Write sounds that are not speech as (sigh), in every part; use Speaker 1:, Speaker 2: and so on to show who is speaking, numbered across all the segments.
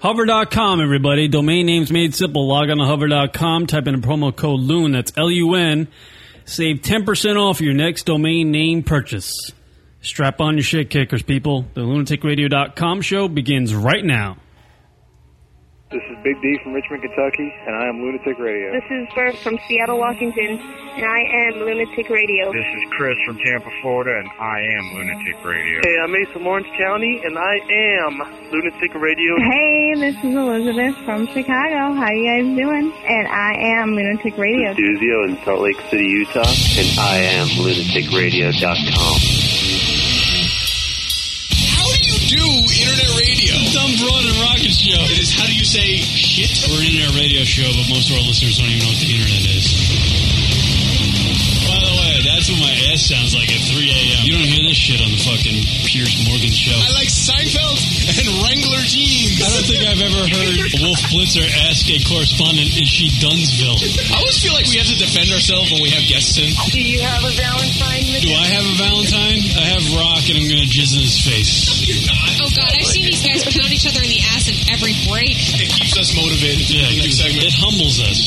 Speaker 1: Hover.com, everybody. Domain names made simple. Log on to hover.com, type in a promo code LUN, that's L U N. Save 10% off your next domain name purchase. Strap on your shit kickers, people. The lunaticradio.com show begins right now.
Speaker 2: This is Big D from Richmond, Kentucky, and I am Lunatic Radio.
Speaker 3: This is Bert from Seattle, Washington, and I am Lunatic Radio.
Speaker 4: This is Chris from Tampa, Florida, and I am Lunatic Radio.
Speaker 5: Hey, I'm Ace from Orange County, and I am Lunatic Radio.
Speaker 3: Hey, this is Elizabeth from Chicago. How you guys doing? And I am Lunatic Radio.
Speaker 6: Duzio in Salt Lake City, Utah, and I am lunaticradio.com.
Speaker 7: How do you do internet radio?
Speaker 1: Dumb Broad and Rocket Show.
Speaker 7: It is how do you say shit?
Speaker 1: We're an internet radio show, but most of our listeners don't even know what the internet is. By the way, that's what my ass sounds like at 3 a.m. You don't hear this shit on the fucking Pierce Morgan show.
Speaker 7: I like Seinfeld and Wrangler jeans.
Speaker 1: I don't think I've ever heard Wolf Blitzer ask a correspondent, is she Dunsville?
Speaker 7: I always feel like we have to defend ourselves when we have guests in.
Speaker 3: Do you have a Valentine?
Speaker 1: Do I have a Valentine? I have Rock and I'm going to jizz in his face.
Speaker 8: Oh God, I've seen these guys pound each other in the ass in every break.
Speaker 7: It keeps us motivated. for the
Speaker 1: Yeah,
Speaker 7: next segment.
Speaker 1: it humbles us.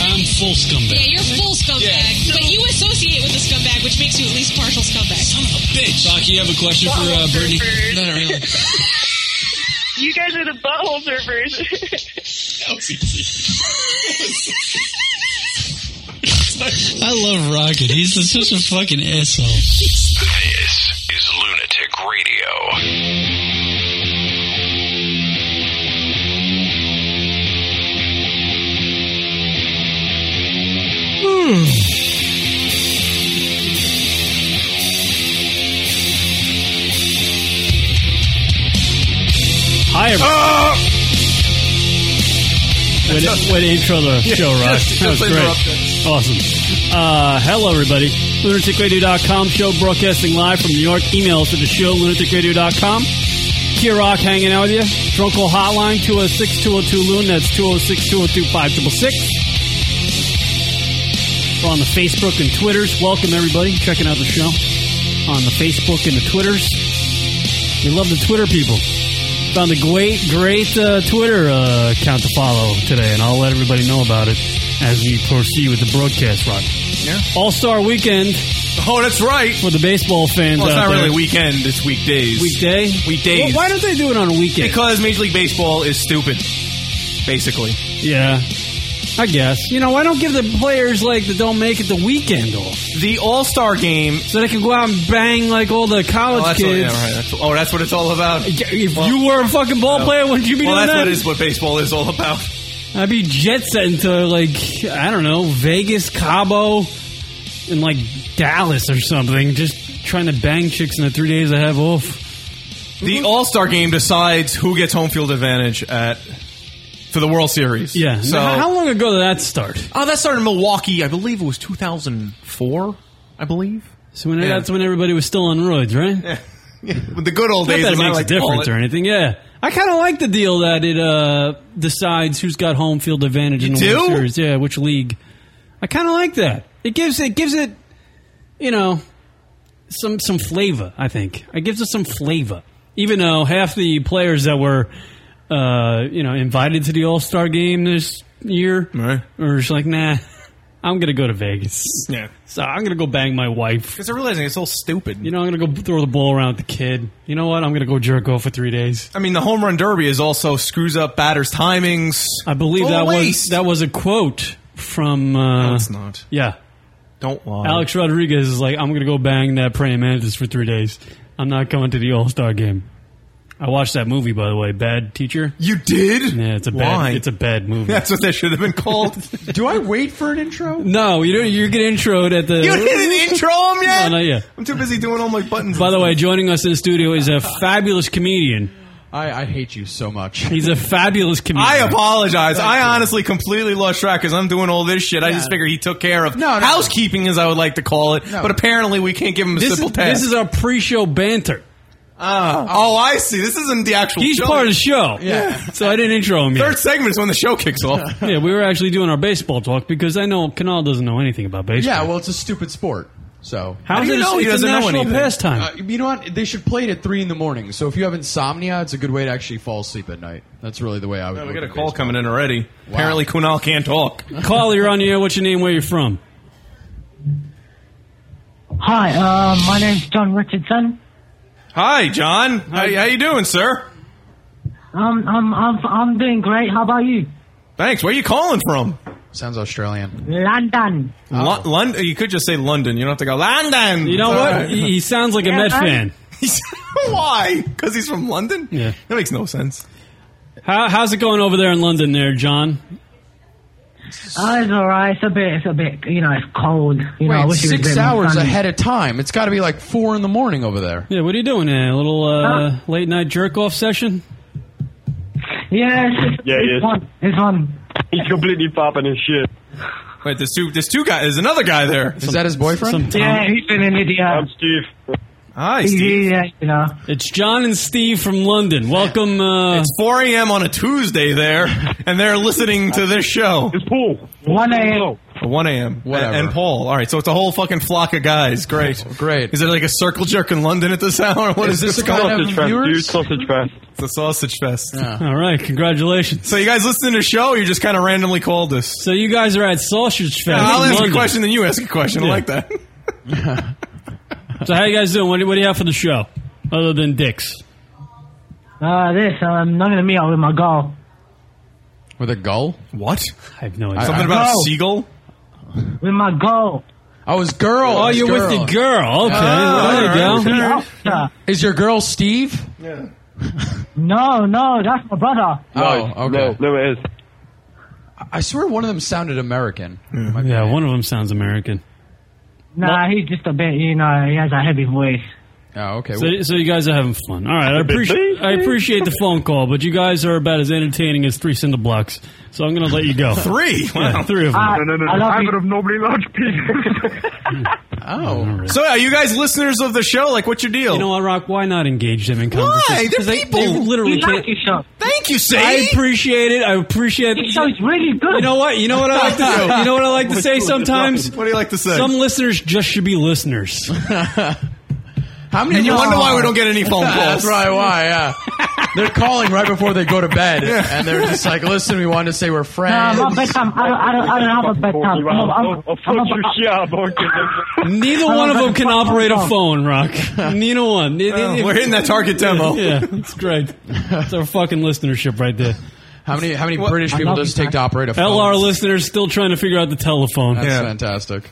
Speaker 1: I'm full
Speaker 8: Yeah,
Speaker 1: scumbag.
Speaker 8: you're full scumbag,
Speaker 7: Yeah.
Speaker 8: but you associate with the scumbag, which makes you at least partial scumbag.
Speaker 7: Son of a bitch.
Speaker 1: Rock, you have a question for uh, Brittany?
Speaker 7: No, not really.
Speaker 3: You guys are the butthole surfers.
Speaker 7: That was (laughs) easy.
Speaker 8: (laughs)
Speaker 1: I love Rocket. He's such a fucking asshole.
Speaker 9: This is Lunatic Radio.
Speaker 1: Hi, everybody. Way to, way to intro the show, Rock.
Speaker 7: just-
Speaker 1: that was
Speaker 7: just interrupted.
Speaker 1: great. Awesome. Uh, hello, everybody. LunaticRadio.com show broadcasting live from New York. Email us at the show, lunaticradio.com. Here, Rock hanging out with you. Drunkle Hotline, 206 202 Loon. That's 206 202 5666. We're on the Facebook and Twitters. Welcome, everybody, checking out the show on the Facebook and the Twitters. We love the Twitter people found a great, great uh, Twitter uh, account to follow today, and I'll let everybody know about it as we proceed with the broadcast. Rod,
Speaker 10: Yeah.
Speaker 1: All Star Weekend
Speaker 10: Oh, that's right.
Speaker 1: for the baseball fans.
Speaker 10: Well, it's
Speaker 1: out
Speaker 10: not
Speaker 1: there.
Speaker 10: really weekend. It's weekdays.
Speaker 1: weekday.
Speaker 10: Weekdays.
Speaker 1: Well, why don't they do it on a weekend?
Speaker 10: Because Major League Baseball is stupid, basically.
Speaker 1: yeah, I guess. You know, why don't give the players like that don't make it the weekend off,
Speaker 10: The All Star Game.
Speaker 1: so they can go out and bang like all the college
Speaker 10: Oh that's, what, yeah,
Speaker 1: kids.
Speaker 10: right, that's, oh, that's what it's all about.
Speaker 1: If
Speaker 10: Well-
Speaker 1: you were a fucking ball player, wouldn't you be
Speaker 10: well,
Speaker 1: doing
Speaker 10: that's
Speaker 1: that?
Speaker 10: what is what baseball is all about.
Speaker 1: I'd be jet setting to like I don't know Vegas, Cabo, and like Dallas or something. Just trying to bang chicks in the three days I have off.
Speaker 10: The All Star Game decides who gets home field advantage at for the World Series.
Speaker 1: Yeah.
Speaker 10: So
Speaker 1: Now, how long ago did that start?
Speaker 10: oh, that started in Milwaukee. I believe it was 2004. I believe.
Speaker 1: So when
Speaker 10: Yeah.
Speaker 1: that's when everybody was still on roids, right?
Speaker 10: Yeah, with (laughs) the good old
Speaker 1: Not
Speaker 10: days.
Speaker 1: that it
Speaker 10: as I
Speaker 1: makes
Speaker 10: like
Speaker 1: a
Speaker 10: to call
Speaker 1: difference
Speaker 10: it.
Speaker 1: or anything. Yeah. I kind of like the deal that it uh, decides who's got home field advantage in the
Speaker 10: You
Speaker 1: World
Speaker 10: do?
Speaker 1: Series. Yeah, which league? I kind of like that. It gives it gives it, you know, some some flavor. I think it gives us some flavor. Even though half the players that were, uh, you know, invited to the All Star game this year
Speaker 10: Right.
Speaker 1: are just like, nah, I'm gonna go to Vegas.
Speaker 10: Yeah.
Speaker 1: So I'm gonna go bang my wife.
Speaker 10: Because they're realizing it's all stupid.
Speaker 1: You know, I'm going to go throw the ball around with the kid. You know what? I'm going to go jerk off for three days.
Speaker 10: I mean, the home run derby is also screws up batters' timings.
Speaker 1: I believe
Speaker 10: It's all
Speaker 1: that was
Speaker 10: waste.
Speaker 1: that was a quote from. Uh,
Speaker 10: No, it's not.
Speaker 1: Yeah.
Speaker 10: Don't lie.
Speaker 1: Alex Rodriguez is like, I'm going to go bang that praying mantis for three days. I'm not coming to the All Star game. I watched that movie, by the way. Bad Teacher.
Speaker 10: you did?
Speaker 1: Yeah, it's a bad.
Speaker 10: Why?
Speaker 1: It's a bad
Speaker 10: (laughs)
Speaker 1: movie.
Speaker 10: That's what that should have been called. (laughs) Do I wait for an intro?
Speaker 1: no, you don't. You get introed at the.
Speaker 10: You didn't intro him yet.
Speaker 1: (laughs) No, not yet.
Speaker 10: I'm too busy doing all my buttons.
Speaker 1: by the way, joining us in the studio is a fabulous comedian.
Speaker 10: I, I hate you so much.
Speaker 1: He's a fabulous comedian.
Speaker 10: I apologize. I honestly completely lost track because I'm doing all this shit. I just figure he took care of
Speaker 7: No, no.
Speaker 10: housekeeping, as I would like to call it.
Speaker 7: No.
Speaker 10: But apparently, we can't give him a
Speaker 1: This
Speaker 10: simple
Speaker 1: is,
Speaker 10: task.
Speaker 1: this is our pre-show banter.
Speaker 10: Ah. oh, I see. This isn't the actual.
Speaker 1: He's
Speaker 10: show.
Speaker 1: part of the show.
Speaker 10: Yeah.
Speaker 1: So I didn't intro him yet.
Speaker 10: Third segment is when the show kicks off.
Speaker 1: (laughs) Yeah, we were actually doing our baseball talk because I know Canal doesn't know anything about baseball.
Speaker 7: well, it's a stupid sport.
Speaker 11: So
Speaker 1: How is
Speaker 11: do you
Speaker 1: it a- it's a national pastime?
Speaker 11: Uh, you know what? They should play it at three in the morning. So if you have insomnia, it's a good way to actually fall asleep at night. That's really the way I would.
Speaker 10: Yeah, we
Speaker 11: look
Speaker 10: got a
Speaker 11: at
Speaker 10: call
Speaker 11: baseball.
Speaker 10: coming in already. Apparently, Kunal can't talk.
Speaker 1: Call, you're on the air. What's your name? Where you from?
Speaker 12: Hi, uh, my name's John Richardson.
Speaker 10: Hi, John. How, how you doing, sir?
Speaker 12: Um, I'm, I'm, I'm doing great. How about you?
Speaker 10: Thanks. Where are you calling from?
Speaker 11: Sounds Australian.
Speaker 12: London.
Speaker 11: Oh.
Speaker 12: Uh,
Speaker 10: Lo- London. You could just say London. You don't have to go London.
Speaker 1: You know
Speaker 10: It's
Speaker 1: what?
Speaker 10: all right.
Speaker 1: He, he sounds like a Mets fan.
Speaker 10: (laughs) Why? Because he's from London.
Speaker 1: Yeah,
Speaker 10: that makes no sense.
Speaker 1: How, how's it going over there in London, there, John?
Speaker 12: Oh, it's alright. It's a bit, it's a bit, you know, it's cold. You know, I
Speaker 11: Wait,
Speaker 12: wish it was a
Speaker 11: six
Speaker 12: bit more
Speaker 11: hours
Speaker 12: sunny.
Speaker 11: ahead of time. It's got to be like four in the morning over there.
Speaker 1: Yeah, what are you doing? there? A little uh, late night jerk off session?
Speaker 12: Yes.
Speaker 10: Yeah, it is.
Speaker 12: One, it's one.
Speaker 10: He's completely popping his shit. Wait, there's two. There's two guys. There's another guy there. Is
Speaker 11: that his boyfriend?
Speaker 12: Yeah, he's been an idiot. I'm
Speaker 10: Steve. Hi,
Speaker 12: He-
Speaker 10: Steve.
Speaker 12: Yeah, you know.
Speaker 1: It's John and Steve from London. Welcome. Uh,
Speaker 10: It's 4 a.m. on a Tuesday there, and they're listening to this
Speaker 12: Oh.
Speaker 10: show. It's Paul. Oh.
Speaker 12: 1 a.m.
Speaker 10: 1 a.m.
Speaker 11: Whatever. Oh,
Speaker 10: And Paul. All right, so it's a whole fucking flock of guys. Great.
Speaker 11: Great.
Speaker 10: Is it like a circle jerk in London at this hour? What
Speaker 11: Is
Speaker 10: is
Speaker 11: this
Speaker 10: this
Speaker 11: the kind
Speaker 10: called?
Speaker 11: of Sausage fest, viewers? dude,
Speaker 10: Sausage fest. It's a sausage fest.
Speaker 1: All right, congratulations.
Speaker 10: So you guys listen to the show, or (laughs) you just kind of randomly called this?
Speaker 1: So you guys are at Sausage Fest.
Speaker 10: Yeah, I'll
Speaker 1: in
Speaker 10: ask
Speaker 1: London.
Speaker 10: a question, then you ask a question. I
Speaker 1: Yeah.
Speaker 10: like that.
Speaker 1: (laughs) So how you guys doing? What do, what do you have for the show other than dicks?
Speaker 12: Uh, this, I'm not gonna meet up with my girl.
Speaker 11: With a gull?
Speaker 10: What?
Speaker 1: I have no
Speaker 11: idea.
Speaker 10: Something
Speaker 11: I-
Speaker 10: about a
Speaker 11: No.
Speaker 10: seagull?
Speaker 12: With my girl.
Speaker 11: I was girl.
Speaker 1: Oh,
Speaker 11: I was
Speaker 1: you're with the girl. Okay, well, there you
Speaker 11: all
Speaker 1: go.
Speaker 11: right. (laughs) Is your girl Steve?
Speaker 1: (laughs)
Speaker 10: Yeah.
Speaker 12: No, no, that's my brother.
Speaker 11: oh, okay. No, it is. I swear one of them sounded American.
Speaker 1: Yeah, one of them sounds American.
Speaker 12: Nah, he's just a bit, you know, he has a heavy voice.
Speaker 11: Oh, okay.
Speaker 1: So, so you guys are having fun. All right, I appreciate I appreciate the phone call, but you guys are about as entertaining as three cinder blocks. So I'm going to let you
Speaker 10: (laughs)
Speaker 1: go.
Speaker 10: Three?
Speaker 1: Yeah,
Speaker 10: Wow.
Speaker 1: three of them.
Speaker 12: No, no, no, I love I'm you.
Speaker 5: of nobly large
Speaker 11: oh.
Speaker 10: So are you guys listeners of the show? Like, what's your deal?
Speaker 1: You know what, Rock? Why not engage them in conversation?
Speaker 10: Why? They're
Speaker 1: 'Cause they-
Speaker 10: people.
Speaker 1: They, literally
Speaker 12: We
Speaker 1: can't.
Speaker 12: like your show.
Speaker 10: Thank you, Sadie.
Speaker 1: I appreciate it. I appreciate
Speaker 12: Your show's really good.
Speaker 1: You know what? You know what I like to
Speaker 10: (laughs)
Speaker 1: You know what I like to say sometimes?
Speaker 10: What do you like to say?
Speaker 1: Some listeners just should
Speaker 10: (laughs)
Speaker 1: be listeners.
Speaker 11: How many?
Speaker 10: and you
Speaker 11: No.
Speaker 10: wonder why we don't get any phone
Speaker 11: (laughs)
Speaker 10: calls.
Speaker 11: That's right. Why? Yeah. (laughs) They're calling right before they go to bed, and they're just like, "Listen, we want to say we're
Speaker 12: Nah,
Speaker 11: friends."
Speaker 12: my bedtime. I don't, I don't, I don't have a bedtime. I'm, I'm, I'm, a-
Speaker 1: Neither
Speaker 12: I'm
Speaker 1: one of
Speaker 12: about
Speaker 1: them
Speaker 12: to
Speaker 1: can
Speaker 12: fuck my
Speaker 1: operate a
Speaker 12: phone.
Speaker 1: phone, Rock. Neither one. It- it- it-
Speaker 10: We're hitting that target demo.
Speaker 1: Yeah, it's great. It's our fucking listenership right there.
Speaker 11: How many? How many British people does it take to operate a phone?
Speaker 1: LR listeners still trying to figure out the telephone.
Speaker 11: That's
Speaker 10: Yeah.
Speaker 11: fantastic.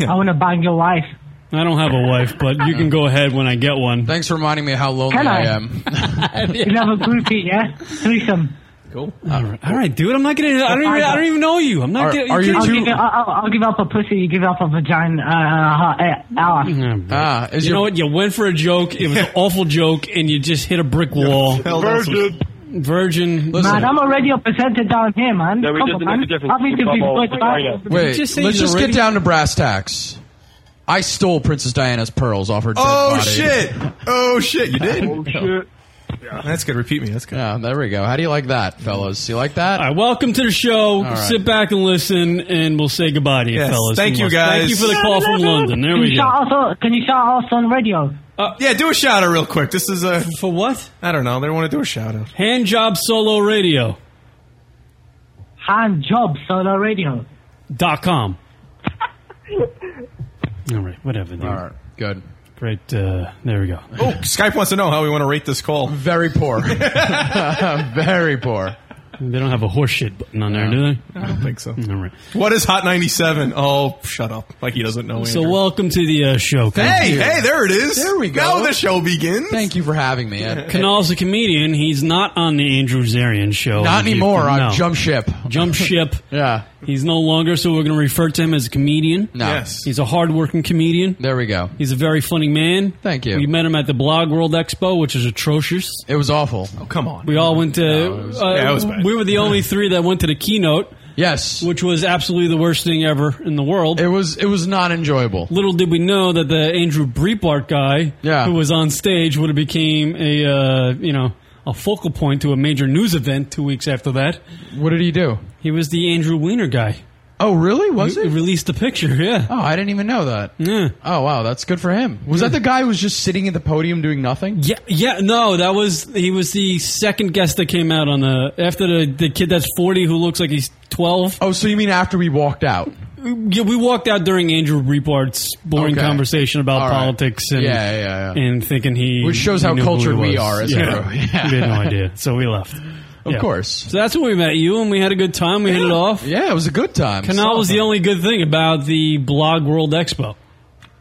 Speaker 12: I want to bang your wife.
Speaker 1: I don't have a wife, but you can go ahead when I get one.
Speaker 11: Thanks for reminding me how lonely
Speaker 12: Can I?
Speaker 11: I am.
Speaker 12: (laughs) You have a groupie, yeah? Threesome.
Speaker 11: Cool.
Speaker 1: All right, all right, dude. I'm not getting. I don't even. I don't even know you. I'm not
Speaker 11: Are-
Speaker 1: getting.
Speaker 11: are you
Speaker 12: I'll
Speaker 11: Two-
Speaker 12: give, it, I'll, I'll- I'll give up a pussy, you give up a vagina, uh, uh, uh, hour.
Speaker 11: Ah, is
Speaker 1: You know
Speaker 11: your
Speaker 1: what? You went for a joke. It
Speaker 10: (laughs)
Speaker 1: was an awful joke, and you just hit a brick wall. Virgin.
Speaker 11: Listen.
Speaker 12: Man, I'm already a percentage down here, man.
Speaker 5: No, we
Speaker 12: Come
Speaker 5: just
Speaker 12: on,
Speaker 5: didn't
Speaker 12: man.
Speaker 5: make a difference.
Speaker 12: Nothing to be
Speaker 5: Bubble,
Speaker 12: put
Speaker 5: vagina.
Speaker 12: back.
Speaker 11: wait? Let's
Speaker 1: just say you're
Speaker 11: just
Speaker 1: already-
Speaker 11: get down to brass tacks. I stole Princess Diana's pearls off her. dead
Speaker 10: Oh
Speaker 11: body.
Speaker 10: shit! Oh shit! You did.
Speaker 5: shit.
Speaker 10: That's good. Repeat me. That's good.
Speaker 11: Yeah, there we go. How do you like that, fellas? You like
Speaker 1: All
Speaker 11: that?
Speaker 1: right, welcome to the show.
Speaker 11: right.
Speaker 1: Sit back and listen, and we'll say goodbye to you,
Speaker 10: Yes,
Speaker 1: fellas.
Speaker 10: thank
Speaker 1: and
Speaker 10: you,
Speaker 1: loves.
Speaker 10: guys.
Speaker 1: Thank you for the call from London. There
Speaker 12: Can you
Speaker 1: we go.
Speaker 12: shout us on, can you shout us on radio?
Speaker 10: Yeah, do a shout out real quick. This is a.
Speaker 1: Uh, For what?
Speaker 10: I don't know. They want to do a shout out.
Speaker 1: Hand job solo radio
Speaker 12: Hand job, solo radio.
Speaker 1: dot com. All right, whatever. Dude.
Speaker 11: All right, good.
Speaker 1: Great. Uh, there we go.
Speaker 10: Oh, Skype wants to know how we want to rate this call.
Speaker 11: Very
Speaker 10: (laughs)
Speaker 11: poor. (laughs) Very poor.
Speaker 1: They don't have a horseshit button on there, do
Speaker 10: I don't think (laughs) so.
Speaker 1: they? All right.
Speaker 10: What is Hot 97? Oh, shut up. Like he doesn't know.
Speaker 1: So
Speaker 10: Andrew.
Speaker 1: welcome to the uh, show.
Speaker 10: Hey,
Speaker 11: you.
Speaker 10: hey, there it is.
Speaker 11: There we go.
Speaker 10: Now the show begins.
Speaker 11: Thank you for having me. Ed.
Speaker 1: (laughs) Canal's a comedian. He's not on the Andrew Zarian show.
Speaker 11: Not
Speaker 1: And you
Speaker 11: anymore.
Speaker 1: can-
Speaker 11: I've
Speaker 1: no.
Speaker 11: jumped ship. (laughs)
Speaker 1: Jump ship.
Speaker 11: Yeah.
Speaker 1: He's no longer, so we're going to refer to him as a comedian.
Speaker 11: No.
Speaker 10: Yes.
Speaker 1: He's a hardworking comedian.
Speaker 11: There we go.
Speaker 1: He's a very funny man.
Speaker 11: Thank you.
Speaker 1: We met him at the Blog World Expo, which is atrocious.
Speaker 11: It was awful.
Speaker 10: Oh, Come on.
Speaker 1: We all went to.
Speaker 11: No, it was-
Speaker 1: uh,
Speaker 10: yeah, it was bad.
Speaker 1: We were the only three that went to the keynote,
Speaker 11: Yes.
Speaker 1: which was absolutely the worst thing ever in the world.
Speaker 11: It was it was not enjoyable.
Speaker 1: Little did we know that the Andrew Breitbart guy,
Speaker 11: Yeah.
Speaker 1: who was on stage, would have became a uh, you know a focal point to a major news event two weeks after that.
Speaker 11: What did he do?
Speaker 1: He was the Andrew Weiner guy.
Speaker 11: Oh, really? Was it?
Speaker 1: Released a picture, yeah.
Speaker 11: Oh, I didn't even know that.
Speaker 1: Yeah.
Speaker 11: Oh, wow, that's good for him. Was that the guy who was just sitting at the podium doing nothing?
Speaker 1: Yeah, yeah, no, that was he was the second guest that came out on the after the, the kid that's forty who looks like he's twelve.
Speaker 11: Oh, so you mean after we walked out?
Speaker 1: Yeah, we walked out during Andrew Rebart's boring
Speaker 11: Okay.
Speaker 1: conversation about
Speaker 11: All right.
Speaker 1: politics and
Speaker 11: Yeah, yeah, yeah.
Speaker 1: and thinking he
Speaker 11: Which shows
Speaker 1: he
Speaker 11: how
Speaker 1: knew who he
Speaker 11: cultured we
Speaker 1: was.
Speaker 11: are as a
Speaker 1: yeah.
Speaker 11: crew. Yeah. (laughs)
Speaker 1: (laughs) we had no idea, so we left.
Speaker 11: Of
Speaker 1: Yeah.
Speaker 11: course.
Speaker 1: So that's when we met you, and we had a good time. We hit it off.
Speaker 11: Yeah, it was a good time.
Speaker 1: Canal was the only good thing about the Blog World Expo.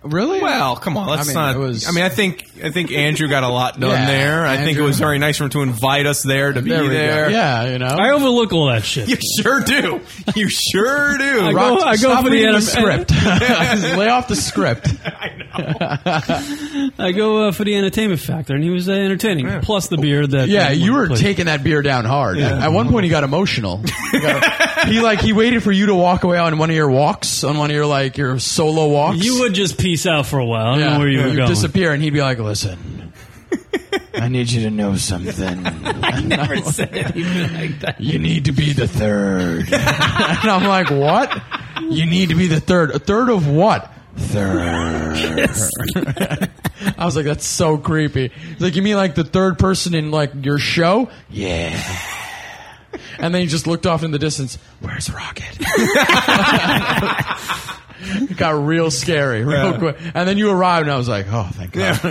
Speaker 11: Really?
Speaker 10: Well, come on. Let's
Speaker 1: I mean,
Speaker 10: not.
Speaker 1: it was-
Speaker 10: I mean, I think I think Andrew got a lot done
Speaker 1: Yeah,
Speaker 10: there. I think it
Speaker 1: Andrew-
Speaker 10: was very nice for him to invite us there to be
Speaker 1: There we go.
Speaker 10: there.
Speaker 1: Yeah,
Speaker 11: you know.
Speaker 1: I overlook all that shit.
Speaker 10: You sure do. You sure do.
Speaker 1: I go- I go
Speaker 11: Stop
Speaker 1: for the
Speaker 11: reading
Speaker 1: anim-
Speaker 11: script. (laughs) Just lay off the
Speaker 10: (laughs)
Speaker 11: script.
Speaker 1: (laughs) I go uh, for the entertainment factor, and he was uh, entertaining. Plus the beer (laughs) that.
Speaker 11: Yeah,
Speaker 1: that
Speaker 11: you were
Speaker 1: played.
Speaker 11: taking that beer down hard.
Speaker 1: Yeah.
Speaker 11: At one point, he got
Speaker 1: (laughs)
Speaker 11: emotional. He got- he like he waited for you to walk away on one of your walks, on one of your like your solo walks.
Speaker 1: You would just peace out for a while. I don't know where you were
Speaker 11: You'd
Speaker 1: going.
Speaker 11: disappear, and he'd be like,
Speaker 10: (laughs)
Speaker 11: "Listen, I need you to know something. I
Speaker 13: never said anything like that.
Speaker 11: You need to be the
Speaker 10: (laughs)
Speaker 11: third. and I'm like, what? You need to be the third. A third of what? Third. (laughs) I was like, that's so creepy. He's like, you mean like the third person in like your show? Yeah. And then he just looked off in the distance. Where's
Speaker 10: (laughs)
Speaker 11: Rocket? (laughs) it got real scary, real
Speaker 10: Yeah.
Speaker 11: quick. And then you arrived, and I was like, oh, thank God.
Speaker 10: (laughs)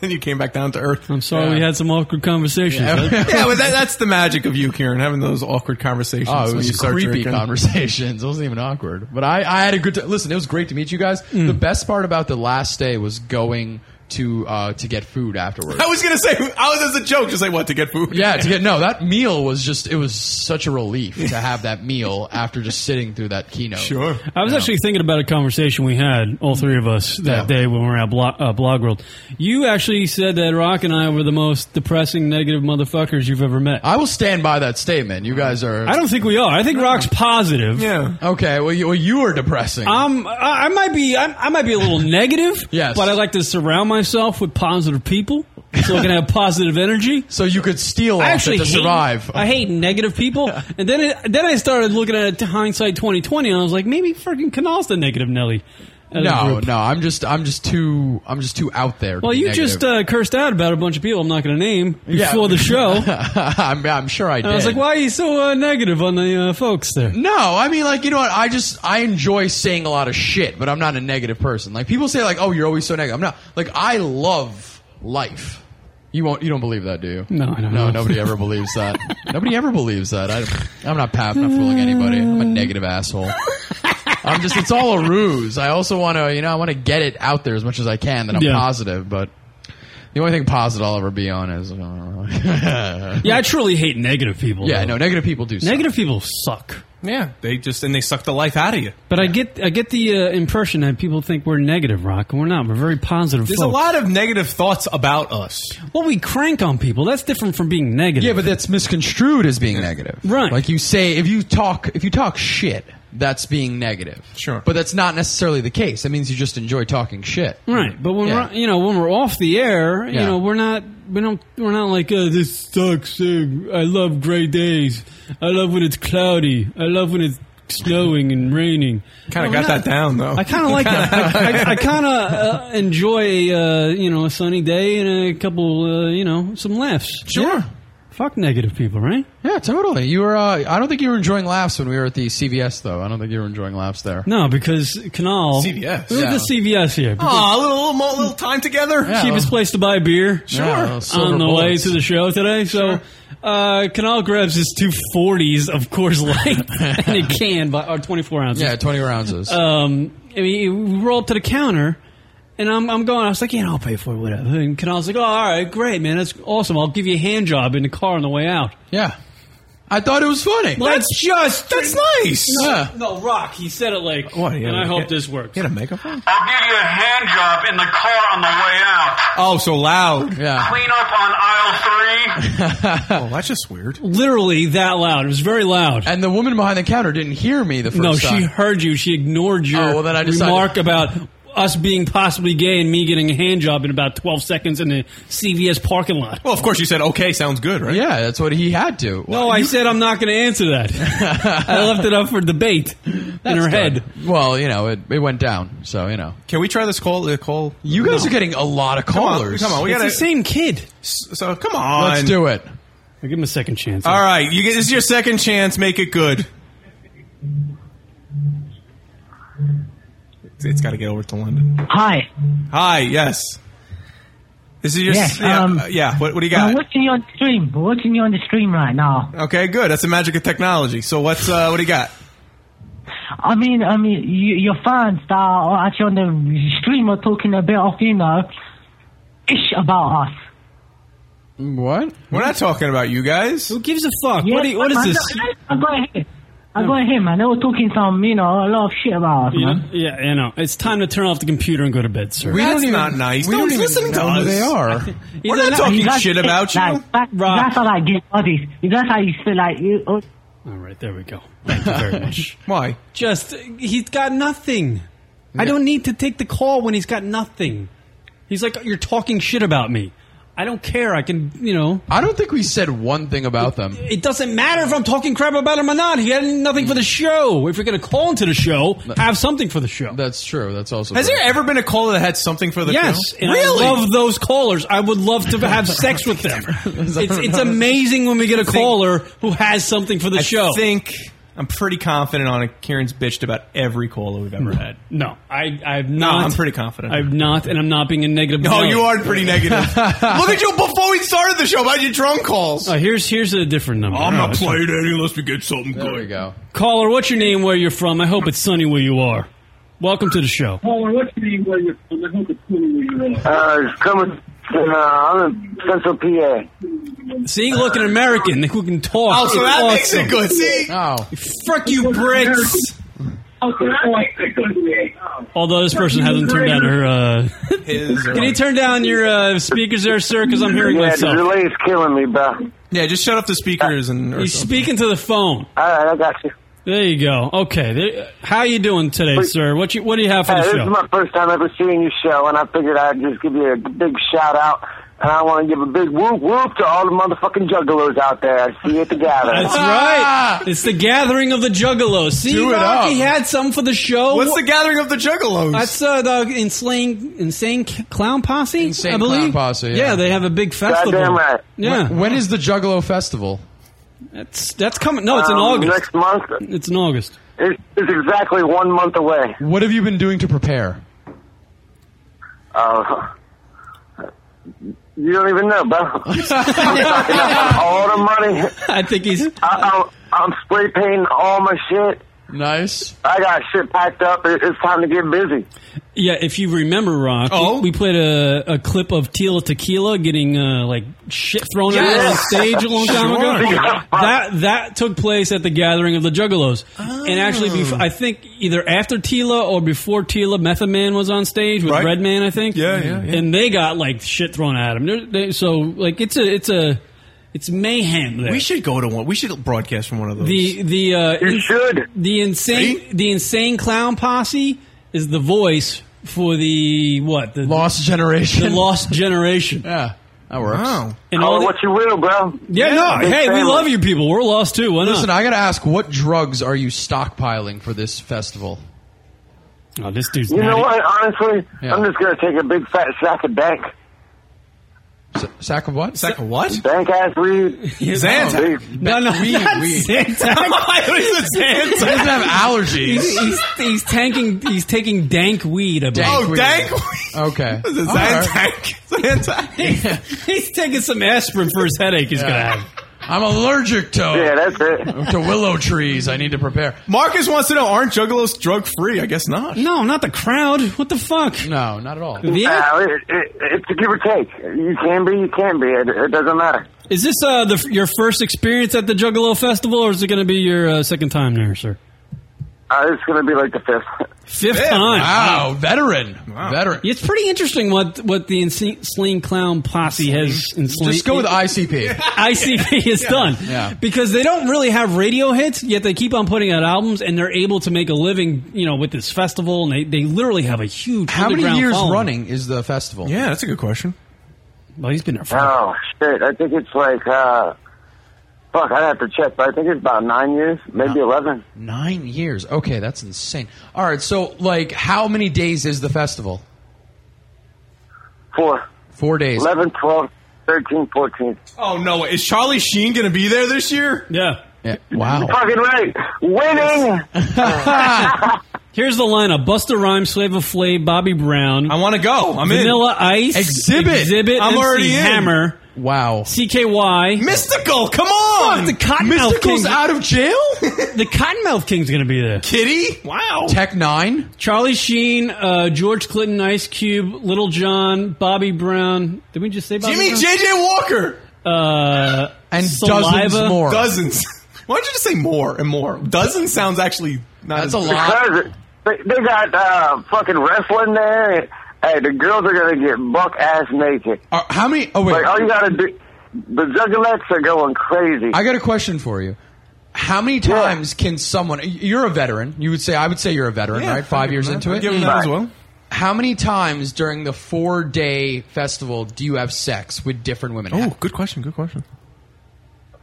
Speaker 10: then you came back (laughs) down to earth.
Speaker 1: I'm sorry, we had some awkward conversations.
Speaker 10: Yeah,
Speaker 1: right?
Speaker 10: but that, that's the magic of you, Kieran, having those awkward conversations.
Speaker 11: Oh, it
Speaker 10: when
Speaker 11: was
Speaker 10: you start
Speaker 11: creepy
Speaker 10: drinking.
Speaker 11: conversations. It wasn't even awkward. But I, I had a good time. Listen, it was great to meet you guys.
Speaker 1: Mm.
Speaker 11: The best part about the last day was going to uh, to get food afterwards.
Speaker 10: I was gonna say, I was as a joke, just like what to get food.
Speaker 11: yeah, to get no, that meal was just it was such a relief to have that meal after just sitting through that keynote. Sure.
Speaker 1: I was actually thinking about a conversation we had, all three of us, that day when we were at Blog, uh, Blog World. You actually said that Rock and I were the most depressing, negative motherfuckers you've ever met.
Speaker 11: I will stand by that statement. You guys are.
Speaker 1: I don't think we are. I think Rock's positive.
Speaker 10: Yeah.
Speaker 11: Okay. Well, you, well, you were depressing.
Speaker 1: Um, I I might be, I, I might be
Speaker 11: (laughs)
Speaker 1: a little negative.
Speaker 11: Yes.
Speaker 1: but I like to surround myself with positive people, so I can have positive energy.
Speaker 11: (laughs) So you could steal
Speaker 1: I
Speaker 11: off it
Speaker 1: actually
Speaker 11: to
Speaker 1: hate,
Speaker 11: survive.
Speaker 1: I hate negative
Speaker 11: (laughs)
Speaker 1: people, and then it, then I started looking at it to hindsight twenty twenty, and I was like, maybe freaking Canal's the negative Nelly. out of the
Speaker 11: no,
Speaker 1: group.
Speaker 11: no. I'm just I'm just too I'm just too out there. to
Speaker 1: Well,
Speaker 11: be
Speaker 1: you
Speaker 11: negative.
Speaker 1: just uh, cursed out about a bunch of people. I'm not going to name
Speaker 11: Yeah.
Speaker 1: before
Speaker 11: (laughs)
Speaker 1: the show.
Speaker 11: I'm, I'm sure I did.
Speaker 1: And I was like, why are you so uh, negative on the uh, folks there?
Speaker 11: No, I mean, like, you know what? I just, I enjoy saying a lot of shit, but I'm not a negative person. Like, people say, like, oh, you're always so negative. I'm not. Like, I love life. You won't, you don't believe that, do you?
Speaker 1: No, I don't
Speaker 11: No,
Speaker 1: know.
Speaker 11: nobody ever believes
Speaker 1: (laughs)
Speaker 11: that. Nobody ever believes that. I, I'm not pap, I'm not fooling anybody. I'm
Speaker 1: Uh.
Speaker 11: a negative asshole. I'm just, it's all a ruse. I also want to, you know, I want to get it out there as much as I can that I'm
Speaker 1: Yeah.
Speaker 11: positive, but the only thing positive I'll ever be on is, yeah,
Speaker 1: (laughs)
Speaker 11: (laughs)
Speaker 1: Yeah, I truly hate negative people. though.
Speaker 11: no, negative people do suck.
Speaker 1: Negative people suck.
Speaker 10: Yeah, they just and they suck the life out of you.
Speaker 1: But I get I get the uh, impression that people think we're negative, Rock, and we're not. We're very positive
Speaker 10: There's a
Speaker 1: folks.
Speaker 10: lot of negative thoughts about us.
Speaker 1: well, we crank on people. That's different from being negative.
Speaker 11: Yeah, but that's misconstrued as being negative.
Speaker 1: Right.
Speaker 11: Like you say if you talk if you talk shit, that's being negative. Sure. But that's not necessarily the case. That means you just enjoy talking shit.
Speaker 1: Right, but when
Speaker 11: Yeah.
Speaker 1: we're you know when we're off the air, you
Speaker 11: Yeah.
Speaker 1: know we're not we don't we're not like uh, this sucks. uh, I love gray days. I love when it's cloudy. I love when it's snowing and raining.
Speaker 10: Kinda
Speaker 1: we're
Speaker 10: got that down, though.
Speaker 1: I kind of like that. I, I,
Speaker 10: (laughs)
Speaker 1: I kind of uh, enjoy uh, you know a sunny day and a couple uh, you know some laughs.
Speaker 11: Sure.
Speaker 1: Fuck negative people, right?
Speaker 11: Yeah, totally. You were uh, I don't think you were enjoying laughs when we were at the CVS though. I don't think you were enjoying laughs there.
Speaker 1: No, because Canal
Speaker 11: CVS.
Speaker 1: We went
Speaker 11: Yeah. Oh,
Speaker 1: to CVS here.
Speaker 10: Aw, Ah, a little, little, mo- little time together.
Speaker 1: cheapest place to buy beer.
Speaker 10: Sure. Yeah, those silver
Speaker 1: on the
Speaker 10: bullets.
Speaker 1: way to the show today. So, uh, Canal grabs his two forties of
Speaker 11: (laughs)
Speaker 1: Coors Light and a can, but or twenty four ounces.
Speaker 11: Yeah, 20 ounces.
Speaker 1: Um, I mean, we roll up to the counter, and I'm, I'm going. I was like, yeah, I'll pay for it, whatever. And Canal's like, oh, all right, great, man, that's awesome. I'll give you a hand job in the car on the way out.
Speaker 11: yeah. I thought it was funny.
Speaker 1: Let's just.
Speaker 10: That's nice.
Speaker 1: No,
Speaker 10: Yeah.
Speaker 1: no, Rock. He said it like,
Speaker 10: What, yeah,
Speaker 1: and I
Speaker 10: yeah.
Speaker 1: hope this works.
Speaker 10: You had a megaphone.
Speaker 14: I'll give you a hand job in the car on the way out.
Speaker 10: Oh, so loud.
Speaker 1: (laughs)
Speaker 11: Yeah.
Speaker 14: Clean up on aisle three.
Speaker 11: (laughs)
Speaker 10: oh, that's just weird.
Speaker 1: Literally that loud. It was very loud.
Speaker 11: And the woman behind the counter didn't hear me the first
Speaker 1: no,
Speaker 11: time.
Speaker 1: she heard you. She ignored your
Speaker 11: Oh, well, then I decided-
Speaker 1: remark about us being possibly gay and me getting a hand job in about 12 seconds in the CVS parking lot.
Speaker 10: Well, of course, you said okay sounds good, right?
Speaker 11: Yeah, that's what he had to.
Speaker 1: No, I said I'm not going to answer that. (laughs) I left it up for debate in her head.
Speaker 11: Well, you know, it, it went down, so you know.
Speaker 10: Can we try this call? The call.
Speaker 11: You guys are getting a lot of callers.
Speaker 10: Come on, come on, we
Speaker 11: It's
Speaker 10: gotta-
Speaker 11: the
Speaker 1: same kid.
Speaker 10: So come on,
Speaker 11: Let's do it.
Speaker 1: give him a second chance.
Speaker 10: (laughs) All right, you get, this is your second chance. Make it good. It's- it's got to get over to London.
Speaker 12: Hi.
Speaker 10: Hi, yes. This is your
Speaker 12: Yes,
Speaker 10: yeah,
Speaker 12: um,
Speaker 10: uh, yeah. What, what do you
Speaker 12: I'm
Speaker 10: got?
Speaker 12: watching you on stream. Watching you on the stream right now.
Speaker 10: Okay, good. That's the magic of technology. So what's uh, what do you got?
Speaker 12: I mean, I mean, you, your fans that are actually on the stream are talking a bit of, you know, ish about us.
Speaker 11: What?
Speaker 10: We're not talking about you guys. Who
Speaker 1: gives a fuck?
Speaker 12: Yeah, man, I, I got it here. I got him, man. They were talking some, you know, a lot of shit about us,
Speaker 1: You
Speaker 12: man.
Speaker 1: know, yeah, you know, it's time to turn off the computer and go to bed, sir.
Speaker 12: We
Speaker 10: That's not nice.
Speaker 1: We
Speaker 10: no
Speaker 1: don't
Speaker 10: one's
Speaker 1: even
Speaker 10: listening to
Speaker 1: know who
Speaker 10: us.
Speaker 1: they (laughs) are.
Speaker 10: We're not talking shit about you.
Speaker 12: Like, that, that's how I get bodies. That's how you feel like you. Oh,
Speaker 1: All right, there we go. Thank you very much.
Speaker 10: (laughs) Why?
Speaker 1: (laughs) Just he's got nothing. I don't need to take the call when he's got nothing. He's like, you're talking shit about me. I don't care. I can, you know.
Speaker 11: I don't think we said one thing about them.
Speaker 1: It doesn't matter if I'm talking crap about him or not. He had nothing for the show. If you're going to call into the show, have something for the show.
Speaker 11: That's true. That's also
Speaker 10: Has there ever been a caller that had something for the
Speaker 1: yes,
Speaker 10: show?
Speaker 1: and
Speaker 10: really?
Speaker 1: I love those callers. I would love to (laughs) have sex with them. It's, it's amazing when we get a caller who has something for the
Speaker 10: I
Speaker 1: show.
Speaker 10: think I'm pretty confident on it. Kieran's bitched about every caller we've ever had.
Speaker 1: No, I, I've
Speaker 10: No,
Speaker 1: not.
Speaker 10: I'm pretty confident.
Speaker 1: I've not, and I'm not being a negative.
Speaker 10: No,
Speaker 1: Nelly.
Speaker 10: you are pretty (laughs) negative.
Speaker 1: (laughs)
Speaker 10: Look at you before we started the show about your drunk calls.
Speaker 1: Oh, here's here's a different number.
Speaker 10: I'm not
Speaker 1: Oh,
Speaker 10: playing any unless we get something good. There
Speaker 11: we go.
Speaker 1: Caller, what's your name? Where you're from? I hope it's sunny where you are. Welcome to the show.
Speaker 15: Caller, what's your name? Where you're from? I hope it's cool where you
Speaker 16: Uh, it's coming. From, uh, I'm in Central PA.
Speaker 1: See, look, an American who can talk.
Speaker 16: Oh, so
Speaker 1: It's
Speaker 16: that makes
Speaker 1: awesome.
Speaker 16: it good, see?
Speaker 11: Oh.
Speaker 1: Frick you, Bricks.
Speaker 17: Oh,
Speaker 1: Although this person hasn't turned down her. Uh, (laughs) can you turn down your uh, speakers there, sir? Because I'm hearing
Speaker 16: yeah,
Speaker 1: myself.
Speaker 16: the delay is killing me, bro.
Speaker 10: Yeah, just shut off the (laughs) speakers and.
Speaker 1: He's speaking to the phone.
Speaker 16: All right, I got you.
Speaker 1: There you go. Okay. There, how you doing today, sir? What you What do you have for
Speaker 16: Hey,
Speaker 1: the
Speaker 16: this is
Speaker 1: show?
Speaker 16: my first time ever seeing your show, and I figured I'd just give you a big shout out. And I want to give a big whoop whoop to all the motherfucking juggalos out there. I see you at the gathering.
Speaker 1: That's right. It's the gathering of the juggalos. See,
Speaker 16: Do it
Speaker 1: Rocky
Speaker 16: up.
Speaker 1: had some for the show.
Speaker 16: What's the
Speaker 10: gathering of the juggalos?
Speaker 1: That's uh, the insane, insane C- clown posse. I
Speaker 11: Clown
Speaker 1: believe.
Speaker 11: Posse, yeah.
Speaker 1: they have a big festival. Yeah,
Speaker 11: When- when is the Juggalo Festival?
Speaker 1: that's that's coming. No, it's in
Speaker 16: Um,
Speaker 1: August.
Speaker 16: Next month.
Speaker 1: It's in August.
Speaker 16: It's, it's exactly one month away.
Speaker 11: What have you been doing to prepare?
Speaker 16: Uh, you don't even
Speaker 1: (laughs)
Speaker 16: know, bro. I'm stocking up on all the money.
Speaker 1: I think he's. I,
Speaker 16: I, I'm spray painting all my shit.
Speaker 11: Nice.
Speaker 16: I got shit packed up. It, it's time to get busy.
Speaker 1: Yeah, if you remember, Rock, oh. we played a, a clip of Tila Tequila getting uh, like shit thrown at her on
Speaker 16: Yes.
Speaker 1: stage a long time
Speaker 16: Sure.
Speaker 1: ago. That that took place at the gathering of the Juggalos, and actually,
Speaker 10: Oh.
Speaker 1: bef- I think either after Tila or before Tila, Method Man was on stage with
Speaker 10: Right.
Speaker 1: Redman, I think.
Speaker 10: Yeah, yeah, yeah.
Speaker 1: And they got like shit thrown at them. They're- They, so like it's a it's a it's mayhem. There.
Speaker 10: We should go to (laughs) one. We should broadcast from one of those.
Speaker 1: The the uh, you should the insane the insane clown posse is the voice for the what the lost
Speaker 11: generation
Speaker 1: the (laughs) lost generation yeah
Speaker 11: that works
Speaker 1: and
Speaker 16: Call
Speaker 1: all
Speaker 16: it
Speaker 1: the,
Speaker 16: what you will, bro.
Speaker 1: yeah, no
Speaker 16: Big
Speaker 1: hey we
Speaker 16: family.
Speaker 1: love you (laughs) people we're lost too why not
Speaker 11: Listen, I got to ask, what drugs are you stockpiling for this festival?
Speaker 1: Oh, this dude's
Speaker 16: You know what? Honestly,
Speaker 11: Yeah.
Speaker 16: I'm just gonna take a big fat sack of dank.
Speaker 11: Sack of what?
Speaker 10: Sack of what?
Speaker 16: Dank ass
Speaker 1: (laughs)
Speaker 16: weed.
Speaker 11: Xantac.
Speaker 1: No, no,
Speaker 11: Weed,
Speaker 1: not
Speaker 11: weed.
Speaker 1: Xantac. (laughs)
Speaker 10: I thought it was Xantac.
Speaker 11: (laughs) He doesn't have allergies.
Speaker 1: He's, he's, he's tanking. He's taking dank weed. I believe.
Speaker 11: Dank Oh, weed. dank Okay.
Speaker 1: This is
Speaker 11: All right.
Speaker 1: he's, (laughs) he's taking some aspirin for his headache. He's gonna have.
Speaker 11: I'm allergic to
Speaker 10: Yeah,
Speaker 16: that's
Speaker 11: it. to willow trees. I need to prepare.
Speaker 10: Marcus wants to know: Aren't juggalos drug free? I guess not.
Speaker 1: No, not the crowd. What the fuck?
Speaker 11: No, not at all.
Speaker 16: No, Uh, it, it, it's a give or take. You can be, you can be. It, it doesn't matter.
Speaker 1: Is this uh, the, your first experience at the Juggalo Festival, or is it going to be your uh, second time there, sir?
Speaker 16: Uh, it's going to be like the fifth.
Speaker 1: Fifth
Speaker 16: Yeah,
Speaker 1: time.
Speaker 16: wow,
Speaker 1: veteran. Veteran. It's pretty interesting what what the Insane Sling Clown Posse has enslaved.
Speaker 11: Just go with
Speaker 1: (laughs)
Speaker 11: ICP.
Speaker 1: ICP is
Speaker 11: Yeah.
Speaker 1: done.
Speaker 11: Yeah.
Speaker 1: Because they don't really have radio hits, yet they keep on putting out albums and they're able to make a living, you know, with this festival and they, they literally have a huge
Speaker 11: How many
Speaker 1: underground
Speaker 11: years
Speaker 1: following.
Speaker 11: running is the festival? Yeah, that's a good question.
Speaker 1: Well, he's been there
Speaker 16: Oh shit! I think it's like uh, fuck. I have to check, but I think it's about nine years, maybe eleven.
Speaker 11: Nine years. Okay, that's insane. All right, so like, how many days is the festival?
Speaker 16: Four.
Speaker 11: Four days.
Speaker 16: 11, 12, 13, 14.
Speaker 10: Oh no! way. Is Charlie Sheen going to be there this year?
Speaker 1: Yeah.
Speaker 11: Yeah. Wow.
Speaker 16: Fucking right. Winning.
Speaker 1: Here's the lineup: Busta Rhymes, Slave of Flay, Bobby Brown. I
Speaker 10: want to go. I'm in.
Speaker 1: Vanilla Ice,
Speaker 10: Exhibit.
Speaker 1: Exhibit,
Speaker 10: I'm
Speaker 1: MC
Speaker 10: already in.
Speaker 1: Hammer.
Speaker 11: Wow.
Speaker 1: CKY.
Speaker 10: Mystical, come on!
Speaker 1: Fuck, the Cottonmouth
Speaker 10: Mystical's
Speaker 1: King's
Speaker 10: out of jail.
Speaker 1: the Cottonmouth King's going to be there.
Speaker 10: Kitty. Wow.
Speaker 11: Tech Nine.
Speaker 1: Charlie Sheen, uh, George Clinton, Ice Cube, Little John, Bobby Brown. Did we just say Bobby
Speaker 10: Jimmy
Speaker 1: Brown?
Speaker 10: J.J. Walker.
Speaker 1: Uh,
Speaker 11: and
Speaker 1: Saliva.
Speaker 10: Dozens. (laughs) Why don't you just say more and more? Dozens sounds actually not as
Speaker 16: Because they, they got uh, fucking wrestling there. Hey, the girls are gonna get buck ass naked.
Speaker 11: how many? Oh wait.
Speaker 16: Like, all you gotta do. The juggalettes are going crazy.
Speaker 11: I got a question for you. How many times can someone? You're a veteran. You would say. I would say you're a veteran,
Speaker 10: Yeah,
Speaker 11: right? Five years
Speaker 10: I'd
Speaker 11: into it.
Speaker 10: give him that as well.
Speaker 11: How many times during the four day festival do you have sex with different women? Oh,
Speaker 10: good question. Good question.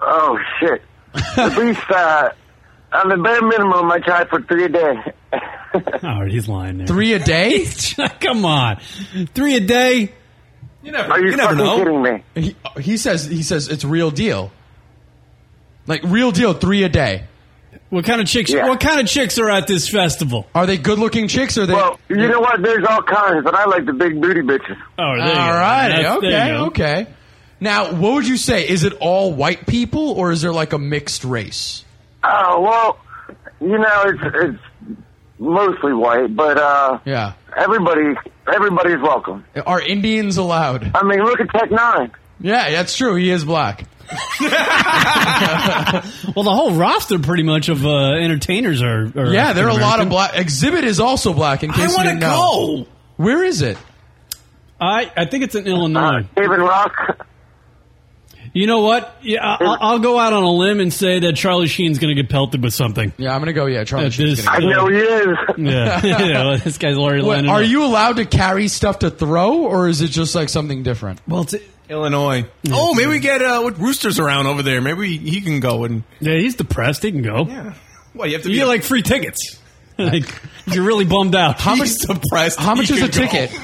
Speaker 16: Oh shit!
Speaker 11: (laughs)
Speaker 16: At least uh, on the bare minimum, I tried for three a day.
Speaker 1: Oh, he's lying there.
Speaker 11: Three a day?
Speaker 1: (laughs) Come on, three a day.
Speaker 10: You never.
Speaker 16: Are you, fucking kidding me?
Speaker 11: He, he says. He says it's real deal. Like real deal, three a day.
Speaker 1: What kind of chicks?
Speaker 11: Yeah.
Speaker 1: What kind of chicks are at this festival?
Speaker 11: Are they good looking chicks? Or are they?
Speaker 16: Well, you know what? There's all kinds, but I like the big booty bitches.
Speaker 1: Oh,
Speaker 11: All right. Okay. Okay. Now, what would you say? Is it all white people, or is there like a mixed race?
Speaker 16: Oh well, you know it's it's mostly white, but uh,
Speaker 11: Yeah.
Speaker 16: everybody everybody's welcome.
Speaker 11: Are Indians allowed?
Speaker 16: I mean, look at Tech Nine.
Speaker 11: Yeah, that's true. He is
Speaker 1: (laughs)
Speaker 11: black.
Speaker 1: Well, the whole roster, pretty much, of uh, entertainers are. are
Speaker 11: yeah, there are a lot
Speaker 1: African-American.
Speaker 11: of black. Exhibit is also black. In
Speaker 1: I
Speaker 11: case
Speaker 1: wanna
Speaker 11: want to
Speaker 1: go.
Speaker 11: Where is it?
Speaker 1: I I think it's in
Speaker 11: Uh,
Speaker 1: Illinois.
Speaker 16: David Rock.
Speaker 1: You know what? Yeah, I- I'll, I'll go out on a limb and say that Charlie Sheen's going to get pelted with something.
Speaker 11: Yeah, I'm going to go. Yeah, Charlie
Speaker 1: Sheen's.
Speaker 11: gonna get- I know he
Speaker 16: is.
Speaker 1: (laughs)
Speaker 16: (laughs)
Speaker 1: Yeah, (laughs) You know, this guy's already
Speaker 11: What,
Speaker 1: lining
Speaker 11: are
Speaker 1: up.
Speaker 11: you allowed to carry stuff to throw, or is it just like something different?
Speaker 1: Well, it's
Speaker 10: Illinois. Oh, maybe we get uh, what Rooster's around over there. Maybe we- he can go and.
Speaker 1: Yeah, he's depressed. He can go.
Speaker 10: Yeah. Well, you have to
Speaker 1: You
Speaker 10: be
Speaker 1: get like free tickets. (laughs) like if you're really bummed out. (laughs) How
Speaker 10: much depressed?
Speaker 11: How much
Speaker 1: he
Speaker 11: is a
Speaker 1: could go.
Speaker 11: ticket?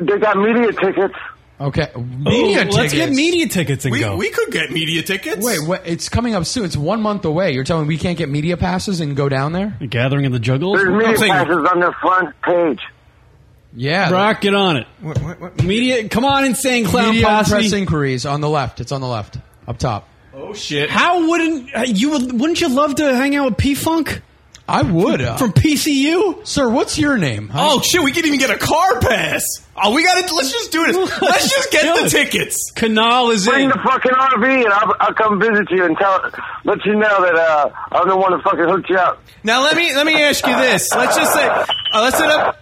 Speaker 16: They got media tickets.
Speaker 11: Okay,
Speaker 1: Media Oh, let's get media tickets and
Speaker 11: We-
Speaker 1: go.
Speaker 11: we
Speaker 10: could get media tickets.
Speaker 11: Wait, what, it's coming up soon. It's one month away. You're telling me we can't get media passes and go down there?
Speaker 1: The gathering of the Juggles.
Speaker 16: There's media passes on the front page.
Speaker 11: Yeah,
Speaker 1: Brock, get on it. Media, come on, insane clown
Speaker 11: media and
Speaker 1: posse.
Speaker 11: press inquiries on the left. It's on the left, up top.
Speaker 10: Oh shit!
Speaker 1: How wouldn't uh, you? would- Wouldn't you love to hang out with P Funk?
Speaker 11: I would
Speaker 1: from, from PCU,
Speaker 11: sir. What's your name?
Speaker 10: Oh shit! We could even get a car pass. Oh, we got to. Let's just do
Speaker 1: (laughs)
Speaker 10: this. Let's just get the tickets.
Speaker 1: Canal is
Speaker 16: Bring
Speaker 10: in.
Speaker 16: the fucking RV and I'll, I'll come visit you and tell, let you know that uh, I'm the one to fucking hook you up.
Speaker 10: Now let me let me ask you this. Let's just say uh, let's set up.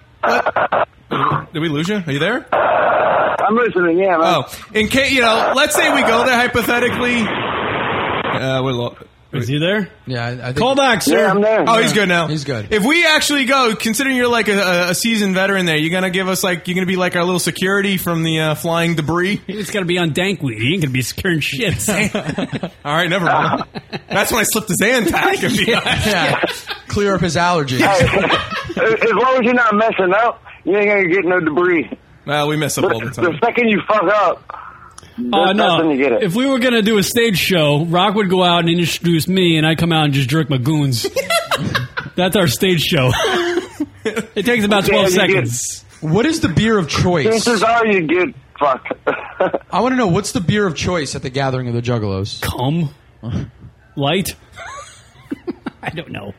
Speaker 10: let- did we lose you? Are you there?
Speaker 16: I'm listening. Yeah. Man.
Speaker 10: Oh, in case you know, let's say we go there hypothetically. Uh, we're lo-
Speaker 1: is he there?
Speaker 11: Yeah, I, I think
Speaker 1: Call back, sir.
Speaker 10: Oh, he's good now.
Speaker 11: He's good.
Speaker 10: If we actually go, considering you're like a- a, a seasoned veteran, there, you're gonna give us like you're gonna be like our little security from the uh, flying debris.
Speaker 1: It's got to be on Dankweed. He ain't gonna be scaring
Speaker 10: (laughs)
Speaker 1: shit.
Speaker 10: All right, never mind. That's when I slipped his Zantac.
Speaker 1: (laughs)
Speaker 10: If you
Speaker 11: Yeah. Clear up his allergies.
Speaker 16: as long as you're not messing up, you ain't gonna get no debris.
Speaker 10: Well, we mess up all the time.
Speaker 16: The second you fuck up,
Speaker 1: Oh
Speaker 16: there's nothing to get it.
Speaker 1: If we were gonna do a stage show, Rock would go out and introduce me, and I come out and just jerk my
Speaker 16: (laughs)
Speaker 1: goons. That's our stage show. it takes about
Speaker 16: Yeah,
Speaker 1: twelve
Speaker 16: you get-
Speaker 1: seconds.
Speaker 11: What is the beer of choice?
Speaker 16: Chances are you get fucked.
Speaker 11: (laughs) I want to know what's the beer of choice at the gathering of the Juggalos? (laughs)
Speaker 1: Cum, light. I don't know.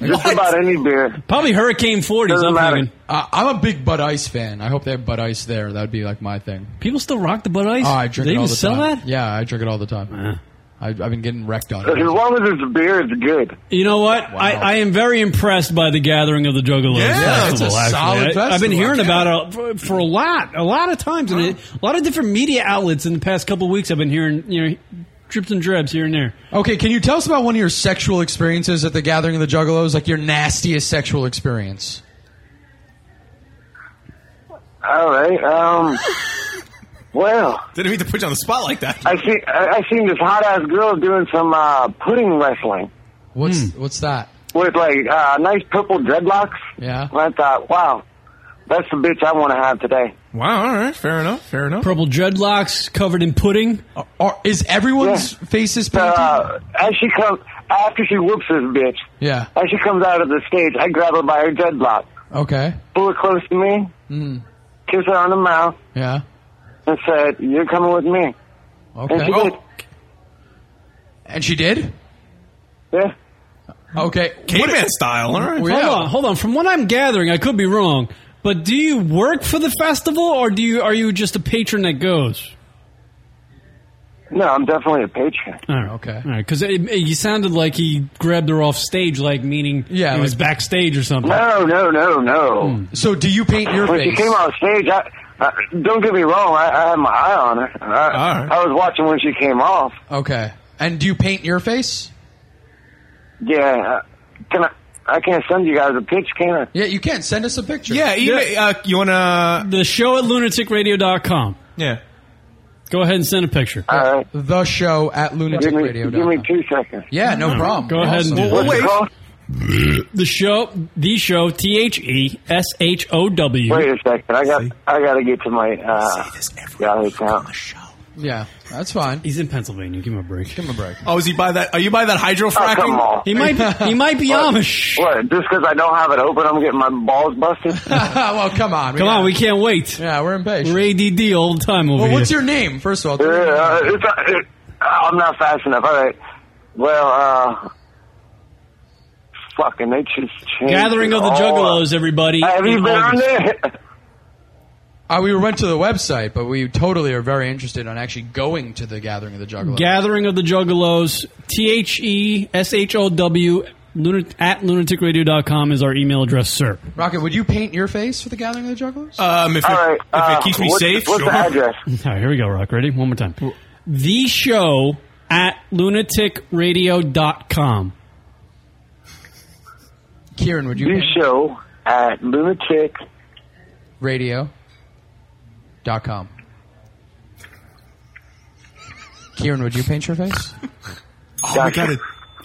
Speaker 16: Just about any beer.
Speaker 1: Probably Hurricane Forties. I'm thinking.
Speaker 11: Uh, I'm a big Bud Ice fan. I hope they have Bud Ice there. That would be like my thing.
Speaker 1: People still rock the Bud Ice.
Speaker 11: Oh, I drink
Speaker 1: they
Speaker 11: it all
Speaker 1: even
Speaker 11: the
Speaker 1: sell
Speaker 11: time.
Speaker 1: that?
Speaker 11: Yeah, I drink it all the time. I, I've been getting wrecked on
Speaker 16: As
Speaker 11: it.
Speaker 16: long as it's beer, it's good.
Speaker 1: You know what? I, I am very impressed by the gathering of the Juggalos
Speaker 16: Yeah,
Speaker 1: Festival.
Speaker 16: it's a
Speaker 1: actually.
Speaker 16: solid
Speaker 1: I, I've been
Speaker 16: festival,
Speaker 1: hearing
Speaker 16: yeah.
Speaker 1: about it for, for a lot, a lot of times, and it, a lot of different media outlets in the past couple of weeks. I've been hearing, you know, drips and drabs here and there.
Speaker 11: Okay, can you tell us about one of your sexual experiences at the Gathering of the Juggalos? Like your nastiest sexual experience?
Speaker 16: All right. Um. Well,
Speaker 10: didn't mean to put you on the spot like that.
Speaker 16: I see. I, I seen this hot ass girl doing some uh, pudding wrestling
Speaker 11: What's what's that?
Speaker 16: with like uh, nice purple dreadlocks.
Speaker 11: Yeah.
Speaker 16: And I thought, wow, that's the bitch I want to have today.
Speaker 10: Wow. All right. Fair enough. Fair enough.
Speaker 1: Purple dreadlocks covered in pudding.
Speaker 11: Are, is everyone's faces painted?
Speaker 16: Uh, as she comes, after she whoops this bitch,
Speaker 11: Yeah.
Speaker 16: as she comes out of the stage, I grab her by her dreadlock,
Speaker 11: Okay.
Speaker 16: pull her close to me,
Speaker 11: Mm.
Speaker 16: kiss her on the mouth,
Speaker 11: Yeah.
Speaker 16: and said, "You're coming with me." And
Speaker 11: Okay.
Speaker 16: she did.
Speaker 11: And she did.
Speaker 16: Yeah.
Speaker 11: Okay. Oh,
Speaker 10: Caveman style. All right.
Speaker 1: hold on, hold on. From what I'm gathering, I could be wrong, but do you work for the festival, or do you are you just a patron that goes?
Speaker 16: No, I'm definitely a patron.
Speaker 1: All right. Okay. All right, because you sounded like he grabbed her off stage, like meaning yeah, he was backstage or something.
Speaker 16: No, no, no, no.
Speaker 1: Hmm.
Speaker 11: So, do you paint your
Speaker 16: when
Speaker 1: face?
Speaker 16: she came on stage, I, I, don't get me wrong, I, I had my eye on her. I, I was watching when she came off.
Speaker 11: Okay. And do you paint your face?
Speaker 16: Yeah, uh, can I? I can't send you guys a picture, can I?
Speaker 11: Yeah, you can send us a picture.
Speaker 10: Yeah, email- Uh, you want to
Speaker 1: the show at lunaticradio.com.
Speaker 10: Yeah.
Speaker 1: Go ahead and send a picture.
Speaker 16: All right.
Speaker 11: The show at
Speaker 16: Give me,
Speaker 11: lunaticradio.
Speaker 16: give me two seconds.
Speaker 11: Yeah, no problem.
Speaker 1: Go ahead and do
Speaker 11: Awesome.
Speaker 1: that. The show, the show, T H E S H O W.
Speaker 16: Wait a second. I got. I got to get to my uh, Yahoo account.
Speaker 11: Yeah, that's fine.
Speaker 1: He's in Pennsylvania. Give him a break. Give
Speaker 11: him a break.
Speaker 10: Oh, is he by that? Are you by that hydro fracking?
Speaker 16: Oh, come on.
Speaker 1: He might
Speaker 10: (laughs)
Speaker 1: be- he
Speaker 16: (laughs)
Speaker 1: might be
Speaker 16: What?
Speaker 1: Amish.
Speaker 16: What? Just because I don't have it open, I'm getting my balls
Speaker 1: (laughs)
Speaker 16: busted.
Speaker 11: (laughs) well, come on.
Speaker 1: Come
Speaker 11: gotta-
Speaker 1: on, we can't wait.
Speaker 11: Yeah, we're impatient.
Speaker 1: We're ADD all the time over
Speaker 11: Well, what's
Speaker 1: here.
Speaker 11: your name, first of all?
Speaker 16: Yeah, uh, it's, uh, it, I'm not fast enough. All right. Well, uh, fucking, they just changed.
Speaker 1: Gathering
Speaker 16: it
Speaker 1: of the
Speaker 16: all
Speaker 1: Juggalos,
Speaker 16: up.
Speaker 1: everybody.
Speaker 16: Have you
Speaker 1: in
Speaker 16: been on
Speaker 1: August.
Speaker 16: there?
Speaker 11: Uh, we went to the website, but we totally are very interested on actually going to the Gathering of the Juggalos.
Speaker 1: Gathering of the Juggalos, T H E S H O W, lunat- at lunaticradio.com is our email address, sir.
Speaker 11: Rocket, would you paint your face for the Gathering of the Juggalos?
Speaker 10: Um, if,
Speaker 1: All
Speaker 10: it,
Speaker 1: right,
Speaker 10: if
Speaker 1: uh,
Speaker 10: it keeps me
Speaker 1: what's-
Speaker 10: safe,
Speaker 1: what's the
Speaker 10: sure.
Speaker 1: address? All right, here we go, Rock. Ready? One more time. The show at lunaticradio.com.
Speaker 11: Kieran, would you?
Speaker 16: The show at lunatic.
Speaker 11: Radio. Dot com. Kieran, would you paint your face?
Speaker 10: Oh my god! it-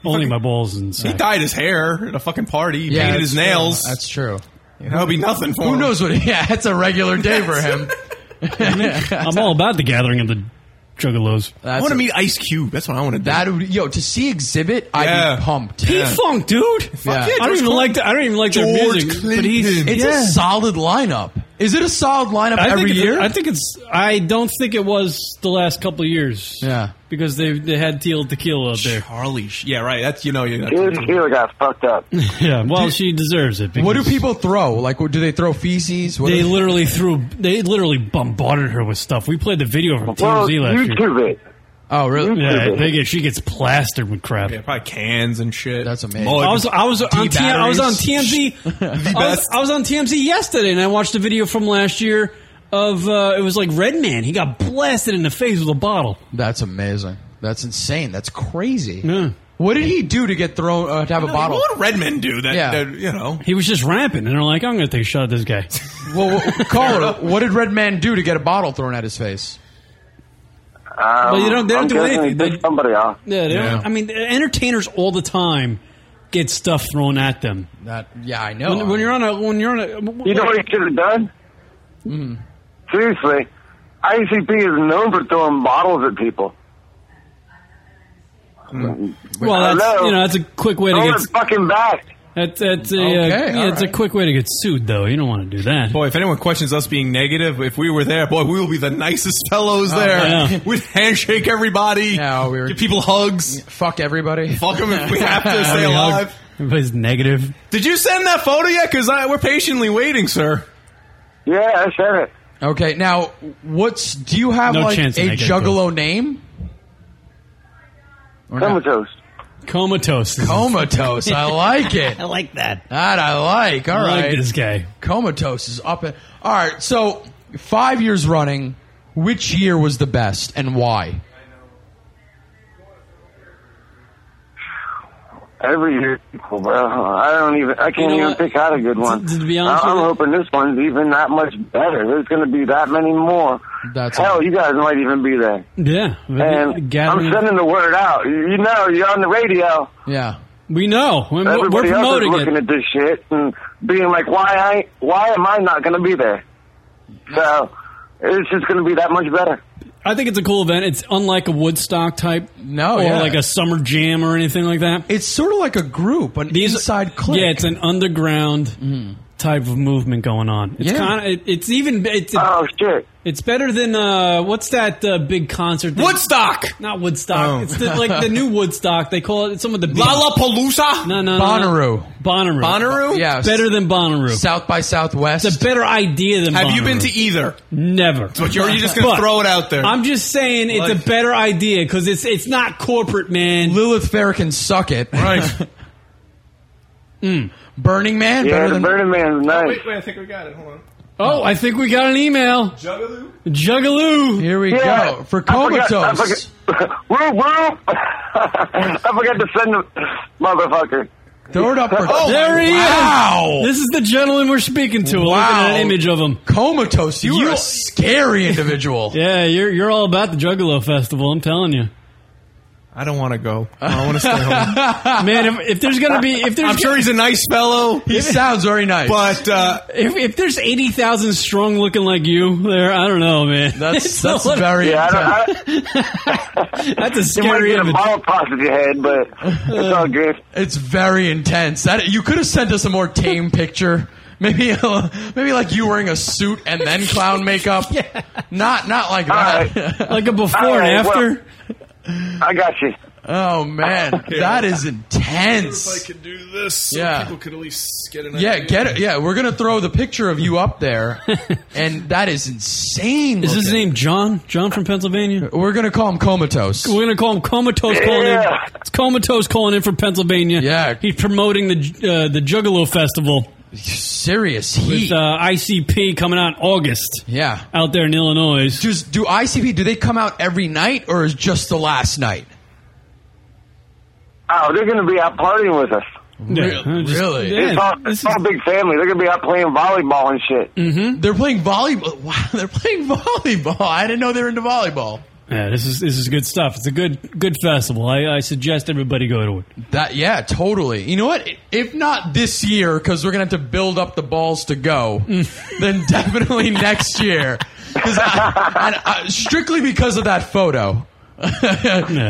Speaker 1: Only my balls
Speaker 10: He
Speaker 1: inside.
Speaker 10: dyed his hair at a fucking party. He
Speaker 11: Yeah,
Speaker 10: painted
Speaker 11: that's
Speaker 10: his nails.
Speaker 11: true. That's true.
Speaker 10: That'll be nothing for
Speaker 11: Who
Speaker 10: him.
Speaker 11: knows what? (laughs) Yeah, it's a regular day for him.
Speaker 1: (laughs) I'm all about the gathering of the Juggalos.
Speaker 10: I want to meet Ice Cube. That's what I want to do.
Speaker 11: That would, yo to see exhibit. I'd
Speaker 10: Yeah.
Speaker 11: be pumped.
Speaker 1: P Funk, dude.
Speaker 11: Yeah.
Speaker 1: I don't even like. The, I don't even like their
Speaker 11: George
Speaker 1: music. But he's,
Speaker 11: It's
Speaker 1: yeah.
Speaker 11: a solid lineup. Is it a solid lineup
Speaker 1: I think
Speaker 11: every
Speaker 1: it's-
Speaker 11: year?
Speaker 1: I think it's. I don't think it was the last couple of years.
Speaker 11: Yeah.
Speaker 1: because they they had Teal Tequila up there.
Speaker 10: Charlie. sh- Yeah, right. That's you know. You
Speaker 16: Dude, Sheila got fucked up.
Speaker 1: (laughs) Yeah, well, she deserves it.
Speaker 11: what do people throw? Like, what- do they throw feces? What
Speaker 1: They
Speaker 11: do-
Speaker 1: literally threw. They literally bombarded her with stuff. We played the video from
Speaker 11: Well,
Speaker 1: TMZ last
Speaker 16: YouTube it.
Speaker 11: Oh, really?
Speaker 1: Yeah,
Speaker 11: YouTube.
Speaker 1: they get, she gets plastered with crap.
Speaker 10: Yeah, probably cans and shit. That's
Speaker 11: amazing.
Speaker 1: I was I was on T- I was
Speaker 11: (laughs)
Speaker 1: on TMZ. I, was,
Speaker 10: best.
Speaker 1: I was on TMZ yesterday, and I watched a video from last year of uh, it was like Redman. He got blasted in the face with a bottle.
Speaker 11: That's amazing. That's insane. That's crazy. What did he do to get thrown uh, to have a bottle?
Speaker 10: What would Redman do? That,
Speaker 11: Yeah.
Speaker 10: that you know.
Speaker 1: He was just ramping, and they're like, "I'm going to take a shot at this guy."
Speaker 11: Well, well,
Speaker 10: (laughs)
Speaker 11: caller, what did Red Man do to get a bottle thrown at his face?
Speaker 16: Um,
Speaker 1: But you don't- they don't
Speaker 16: I'm
Speaker 1: do
Speaker 16: guessing
Speaker 1: anything.
Speaker 16: they pissed somebody off.
Speaker 1: Yeah, they don't-
Speaker 11: Yeah.
Speaker 1: I mean, entertainers all the time get stuff thrown at them.
Speaker 11: That yeah, I know.
Speaker 1: When, when you're on a when you're on a
Speaker 16: You know what he should have done?
Speaker 11: Hmm.
Speaker 16: Seriously, ICP is known for throwing bottles at people.
Speaker 1: well, that's,
Speaker 16: Hello?
Speaker 1: you know, that's a quick way to
Speaker 16: Throw
Speaker 1: get.
Speaker 16: it fucking back.
Speaker 1: That's that's a
Speaker 11: Okay,
Speaker 1: uh, yeah,
Speaker 11: all
Speaker 1: it's a quick way to get sued, though. You don't want to do that.
Speaker 10: Boy, if anyone questions us being negative, if we were there, boy, we will be the nicest fellows
Speaker 11: Oh,
Speaker 10: there.
Speaker 11: yeah.
Speaker 10: We'd handshake everybody.
Speaker 11: No, we were
Speaker 10: give people hugs.
Speaker 11: fuck everybody.
Speaker 10: Fuck them
Speaker 11: (laughs)
Speaker 10: if we have to stay
Speaker 1: Everybody hug-
Speaker 10: alive.
Speaker 1: Everybody's negative.
Speaker 10: Did you send that photo yet? Because we're patiently waiting, sir.
Speaker 16: Yeah, I said it.
Speaker 11: Okay, now what's do you have
Speaker 1: No
Speaker 11: like
Speaker 1: chance of
Speaker 11: a
Speaker 1: making it,
Speaker 11: juggalo name?
Speaker 16: Comatose.
Speaker 1: Comatose.
Speaker 11: Comatose. I like
Speaker 1: (laughs)
Speaker 11: it.
Speaker 1: I like that.
Speaker 11: That I like. All
Speaker 1: I
Speaker 11: right.
Speaker 1: like this guy.
Speaker 11: Comatose is up. In, all right. So five years running. Which year was the best and why?
Speaker 16: Every year, well, I don't even. I can't
Speaker 11: You know
Speaker 16: even
Speaker 11: what?
Speaker 16: pick out a good one.
Speaker 11: to be honest
Speaker 16: I- I'm
Speaker 11: with you-
Speaker 16: hoping this one's even that much better. There's going to be that many more.
Speaker 11: That's
Speaker 16: Hell, you guys might even be there.
Speaker 1: Yeah.
Speaker 16: And
Speaker 1: Gathering-
Speaker 16: I'm sending the word out. You you know, you're on the radio.
Speaker 11: Yeah.
Speaker 1: We know. We're, we're
Speaker 16: Everybody else is
Speaker 1: promoting
Speaker 16: looking
Speaker 1: it.
Speaker 16: at this shit and being like, why I, why am I not going to be there? So it's just going to be that much better. (laughs)
Speaker 1: I think it's a cool event. It's unlike a Woodstock type,
Speaker 11: no,
Speaker 1: or
Speaker 11: yeah.
Speaker 1: like a summer jam or anything like that.
Speaker 11: It's sort of like a group, an inside clique. Mm-hmm.
Speaker 1: Yeah, it's an underground type of movement going on. It's
Speaker 11: Yeah.
Speaker 1: kind of. It, it's even. It's,
Speaker 16: oh shit!
Speaker 1: It's better than uh, what's that uh, big concert? That, Woodstock, not Woodstock.
Speaker 11: Oh.
Speaker 1: It's the,
Speaker 11: (laughs)
Speaker 10: (laughs)
Speaker 1: like the new Woodstock. They call it it's some of the big,
Speaker 10: Lollapalooza?
Speaker 1: No, no, no,
Speaker 11: Bonnaroo.
Speaker 1: no. Bonnaroo.
Speaker 10: Bonnaroo?
Speaker 11: Yeah.
Speaker 1: It's better than Bonnaroo.
Speaker 11: South by Southwest.
Speaker 1: It's a better idea than.
Speaker 10: Have you been
Speaker 1: Bonnaroo.
Speaker 10: to either?
Speaker 1: Never.
Speaker 10: But you're- you're just gonna
Speaker 1: But
Speaker 10: throw it out there.
Speaker 1: I'm just saying it's
Speaker 10: Like-
Speaker 1: a better idea because it's it's not corporate, man.
Speaker 11: Lilith Fair can suck it. (laughs) Right. Burning Man
Speaker 1: Yeah,
Speaker 11: better
Speaker 1: the
Speaker 11: than
Speaker 1: Burning Man's nice.
Speaker 10: Wait, wait, I think we got it. Hold on.
Speaker 1: Oh, I think we got an email.
Speaker 10: Juggaloo?
Speaker 1: Juggaloo.
Speaker 11: Here we
Speaker 16: Yeah.
Speaker 11: go for
Speaker 16: I forgot- I
Speaker 11: comatose.
Speaker 16: forgot- (laughs) Woo, woo. I forgot to send the (laughs) motherfucker. Oh
Speaker 11: Throw it up
Speaker 16: (laughs)
Speaker 11: for
Speaker 10: Oh
Speaker 1: there he
Speaker 11: wow.
Speaker 1: is. This is the gentleman we're speaking to. Look at an image of him.
Speaker 11: Comatose. You, are a scary individual.
Speaker 1: (laughs) Yeah, you're you're all about the Juggalo Festival. I'm telling you,
Speaker 10: I don't want to go. I want to stay home.
Speaker 1: (laughs) man. If, if there's gonna be if there's
Speaker 10: I'm sure he's a nice fellow,
Speaker 11: He sounds very nice.
Speaker 10: but uh,
Speaker 1: if, if there's eighty thousand strong looking like you there, I don't know, man.
Speaker 11: that's
Speaker 1: (laughs) It's a
Speaker 11: that's
Speaker 1: lot-
Speaker 11: very
Speaker 16: Yeah, I don't, I,
Speaker 1: (laughs) that's a
Speaker 16: (laughs) you might
Speaker 1: scary
Speaker 16: get a
Speaker 1: image.
Speaker 16: ball across your head, but it's all good.
Speaker 11: It's very intense. That you could have sent us a more
Speaker 1: (laughs)
Speaker 11: tame picture. Maybe maybe like you wearing a suit and
Speaker 1: (laughs)
Speaker 11: then clown makeup. yeah. Not not like that. (laughs)
Speaker 1: Like a
Speaker 16: All
Speaker 1: before
Speaker 16: right,
Speaker 1: and after.
Speaker 16: I got you.
Speaker 11: Oh
Speaker 1: (laughs)
Speaker 11: man, that is intense.
Speaker 10: could do this, so
Speaker 11: Yeah.
Speaker 10: could at least get an
Speaker 11: Yeah, get it. Yeah, we're gonna throw the picture of you up
Speaker 1: (laughs)
Speaker 11: there, and that is insane.
Speaker 1: Is his
Speaker 11: looking.
Speaker 1: name John? John from Pennsylvania?
Speaker 11: We're gonna call him comatose.
Speaker 1: We're gonna call him Comatose calling
Speaker 16: Yeah.
Speaker 1: in. It's Comatose calling in from Pennsylvania.
Speaker 11: Yeah.
Speaker 1: he's promoting the uh, the Juggalo Festival
Speaker 11: Serious
Speaker 1: with
Speaker 11: heat.
Speaker 1: uh, ICP coming out in August
Speaker 11: yeah.
Speaker 1: out there in Illinois.
Speaker 11: Just do ICP? Do they come out every night or is just the last night?
Speaker 16: Oh, they're going to be out partying with us.
Speaker 1: Yeah,
Speaker 11: Re-
Speaker 1: just-
Speaker 11: really?
Speaker 1: yeah,
Speaker 16: It's all,
Speaker 1: this Mm-hmm.
Speaker 16: it's all big family. They're going to be out playing volleyball and shit.
Speaker 11: They're playing volleyball. (laughs) Wow, they're playing volleyball. I didn't know they were into volleyball.
Speaker 1: Yeah, this is this is good stuff. It's a good good festival. I, I suggest everybody go to it.
Speaker 11: That yeah, totally. You know what? If not this year, because we're gonna have to build up the balls to go,
Speaker 1: Mm.
Speaker 11: then (laughs) definitely next year. 'Cause I- and I- strictly because of that
Speaker 1: (laughs)
Speaker 11: photo.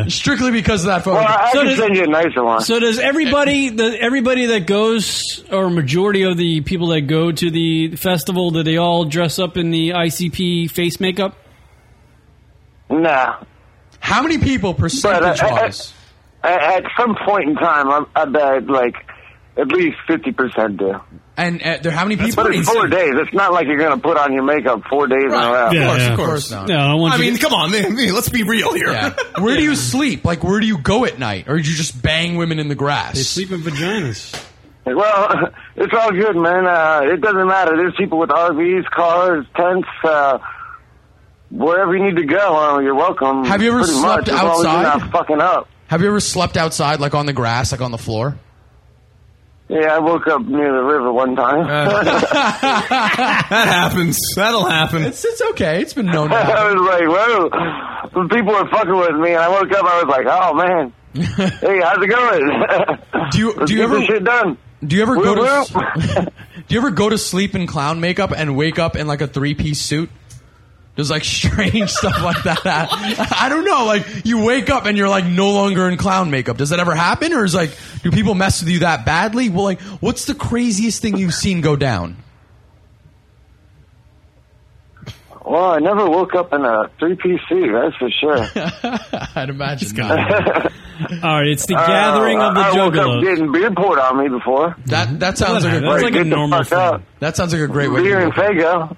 Speaker 11: Strictly because of that photo.
Speaker 16: Well, I, I
Speaker 1: So
Speaker 16: can
Speaker 1: does-
Speaker 16: send you a nicer one.
Speaker 1: So does everybody the everybody that goes or majority of the people that go to the festival do they all dress up in the ICP face makeup?
Speaker 16: nah.
Speaker 11: How many people
Speaker 16: But
Speaker 11: percentage
Speaker 16: uh,
Speaker 11: wise?
Speaker 16: at, at, at some point in time, I, I bet like at least 50% do.
Speaker 11: And uh, there, how many people?
Speaker 16: But it's four days. It's not like you're going to put on your makeup four days in a row.
Speaker 11: Of
Speaker 1: Yeah,
Speaker 11: course,
Speaker 1: yeah.
Speaker 11: of course not.
Speaker 1: No, I don't want
Speaker 10: I
Speaker 1: you
Speaker 10: mean,
Speaker 1: to-
Speaker 10: come on, man, man, let's be real here.
Speaker 11: Yeah. Where do you sleep? Like, where do you go at night? Or do you just bang women in the grass?
Speaker 1: they sleep in vaginas.
Speaker 16: Well, (laughs) it's all good, man. Uh, it doesn't matter. There's people with RVs, cars, tents, uh, wherever you need to go. Uh, you're welcome.
Speaker 11: Have you ever
Speaker 16: pretty
Speaker 11: slept
Speaker 16: much, as long as you're
Speaker 11: outside?
Speaker 16: not fucking up.
Speaker 11: Have you ever slept outside, like on the grass, like on the floor?
Speaker 16: Yeah, I woke up near the river one time.
Speaker 11: Uh, (laughs)
Speaker 10: That happens. That'll happen.
Speaker 11: It's, it's okay. It's been known. To happen.
Speaker 16: (laughs) I was like, whoa. Some people were fucking with me, and I woke up. I was like,
Speaker 11: (laughs)
Speaker 16: oh man. hey, how's it going?
Speaker 11: Do you-
Speaker 16: (laughs) Let's
Speaker 11: do you
Speaker 16: get
Speaker 11: ever-
Speaker 16: this shit done?
Speaker 11: Do you ever go
Speaker 16: Whoop,
Speaker 11: to (laughs) Do you ever go to sleep in clown makeup and wake up in like a three piece suit? There's like (laughs) strange stuff like that. I don't know. Like you wake up and you're like no longer in clown makeup. Does that ever happen, or is like do people mess with you that badly? Well, like what's the craziest thing you've seen go down?
Speaker 16: Well, I never woke up in a three piece suit. That's for
Speaker 11: (laughs)
Speaker 16: sure.
Speaker 11: (laughs) I'd imagine
Speaker 1: All right, it's the gathering
Speaker 16: Uh,
Speaker 1: of the
Speaker 16: I woke up
Speaker 1: juggalos.
Speaker 16: getting beer poured on me before.
Speaker 11: that that sounds like a
Speaker 1: That's
Speaker 11: great,
Speaker 1: like a
Speaker 16: Get the
Speaker 1: normal
Speaker 16: fuck out.
Speaker 1: thing.
Speaker 11: that sounds like a great way.
Speaker 16: Beer
Speaker 11: To
Speaker 16: and
Speaker 11: do it.
Speaker 16: Fago.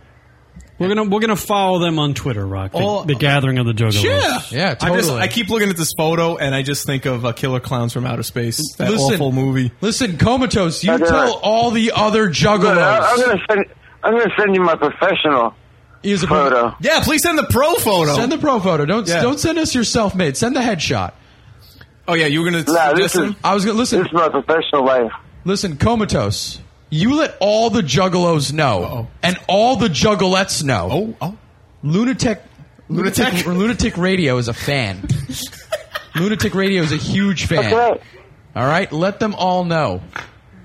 Speaker 1: We're gonna we're gonna follow them on Twitter, Rock. The,
Speaker 10: Oh,
Speaker 1: the gathering of the Juggalos.
Speaker 10: Yeah, I, just,
Speaker 1: I
Speaker 10: I keep looking at this photo and I just think of uh, Killer Clowns from Outer Space. That
Speaker 11: Listen.
Speaker 10: awful movie.
Speaker 11: Listen, comatose. You
Speaker 10: Okay,
Speaker 11: tell
Speaker 10: right.
Speaker 11: all the other
Speaker 16: Look, I- I'm
Speaker 11: juggalos.
Speaker 16: gonna send. I'm gonna send you my professional
Speaker 11: Here's a
Speaker 16: photo.
Speaker 10: Yeah, please send the pro photo.
Speaker 11: Send the pro photo. Don't
Speaker 10: Yeah.
Speaker 11: don't send us your self made. Send the headshot.
Speaker 10: Oh yeah, you were gonna.
Speaker 11: Nah,
Speaker 10: this
Speaker 11: listen.
Speaker 10: is-
Speaker 11: I was gonna listen. This
Speaker 16: is my professional life.
Speaker 11: Listen, comatose. You let all the juggalos know, and all the juggalettes know. Oh, oh. Lunatic, lunatic, lunatic radio is a
Speaker 10: (laughs)
Speaker 11: fan. lunatic radio is a huge fan.
Speaker 10: That's right.
Speaker 11: All right, let them all know.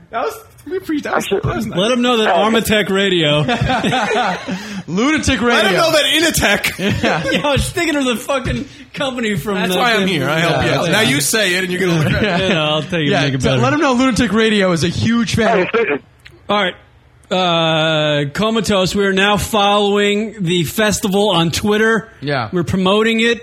Speaker 10: That was. We pre- that was, that was nice.
Speaker 1: Let them know that Armatech Radio.
Speaker 10: (laughs)
Speaker 11: Lunatic Radio.
Speaker 10: Let them know that Inatech.
Speaker 1: (laughs) Yeah. I was thinking of the fucking company from.
Speaker 10: That's
Speaker 1: the-
Speaker 10: why I'm here. I help you out.
Speaker 1: Yeah.
Speaker 10: Now you say it, and you're gonna look.
Speaker 1: (laughs) Yeah, I'll tell you to make it
Speaker 11: t-
Speaker 1: better.
Speaker 11: Let them know Lunatic Radio is a huge fan.
Speaker 1: All right. Uh, comatose. We are now following the festival on Twitter. Yeah, we're promoting it.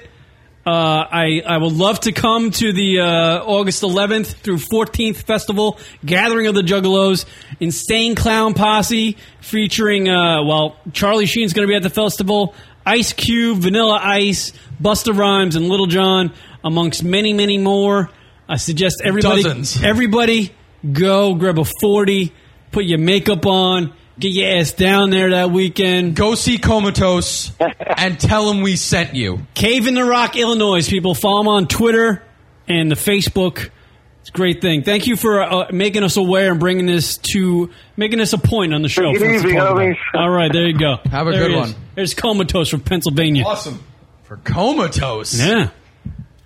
Speaker 1: Uh, I I would love to come to the uh, August 11th through 14th festival gathering of the Juggalos, Insane Clown Posse featuring uh, well Charlie Sheen's going to be at the festival, Ice Cube, Vanilla Ice, Busta Rhymes, and Little John, amongst many many more. I suggest everybody
Speaker 11: Dozens.
Speaker 1: Everybody, go grab a forty, put your makeup on, get your ass down there that weekend.
Speaker 11: Go see
Speaker 1: (laughs)
Speaker 11: Comatose and tell them we sent you.
Speaker 1: Cave in the Rock, Illinois. People, follow them on Twitter and the Facebook. It's a great thing. Thank you for uh, making us aware and bringing this to making this a point on the show.
Speaker 16: Take it
Speaker 1: for us to
Speaker 16: easy,
Speaker 1: talk about.
Speaker 16: homies.
Speaker 1: All right, there you go.
Speaker 11: Have a
Speaker 1: There
Speaker 11: good
Speaker 1: he
Speaker 11: one.
Speaker 1: is. There's comatose from Pennsylvania.
Speaker 10: Awesome.
Speaker 11: For Comatose.
Speaker 1: Yeah.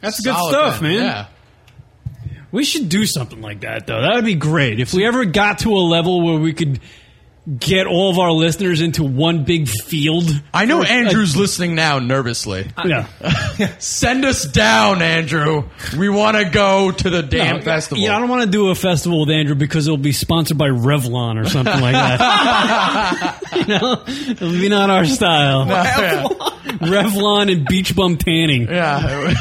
Speaker 1: That's good
Speaker 11: Solid
Speaker 1: stuff,
Speaker 11: band,
Speaker 1: man.
Speaker 11: yeah.
Speaker 1: We should do something like that, though. That would be great. If we ever got to a level where we could get all of our listeners into one big field.
Speaker 11: I know
Speaker 1: Like,
Speaker 11: Andrew's listening now nervously.
Speaker 1: Yeah.
Speaker 11: (laughs) Send us down, Andrew. We want to go to the damn
Speaker 1: No,
Speaker 11: festival.
Speaker 1: Yeah, I don't want to do a festival with Andrew because it'll be sponsored by Revlon or something like that.
Speaker 11: (laughs)
Speaker 1: (laughs) you know, it'll be not our style. Revlon and beach bum tanning. (laughs)
Speaker 11: Yeah.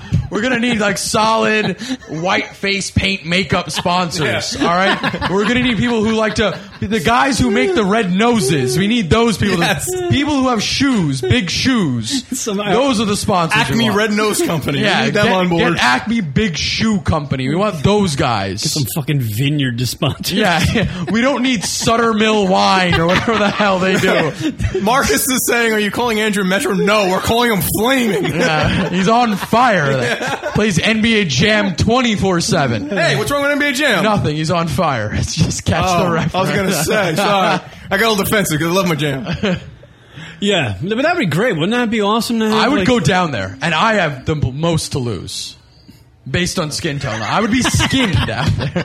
Speaker 11: (laughs) We're gonna need like solid white face paint makeup sponsors.
Speaker 1: Yeah.
Speaker 11: All
Speaker 1: (laughs)
Speaker 11: right, we're gonna need people who like to the guys who make the red noses. We need those
Speaker 10: (laughs)
Speaker 11: people. to-
Speaker 10: Yes.
Speaker 11: people who have shoes, big shoes.
Speaker 1: Some-
Speaker 11: those are the sponsors. you
Speaker 10: Acme
Speaker 11: want.
Speaker 10: Red Nose Company.
Speaker 11: (laughs)
Speaker 10: We
Speaker 11: Yeah,
Speaker 10: need them
Speaker 11: get,
Speaker 10: on board.
Speaker 11: get Acme Big Shoe Company. We want those guys. Get
Speaker 1: some fucking vineyard to sponsor.
Speaker 11: Yeah, we don't need Sutter Mill wine or whatever the hell they do.
Speaker 10: Marcus is saying, "Are you calling Andrew Metro?" No, we're calling him Flaming.
Speaker 11: Yeah, he's on fire.
Speaker 10: (laughs)
Speaker 11: Plays NBA Jam 24 7.
Speaker 10: Hey, what's wrong with NBA Jam?
Speaker 11: Nothing. He's on fire. (laughs) It's just catch
Speaker 10: Oh,
Speaker 11: the reference.
Speaker 10: I was gonna say, sorry. I got all defensive because I love my
Speaker 1: (laughs)
Speaker 10: jam.
Speaker 1: Yeah, but that'd be great. Wouldn't that be awesome to have?
Speaker 11: I would
Speaker 1: like-
Speaker 11: go down there, and I have the most to lose based on skin tone. I would be
Speaker 1: (laughs)
Speaker 11: skinned out there.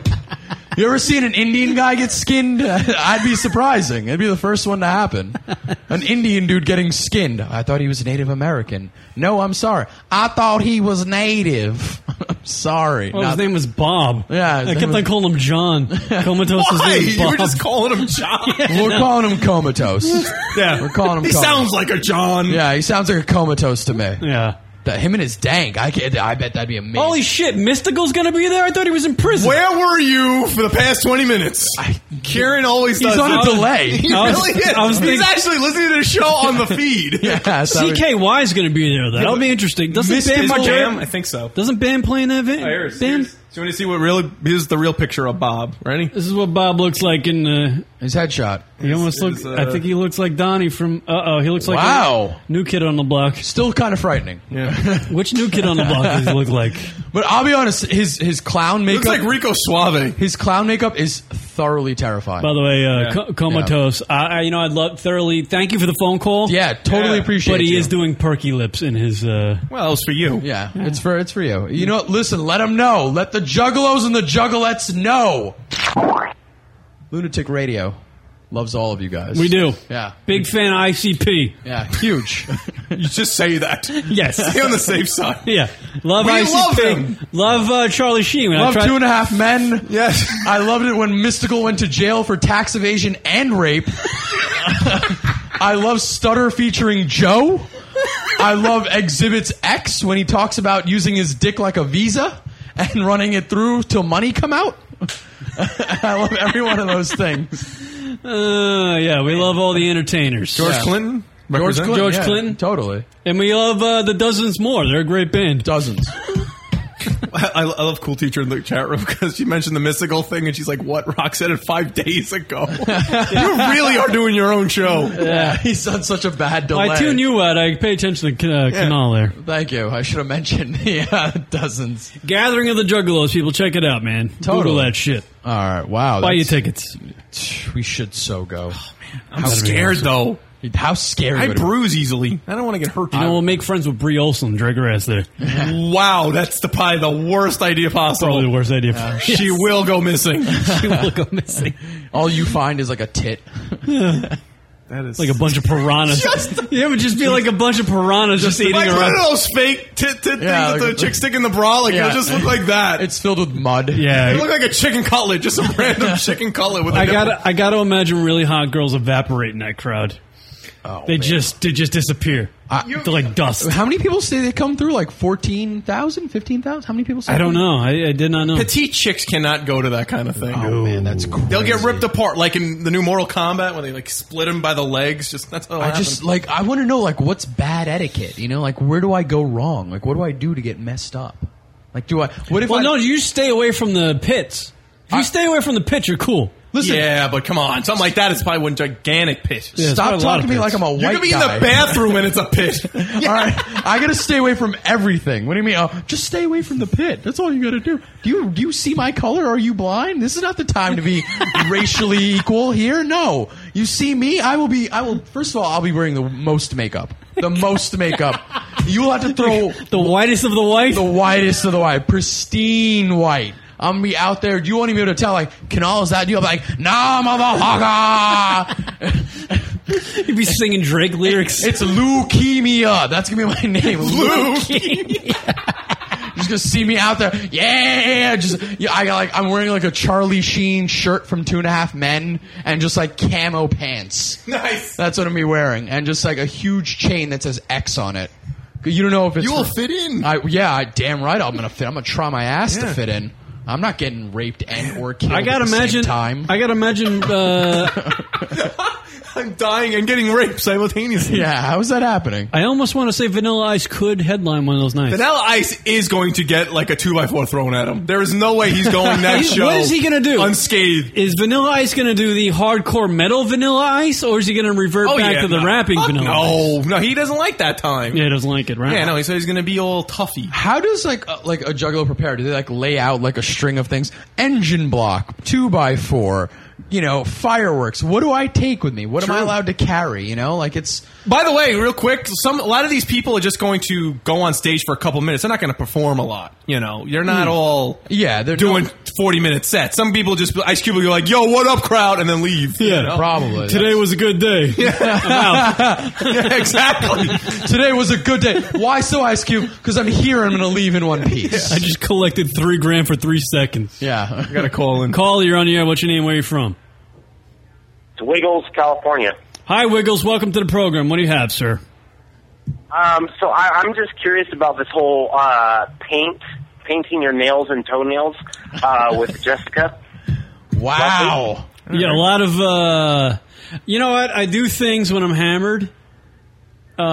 Speaker 11: You ever seen an Indian guy get skinned? (laughs) I'd be surprising. It'd be the first one to happen. An Indian dude getting skinned. I thought he was Native American. No, I'm sorry. I thought he was Native. (laughs) I'm sorry.
Speaker 1: Well, his name was Bob.
Speaker 11: Yeah, his
Speaker 1: I
Speaker 11: name
Speaker 1: kept
Speaker 11: was-
Speaker 1: on calling
Speaker 11: (laughs)
Speaker 1: him John. Comatose is
Speaker 10: Why?
Speaker 1: name is
Speaker 10: You
Speaker 1: Bob.
Speaker 10: were just calling him
Speaker 1: (laughs)
Speaker 10: John.
Speaker 11: We're calling him comatose.
Speaker 10: Yeah.
Speaker 11: We're calling him
Speaker 10: He
Speaker 11: comatose.
Speaker 10: sounds like a John.
Speaker 11: Yeah, he sounds like a comatose to me.
Speaker 1: Yeah.
Speaker 11: That, him and his dank. I, could- I bet that'd be amazing.
Speaker 1: Holy shit, Mystical's gonna be there? I thought he was in prison.
Speaker 10: Where were you for the past 20 minutes? Kieran always
Speaker 1: He's
Speaker 10: does
Speaker 1: on a
Speaker 10: that.
Speaker 1: delay.
Speaker 10: He
Speaker 1: I was-
Speaker 10: really is.
Speaker 1: I was
Speaker 10: He's
Speaker 1: thinking-
Speaker 10: actually listening to the show on the
Speaker 1: (laughs)
Speaker 10: feed.
Speaker 11: (laughs) yeah,
Speaker 1: CKY is going to be there though. That'll be interesting. Doesn't
Speaker 10: Missed
Speaker 1: Bam
Speaker 10: his
Speaker 1: play-
Speaker 10: jam? I think so.
Speaker 1: Doesn't Bam play in that van?
Speaker 10: Oh, here it is.
Speaker 1: Bam?
Speaker 10: Here's- So you want to see what really here's the real picture of Bob? Ready?
Speaker 1: This is what Bob looks like in uh,
Speaker 11: his headshot.
Speaker 1: He almost
Speaker 10: His-
Speaker 1: looks.
Speaker 10: his, uh,
Speaker 1: I think he looks like Donnie from. Uh oh, he looks like
Speaker 11: Wow.
Speaker 1: a new kid on the block.
Speaker 11: Still kind of frightening.
Speaker 10: Yeah.
Speaker 1: Which new (laughs) kid on the
Speaker 11: (laughs)
Speaker 1: block does he look like?
Speaker 11: But I'll be honest, his his clown makeup
Speaker 10: Looks like Rico Suave.
Speaker 11: His clown makeup is thoroughly terrifying.
Speaker 1: By the way, uh,
Speaker 11: Yeah.
Speaker 1: co- comatose. I, I, you know, I'd love thoroughly. Thank you for the phone call.
Speaker 11: Yeah, totally Yeah. appreciate
Speaker 1: But he
Speaker 11: you.
Speaker 1: is doing perky lips in his. Uh,
Speaker 10: Well, it's for you.
Speaker 11: Yeah, it's for it's for you. You know, what? listen, let them know. Let the juggalos and the juggalettes know. Lunatic Radio loves all of you guys.
Speaker 1: we do.
Speaker 11: Yeah.
Speaker 1: Big fan of ICP.
Speaker 11: Yeah, huge.
Speaker 10: (laughs) You just say that.
Speaker 1: Yes.
Speaker 10: (laughs) Stay on the safe side.
Speaker 1: Yeah. Love
Speaker 10: We
Speaker 1: ICP.
Speaker 10: love them.
Speaker 1: Love, uh, Charlie Sheen. When I
Speaker 11: Love
Speaker 1: tried-
Speaker 11: two and a half men.
Speaker 10: Yes.
Speaker 11: I loved it when Mystical went to jail for tax evasion and rape. I love Stutter featuring Joe. I love Exhibits X when he talks about using his dick like a visa (laughs) and running it through till money come out. I love every one of those things.
Speaker 1: Uh, yeah, we love all the entertainers.
Speaker 10: George Clinton?
Speaker 1: George
Speaker 10: Represent-
Speaker 1: Clinton. George
Speaker 10: yeah,
Speaker 1: Clinton.
Speaker 11: Totally.
Speaker 1: And we love uh, the dozens more. They're a great band.
Speaker 11: Dozens.
Speaker 10: (laughs) I, I love cool teacher in the chat room because she mentioned the mystical thing and she's like, "What Rock said it five days ago." (laughs) you really are doing your own show.
Speaker 11: Yeah, (laughs) he's on such a bad delay.
Speaker 1: I tune you out. I pay attention to uh, Canal there.
Speaker 11: Thank you. I should have mentioned. (laughs) Yeah, dozens.
Speaker 1: Gathering of the Juggalos, people. Check it out, man. Google
Speaker 11: Totally.
Speaker 1: that shit.
Speaker 11: All right. Wow.
Speaker 1: Buy your
Speaker 11: that's-
Speaker 1: tickets.
Speaker 11: We should so go. Oh, man.
Speaker 1: I'm scared,
Speaker 10: though.
Speaker 11: How scary!
Speaker 1: I
Speaker 11: would it be?
Speaker 1: bruise
Speaker 10: easily. I don't want to get hurt.
Speaker 1: You know, we'll make friends with Brie Olson. Drag her ass there.
Speaker 10: wow, that's the, probably the worst idea possible.
Speaker 1: Probably the worst idea. (laughs)
Speaker 11: Uh,
Speaker 10: She will go missing.
Speaker 1: she will go missing.
Speaker 11: (laughs) All you find is like a tit.
Speaker 1: that
Speaker 10: is
Speaker 1: like a bunch of piranhas.
Speaker 10: (laughs)
Speaker 1: yeah, it would just be like a bunch of piranhas just, eating
Speaker 10: like
Speaker 1: her
Speaker 10: one
Speaker 1: up.
Speaker 10: of those fake tit tit
Speaker 1: Yeah,
Speaker 10: things that the
Speaker 1: like-
Speaker 10: chick stick in the bra. Like
Speaker 1: Yeah.
Speaker 10: it'll just look
Speaker 1: (laughs)
Speaker 10: like that.
Speaker 11: It's filled with mud.
Speaker 1: Yeah.
Speaker 10: it (laughs) look like a chicken cutlet, just a random chicken cutlet with. a
Speaker 1: I
Speaker 10: nipple.
Speaker 1: got. I got to imagine really hot girls evaporate in that crowd. they just they just disappear. They're like dust.
Speaker 11: How many people say they come through? Like 14,000? 15,000? How many people say
Speaker 1: I don't know. I, I did not know.
Speaker 10: Petite chicks cannot go to that kind of thing. Oh man, that's crazy. They'll get ripped apart, like in the new Mortal Kombat when they like split them by the legs. Just that's all.
Speaker 11: I just like I want to know like what's bad etiquette, you know? Like where do I go wrong? Like what do I do to get messed up? Like do I What if
Speaker 1: well,
Speaker 11: I
Speaker 1: no, you stay away from the pits. If you stay away from the pit, you're cool.
Speaker 10: Listen, yeah, but come on, something like that is probably one gigantic pitch.
Speaker 1: Yeah, it's Stop probably a lot talking of to me pits. like I'm a
Speaker 10: You're
Speaker 11: white
Speaker 10: gonna be
Speaker 11: guy.
Speaker 10: in the bathroom and it's a
Speaker 1: (laughs)
Speaker 10: pitch.
Speaker 11: All right, I gotta stay away from everything. What do you mean? Oh, just stay away from the pit. That's all you gotta do. Do you do you see my color? Are you blind? This is not the time to
Speaker 1: (laughs)
Speaker 11: be racially equal here. No, you see me. I will be. I will. First of all, I'll be wearing the most makeup. The most
Speaker 1: (laughs)
Speaker 11: makeup. You will have to throw
Speaker 1: the whitest of the white.
Speaker 11: The whitest of the white. Pristine white. I'm gonna be out there. You won't even be able to tell. Like, Canal is that you? I'm like, Nah, motherfucker.
Speaker 1: (laughs) You'd be singing Drake lyrics.
Speaker 11: It's leukemia. That's gonna be my (laughs) name. Leukemia. You're just gonna see me out there. Yeah, just yeah, I got like I'm wearing like a Charlie Sheen shirt from Two and a Half Men and just like camo pants.
Speaker 10: Nice.
Speaker 11: That's what I'm gonna be wearing, and just like a huge chain that says X on it. 'Cause You don't know if it's
Speaker 10: You will fit in.
Speaker 11: I, yeah, I, damn right I'm gonna fit. I'm gonna try my ass
Speaker 1: Yeah.
Speaker 11: to fit in. I'm not getting raped and or killed.
Speaker 1: I
Speaker 11: at
Speaker 1: gotta
Speaker 11: the same
Speaker 1: imagine.
Speaker 11: time.
Speaker 1: I gotta imagine. Uh,
Speaker 10: (laughs) I'm dying and getting raped simultaneously.
Speaker 11: Yeah, how is that happening?
Speaker 1: I almost want to say Vanilla Ice could headline one of those nights.
Speaker 10: Vanilla Ice is going to get like a two by four thrown at him. There is no way he's
Speaker 1: (laughs)
Speaker 10: going that
Speaker 1: He's-
Speaker 10: show.
Speaker 1: What is he going to do?
Speaker 10: Unscathed.
Speaker 1: Is Vanilla Ice going to do the hardcore metal Vanilla Ice, or is he going to revert
Speaker 10: Oh,
Speaker 1: back
Speaker 10: yeah,
Speaker 1: to the
Speaker 10: no.
Speaker 1: rapping
Speaker 10: Fuck
Speaker 1: Vanilla
Speaker 10: no, no, he doesn't like that time.
Speaker 1: Ice? Yeah, he doesn't like it, right?
Speaker 10: Yeah, no, he said he's going to be all toughy.
Speaker 11: How does like uh, like a juggalo prepare? Do they like lay out like a string of things? Engine block, two by four, you know, fireworks. What do I take with me? What am I allowed to carry? You know, like it's
Speaker 10: By the way, real quick, some a lot of these people are just going to go on stage for a couple minutes. They're not going to perform a lot. You know, you're not
Speaker 1: Hmm.
Speaker 11: Mm.
Speaker 10: all
Speaker 11: yeah, they're
Speaker 10: doing 40 minute sets. Some people just Ice Cube will be like, "Yo, what up, crowd?" and then leave. you know?
Speaker 11: probably
Speaker 1: (laughs) Today was a good day.
Speaker 10: (laughs) Yeah, (laughs) exactly.
Speaker 11: Today was a good day. Why so Ice Cube? Because I'm here. and I'm going to leave in one
Speaker 10: (laughs)
Speaker 11: piece.
Speaker 1: I just collected three grand for three seconds.
Speaker 11: Yeah, I
Speaker 10: got to call in.
Speaker 1: Call, you're on the air. What's your name? Where are you from?
Speaker 6: It's Wiggles, California.
Speaker 1: Hi, Wiggles. Welcome to the program. What do you have, sir?
Speaker 6: Um, so I, I'm just curious about this whole uh, paint, painting your nails and toenails uh,
Speaker 1: (laughs)
Speaker 6: with Jessica.
Speaker 11: Wow.
Speaker 1: Yeah, a lot of. Uh, you know what? I do things when I'm hammered. Uh,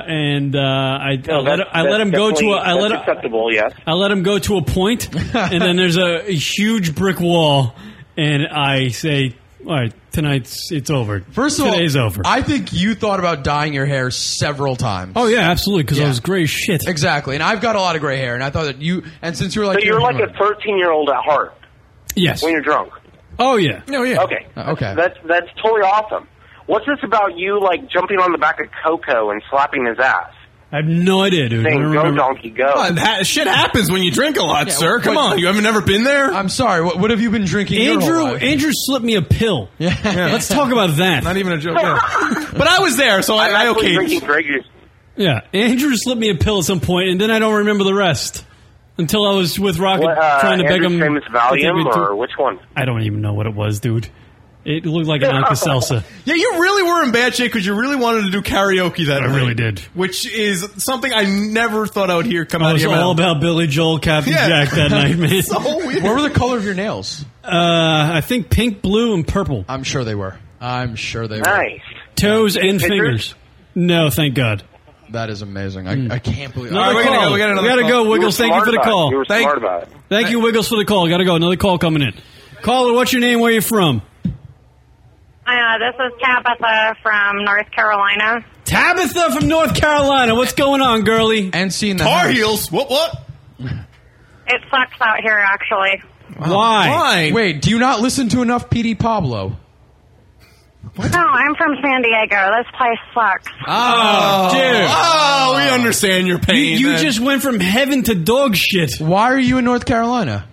Speaker 1: and uh, I, I let I let him go to a I let
Speaker 6: acceptable, yes.
Speaker 1: I let him go to a point, and then there's a, a huge brick wall, and I say, "All right, tonight's it's over.
Speaker 11: First of all,
Speaker 1: today's over."
Speaker 11: I think you thought about dyeing your hair several times.
Speaker 1: oh yeah, absolutely, because I was gray as shit.
Speaker 11: Exactly, and I've got a lot of gray hair, and I thought that you. And since you were like,
Speaker 6: so you're like a 13 year old at heart
Speaker 1: Yes.
Speaker 6: when you're drunk.
Speaker 1: Oh yeah. Uh,
Speaker 11: no, yeah,
Speaker 6: Okay.
Speaker 11: okay.
Speaker 6: That's that's totally awesome. What's this about you like jumping on the back of Coco and slapping his ass?
Speaker 1: I have no idea, dude. I
Speaker 6: Saying
Speaker 1: don't
Speaker 6: go
Speaker 1: remember.
Speaker 6: donkey go.
Speaker 10: Come on, that shit happens when you drink a lot,
Speaker 11: Yeah,
Speaker 10: sir. Come
Speaker 11: but-
Speaker 10: on, you haven't never been there.
Speaker 11: I'm sorry. What, what have you been drinking? your whole
Speaker 1: Andrew
Speaker 11: life?
Speaker 1: Andrew slipped me a pill.
Speaker 11: Yeah.
Speaker 1: Let's talk about that.
Speaker 10: Not even a joke. yeah. but I was there, so I, I
Speaker 6: I'm actually
Speaker 10: okay.
Speaker 6: drinking Grey Goose.
Speaker 1: Yeah, Andrew slipped me a pill at some point, and then I don't remember the rest until I was with Rocket
Speaker 6: What, uh,
Speaker 1: trying to
Speaker 6: Andrew's
Speaker 1: beg him.
Speaker 6: famous
Speaker 1: to take me
Speaker 6: Valium
Speaker 1: to-
Speaker 6: or which one?
Speaker 1: I don't even know what it was, dude. It looked like an Alka-Seltzer.
Speaker 10: (laughs) Yeah, you really were in bad shape because you really wanted to do karaoke that
Speaker 1: I
Speaker 10: night,
Speaker 1: really did.
Speaker 10: which is something I never thought I would hear come
Speaker 1: I
Speaker 10: out of
Speaker 1: was
Speaker 10: your
Speaker 1: all
Speaker 10: mouth. Oh,
Speaker 1: about Billy Joel, Captain
Speaker 10: Yeah.
Speaker 1: Jack
Speaker 10: (laughs)
Speaker 1: that night, man.
Speaker 10: so weird.
Speaker 11: What were the color of your nails?
Speaker 1: uh, I think pink, blue, and purple.
Speaker 11: I'm sure they were. I'm sure they
Speaker 6: Nice.
Speaker 1: Toes and fingers. No, thank God.
Speaker 11: That is amazing. I, I can't believe.
Speaker 1: Another
Speaker 11: All right,
Speaker 1: call.
Speaker 11: we Hmm. gotta
Speaker 1: We gotta go, Wiggles. Thank you for the call. thank,
Speaker 11: it.
Speaker 1: Thank you, Wiggles, for the call. Gotta go. Another call coming in. Caller, what's your name? Where you from?
Speaker 17: Uh, this is Tabitha from North Carolina.
Speaker 1: Tabitha from North Carolina. What's going on, girly?
Speaker 11: And seeing
Speaker 17: the Tar house. Heels.
Speaker 1: What? What?
Speaker 17: It sucks out here, actually.
Speaker 11: Why? Wait, do you not listen to enough PD Pablo?
Speaker 17: No, I'm from San Diego. This place sucks.
Speaker 11: Oh, dude.
Speaker 10: Oh, we understand your pain.
Speaker 1: Ah, You
Speaker 10: then.
Speaker 1: just went from heaven to dog shit.
Speaker 11: Why
Speaker 1: (laughs)
Speaker 11: are you in North Carolina?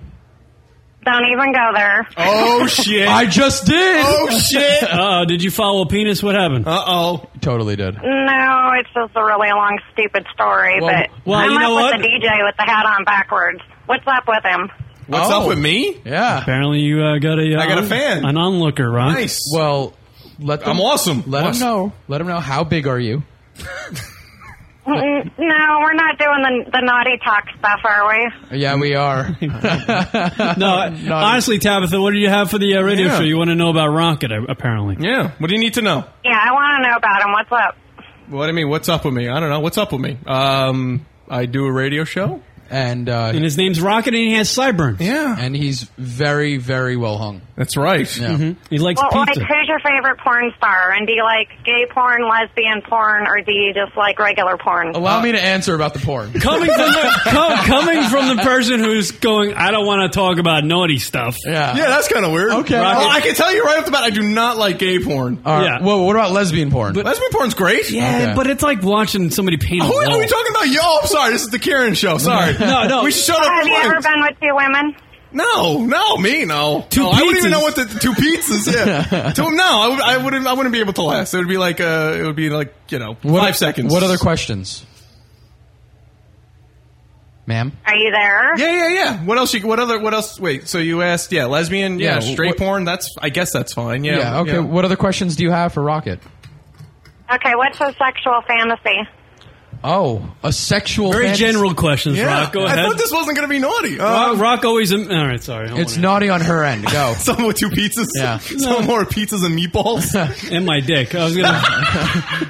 Speaker 17: Don't even go there.
Speaker 1: Oh,
Speaker 11: (laughs) I just did.
Speaker 10: Oh,
Speaker 1: (laughs) Uh, did you follow a penis? What happened? Uh oh.
Speaker 11: Totally did.
Speaker 17: No, it's just a really long, stupid story.
Speaker 1: Well-
Speaker 17: but
Speaker 1: well,
Speaker 17: I'm
Speaker 1: you
Speaker 17: up
Speaker 1: know
Speaker 17: with
Speaker 1: what?
Speaker 17: the DJ with the hat on backwards. What's up with him?
Speaker 10: What's
Speaker 1: Oh.
Speaker 10: up with me?
Speaker 11: Yeah.
Speaker 1: Apparently, you uh, got a. Uh,
Speaker 10: I got a fan.
Speaker 1: An onlooker, Ron.
Speaker 11: Well, let them,
Speaker 1: I'm awesome.
Speaker 11: Let
Speaker 1: Awesome.
Speaker 11: them know. Let them know how big are you.
Speaker 17: Mm, No, we're not doing the, the naughty talk stuff, are we?
Speaker 11: Yeah, we are.
Speaker 1: (laughs) no,
Speaker 11: (laughs)
Speaker 1: honestly, Tabitha, what do you have for the uh, radio
Speaker 10: Yeah.
Speaker 1: show? You want to know about Rocket, uh, apparently.
Speaker 10: Yeah. What do you need to know?
Speaker 17: Yeah, I want to know about him. What's up?
Speaker 10: What I mean? What's up with me? I don't know. What's up with me? Um, I do a radio show,
Speaker 11: and uh,
Speaker 1: and his name's Rocket, and he has sideburns.
Speaker 10: Yeah,
Speaker 11: and he's very, very well hung.
Speaker 10: That's right.
Speaker 11: Yeah.
Speaker 1: Mm-hmm. He likes
Speaker 17: well, like, who's your favorite porn star? And do you like gay porn, lesbian porn, or do you just like regular porn?
Speaker 1: Oh,
Speaker 11: Allow me to answer about the porn.
Speaker 1: (laughs) Coming from
Speaker 11: (laughs)
Speaker 1: the co- coming from the person who's going, I don't want to talk about naughty stuff.
Speaker 11: Yeah,
Speaker 10: Yeah, that's kind of weird.
Speaker 11: Okay.
Speaker 10: Well, I can tell you right off the bat, I do not like gay porn.
Speaker 11: All right. Well, what about lesbian porn?
Speaker 10: Lesbian porn's great.
Speaker 1: Yeah, but it's like watching somebody paint. a
Speaker 10: Who are
Speaker 1: wall.
Speaker 10: we talking about? Yo, I'm sorry. This is the Karen show. Uh, Sorry.
Speaker 11: (laughs)
Speaker 1: (laughs) No, no.
Speaker 10: We should shut up.
Speaker 17: Have
Speaker 10: for
Speaker 17: you ever
Speaker 10: once.
Speaker 17: been with two women?
Speaker 10: No, no, me no.
Speaker 1: Two
Speaker 10: no, I wouldn't even
Speaker 1: pizzas.
Speaker 10: know what the two pizzas.
Speaker 11: (laughs)
Speaker 10: Yeah, two, no, I, would, I wouldn't. I wouldn't be able to last. It would be like uh, it would be like you know
Speaker 11: What-
Speaker 10: five seconds.
Speaker 11: What other questions, ma'am?
Speaker 17: Are you there?
Speaker 10: Yeah, yeah, yeah. What else? You, what other? What else? Wait. So you asked? Yeah, lesbian. Yeah,
Speaker 11: Yeah,
Speaker 10: straight
Speaker 11: what-
Speaker 10: porn. That's. I guess that's fine. Yeah.
Speaker 11: okay. What other questions do you have for Rocket?
Speaker 17: Okay, what's your sexual fantasy?
Speaker 11: Oh, a sexual.
Speaker 1: Very
Speaker 11: fantasy-
Speaker 1: general questions,
Speaker 11: Yeah.
Speaker 1: Rock. Go
Speaker 11: I
Speaker 1: ahead.
Speaker 11: thought
Speaker 10: this wasn't going to be naughty.
Speaker 1: Rock, Rock always. All right, sorry. I don't
Speaker 11: Uh, It's
Speaker 1: wanna-
Speaker 11: naughty on her end. Go.
Speaker 10: (laughs) Some with two pizzas. (laughs)
Speaker 11: Yeah.
Speaker 10: Some more pizzas and meatballs.
Speaker 11: (laughs)
Speaker 1: and my dick. I was
Speaker 11: gonna.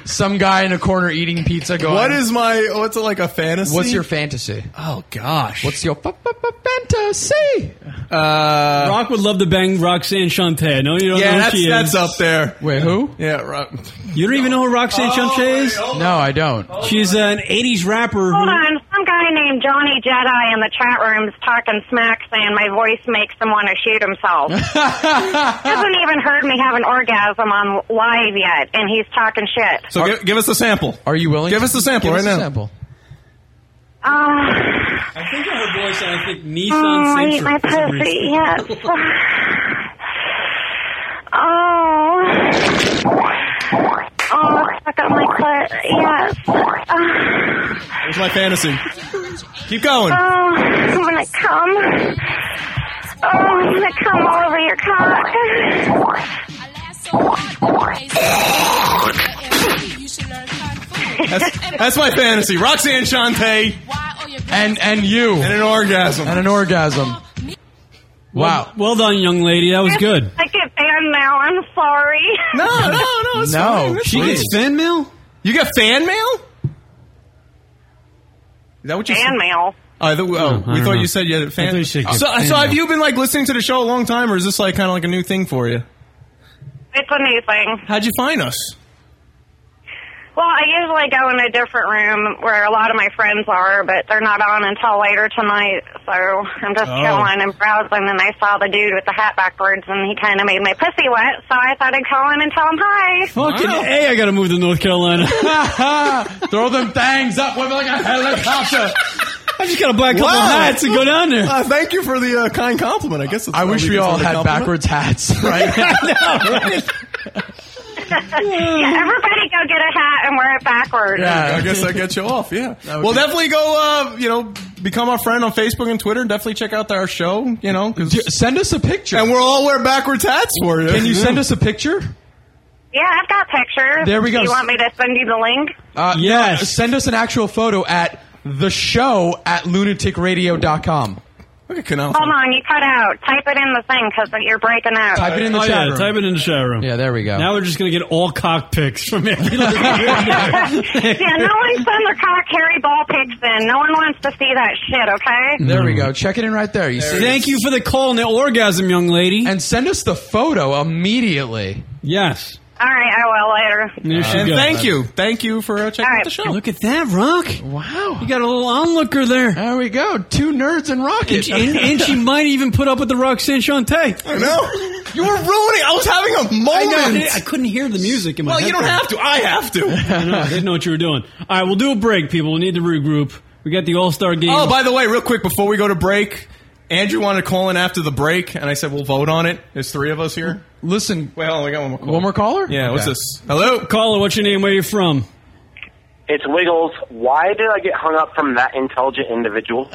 Speaker 11: Some guy in a corner eating pizza. Going.
Speaker 10: What is my? What's it like a fantasy?
Speaker 11: What's your fantasy?
Speaker 10: Oh gosh.
Speaker 11: What's your fa- fa- fa- fantasy?
Speaker 10: Uh,
Speaker 1: Rock would love to bang Roxanne Shante. I know you don't
Speaker 10: yeah,
Speaker 1: know
Speaker 10: that's
Speaker 1: who she
Speaker 10: that's
Speaker 1: is.
Speaker 10: up there.
Speaker 11: Wait, who?
Speaker 10: Yeah, Oh, Rock.
Speaker 1: You don't even know who Roxanne Shante is?
Speaker 11: No, I don't.
Speaker 1: She's an 80s rapper.
Speaker 17: Hold
Speaker 1: Who,
Speaker 17: on, some guy named Johnny Jedi in the chat room's talking smack saying my voice makes him want to shoot himself. Hasn't even heard me have an orgasm on live yet, and he's talking shit.
Speaker 10: So give, give us a sample.
Speaker 11: Are you willing?
Speaker 10: Give us a sample
Speaker 11: Give us
Speaker 10: right now.
Speaker 11: A sample.
Speaker 17: Uh,
Speaker 1: I think of her voice, and I think
Speaker 17: oh,
Speaker 1: Nissan
Speaker 17: I eat
Speaker 1: Sentra.
Speaker 17: my
Speaker 1: for some
Speaker 17: pussy,
Speaker 1: reason.
Speaker 17: yes.
Speaker 1: (laughs)
Speaker 17: oh. Oh, suck up my clit, yes. Uh,
Speaker 10: Where's my fantasy? Keep going.
Speaker 17: Oh, I'm gonna come. Oh, I'm gonna come all over your cock.
Speaker 10: That's, that's my fantasy. Roxanne Shante
Speaker 11: And and you and
Speaker 10: an orgasm
Speaker 11: and an orgasm. Wow.
Speaker 1: Well done, young lady. That was good.
Speaker 17: I get banned now. I'm sorry.
Speaker 10: No,
Speaker 17: (laughs)
Speaker 10: no, no. It's fine. That's
Speaker 1: she
Speaker 10: fine.
Speaker 1: gets fan mail.
Speaker 10: You got fan mail? Is that what you
Speaker 17: Fan
Speaker 10: said?
Speaker 17: mail.
Speaker 10: Oh, I thought- oh,
Speaker 1: I
Speaker 10: we
Speaker 1: don't
Speaker 10: thought
Speaker 1: know.
Speaker 10: you said you had
Speaker 1: I thought
Speaker 10: fan.
Speaker 1: you said you
Speaker 10: So,
Speaker 1: had
Speaker 10: so
Speaker 1: fan
Speaker 10: have
Speaker 1: mail.
Speaker 10: you been like listening to the show a long time, or is this like kind of like a new thing for you?
Speaker 17: It's a new thing.
Speaker 10: How'd you find us?
Speaker 17: Well, I usually go in a different room where a lot of my friends are, but they're not on until later tonight. So I'm just
Speaker 10: Oh.
Speaker 17: chilling and browsing, and I saw the dude with the hat backwards, and he kind of made my pussy wet. So I thought I'd call in and tell him hi.
Speaker 1: Fucking
Speaker 11: (laughs)
Speaker 1: A, I gotta move to North Carolina.
Speaker 11: Throw them thangs up with like a helicopter.
Speaker 1: I just gotta buy a couple of hats and go down there.
Speaker 10: Uh, thank you for the uh, kind compliment. I guess that's
Speaker 11: I
Speaker 10: all
Speaker 11: wish we
Speaker 10: can
Speaker 11: all
Speaker 10: say
Speaker 11: had
Speaker 10: compliment.
Speaker 11: backwards hats
Speaker 10: (laughs)
Speaker 11: right
Speaker 17: yeah, everybody go get a hat and wear it backwards.
Speaker 10: I guess I get you off. Yeah. Well, definitely go. Uh, you know, become our friend on Facebook and Twitter. Definitely check out our show. You know, 'cause-
Speaker 11: Send us a picture.
Speaker 10: and we'll all wear backwards hats for you.
Speaker 11: Can you send us a picture?
Speaker 17: Yeah, I've got pictures.
Speaker 11: There we go.
Speaker 17: You want me to send you the link?
Speaker 11: Uh,
Speaker 1: Yes.
Speaker 11: no, Send us an actual photo at the show at lunaticradio.com.
Speaker 10: Look at Canal.
Speaker 17: Hold on, you cut out. Type it in the thing because you're breaking out.
Speaker 11: Type it in the
Speaker 1: oh,
Speaker 11: chat
Speaker 1: yeah,
Speaker 11: room.
Speaker 1: Type it in the chat room. Yeah,
Speaker 11: there we go.
Speaker 1: Now we're just going to get all cock picks from everybody.
Speaker 17: yeah, no one send their cock hairy ball pics in. No one wants to see that shit, okay?
Speaker 11: (laughs) There we go. Check it in right there. You see?
Speaker 1: Thank you for the call and the orgasm, young lady.
Speaker 11: And send us the photo immediately.
Speaker 1: Yes.
Speaker 17: All right, I will later.
Speaker 1: There she
Speaker 10: and
Speaker 1: goes.
Speaker 10: Uh, thank you, thank you for uh, checking out the show.
Speaker 1: Look at that, Rock.
Speaker 11: Wow.
Speaker 1: You got a little onlooker there.
Speaker 11: There we go. Two nerds and
Speaker 1: And,
Speaker 11: rocket.
Speaker 1: and, and
Speaker 11: (laughs)
Speaker 1: she might even put up with the Roxanne Shante.
Speaker 10: I know. You were ruining. I was having a
Speaker 1: I, know, I
Speaker 10: moment.
Speaker 1: didn't- I couldn't hear the music in my
Speaker 10: well, you don't have
Speaker 1: headphones.
Speaker 10: to. I have
Speaker 1: (laughs) I, know, I
Speaker 10: to.
Speaker 1: didn't know what you were doing. All right, we'll do a break, people. We need to regroup. We got the All Star game.
Speaker 10: oh, by the way, real quick before we go to break, Andrew wanted to call in after the break, and I said we'll vote on it. There's three of us here.
Speaker 11: Listen.
Speaker 10: Well, we got one more call.
Speaker 11: One more caller?
Speaker 10: Yeah. What's
Speaker 11: Okay.
Speaker 10: this? Hello,
Speaker 1: caller. What's your name? Where you from?
Speaker 6: It's Wiggles. Why did I get hung up from that intelligent
Speaker 1: (laughs)
Speaker 6: individual?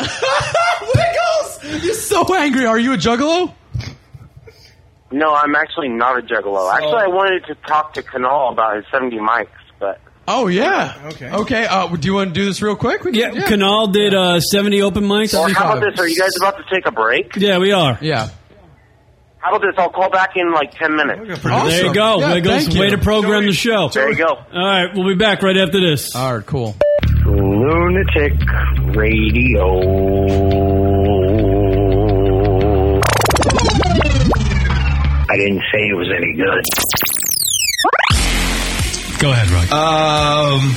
Speaker 11: Wiggles! You're so angry. Are you a juggalo?
Speaker 6: No, I'm actually not a juggalo. Actually, I wanted to talk to Canal about his 70 mics, but
Speaker 11: Oh, yeah. Okay. Okay. Uh, do you want to do this real quick? We can, yeah.
Speaker 1: Canal did uh, 70 open mics.
Speaker 6: Or how about this? Are you guys about to take a break?
Speaker 1: Yeah, we are.
Speaker 11: Yeah.
Speaker 6: How about this? I'll call back in like 10 minutes.
Speaker 1: There you go. Wiggles, way to program the show.
Speaker 6: There you go.
Speaker 1: All right, we'll be back right after this.
Speaker 11: All right, cool.
Speaker 6: Lunatic Radio.
Speaker 18: I didn't say it was any good.
Speaker 1: Go ahead, Rock.
Speaker 10: Um,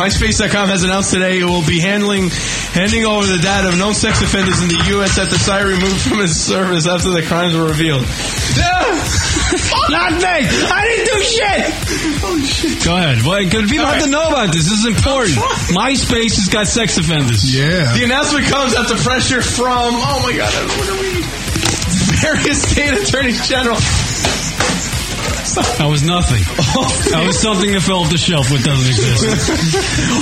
Speaker 10: MySpace.com has announced today it will be handling handing over the data of known sex offenders in the U.S. after Psy removed from his service after the crimes were revealed. (laughs) Not me! I didn't do shit! Oh, shit.
Speaker 1: Go ahead. Well, good people have to know about this. This is important. MySpace has got sex offenders.
Speaker 10: Yeah. The announcement comes after pressure from, oh my god, what are we? Various state attorneys general.
Speaker 1: (laughs) That was nothing. that was something that fell off the shelf, which doesn't exist.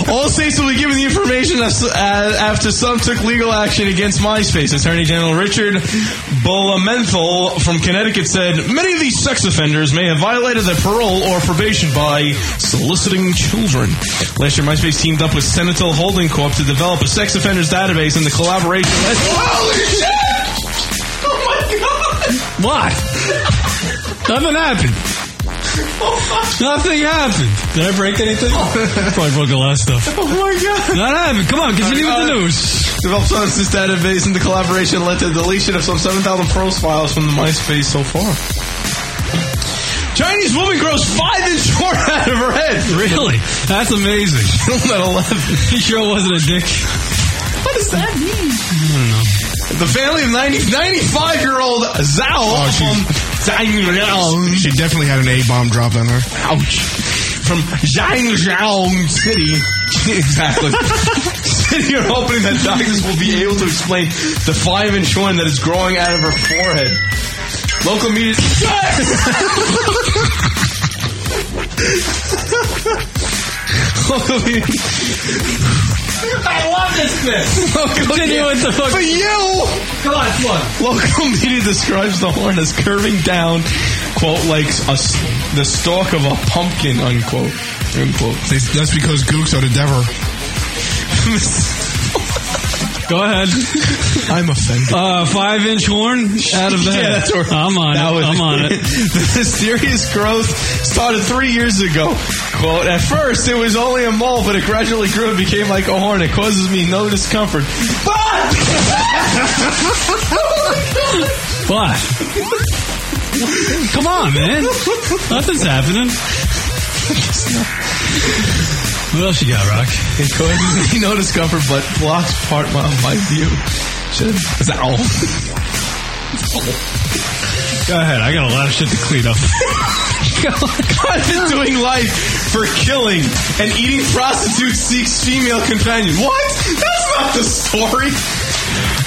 Speaker 10: (laughs) All states will be given the information as- uh, after some took legal action against MySpace. Attorney General Richard Bolamenthal from Connecticut said many of these sex offenders may have violated their parole or probation by soliciting children. Last year, MySpace teamed up with Senatal Holding Corp to develop a sex offenders database in the collaboration. Holy shit! Oh my god! (laughs)
Speaker 1: What? Nothing happened. Nothing happened. Did I break anything? Probably broke a lot of stuff.
Speaker 10: Oh my god!
Speaker 1: Not happened. Come on, continue with
Speaker 10: Uh,
Speaker 1: the news.
Speaker 10: Developed on this database and the collaboration led to the deletion of some 7,000 profiles from the MySpace so far. Chinese woman grows five inch horn (laughs) out of her head.
Speaker 1: Really? That's amazing.
Speaker 10: At 11.
Speaker 1: (laughs) He sure wasn't a dick.
Speaker 10: What does that mean? The family of 90, 95 year old Zhao. from
Speaker 19: Oh, She definitely had an A bomb dropped on her.
Speaker 10: Ouch. From Zhangjiang City. (laughs) exactly. City are hoping that doctors will be able to explain the five inch horn that is growing out of her forehead. Local
Speaker 19: (laughs)
Speaker 10: media. (laughs) Local media. I love this bit. Local media.
Speaker 1: with the fuck-
Speaker 10: For you!
Speaker 1: God,
Speaker 10: Local media describes the horn as curving down, quote, like a, s- the stalk of a pumpkin, unquote. Unquote.
Speaker 19: That's because gooks are the devil.
Speaker 1: (laughs) Go ahead.
Speaker 19: I'm offended.
Speaker 1: Uh, five inch horn
Speaker 10: (laughs)
Speaker 1: out of the
Speaker 10: Yeah,
Speaker 1: head.
Speaker 10: that's where-
Speaker 1: I'm on
Speaker 10: that
Speaker 1: it.
Speaker 10: was-
Speaker 1: I'm on it.
Speaker 10: (laughs) the mysterious growth started three years ago. Quote, at first it was only a mole, but it gradually grew and became like a horn. It causes me no discomfort.
Speaker 1: What? Come on, man. Nothing's happening. What else you got, Rock?
Speaker 10: It causes me no discomfort, but blocks part of my view. Should, (laughs) ow.
Speaker 1: Go ahead. I got a lot of shit to clean up.
Speaker 10: God is doing life for killing and eating prostitutes seeks female companion. What? That's not the story.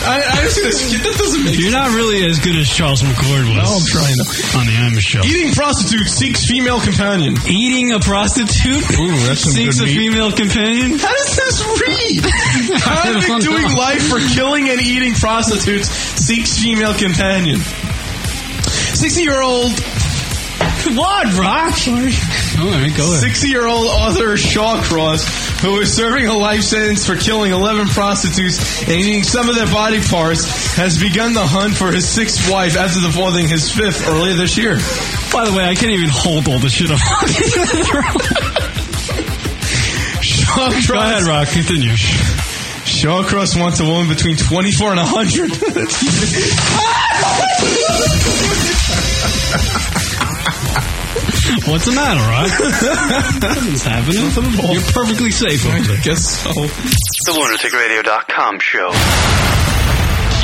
Speaker 10: I, I just that doesn't make
Speaker 1: You're not really as good as Charles McCord was. No,
Speaker 10: I'm trying to.
Speaker 1: On the Amish show.
Speaker 10: Eating prostitute seeks female companion.
Speaker 1: Eating a prostitute
Speaker 10: some
Speaker 1: seeks
Speaker 10: good
Speaker 1: a
Speaker 10: meat.
Speaker 1: female companion.
Speaker 10: How
Speaker 1: (laughs)
Speaker 10: does this read?
Speaker 1: I don't
Speaker 10: Convict doing
Speaker 1: know.
Speaker 10: life for killing and eating prostitutes seeks female companion. 60 year old.
Speaker 1: What, Rock? Sorry. Oh, All right, go ahead.
Speaker 10: 60 year old author Shawcross, who is serving a life sentence for killing 11 prostitutes and eating some of their body parts, has begun the hunt for his sixth wife after divorcing his fifth earlier this year.
Speaker 1: By the way, I can't even hold all this shit
Speaker 10: (laughs)
Speaker 1: up.
Speaker 10: Shawcross. Go ahead,
Speaker 1: Rock. Continue.
Speaker 10: Shawcross wants a woman between 24 and
Speaker 1: (laughs)
Speaker 10: 100.
Speaker 1: What's the matter, Rock?
Speaker 10: (laughs)
Speaker 1: Nothing's happening. You're perfectly safe over there.
Speaker 10: guess so.
Speaker 20: The LunaticRadio.com show.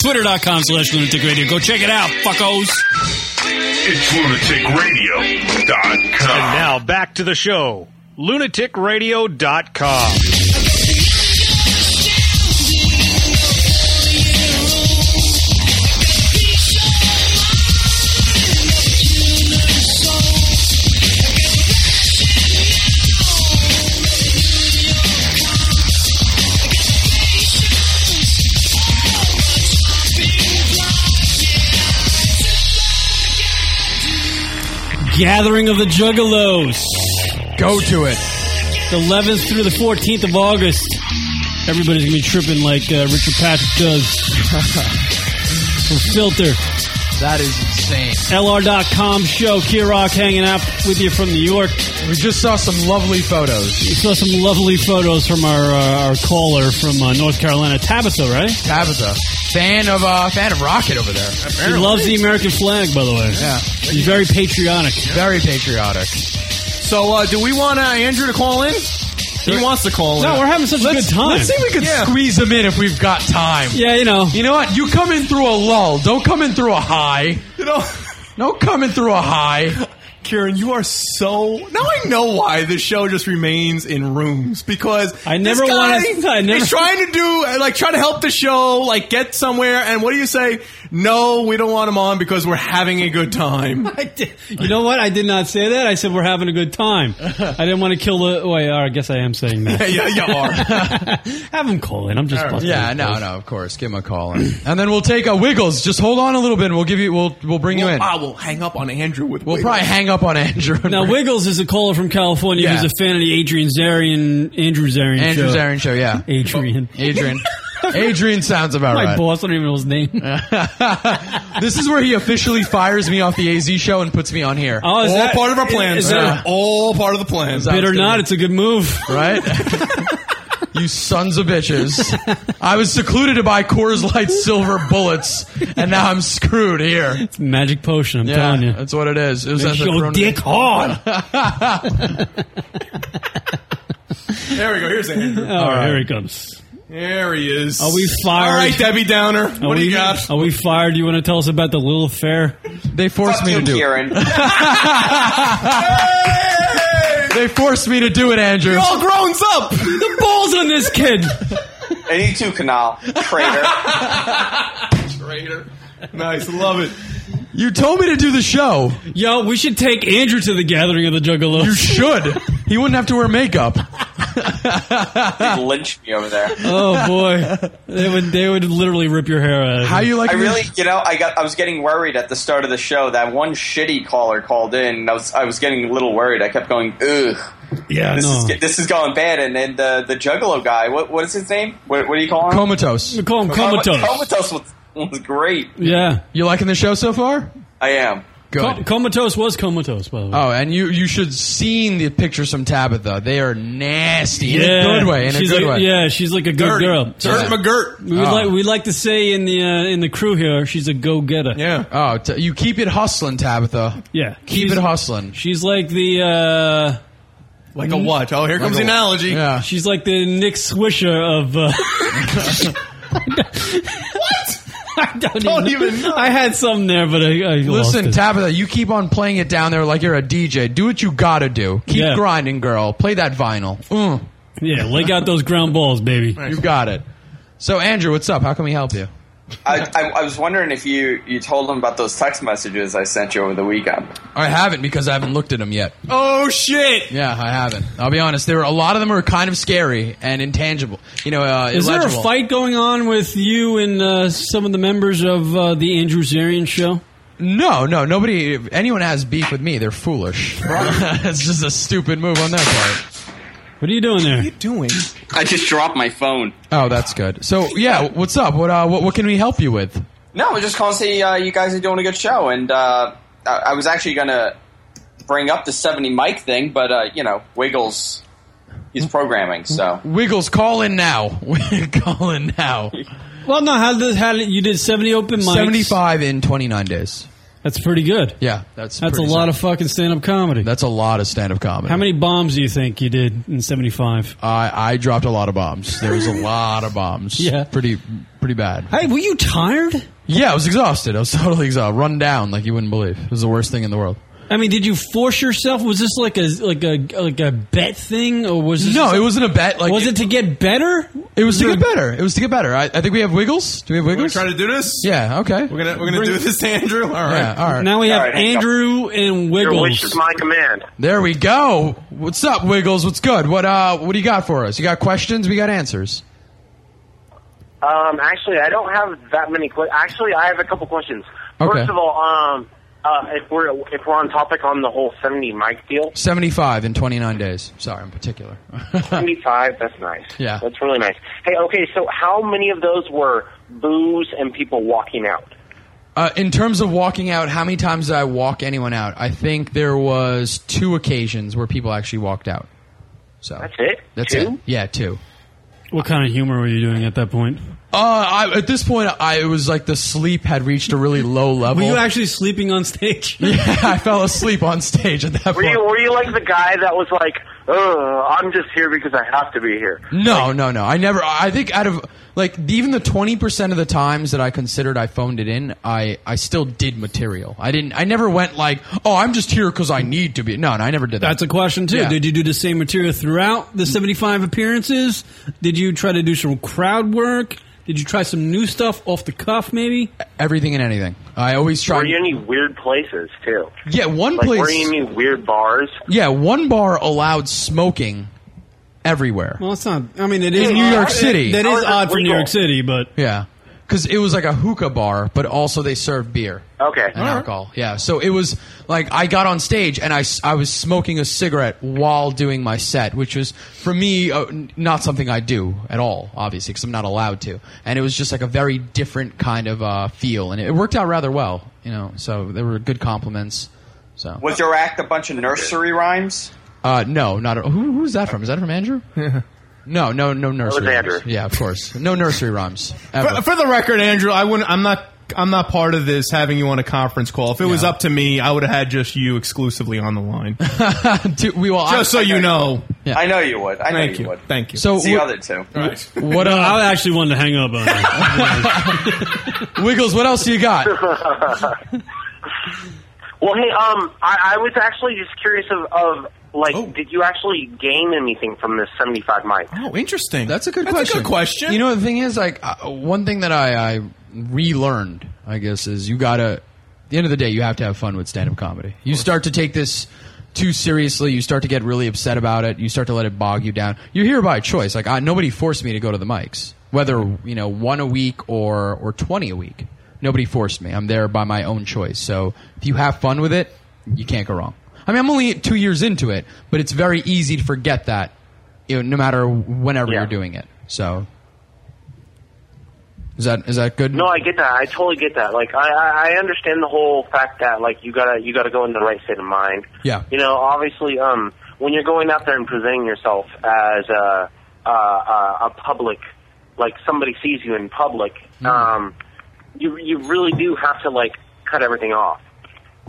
Speaker 1: Twitter.com slash lunatic radio. Go check it out, fuckos.
Speaker 9: It's lunaticradio.com.
Speaker 21: And now back to the show. LunaticRadio.com.
Speaker 1: Gathering of the Juggalos.
Speaker 11: Go to it.
Speaker 1: The 11th through the 14th of August. Everybody's going to be tripping like uh, Richard Patrick does.
Speaker 11: (laughs)
Speaker 1: From Filter.
Speaker 11: That is insane.
Speaker 1: LR.com show. Kirok hanging out with you from New York.
Speaker 11: We just saw some lovely photos.
Speaker 1: We saw some lovely photos from our uh, our caller from uh, North Carolina, Tabitha, right?
Speaker 11: Tabitha, fan of uh, fan of Rocket over there.
Speaker 1: She loves the American flag, by the way.
Speaker 11: Yeah.
Speaker 1: She's very patriotic.
Speaker 11: Very patriotic. So, uh, do we want uh, Andrew to call in? He wants to call in.
Speaker 1: No, we're having such
Speaker 11: (laughs)
Speaker 1: a
Speaker 11: Let's-
Speaker 1: good time.
Speaker 11: Let's see if we can
Speaker 1: Yeah.
Speaker 11: squeeze him in if we've got time.
Speaker 1: Yeah, you know.
Speaker 11: You know what? You come in through a lull. Don't come in through a high. You know, don't come in through a high.
Speaker 10: Karen, you are so. Now I know why this show just remains in rooms because
Speaker 1: I never
Speaker 10: this guy
Speaker 1: wanna- (laughs) I never-
Speaker 10: is trying to do like try to help the show like get somewhere. And what do you say? No, we don't want him on because we're having a good
Speaker 1: (laughs)
Speaker 10: time.
Speaker 1: You know what? I did not say that. I said we're having a good time. I didn't want to kill the. Wait, all right, I guess I am
Speaker 11: (laughs)
Speaker 1: saying that.
Speaker 10: yeah, you are.
Speaker 1: (laughs) Have him call in. I'm just. busting
Speaker 11: Yeah,
Speaker 1: his
Speaker 11: no,
Speaker 1: balls.
Speaker 11: no, of course. Give him a call in. and then we'll take a Wiggles. Just hold on a little bit and we'll give you we'll we'll bring you in.
Speaker 10: I will hang up on Andrew with.
Speaker 11: We'll probably hang up on
Speaker 1: (laughs)
Speaker 11: Andrew.
Speaker 1: Now Wiggles is a caller from California
Speaker 11: Yeah.
Speaker 1: who's a fan of the Adrian Zarian Andrew Zarian
Speaker 11: Andrew
Speaker 1: show.
Speaker 11: Zarian show, yeah.
Speaker 1: Adrian. (laughs)
Speaker 11: Adrian. Adrian sounds about
Speaker 1: My
Speaker 11: right.
Speaker 1: boss, I don't even know
Speaker 11: (laughs)
Speaker 1: his name. Oh,
Speaker 11: This is where he officially fires me off the AZ show and puts me on here.
Speaker 1: Oh, is
Speaker 11: All
Speaker 1: that-
Speaker 11: part of our plan.
Speaker 1: is
Speaker 11: sir.
Speaker 1: that-
Speaker 10: All part of the plan.
Speaker 11: Sounds
Speaker 1: Bid or
Speaker 11: good.
Speaker 1: not, it's a good move. (laughs)
Speaker 11: right? you sons of bitches. I was secluded to buy Coors Light silver bullets, and now I'm screwed here.
Speaker 1: It's a magic potion, I'm
Speaker 11: yeah,
Speaker 1: telling you.
Speaker 11: that's what it is. It was
Speaker 1: Makes
Speaker 11: at the
Speaker 1: your
Speaker 11: corona-
Speaker 1: dick
Speaker 11: (laughs)
Speaker 1: hard.
Speaker 10: There we go. Here's Andrew.
Speaker 1: (laughs) All right, here he comes.
Speaker 10: There he is.
Speaker 1: Are we fired?
Speaker 10: All right, Debbie Downer.
Speaker 1: Are
Speaker 10: what do
Speaker 1: we,
Speaker 10: you got?
Speaker 1: Are we fired? You want to tell us about the little affair?
Speaker 11: They forced me to do. it.
Speaker 6: Kieran.
Speaker 11: (laughs)
Speaker 1: (laughs)
Speaker 11: They forced me to do it,
Speaker 22: (laughs)
Speaker 11: Andrew.
Speaker 10: You're all grown up.
Speaker 1: The balls on this kid.
Speaker 6: 82 Canal. Traitor.
Speaker 10: Nice, love it.
Speaker 11: You told me to do the show.
Speaker 1: Yo, we should take Andrew to the gathering of the Juggalos.
Speaker 11: You should. he wouldn't have to wear makeup.
Speaker 6: They'd lynch me over there.
Speaker 1: Oh
Speaker 22: (laughs)
Speaker 1: boy, they would they would literally rip your hair out.
Speaker 11: How you like
Speaker 22: I
Speaker 11: me?
Speaker 22: really, you know, I got I was getting worried at the start of the show. That one shitty caller called in, and I was I was getting a little worried. I kept going, ugh,
Speaker 1: Yeah,
Speaker 22: this
Speaker 1: no.
Speaker 22: is this is going bad. And then the the Juggalo guy, what what is his name? What, what do you call him?
Speaker 11: comatose?
Speaker 1: We call him
Speaker 22: Com-
Speaker 1: comatose.
Speaker 22: Comatose was, was great.
Speaker 1: Yeah,
Speaker 11: You liking the show so far?
Speaker 22: I am.
Speaker 11: Good.
Speaker 1: Co- comatose was comatose, by the way.
Speaker 11: Oh, and you you should seen the pictures from Tabitha. They are nasty in
Speaker 1: Yeah.
Speaker 11: a good way. In
Speaker 1: she's
Speaker 11: a good
Speaker 1: like,
Speaker 11: way.
Speaker 1: Yeah, she's like a good
Speaker 11: Dirty.
Speaker 1: girl.
Speaker 11: Dirt McGirt.
Speaker 1: We would
Speaker 11: Oh.
Speaker 1: like we like to say in the uh, in the crew here, she's a go getter.
Speaker 11: Yeah. Oh, t- you keep it hustling, Tabitha.
Speaker 1: Yeah.
Speaker 11: Keep it hustling.
Speaker 1: She's like the uh, like
Speaker 11: a what? Oh, here Like comes the a- analogy. yeah.
Speaker 1: She's like the Nick Swisher of.
Speaker 11: (laughs)
Speaker 1: Uh, what? I don't, even, know. I had some there, but I, I lost
Speaker 11: Listen,
Speaker 1: it.
Speaker 11: Tabitha, you keep on playing it down there like you're a DJ. Do what you gotta do. Keep
Speaker 1: Yeah.
Speaker 11: grinding, girl. Play that vinyl. Mm.
Speaker 1: Yeah, leg out those ground balls, baby.
Speaker 11: You got it. So, Andrew, what's up? How can we help you?
Speaker 22: I, I, I was wondering if you, you told them about those text messages I sent you over the
Speaker 11: (laughs)
Speaker 22: weekend.
Speaker 11: I haven't because I haven't looked at them yet.
Speaker 23: Oh shit!
Speaker 11: Yeah, I haven't. I'll be honest. There were a lot of them are kind of scary and intangible. You know, uh,
Speaker 1: Is there
Speaker 11: (laughs)
Speaker 1: a
Speaker 11: illegible.
Speaker 1: fight going on with you and uh, some of the members of uh, the Andrew Zarian show?
Speaker 11: No, no, nobody. If anyone has beef with me, they're foolish. it's just a stupid move on their part.
Speaker 1: What are you doing there? What are you
Speaker 11: doing?
Speaker 22: (laughs) I just dropped my phone.
Speaker 11: Oh, that's good. So, yeah, what's up? What, uh, what, what can we help you with?
Speaker 22: No, I'm just calling to see uh, you guys are doing a good show, and uh, I, I was actually going to bring up the 70 mic thing, but uh, you know, Wiggles, he's programming, so
Speaker 11: Wiggles, call in now. (laughs) call in now.
Speaker 1: Well, no, how did how did you did seventy open mics?
Speaker 11: 75 in 29 days.
Speaker 1: That's pretty good.
Speaker 11: Yeah, that's
Speaker 1: That's a
Speaker 11: pretty
Speaker 1: lot of fucking stand up comedy.
Speaker 11: That's a lot of stand up comedy.
Speaker 1: How many bombs do you think you did in seventy five?
Speaker 11: I, I dropped a lot of bombs. There was a lot of bombs.
Speaker 1: Yeah.
Speaker 11: Pretty pretty bad.
Speaker 1: Hey, were you tired?
Speaker 11: Yeah, I was exhausted. I was (laughs) totally exhausted. Run down like you wouldn't believe. It was the worst thing in the world.
Speaker 1: I mean, did you force yourself? Was this like a like a like a bet thing, or was this
Speaker 11: No, it wasn't a bet. Like
Speaker 1: was it to get better?
Speaker 11: It was to get better. It was to get better. I, I think we have Wiggles. Do we have Wiggles?
Speaker 10: Try to do this.
Speaker 11: yeah, okay. We're
Speaker 10: gonna- we're gonna do this, Andrew? All right.
Speaker 11: Yeah, all right.
Speaker 1: Now we have
Speaker 10: All right, hang up.
Speaker 1: Andrew and
Speaker 6: Your wish
Speaker 1: Wiggles.
Speaker 6: is my command.
Speaker 11: There we go. What's up, Wiggles? What's good? What uh what do you got for us? You got questions? We got answers.
Speaker 6: Um, actually, I don't have that many questions. Actually, I have a couple questions.
Speaker 11: Okay.
Speaker 6: First of all, um, uh, if we're if we're on topic on the whole seventy mic
Speaker 11: (laughs)
Speaker 6: deal,
Speaker 11: 75 in 29 days. Sorry, in particular.
Speaker 6: seventy five. That's nice.
Speaker 11: Yeah.
Speaker 6: That's really nice. Hey, okay, so how many of those were boos and people
Speaker 11: (laughs)
Speaker 6: walking out?
Speaker 11: Uh, in terms of walking out, how many times did I walk anyone out? I think there was two occasions where people actually walked out. So that's
Speaker 6: it.
Speaker 11: That's
Speaker 1: Two?
Speaker 11: it. Yeah, two.
Speaker 1: What kind of humor were you doing at that point?
Speaker 11: Uh, I, at this point, I it was like the sleep had reached a really low level.
Speaker 1: Were you actually sleeping on stage?
Speaker 11: (laughs) yeah, I fell asleep on stage at that
Speaker 6: Were
Speaker 11: point.
Speaker 6: you were you like the guy that was like, "Oh, I'm just here because I have to be here"?
Speaker 11: No, no, no. I never. I think out of like even the twenty percent of the times that I considered I phoned it in, I I still did material. I didn't. I never went like, oh, I'm just here because I need to be. No, no, I never did that.
Speaker 1: That's a question too.
Speaker 11: Yeah.
Speaker 1: Did you do the same material throughout the seventy-five appearances? Did you try to do some crowd work? Did you try some new stuff off the cuff, maybe?
Speaker 11: Everything and anything. I always try.
Speaker 6: Were you in any weird places too?
Speaker 11: Yeah, one
Speaker 6: like,
Speaker 11: place.
Speaker 6: Were you in any weird bars?
Speaker 11: Yeah, one bar allowed smoking everywhere.
Speaker 1: Well, it's not. I mean, it
Speaker 11: In
Speaker 1: is
Speaker 11: New York City.
Speaker 1: That
Speaker 11: How
Speaker 1: is
Speaker 11: is it
Speaker 1: odd for New
Speaker 11: legal?
Speaker 1: York City, but
Speaker 11: Yeah, because it was like a hookah bar, but also they served beer.
Speaker 6: Okay.
Speaker 11: and alcohol. Yeah, so it was like I got on stage and I, s- I was smoking a cigarette while doing my set, which was for me uh, n- not something I do at all, obviously, because I'm not allowed to. And it was just like a very different kind of uh, feel, and it, it worked out rather well, you know. So there were good compliments. So
Speaker 22: was your act a bunch of nursery rhymes?
Speaker 11: uh, no, not at, who, who's that from? Is that from Andrew? no, no, no nursery.
Speaker 22: was
Speaker 11: Rhymes. Yeah, of course, no nursery rhymes. Ever.
Speaker 10: For, for the record, Andrew, I wouldn't. I'm not. I'm not part of this having you on a conference call. If it was up to me, I would have had just you exclusively on the line.
Speaker 11: (laughs) Do- we will.
Speaker 10: just so you know,
Speaker 22: I know you would. I know
Speaker 10: Thank
Speaker 22: you,
Speaker 10: you.
Speaker 22: would.
Speaker 10: Thank you.
Speaker 11: So
Speaker 22: it's the
Speaker 11: what-
Speaker 22: other two. (laughs)
Speaker 11: What?
Speaker 1: No,
Speaker 11: Uh,
Speaker 1: I actually wanted to hang up on. it. (laughs)
Speaker 11: Wiggles, what else you got?
Speaker 6: Well, hey, um, I, I was actually just curious of, of like, did you actually gain anything from this seventy-five mic?
Speaker 10: Oh, interesting.
Speaker 11: That's a good question.
Speaker 10: question.
Speaker 11: You know, the thing is, like, uh, one thing that I, I relearned, I guess, is you gotta. At the end of the day, you have to have fun with stand-up comedy. You start to take this too seriously. You start to get really upset about it. You start to let it bog you down. You're here by choice. Like, I, nobody forced me to go to the mics, whether you know one a week or or twenty a week. Nobody forced me. I'm there by my own choice. So if you have fun with it, you can't go wrong. I mean, I'm only two years into it, but it's very easy to forget that you know, no matter whenever you're doing it. So Is that is that good?
Speaker 6: No, I get that. I totally get that. Like, I, I I understand the whole fact that like you gotta you gotta go in the right state of mind.
Speaker 11: Yeah.
Speaker 6: You know, obviously, um, when you're going out there and presenting yourself as a a, a, a public, like somebody sees you in public, um, you you really do have to like cut everything off,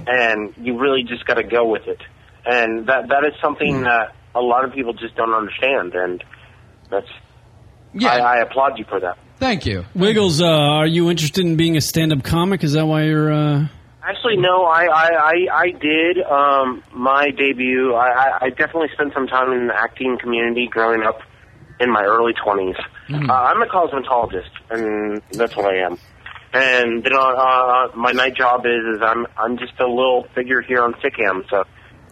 Speaker 6: and you really just gotta go with it. And that that is something that a lot of people just don't understand, and that's yeah. I, I applaud you for that.
Speaker 11: Thank you.
Speaker 1: Wiggles, uh, are you interested in being a stand-up comic? Is that why you're? Uh...
Speaker 6: Actually, no. I I, I, I did um, my debut. I, I, I definitely spent some time in the acting community growing up in my early twenties.
Speaker 1: Hmm.
Speaker 6: Uh, I'm a cosmetologist, and that's what I am. And then uh, uh, my night job is is I'm I'm just a little figure here on Sickam. So,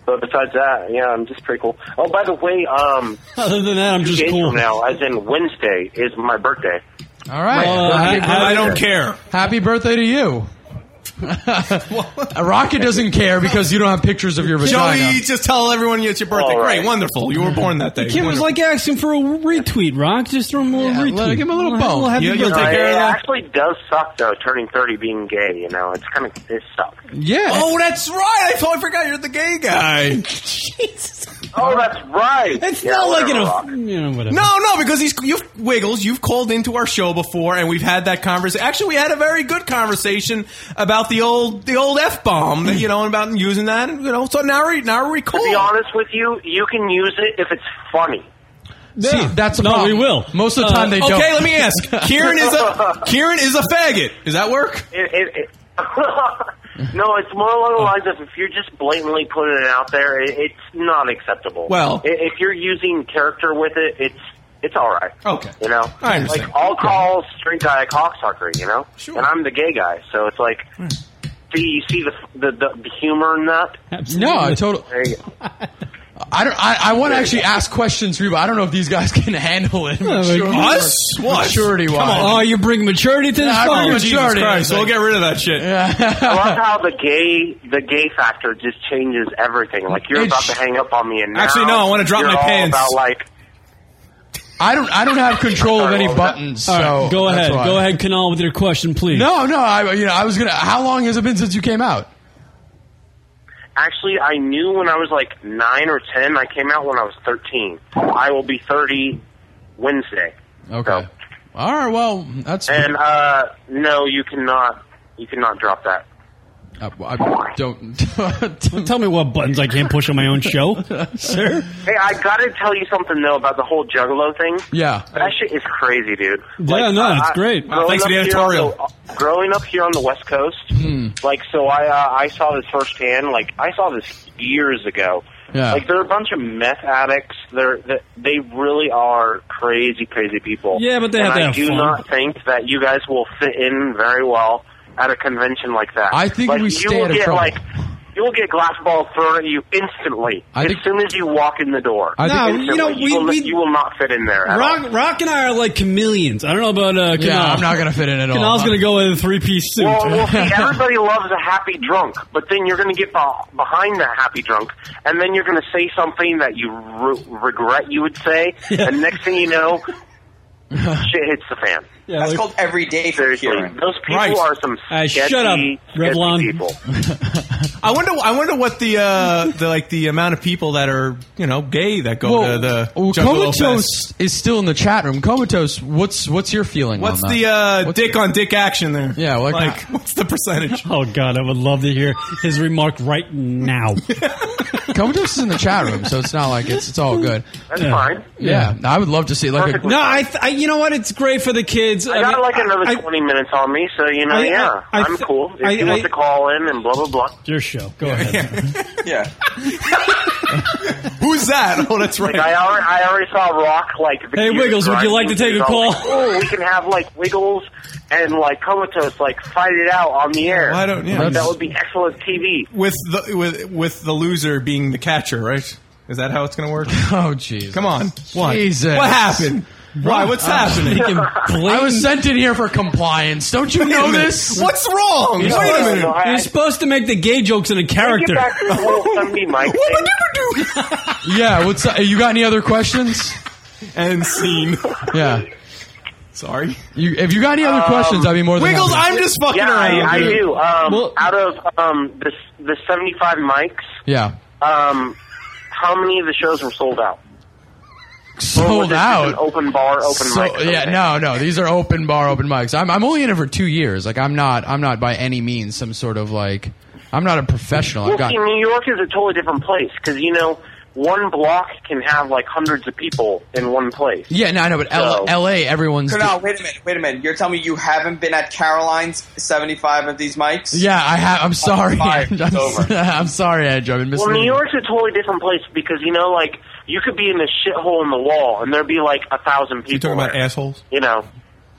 Speaker 6: but besides that, yeah, I'm just pretty cool. Oh, by the way, um,
Speaker 1: (laughs) other than that, I'm
Speaker 6: two
Speaker 1: just
Speaker 6: days
Speaker 1: cool.
Speaker 6: from now, as in Wednesday, is my birthday.
Speaker 11: All right.
Speaker 6: Well, I-
Speaker 11: Happy
Speaker 6: I- I don't
Speaker 11: birthday.
Speaker 6: care.
Speaker 11: Happy birthday to you. Rocket doesn't care because you don't have pictures of your vagina.
Speaker 10: Joey, just tell everyone it's your birthday. Great, wonderful. You were born that day.
Speaker 1: The kid was
Speaker 10: Wonderful.
Speaker 1: like asking for a retweet, Rock. Just throw him a little retweet.
Speaker 11: let- give him a little
Speaker 1: Have
Speaker 11: bone.
Speaker 1: happy
Speaker 11: You-
Speaker 1: birthday.
Speaker 6: Uh, it actually does suck though, turning thirty being gay. You know, it's kind of it sucks.
Speaker 11: Yeah.
Speaker 10: Oh, that's right. I totally forgot you're the gay (laughs) guy.
Speaker 6: Oh, that's right.
Speaker 10: It's
Speaker 6: Yeah, not like whatever, an off- Rock.
Speaker 1: you know, whatever.
Speaker 10: No, no, because he's you've Wiggles. You've called into our show before, and we've had that conversation. Actually, we had a very good conversation about the old the old f bomb,
Speaker 11: Mm.
Speaker 10: you know, and about using that. And, you know, so now we now we
Speaker 6: To be honest with you, you can use it if it's funny.
Speaker 11: See, that's a no. Problem. We will. Uh, Most of the time, they
Speaker 10: okay,
Speaker 11: don't.
Speaker 10: let
Speaker 11: (laughs)
Speaker 10: me ask. Kieran is a Kieran is a faggot. Does that work?
Speaker 6: It, it, (laughs) it no, it's more along the lines of if you're just blatantly putting it out there, it, it's not acceptable.
Speaker 10: Well-
Speaker 6: I- if you're using character with it, it's it's all right.
Speaker 10: Okay.
Speaker 6: You know,
Speaker 10: I understand.
Speaker 6: like I'll call straight guy a cocksucker. You know,
Speaker 10: Sure.
Speaker 6: and I'm the gay guy, so it's like. Do you see the the, the, the humor in that?
Speaker 11: No, I totally.
Speaker 6: There you go.
Speaker 11: I don't. I, I want to actually ask questions for you, but I don't know if these guys (laughs) can handle it.
Speaker 1: Yeah,
Speaker 11: Mature-
Speaker 1: like-
Speaker 11: Maturity wise.
Speaker 1: Oh, you bring maturity to this
Speaker 11: I
Speaker 1: phone.
Speaker 11: bring maturity.
Speaker 10: Oh, Christ, we'll get rid of that shit.
Speaker 6: I love how the gay the gay factor just changes everything. Like you're
Speaker 11: It's-
Speaker 6: about to hang up on me, and now
Speaker 11: Actually, no, I wanna drop
Speaker 6: you're
Speaker 11: my
Speaker 6: all
Speaker 11: pants.
Speaker 6: About like
Speaker 11: I don't. I don't have control of any buttons. So
Speaker 1: All right, go
Speaker 11: that's
Speaker 1: ahead.
Speaker 11: why.
Speaker 1: Go ahead, Canal, with your question, please.
Speaker 11: No, no. I. You know, I was gonna. How long has it been since you came out?
Speaker 6: Actually, I knew when I was like nine or ten. I came out when I was thirteen. I will be thirty Wednesday.
Speaker 11: Okay. All right. Well, that's.
Speaker 6: And uh, no, you cannot. You cannot drop that.
Speaker 11: I, Uh, I don't. (laughs)
Speaker 1: Tell me what buttons I can't push on my own show, (laughs) sir.
Speaker 6: Hey, I gotta tell you something though about the whole Juggalo thing.
Speaker 11: Yeah.
Speaker 6: That shit is crazy, dude.
Speaker 1: Yeah, no, it's great.
Speaker 6: growing
Speaker 1: Thanks for the
Speaker 6: up here on
Speaker 1: editorial. Hmm.
Speaker 6: the- growing up here on the West Coast, like, so I uh, I saw this firsthand. Like, I saw this years ago.
Speaker 11: Yeah.
Speaker 6: Like, they're a bunch of meth addicts. They're they, they really are crazy, crazy people.
Speaker 1: Yeah, but they
Speaker 6: and
Speaker 1: have to
Speaker 6: I
Speaker 1: have
Speaker 6: do
Speaker 1: fun.
Speaker 6: not think that you guys will fit in very well at a convention like that.
Speaker 11: I think
Speaker 6: like,
Speaker 11: we
Speaker 6: you
Speaker 11: stay
Speaker 6: will
Speaker 11: out of
Speaker 6: get
Speaker 11: trouble.
Speaker 6: like. You'll get glass balls thrown at you instantly
Speaker 11: I
Speaker 6: as
Speaker 11: think-
Speaker 6: soon as you walk in the door.
Speaker 11: I think- No,
Speaker 1: you know,
Speaker 6: Instantly.
Speaker 1: we-
Speaker 6: will,
Speaker 1: we-
Speaker 6: you will not fit in there. At all.
Speaker 1: Rock, Rock and I are like chameleons. I don't know about uh, Canal.
Speaker 11: Yeah, I'm not gonna fit in at all.
Speaker 1: Canal's going to go in a three piece suit.
Speaker 6: Well,
Speaker 1: (laughs)
Speaker 6: well, see, everybody loves a happy drunk, but then you're going to get beh- behind that happy drunk, and then you're going to say something that you re- regret you would say, and next thing you
Speaker 11: (laughs)
Speaker 6: know, shit hits the fan.
Speaker 22: That's called everyday
Speaker 6: Seriously,
Speaker 22: Kieran.
Speaker 6: those people
Speaker 10: Christ.
Speaker 6: are some
Speaker 1: Uh,
Speaker 6: sketchy,
Speaker 1: shut up,
Speaker 6: sketchy
Speaker 1: Revlon.
Speaker 6: people.
Speaker 10: I wonder. I wonder what the uh, the like the amount of people that are you know gay that go
Speaker 11: Well,
Speaker 10: to the
Speaker 11: well,
Speaker 10: Juggalo Fest.
Speaker 11: comatose is still in the chat room. Comatose, what's what's your feeling?
Speaker 10: What's
Speaker 11: on that?
Speaker 10: the uh, dick on dick action there?
Speaker 11: Yeah, like-
Speaker 10: like what's the percentage?
Speaker 1: oh, God, I would love to hear his remark right
Speaker 11: (laughs)
Speaker 1: now.
Speaker 11: Comatose is in the chat room, so it's not like it's it's all good.
Speaker 6: That's fine.
Speaker 11: Yeah, I would love to see like a,
Speaker 1: No, I, th- I, you know what? It's great for the kids.
Speaker 6: I got
Speaker 1: mean,
Speaker 6: like another
Speaker 1: I-
Speaker 6: 20 minutes on me, so you know,
Speaker 1: I- I-
Speaker 6: yeah,
Speaker 1: I
Speaker 6: I,
Speaker 1: th-
Speaker 6: am cool. If
Speaker 1: I-
Speaker 6: you want
Speaker 1: I-
Speaker 6: to call in and blah blah blah.
Speaker 1: your show. Go ahead.
Speaker 22: Yeah.
Speaker 10: (laughs) Who's that? Oh, that's right.
Speaker 6: Like I already, I already saw Rock like. The
Speaker 1: Hey,
Speaker 6: gears
Speaker 1: Wiggles, would you like to
Speaker 6: grinding.
Speaker 1: take a
Speaker 6: So,
Speaker 1: call?
Speaker 6: like, oh, we can have like Wiggles and like Comatose like fight it out on the air.
Speaker 10: Why don't- yeah.
Speaker 6: Like, that would be excellent TV.
Speaker 10: with the with with the loser being the catcher, right? Is that how it's going to work?
Speaker 11: (laughs) Oh, jeez.
Speaker 10: Come on, what?
Speaker 11: Jesus. uh,
Speaker 10: What happened? Why? What's
Speaker 6: (laughs)
Speaker 10: happening? Wait
Speaker 11: I was sent in here for compliance. Don't you
Speaker 10: a
Speaker 11: know
Speaker 10: minute.
Speaker 11: this?
Speaker 10: What's wrong? Wait
Speaker 6: Yeah,
Speaker 10: a
Speaker 6: well, no,
Speaker 10: minute.
Speaker 6: I-
Speaker 1: You're supposed to make the gay jokes in a
Speaker 6: Can we
Speaker 1: character.
Speaker 6: Get back to the whole
Speaker 1: (laughs)
Speaker 6: Sunday Mike thing. (laughs)
Speaker 11: Yeah, what's uh, you got any other questions?
Speaker 10: And scene.
Speaker 11: Yeah.
Speaker 10: Sorry.
Speaker 11: You, if you got any other questions, I'd be more than
Speaker 10: Wiggles,
Speaker 11: happy.
Speaker 10: I'm just fucking
Speaker 6: Um, yeah,
Speaker 10: around.
Speaker 6: I, I
Speaker 10: dude.
Speaker 6: do. Um, out of um, the the seventy five mics,
Speaker 11: Yeah.
Speaker 6: um, how many of the shows were sold out? Or was
Speaker 11: Sold
Speaker 6: it just
Speaker 11: out.
Speaker 6: An open bar, open
Speaker 11: So-
Speaker 6: mic.
Speaker 11: yeah, no, no. These are open bar, open mics. I'm I'm only in it for two years. Like I'm not I'm not by any means some sort of like I'm not a professional. I've
Speaker 6: Well,
Speaker 11: got
Speaker 6: see, New York is a totally different place because you know one block can have like hundreds of people in one place.
Speaker 11: yeah, no, I know, but L, L.A. Everyone's
Speaker 22: No, no, wait a minute, wait a minute. You're telling me you haven't been at Caroline's 75 of these mics?
Speaker 11: yeah. I have.
Speaker 6: Oh,
Speaker 11: I'm sorry.
Speaker 22: fired.
Speaker 11: (laughs) I'm, I'm sorry, Andrew. I've been
Speaker 6: Well,
Speaker 11: misleading.
Speaker 6: New York's a totally different place because you know, like you could be in a shithole in the wall and there'd be like a thousand people. You talking about
Speaker 10: assholes?
Speaker 6: You know,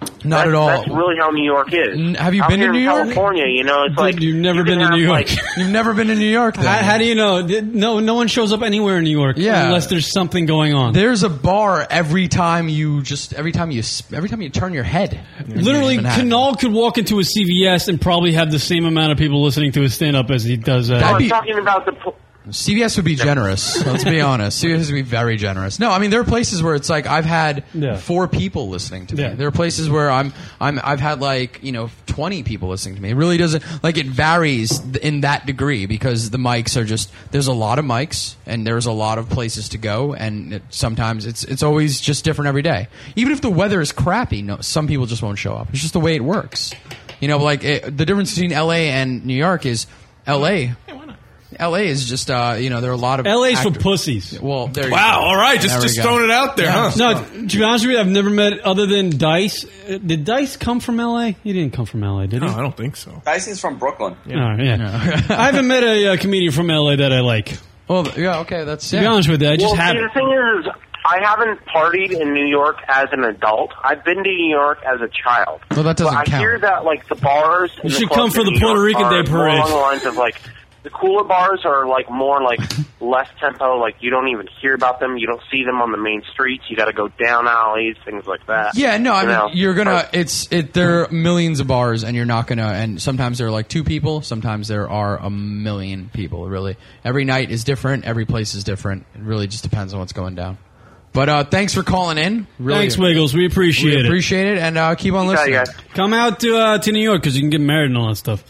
Speaker 11: Not
Speaker 6: that's,
Speaker 11: at all.
Speaker 6: That's really how New York
Speaker 11: N-
Speaker 6: is.
Speaker 11: have you
Speaker 6: Out
Speaker 11: been to
Speaker 6: here
Speaker 11: New
Speaker 6: in
Speaker 11: York?
Speaker 6: California, you know, it's
Speaker 11: Dude,
Speaker 6: like
Speaker 11: you've never
Speaker 6: you
Speaker 11: been
Speaker 6: can
Speaker 11: to
Speaker 6: have,
Speaker 11: New York.
Speaker 6: Like,
Speaker 11: You've never been to New York. Then.
Speaker 1: How, how do you know? Th- No, no one shows up anywhere in New York
Speaker 11: Yeah.
Speaker 1: unless there's something going on.
Speaker 11: There's a bar every time you just every time you s- every time you turn your head.
Speaker 1: Literally,
Speaker 11: Manhattan.
Speaker 1: Canal could walk into a CVS and probably have the same amount of people listening to his stand up as he does. Uh,
Speaker 11: That'd
Speaker 6: I'm
Speaker 11: be-
Speaker 6: talking about the. Po-
Speaker 11: CVS would be generous. Let's be honest. CVS would be very generous. No, I mean there are places where it's like I've had four people listening to me. There are places where I'm I'm I've had like you know twenty people listening to me. It really doesn't like it varies th- in that degree because the mics are just there's a lot of mics and there's a lot of places to go and it, sometimes it's it's always just different every day. Even if the weather is crappy, no, some people just won't show up. It's just the way it works. You know, like it, the difference between L.A. and New York is L.A. LA is just uh, you know there are a lot of
Speaker 1: LA's for
Speaker 11: active-
Speaker 1: pussies.
Speaker 11: Well, there you
Speaker 1: Wow,
Speaker 11: go.
Speaker 1: all right, just-
Speaker 11: There we
Speaker 1: just
Speaker 11: go.
Speaker 1: throwing it
Speaker 10: out there,
Speaker 11: Yeah.
Speaker 1: No, to be honest with you, I've never met other than Dice. Uh, Did Dice come from L.A.? He didn't come from L.A., did he?
Speaker 10: I don't think so.
Speaker 22: Dyson's from Brooklyn.
Speaker 1: All right, yeah. (laughs) I haven't met a uh, comedian from L.A. that I like.
Speaker 11: Well, yeah, okay, that's
Speaker 1: To be honest with you, I just
Speaker 6: well, see,
Speaker 1: haven't.
Speaker 6: the thing is, is I haven't partied in New York as an adult. I've been to New York as a child.
Speaker 11: Well, that doesn't
Speaker 6: but I
Speaker 11: count.
Speaker 6: hear that like the bars.
Speaker 1: You
Speaker 6: and the
Speaker 1: should
Speaker 6: clubs
Speaker 1: come for
Speaker 6: in
Speaker 1: the
Speaker 6: New
Speaker 1: Puerto
Speaker 6: York
Speaker 1: Rican
Speaker 6: are
Speaker 1: Day
Speaker 6: more
Speaker 1: parade.
Speaker 6: Along the lines of like the cooler bars are like
Speaker 11: (laughs)
Speaker 6: more like less tempo. Like you don't even hear about them. You don't see them on the main streets. You got to go down alleys, things like that.
Speaker 11: Yeah, no, I
Speaker 6: You
Speaker 11: mean
Speaker 6: know? uh,
Speaker 11: you're gonna. It's it. There are millions of bars, and you're not gonna. And sometimes there are like two people. Sometimes there are a million people. Really, every night is different. Every place is different. It really just depends on what's going down. But uh, thanks for calling in. Really,
Speaker 1: Thanks, Wiggles. We appreciate
Speaker 11: we
Speaker 1: it.
Speaker 11: appreciate it, and uh, keep on
Speaker 1: Yeah,
Speaker 11: listening.
Speaker 1: yeah. Come out to uh, to New York because you can get married and all that stuff.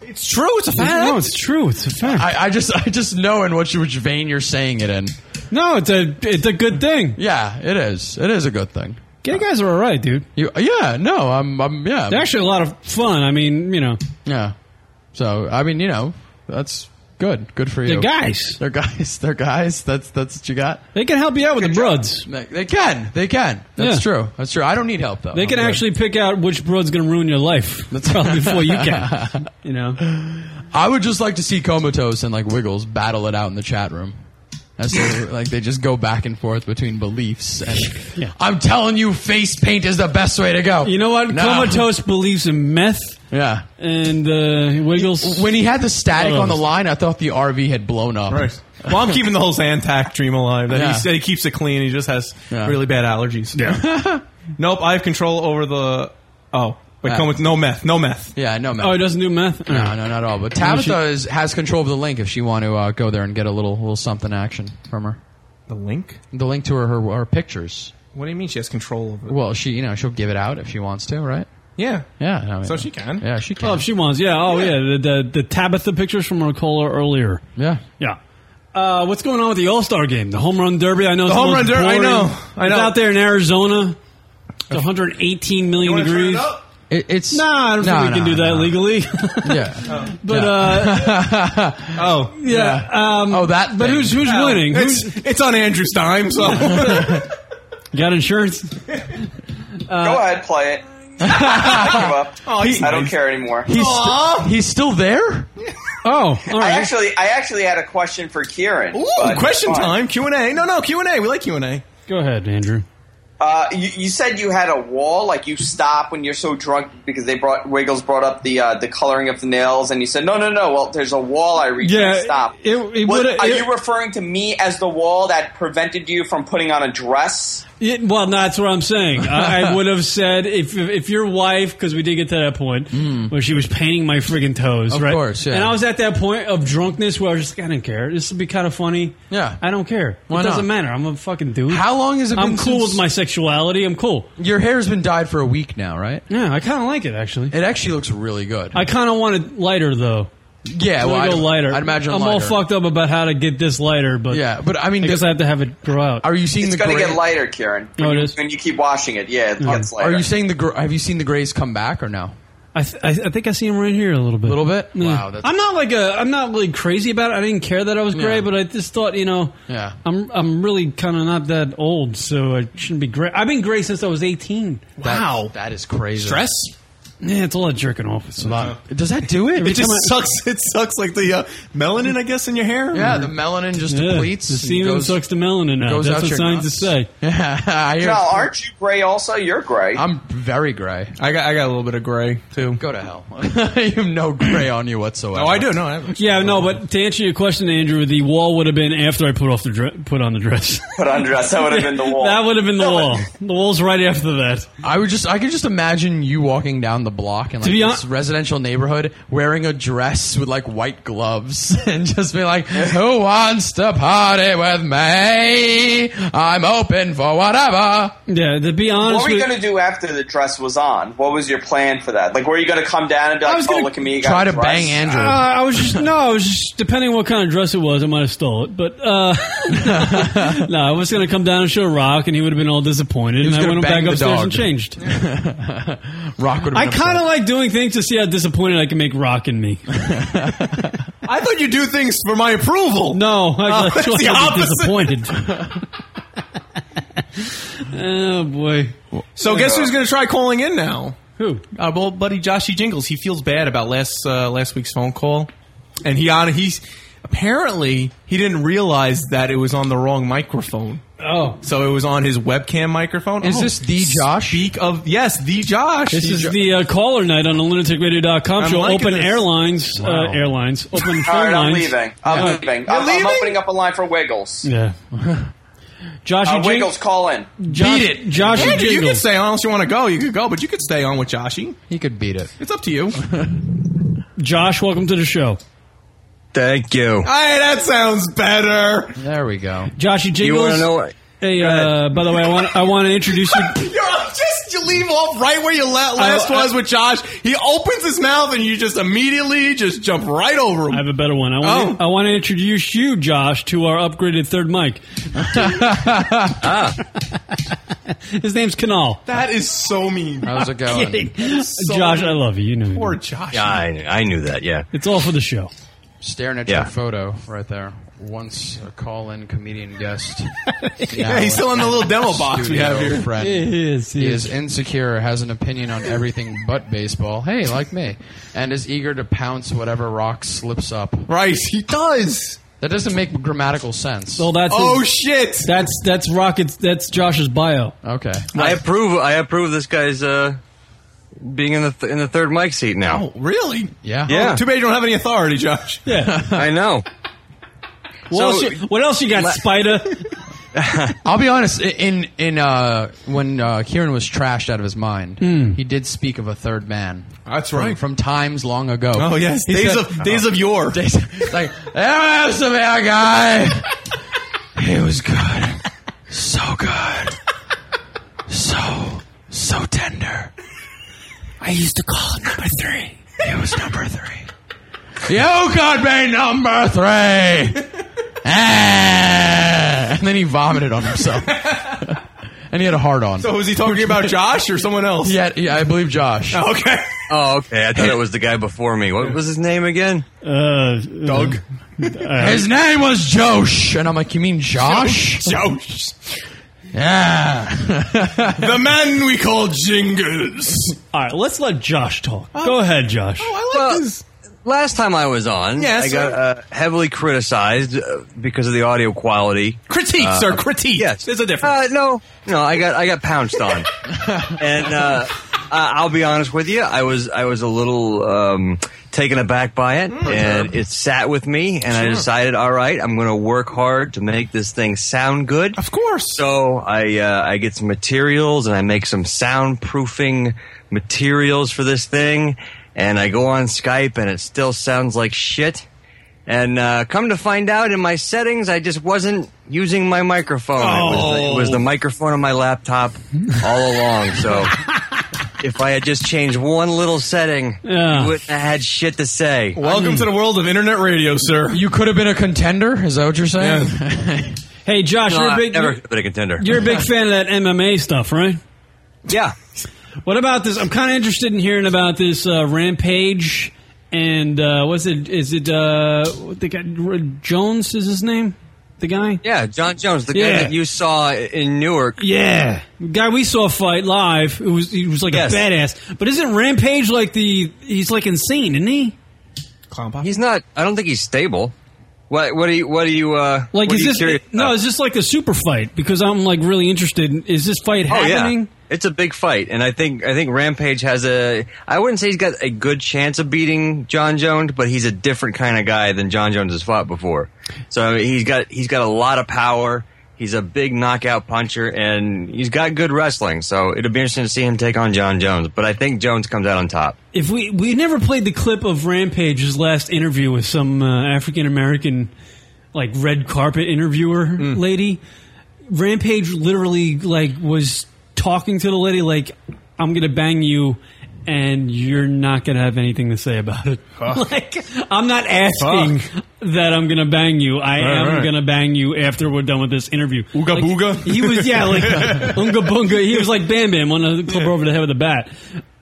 Speaker 10: It's true. It's a fact.
Speaker 1: No, it's true. It's a
Speaker 11: (laughs)
Speaker 1: fact.
Speaker 11: I, I just I just know in which which vein you're saying it in.
Speaker 1: No, it's a it's a good thing.
Speaker 11: Yeah, it is. It is a good thing.
Speaker 1: Gay guys are all right, dude.
Speaker 11: You, yeah, no, I'm, I'm, yeah.
Speaker 1: They're actually a lot of fun. I mean, you know,
Speaker 11: Yeah. So I mean, you know, that's good. Good for you.
Speaker 1: They're guys.
Speaker 11: They're guys. (laughs) They're guys. That's that's what you got.
Speaker 1: they can help you out with the bruds.
Speaker 11: They, they can. They can. That's
Speaker 1: Yeah.
Speaker 11: true. That's true. I don't need help though.
Speaker 1: They
Speaker 11: I'm
Speaker 1: can
Speaker 11: good.
Speaker 1: actually pick out which broad's going to ruin your life. That's probably before
Speaker 11: (laughs)
Speaker 1: you can. You know,
Speaker 11: I would just like to see Comatose and like Wiggles battle it out in the chat room. As they, like they just go back and forth between beliefs. And I'm telling you, face paint is the best way to go.
Speaker 1: you know what?
Speaker 11: No.
Speaker 1: Comatose believes in meth.
Speaker 11: Yeah.
Speaker 1: and uh, Wiggles.
Speaker 11: When he had the static
Speaker 1: Oh,
Speaker 11: on the line, I thought the RV had blown up. Um,
Speaker 10: Right. Well, I'm keeping the whole Zantac dream alive. That he
Speaker 11: Yeah.
Speaker 10: said he keeps it clean. He just has
Speaker 11: Yeah.
Speaker 10: really bad allergies. Yeah. (laughs) nope. I have control over the. Oh, wait.
Speaker 11: Yeah.
Speaker 10: Come with no meth. No meth.
Speaker 11: Uh, Yeah, no meth.
Speaker 1: oh, he doesn't do meth.
Speaker 11: No, no, not at all. But Tabitha is, has control of the link if she want to uh, go there and get a little little something action from her.
Speaker 10: The link.
Speaker 11: The link to her, her her pictures.
Speaker 10: What do you mean she has control over? it?
Speaker 11: Well, she you know she'll give it out if she wants to, right?
Speaker 10: Yeah.
Speaker 11: Yeah, I mean-
Speaker 10: So she can.
Speaker 11: Yeah, she can.
Speaker 1: Oh, if she wants, yeah. Oh, yeah. The, the the Tabitha pictures from our caller earlier.
Speaker 11: Yeah.
Speaker 1: Yeah. Uh, what's going on with the All Star game? The home run derby. I know it's
Speaker 10: The home
Speaker 1: most
Speaker 10: run der- I
Speaker 1: boring.
Speaker 10: know. I
Speaker 1: It's
Speaker 10: know.
Speaker 1: out there in Arizona. It's 118 million degrees.
Speaker 11: It, it's
Speaker 1: Nah, I don't
Speaker 11: No,
Speaker 1: think we can
Speaker 11: no,
Speaker 1: do that
Speaker 11: no.
Speaker 1: legally.
Speaker 11: Yeah.
Speaker 1: (laughs) but uh,
Speaker 10: (laughs) Oh.
Speaker 1: yeah. Um,
Speaker 11: oh, that.
Speaker 1: but
Speaker 11: thing.
Speaker 1: who's who's
Speaker 10: Yeah.
Speaker 1: winning?
Speaker 10: It's
Speaker 1: Who's,
Speaker 10: it's on Andrew's dime. So
Speaker 1: (laughs) got insurance? Uh,
Speaker 22: Go ahead, play it. I give
Speaker 1: (laughs)
Speaker 22: up. I don't care anymore.
Speaker 11: He's st- he's still
Speaker 10: (laughs)
Speaker 11: there.
Speaker 1: Oh, all
Speaker 22: I
Speaker 1: right.
Speaker 22: actually, I actually had a question for Kieran.
Speaker 10: Ooh,
Speaker 22: but
Speaker 10: question
Speaker 22: fine.
Speaker 10: time. Q and A. No, no. Q and A. We like Q and A.
Speaker 1: Go ahead, Andrew.
Speaker 22: Uh, you, you said you had a wall, like you stop when you're so drunk because they brought Wiggles brought up the uh, the coloring of the nails, and you said no, no, no. Well, there's a wall I reached.
Speaker 1: Yeah,
Speaker 22: and stop.
Speaker 1: it- it
Speaker 22: What-
Speaker 1: would-
Speaker 22: are
Speaker 1: it-
Speaker 22: you referring to me as the wall that prevented you from putting on a dress?
Speaker 1: Yeah, well, no, that's what I'm saying.
Speaker 11: (laughs)
Speaker 1: I, I would have said if if your wife, because we did get to that point where she was painting my friggin' toes,
Speaker 11: Hmm. Of
Speaker 1: right?
Speaker 11: course, yeah.
Speaker 1: And I was at that point of drunkenness where I was just, like, I didn't care. This would be kind of funny. Yeah, I don't care.
Speaker 11: Why
Speaker 1: it
Speaker 11: not?
Speaker 1: doesn't matter. I'm a fucking dude.
Speaker 11: How long has it
Speaker 1: I'm
Speaker 11: been
Speaker 1: cool
Speaker 11: since-
Speaker 1: with my sexuality. I'm cool.
Speaker 11: Your hair's been dyed for a week now, right?
Speaker 1: Yeah, I kind of like it actually.
Speaker 11: It actually looks really good.
Speaker 1: I kind of want it lighter though.
Speaker 11: Yeah,
Speaker 1: I'm
Speaker 11: well,
Speaker 1: gonna
Speaker 11: I'd-
Speaker 1: go lighter.
Speaker 11: I'd imagine
Speaker 1: I'm all
Speaker 11: lighter.
Speaker 1: fucked up about how to get this lighter, but
Speaker 11: Yeah, but I mean,
Speaker 1: I guess
Speaker 11: the-
Speaker 1: I have to have it grow out.
Speaker 11: Are you seeing
Speaker 22: It's
Speaker 11: the
Speaker 22: going to
Speaker 11: gray- Oh,
Speaker 22: get lighter, Kieran.
Speaker 1: No,
Speaker 22: When
Speaker 1: it
Speaker 22: you-
Speaker 1: is.
Speaker 22: When you keep washing it, yeah, it gets
Speaker 11: Um, Are
Speaker 22: lighter.
Speaker 11: you saying the? Gr- have you seen the grays come back or no?
Speaker 1: I, th- I, I think I see him right here a little bit. A little bit.
Speaker 11: Wow, that's-
Speaker 1: I'm not like a. I'm not like crazy about it. I didn't care that I was gray, but I just thought, you know,
Speaker 11: Yeah.
Speaker 1: I'm I'm really kind of not that old, so I shouldn't be gray. I've been gray since I was 18.
Speaker 11: That- that is crazy.
Speaker 1: Yeah, it's a lot of jerking off. It's a lot.
Speaker 11: Does that do it?
Speaker 1: Every
Speaker 10: It just
Speaker 1: time I-
Speaker 10: sucks. It sucks like the uh, melanin, I guess, in your hair.
Speaker 11: Yeah, the melanin just
Speaker 1: Yeah,
Speaker 11: depletes.
Speaker 1: The
Speaker 11: and
Speaker 1: semen
Speaker 11: goes-
Speaker 1: sucks the melanin out.
Speaker 11: goes
Speaker 1: That's
Speaker 11: out
Speaker 1: what
Speaker 11: your
Speaker 1: signs to
Speaker 11: nuts.
Speaker 1: say.
Speaker 11: (laughs) Yeah, (laughs) I hear-
Speaker 22: Well, aren't you gray also? You're gray.
Speaker 11: I'm very gray.
Speaker 10: I got I got a little bit of gray too.
Speaker 11: Go to
Speaker 1: (laughs)
Speaker 11: hell. (laughs) you have no gray on you whatsoever.
Speaker 10: No, I do. No, I haven't.
Speaker 1: Yeah, no, but to answer your question, Andrew, the wall would have been after I put off the dre- put on the dress. (laughs)
Speaker 22: Put on dress. That would have been the wall.
Speaker 1: that would have been the wall. The wall's right after that.
Speaker 11: I would just, I could just imagine you walking down the block in like
Speaker 1: To be hon-
Speaker 11: this residential neighborhood wearing a dress with like white gloves (laughs) and just be like, who wants to party with me? I'm open for whatever.
Speaker 1: Yeah, to be
Speaker 22: What
Speaker 1: honest,
Speaker 22: were you
Speaker 1: with-
Speaker 22: going to do after the dress was on? What was your plan for that? Like, were you going to come down and be
Speaker 1: I
Speaker 22: like,
Speaker 1: was
Speaker 22: "Oh,
Speaker 1: gonna
Speaker 22: look at me"? you got
Speaker 11: Try
Speaker 22: a
Speaker 11: to
Speaker 22: dress?
Speaker 11: bang Andrew.
Speaker 1: Uh, I was just no, I was just depending on what kind of dress it was, I might have stole it. But uh, (laughs) no, I was going to come down and show Rock, and he would have been all disappointed.
Speaker 11: He was
Speaker 1: and I
Speaker 11: gonna
Speaker 1: went
Speaker 11: bang
Speaker 1: back
Speaker 11: the
Speaker 1: upstairs
Speaker 11: dog.
Speaker 1: and changed.
Speaker 11: (laughs) Rock would
Speaker 1: I
Speaker 11: have been
Speaker 1: kind of like doing things to see how disappointed I can make Rock
Speaker 11: (laughs)
Speaker 1: in me.
Speaker 11: Oh,
Speaker 10: I thought you do things for my approval.
Speaker 1: No, I
Speaker 10: Oh,
Speaker 1: like
Speaker 10: it's the
Speaker 1: I'd be
Speaker 10: opposite.
Speaker 1: disappointed. oh boy!
Speaker 10: So guess who's going to try calling in now?
Speaker 1: Who?
Speaker 10: Our old Oh. Uh, buddy Joshy Jingles. He feels bad about last uh, last week's phone call, and he on he's apparently he didn't realize that it was on the wrong microphone.
Speaker 1: Oh,
Speaker 10: So it was on his webcam
Speaker 11: (laughs)
Speaker 10: microphone.
Speaker 11: Is
Speaker 10: Oh,
Speaker 11: this the Josh?
Speaker 10: Speak of yes, the Josh.
Speaker 1: This
Speaker 10: The
Speaker 1: is
Speaker 10: Jo-
Speaker 1: the uh, caller night on the lunaticradio.com
Speaker 10: I'm
Speaker 1: show.
Speaker 10: liking
Speaker 1: Open
Speaker 10: this.
Speaker 1: airlines,
Speaker 10: Wow.
Speaker 1: uh, airlines, open phone
Speaker 22: (laughs) (laughs) All right, I'm
Speaker 1: lines.
Speaker 22: leaving. I'm
Speaker 1: Yeah.
Speaker 22: leaving. I'm, I'm opening up a line for Wiggles.
Speaker 1: Yeah. Josh,
Speaker 22: Uh, Wiggles, call in.
Speaker 1: Josh,
Speaker 10: beat it,
Speaker 1: Josh
Speaker 10: Andrew, You
Speaker 1: Jingle.
Speaker 10: could stay on unless you want to go. You could go, but you could stay on with Joshy.
Speaker 11: He could beat it.
Speaker 10: It's up to you.
Speaker 1: (laughs) Josh, welcome to the show.
Speaker 2: Thank you.
Speaker 10: Hey, that sounds better.
Speaker 11: There we go.
Speaker 1: Joshy Jingles.
Speaker 2: wanna know what-
Speaker 1: Hey, uh, by the way, I want I want to
Speaker 10: (laughs)
Speaker 1: introduce you.
Speaker 10: Yo, just you leave off right where you la- last
Speaker 1: I- I-
Speaker 10: was with Josh. He opens his mouth and you just immediately just jump right over him. Oh.
Speaker 1: I have a better one. I want I want to introduce you, Josh, to our upgraded third
Speaker 2: (laughs)
Speaker 1: mic.
Speaker 2: Ah.
Speaker 1: (laughs) His name's Kanal.
Speaker 10: that is so mean.
Speaker 11: How's it
Speaker 1: I'm
Speaker 11: going?
Speaker 1: kidding. Josh, I love you. You know, you
Speaker 10: Poor
Speaker 1: do.
Speaker 10: Josh.
Speaker 2: Yeah, I, I knew that. Yeah.
Speaker 1: it's all for the show.
Speaker 11: Staring at
Speaker 2: Yeah.
Speaker 11: your photo right there. Once a call-in comedian
Speaker 10: (laughs)
Speaker 11: guest.
Speaker 10: Yeah, he's still in the little demo box we have here.
Speaker 11: Friend.
Speaker 1: He is,
Speaker 11: He is insecure, has an opinion on everything but baseball. Hey, like me, and is eager to pounce whatever rock slips up.
Speaker 10: Right, he does.
Speaker 11: That doesn't make grammatical sense.
Speaker 1: So that's
Speaker 10: Oh
Speaker 1: his-
Speaker 10: shit!
Speaker 1: that's that's rockets. That's Josh's bio.
Speaker 11: Okay.
Speaker 2: I approve. I approve this guy's uh, being in the th- in the third mic seat now.
Speaker 10: Oh, really? Oh,
Speaker 11: Yeah.
Speaker 2: Yeah.
Speaker 10: Too bad you don't have any authority, Josh.
Speaker 1: Yeah.
Speaker 2: (laughs) I know.
Speaker 1: What,
Speaker 2: So-
Speaker 1: else you, what else you got, Spider?
Speaker 11: (laughs) I'll be honest. i- In in uh, when uh, Kieran was trashed out of his mind, he did speak of a third man.
Speaker 10: That's
Speaker 11: from,
Speaker 10: right.
Speaker 11: from times long ago.
Speaker 10: Oh yes,
Speaker 11: He
Speaker 10: days
Speaker 11: said-
Speaker 10: of days of yore. Oh,
Speaker 11: days
Speaker 10: (laughs)
Speaker 11: like there was a bad guy. He was good, so good, so so tender.
Speaker 1: I used to call number three.
Speaker 11: It was number three. You could be number three. Ah. and then he vomited on himself. and he had a hard on.
Speaker 10: So was he talking about Josh or someone else?
Speaker 11: yeah, yeah, I believe Josh.
Speaker 10: Okay.
Speaker 2: Oh, okay. I thought it was the guy before me. What was his name again?
Speaker 1: Uh, Doug.
Speaker 11: His name was Josh. And I'm like, you mean Josh?
Speaker 10: Josh.
Speaker 11: Yeah.
Speaker 10: the man we call Jingles. Uh, oh,
Speaker 1: All right, let's let Josh talk. (laughs) Go ahead, Josh.
Speaker 10: I like
Speaker 2: Well,
Speaker 10: this.
Speaker 2: Last time I was on,
Speaker 10: Yes,
Speaker 2: I got
Speaker 10: sir.
Speaker 2: uh, heavily criticized uh, because of the audio quality.
Speaker 10: Critiques
Speaker 2: Uh,
Speaker 10: are critiques.
Speaker 2: Yes,
Speaker 10: There's a
Speaker 2: (laughs)
Speaker 10: difference.
Speaker 2: Uh, no, no, I got I got pounced on, and uh, I'll be honest with you. I was I was a little um, taken aback by it, and it sat with me. And I
Speaker 3: Sure.
Speaker 2: decided, all right, I'm going to work hard to make this thing sound good. Of course. So I uh, I get some materials, and I make some soundproofing materials for this thing. And I go on Skype, and it still sounds like shit. And uh, come to find out, in my settings, I just wasn't using my microphone. It, was the, it
Speaker 1: Oh.
Speaker 2: was the microphone on my laptop all along.
Speaker 1: (laughs)
Speaker 2: So if I had just changed one little setting, you wouldn't have had shit to say.
Speaker 10: Welcome to the world of internet radio, sir.
Speaker 11: (laughs) You could have been a contender. Is that what you're saying? (laughs)
Speaker 1: Hey, Josh,
Speaker 11: No,
Speaker 1: you're a
Speaker 11: I
Speaker 1: big
Speaker 11: never
Speaker 1: you're-
Speaker 2: could've been a contender.
Speaker 1: You're
Speaker 2: (laughs)
Speaker 1: a big fan of that MMA stuff, right?
Speaker 2: Yeah.
Speaker 1: What about this? I'm kind of interested in hearing about this uh, Rampage and uh, what's it? Is it uh, what the guy Jones? Is his name the guy?
Speaker 2: Yeah, John Jones, the guy
Speaker 1: Yeah.
Speaker 2: that you saw in Newark.
Speaker 1: Yeah, guy we saw fight live. It was he was like
Speaker 2: Yes.
Speaker 1: a badass. But isn't Rampage like the? He's like insane, isn't he?
Speaker 2: He's not. I don't think he's stable. What? What do you? What do you? Uh,
Speaker 1: Like
Speaker 2: what
Speaker 1: is
Speaker 2: are you
Speaker 1: this?
Speaker 2: curious
Speaker 1: no,
Speaker 2: about?
Speaker 1: is this like a super fight? Because I'm like really interested. in Is this fight happening?
Speaker 2: Oh, Yeah. It's a big fight, and I think I think Rampage has a. I wouldn't say he's got a good chance of beating John Jones, but he's a different kind of guy than John Jones has fought before. So I mean, he's got he's got a lot of power. He's a big knockout puncher, and he's got good wrestling. So it'll be interesting to see him take on John Jones. But I think Jones comes out on top.
Speaker 1: If we we never played the clip of Rampage's last interview with some uh, African American like red carpet interviewer
Speaker 10: Hmm.
Speaker 1: lady, Rampage literally like was talking to the lady like I'm gonna bang you and you're not gonna have anything to say about it. (laughs) like I'm not asking that I'm gonna bang you. I
Speaker 10: Right,
Speaker 1: am
Speaker 10: right.
Speaker 1: gonna bang you after we're done with this interview. Ooga like,
Speaker 10: booga?
Speaker 1: He was
Speaker 10: (laughs)
Speaker 1: yeah like (laughs) unga bunga. He was like Bam Bam on the club over the head with a bat.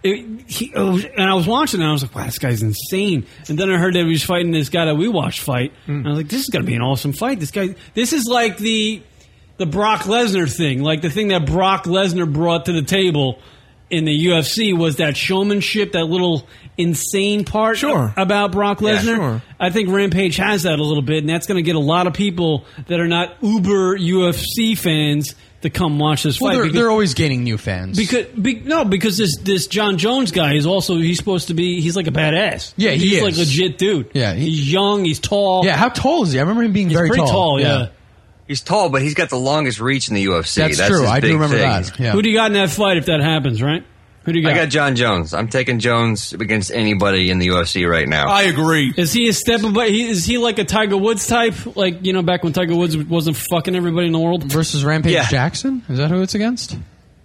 Speaker 1: It- he, oh, and I was watching and I was like, wow, this guy's insane. And then I heard that he was fighting this guy that we watched fight.
Speaker 10: Hmm.
Speaker 1: And I was like, this is gonna be an awesome fight. This guy, this is like the the Brock Lesnar thing, like the thing that Brock Lesnar brought to the table in the UFC was that showmanship, that little insane part
Speaker 10: Sure.
Speaker 1: about Brock
Speaker 10: Yeah,
Speaker 1: Lesnar.
Speaker 10: sure.
Speaker 1: I think Rampage has that a little bit, and that's going to get a lot of people that are not uber UFC fans to come watch this
Speaker 11: Well,
Speaker 1: fight.
Speaker 11: they're,
Speaker 1: because-
Speaker 11: they're always gaining new fans.
Speaker 1: because be, no, because this this John Jones guy is also he's supposed to be he's like a badass.
Speaker 11: Yeah, he
Speaker 1: he's
Speaker 11: is.
Speaker 1: like legit dude.
Speaker 11: Yeah, he-
Speaker 1: he's young, he's tall.
Speaker 11: yeah, how tall is he? I remember him being
Speaker 1: he's
Speaker 11: very
Speaker 1: pretty tall. yeah.
Speaker 2: He's tall, but he's got the longest reach in the UFC.
Speaker 11: That's
Speaker 2: That's,
Speaker 11: true.
Speaker 2: his
Speaker 11: I do
Speaker 2: big
Speaker 11: remember
Speaker 2: thing.
Speaker 11: that. Yeah.
Speaker 1: Who do you got in that fight if that happens? Right? Who do you
Speaker 2: I got John Jones. I'm taking Jones against anybody in the UFC right now.
Speaker 1: agree. Is he a step above? He, is he like a Tiger Woods type? Like you know, back when Tiger Woods wasn't fucking everybody in the world.
Speaker 11: Versus Rampage
Speaker 1: Yeah.
Speaker 11: Jackson? Is that who it's against?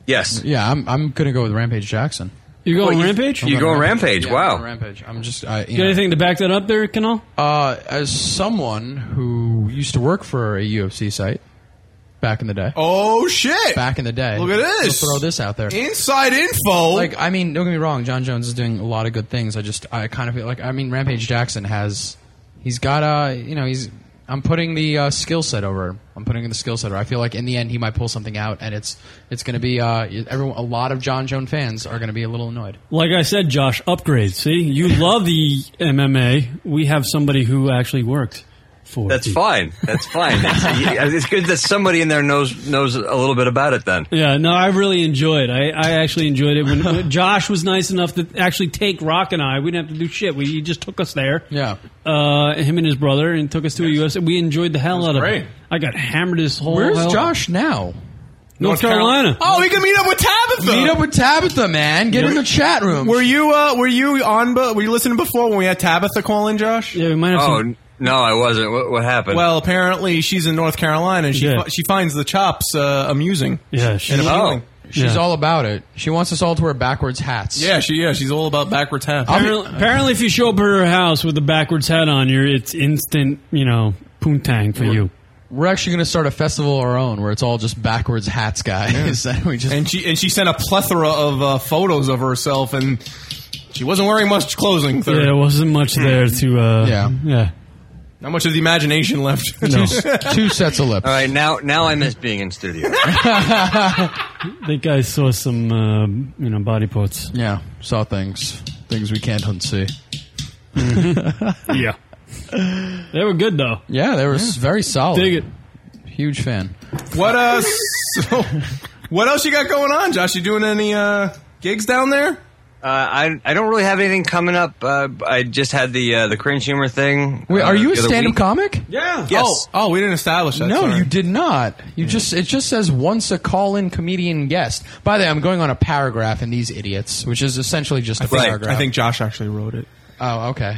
Speaker 2: yes.
Speaker 11: Yeah, I'm, I'm going to go with Rampage Jackson.
Speaker 1: You going Rampage?
Speaker 11: I'm going Rampage. Yeah, I'm
Speaker 1: wow.
Speaker 11: going Rampage. I'm just. I,
Speaker 1: You got anything to back that up there, Canal?
Speaker 11: Uh, as someone who used to work for a UFC site back in the day.
Speaker 10: Oh shit!
Speaker 11: Back in the day.
Speaker 10: Look at this.
Speaker 11: We'll throw this out there.
Speaker 10: Inside info.
Speaker 11: Like, I mean, don't get me wrong. John Jones is doing a lot of good things. I just, I kind of feel like, I mean, Rampage Jackson has, he's got a, you know, he's. I'm putting the uh, skill set over. him. I'm putting in the skill set over. I feel like in the end he might pull something out, and it's it's going to be uh, everyone. A lot of John Jones fans are going to be a little annoyed.
Speaker 1: Like I said, Josh, upgrade.
Speaker 11: (laughs)
Speaker 1: See, you love the MMA. We have somebody who actually worked for.
Speaker 2: That's fine. That's fine.
Speaker 10: (laughs)
Speaker 2: It's, it's good that somebody in there knows knows a little bit about it. Then
Speaker 1: Yeah, no, I really enjoyed. I, I actually enjoyed it
Speaker 11: (laughs)
Speaker 1: when, when Josh was nice enough to actually take Rock and I. We didn't have to do shit. We he just took us there.
Speaker 11: Yeah,
Speaker 1: uh, him and his brother, and took us to a US. We enjoyed the hell out of
Speaker 11: great.
Speaker 1: it. I got hammered this whole.
Speaker 11: Where's
Speaker 1: hell-
Speaker 11: Josh now?
Speaker 1: North Carolina.
Speaker 10: Oh, we can meet up with Tabitha.
Speaker 11: Meet up with Tabitha, man. Get in the chat room.
Speaker 10: Were you uh, were you on? bu- Were you listening before when we had Tabitha calling Josh?
Speaker 1: Yeah, we might
Speaker 2: Oh n- no, I wasn't. What, what happened?
Speaker 10: Well, apparently she's in North Carolina. and She
Speaker 2: Yeah.
Speaker 10: fi- she finds the chops uh, amusing.
Speaker 1: Yeah,
Speaker 10: she- And appealing.
Speaker 11: she's
Speaker 10: Yeah.
Speaker 11: all about it. She wants us all to wear backwards hats.
Speaker 10: yeah, she yeah she's all about backwards half.
Speaker 1: Apparently, apparently if you show up at her house with a backwards hat on, you're it's instant, you know, poontang for you.
Speaker 11: We're actually going to start a festival of our own where it's all just backwards hats (laughs) guys. And we just
Speaker 10: and she and she sent a plethora of uh, photos of herself, and she wasn't wearing much clothing.
Speaker 1: Yeah, there wasn't much there to. Uh,
Speaker 10: Yeah.
Speaker 11: (laughs)
Speaker 1: yeah.
Speaker 10: Not much of the imagination left. (laughs)
Speaker 11: two sets of lips.
Speaker 2: All right, now now I miss being in
Speaker 10: (laughs)
Speaker 2: studio.
Speaker 1: I think I saw some, uh, you know, body parts.
Speaker 11: Yeah, saw things, things (laughs) we can't unsee.
Speaker 1: yeah, they were good though.
Speaker 11: Yeah, they were s very solid.
Speaker 1: Dig it.
Speaker 11: Huge fan.
Speaker 10: (laughs) What uh, so, what else you got going on, Josh? You doing any uh,
Speaker 2: gigs down there? Uh, I I don't really have anything coming up. Uh, I just had the uh, the cringe humor thing.
Speaker 11: Wait,
Speaker 2: uh,
Speaker 11: are you a
Speaker 2: the other
Speaker 11: stand-up
Speaker 2: week.
Speaker 11: comic?
Speaker 2: Yeah. Yes. Oh,
Speaker 11: we didn't establish
Speaker 2: that,
Speaker 11: No,
Speaker 2: sorry.
Speaker 11: you did not. You just it just says once a call-in comedian guest. By the way, I'm going on a paragraph in these idiots, which is essentially just a
Speaker 23: I think, I
Speaker 11: paragraph.
Speaker 23: think Josh actually wrote it.
Speaker 11: Oh, okay.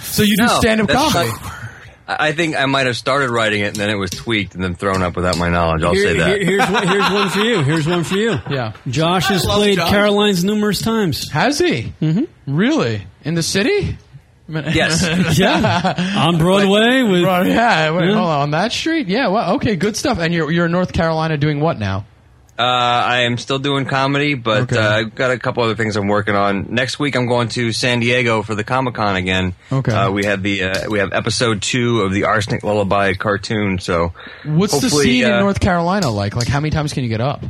Speaker 11: so you do
Speaker 2: No,
Speaker 11: stand-up
Speaker 2: that's
Speaker 11: comedy.
Speaker 2: not- I I think I might have started writing it and then it was tweaked and then thrown up without my knowledge. I'll
Speaker 1: Here-
Speaker 2: say that.
Speaker 1: here- here's, one, here's one for you. Here's one for you.
Speaker 11: Yeah.
Speaker 1: Josh has
Speaker 11: I love
Speaker 1: played
Speaker 11: Josh.
Speaker 1: Caroline's numerous times.
Speaker 11: Has he?
Speaker 1: Mm-hmm.
Speaker 11: Really? In the city? (laughs)
Speaker 1: Yes. Yeah. On Broadway with
Speaker 11: Bro, yeah, wait,
Speaker 1: Yeah.
Speaker 11: hold on, on that street. Yeah, well, okay, good stuff. And you're you're in North Carolina doing what now?
Speaker 2: Uh, I am still doing comedy, but uh, I've got a couple other things I'm working on. Next week, I'm going to San Diego for the Comic Con again.
Speaker 11: Okay.
Speaker 2: Uh, we have the uh, we have episode two of the Arsenic Lullaby cartoon. So
Speaker 11: What's the
Speaker 2: hopefully,
Speaker 11: scene
Speaker 2: uh,
Speaker 11: in North Carolina like? Like how many times can you get up?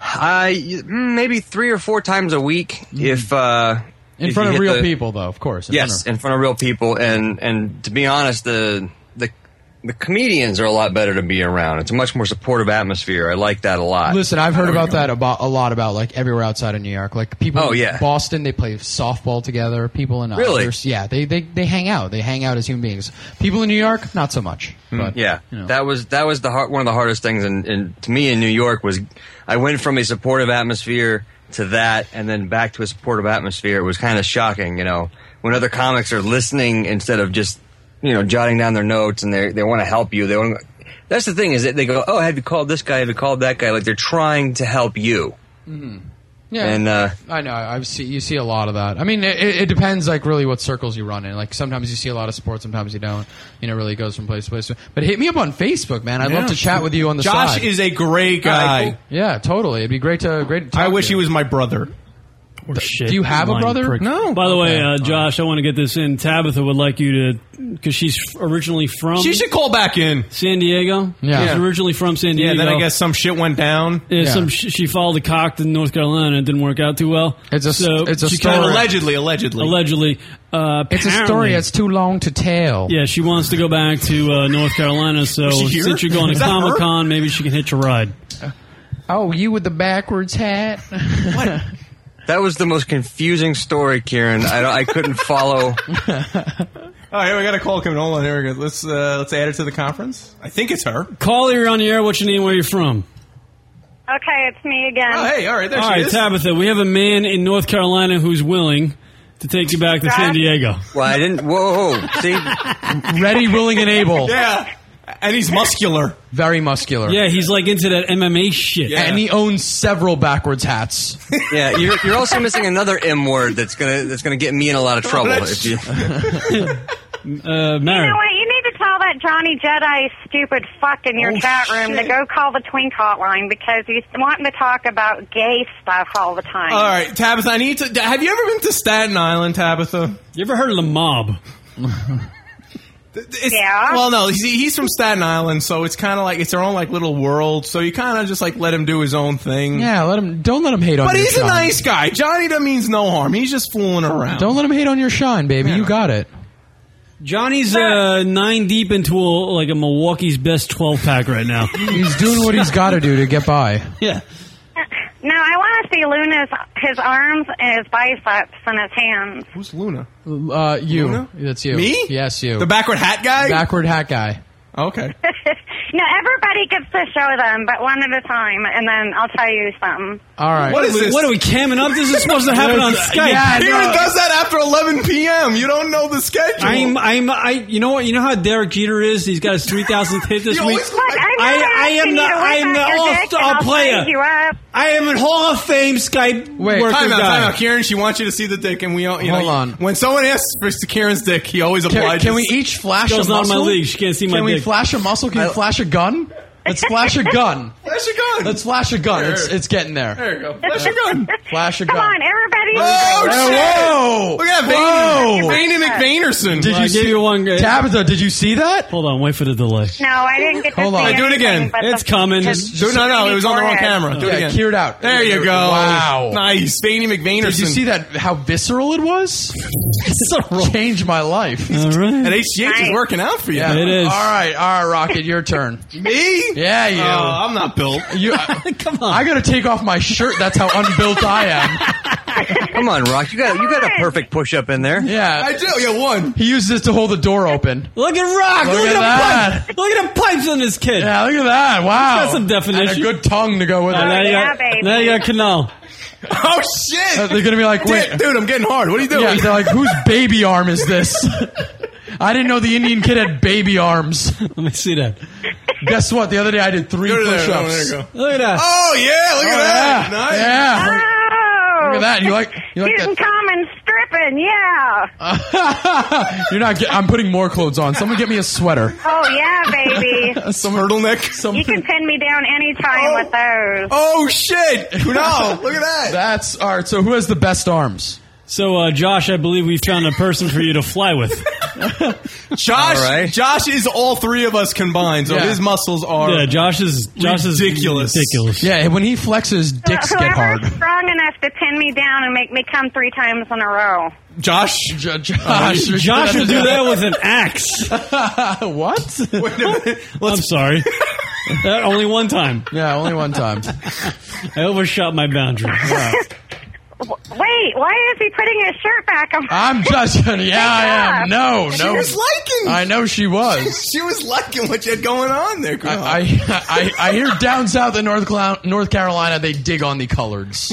Speaker 2: I mm, maybe three or four times a week if uh,
Speaker 11: In
Speaker 2: if
Speaker 11: front
Speaker 2: you
Speaker 11: of
Speaker 2: hit
Speaker 11: real
Speaker 2: the-
Speaker 11: people though, of course. in front
Speaker 2: yes,
Speaker 11: of-
Speaker 2: in front of real people, and and to be honest, the the the comedians are a lot better to be around. It's a much more supportive atmosphere. I like that a lot.
Speaker 11: Listen, I've heard about that about a lot about like everywhere outside of New York. Like people
Speaker 2: Oh,
Speaker 11: in
Speaker 2: yeah.
Speaker 11: Boston, they play softball together. People in
Speaker 2: Really?
Speaker 11: others- yeah, they, they they hang out. They hang out as human beings. People in New York, not so much. But
Speaker 2: Mm. yeah, that was that was the hard, one of the hardest things, in, in, to me in New York was I went from a supportive atmosphere to that, and then back to a supportive atmosphere. It was kind of shocking, you know, when other comics are listening instead of just you know jotting down their notes, and they they want to help you. They want that's the thing is that they go, oh, have you called this guy? Have you called that guy? Like they're trying to help you,
Speaker 11: Mhm. yeah,
Speaker 2: and uh,
Speaker 11: I know. I've see you see a lot of that. I mean, it, it it depends like really what circles you run in. Like sometimes you see a lot of sports, sometimes you don't. You know, it really goes from place to place. But hit me up on Facebook, man. I'd
Speaker 23: Yeah.
Speaker 11: love to chat with you on the
Speaker 23: Josh
Speaker 11: side.
Speaker 23: is a great guy.
Speaker 11: Uh, yeah, totally. It'd be great to great. To
Speaker 23: I wish he was my brother.
Speaker 11: Do you have a
Speaker 1: Oh, Lying
Speaker 11: brother?
Speaker 1: prick. By the way, uh, Josh, I want to get this in. Tabitha would like you to, because she's originally from.
Speaker 23: She should call back in.
Speaker 1: San Diego.
Speaker 23: Yeah.
Speaker 1: she's originally from San
Speaker 23: Yeah,
Speaker 1: Diego.
Speaker 23: then I guess some shit went down.
Speaker 1: Yeah, some sh- she followed the cock in North Carolina. It didn't work out too well.
Speaker 11: It's a-
Speaker 1: so
Speaker 11: it's a
Speaker 1: she
Speaker 11: story.
Speaker 1: kinda-
Speaker 23: Allegedly, allegedly.
Speaker 1: allegedly. Uh,
Speaker 11: It's a
Speaker 1: apparently-
Speaker 11: story that's too long to tell.
Speaker 1: Yeah, she wants to go back to uh, North Carolina. So
Speaker 11: Is she here?
Speaker 1: since you're going
Speaker 11: Is
Speaker 1: to
Speaker 11: that her?
Speaker 1: Comic Con, maybe she can hitch a ride.
Speaker 11: Oh, you with the
Speaker 23: (laughs)
Speaker 11: backwards hat? what?
Speaker 2: that was the most confusing story, Kieran. I don't, I couldn't follow.
Speaker 23: All right, Oh, we got a call coming. Hold on, here we go. Let's uh, let's add it to the conference. I think it's her.
Speaker 1: Call her on the air. What's your name? Where you from?
Speaker 17: Okay, it's me again.
Speaker 23: Oh, hey, all right,
Speaker 1: All right, Tabitha. We have a man in North Carolina who's willing to take you back to San Diego.
Speaker 2: Well, I didn't. Whoa, see,
Speaker 11: ready, willing, and able.
Speaker 23: Yeah, and he's muscular.
Speaker 11: Very muscular.
Speaker 1: Yeah, he's like into that MMA shit.
Speaker 11: And he owns several backwards hats.
Speaker 2: Yeah, you're, you're also missing another M word that's gonna that's gonna get me in a lot of trouble. if
Speaker 11: that's-
Speaker 2: you,
Speaker 1: (laughs) uh,
Speaker 17: You
Speaker 1: Mary.
Speaker 17: know what? You need to tell that Johnny Jedi stupid fuck in your
Speaker 1: Oh,
Speaker 17: chat room to
Speaker 1: shit.
Speaker 17: go call the twink hotline because he's wanting to talk about gay stuff all the time.
Speaker 23: All right, Tabitha. I need to. Have you ever been to Staten Island, Tabitha?
Speaker 1: You ever heard of the mob?
Speaker 17: yeah.
Speaker 23: (laughs) Well, no, he's, he's from Staten Island, so it's kind of like it's their own like little world. So you kind of just like let him do his own thing.
Speaker 11: Yeah, let him. Don't let him hate on.
Speaker 23: But
Speaker 11: your
Speaker 23: he's a
Speaker 11: shine.
Speaker 23: nice guy. Johnny that means no harm. He's just fooling around.
Speaker 11: Don't let him hate on your shine, baby. You got it.
Speaker 1: Johnny's uh, nine deep into a, like a Milwaukee's best twelve pack right now.
Speaker 11: (laughs) He's doing what he's got to do to get by.
Speaker 1: Yeah.
Speaker 17: (laughs) No, I want to see Luna's his arms and his biceps and his hands.
Speaker 23: Who's Luna?
Speaker 11: Uh, you.
Speaker 23: Luna?
Speaker 11: That's you.
Speaker 23: Me?
Speaker 11: Yes, you.
Speaker 23: The backward hat guy?
Speaker 11: Backward hat guy.
Speaker 23: Okay.
Speaker 17: No, everybody gets to show them, but one at a time, and then I'll tell you something.
Speaker 11: All right.
Speaker 1: What is this? What are we camming up? This is supposed
Speaker 23: (laughs)
Speaker 1: to happen on Skype.
Speaker 23: Yeah, Kieran
Speaker 1: no.
Speaker 23: does that after 11 p.m. You don't know the schedule.
Speaker 1: I'm, I'm, I. You know what? You know how Derek Jeter is. He's got his three thousandth hit this
Speaker 23: You
Speaker 1: week.
Speaker 23: always- Look, I'm
Speaker 1: I,
Speaker 23: not
Speaker 1: I
Speaker 23: asking you
Speaker 1: am the,
Speaker 23: to whip
Speaker 1: I am
Speaker 23: out
Speaker 1: the
Speaker 23: your dick and
Speaker 1: all-star
Speaker 23: I'll
Speaker 1: player.
Speaker 23: size you
Speaker 17: up.
Speaker 1: I am a Hall of Fame Skype
Speaker 23: Wait,
Speaker 1: worker
Speaker 23: time out,
Speaker 1: guy.
Speaker 23: time out. Kieran, she wants you to see the dick, and we all, you
Speaker 1: Hold
Speaker 23: know,
Speaker 1: on.
Speaker 23: When someone asks for Kieran's dick, he always
Speaker 11: Can-
Speaker 23: obliges.
Speaker 11: can we each flash
Speaker 1: Girl's
Speaker 11: a
Speaker 1: not in my
Speaker 11: muscle?
Speaker 1: league. She can't see my
Speaker 11: Can we
Speaker 1: dick.
Speaker 11: flash a muscle? Can you flash a gun? Let's flash a gun.
Speaker 10: (laughs)
Speaker 23: Flash a gun.
Speaker 11: Let's flash a gun.
Speaker 23: There.
Speaker 11: It's, it's getting there.
Speaker 23: There you go. Flash a gun.
Speaker 11: Flash a
Speaker 17: Come
Speaker 11: gun.
Speaker 17: on, everybody Brady.
Speaker 5: Oh,
Speaker 10: Whoa! Look at that,
Speaker 17: Whoa.
Speaker 10: Vaney, Vaney McVanerson.
Speaker 1: Did you see one?
Speaker 11: Tabitha, did you see that?
Speaker 1: Hold on, wait for the delay.
Speaker 17: No, I didn't get to
Speaker 1: Hold
Speaker 17: see
Speaker 1: on. Hey, do it
Speaker 17: anything
Speaker 1: again.
Speaker 17: but
Speaker 1: It's
Speaker 17: the-
Speaker 1: coming.
Speaker 17: just-
Speaker 1: Do- no, no, it was on the wrong
Speaker 17: forehead.
Speaker 1: camera. Do it
Speaker 11: Yeah,
Speaker 1: again.
Speaker 11: Clear it out.
Speaker 1: There you go.
Speaker 11: Wow.
Speaker 10: Nice. Danny McVanerson.
Speaker 11: Did you see that? How visceral it (laughs) was? Changed my life. All
Speaker 1: right.
Speaker 10: That HGH is working out for you.
Speaker 11: it is. All right. All right, Rocket, your turn.
Speaker 10: Me?
Speaker 11: Yeah, you.
Speaker 10: Oh, I'm not built.
Speaker 11: (laughs) You, Come on. I got to take off my shirt. That's how unbuilt I am.
Speaker 2: (laughs) Come on, Rock. You got you got a perfect push up in there.
Speaker 11: Yeah.
Speaker 10: I do. Yeah, one.
Speaker 11: He used this to hold the door open.
Speaker 1: Look at
Speaker 16: Ah,
Speaker 1: Rock. Look,
Speaker 11: Look
Speaker 1: at,
Speaker 11: at
Speaker 1: that. Look at the pipes on this kid.
Speaker 11: Yeah, look at that. Wow.
Speaker 1: He's got some definition.
Speaker 11: And a good tongue to go with
Speaker 1: Oh,
Speaker 11: it.
Speaker 1: now you got, Now you got canal.
Speaker 10: (laughs) Oh shit!
Speaker 11: Uh, They're gonna be like, wait,
Speaker 10: dude, I'm getting hard. What are you doing?
Speaker 11: Yeah, they're like, whose baby arm is this? (laughs) I didn't know the Indian kid had baby arms.
Speaker 1: (laughs) Let me see that.
Speaker 11: Guess what? The other day I did three
Speaker 10: Go to there.
Speaker 11: push-ups.
Speaker 10: Oh, there you
Speaker 1: Look at that.
Speaker 10: Oh yeah, look at
Speaker 11: Oh,
Speaker 10: that.
Speaker 11: yeah.
Speaker 10: Nice.
Speaker 11: Yeah.
Speaker 17: Oh.
Speaker 11: Look at that. You like- you like that-
Speaker 17: Shooting common stripping, yeah.
Speaker 11: (laughs) You're not. Get, I'm putting more clothes on. Someone get me a sweater.
Speaker 17: oh yeah, baby.
Speaker 11: (laughs) Some
Speaker 10: (laughs)
Speaker 11: turtleneck. Some.
Speaker 17: You can pin me down anytime with those.
Speaker 10: Oh
Speaker 11: (laughs)
Speaker 10: shit! Kunal, (laughs) look at that.
Speaker 11: That's all right. So who has the best arms?
Speaker 1: So, uh, Josh, I believe we found a person for you to
Speaker 11: (laughs)
Speaker 1: fly with.
Speaker 10: Josh, Josh is all three of us combined, so
Speaker 1: Yeah.
Speaker 10: his muscles are.
Speaker 1: Yeah, Josh is Josh
Speaker 10: Ridiculous.
Speaker 1: is
Speaker 10: (laughs)
Speaker 1: ridiculous.
Speaker 11: Yeah, when he flexes, dicks get
Speaker 17: Whoever's (laughs)
Speaker 11: hard.
Speaker 17: strong enough to pin me down and make me come three times in a row.
Speaker 10: Josh,
Speaker 11: Josh,
Speaker 1: Josh would do that with an axe.
Speaker 11: (laughs) what?
Speaker 1: I'm sorry. That only one time.
Speaker 11: Yeah, only one time.
Speaker 1: (laughs) I overshot my boundary.
Speaker 17: Wait, why is he putting his shirt back on? (laughs)
Speaker 11: I'm just. Yeah, I am. No,
Speaker 17: She
Speaker 11: no.
Speaker 17: was (laughs)
Speaker 10: liking-
Speaker 11: I know she was.
Speaker 10: she was liking what you had going on there. Kunal.
Speaker 11: I, I I hear down south in North Cla- North Carolina they dig on the (laughs) coloreds.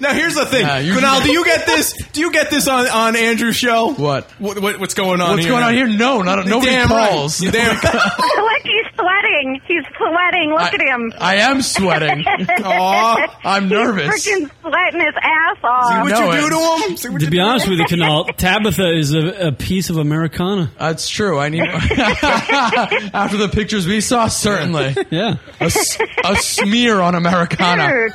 Speaker 10: (laughs) Now here's the thing,
Speaker 11: Yeah, you-
Speaker 10: Kunal. Do you get this? Do you get this on on Andrew's show?
Speaker 11: What?
Speaker 10: What, what what's going on?
Speaker 11: What's
Speaker 10: here
Speaker 11: going on here? No, not, nobody
Speaker 10: Damn right.
Speaker 11: (laughs) calls.
Speaker 10: You're damn- (laughs)
Speaker 17: Look, he's sweating. He's sweating. Look
Speaker 11: I-
Speaker 17: at him.
Speaker 11: I am (laughs)
Speaker 17: (laughs)
Speaker 11: sweating. Aw, I'm nervous.
Speaker 17: Freaking sweating his ass off.
Speaker 10: to him?
Speaker 1: To be honest with you, Canal, Tabitha is a, a piece of Americana.
Speaker 11: That's true. I need (laughs)
Speaker 10: (laughs)
Speaker 11: after the pictures we saw, certainly
Speaker 1: Yeah.
Speaker 11: a, s- a smear on Americana.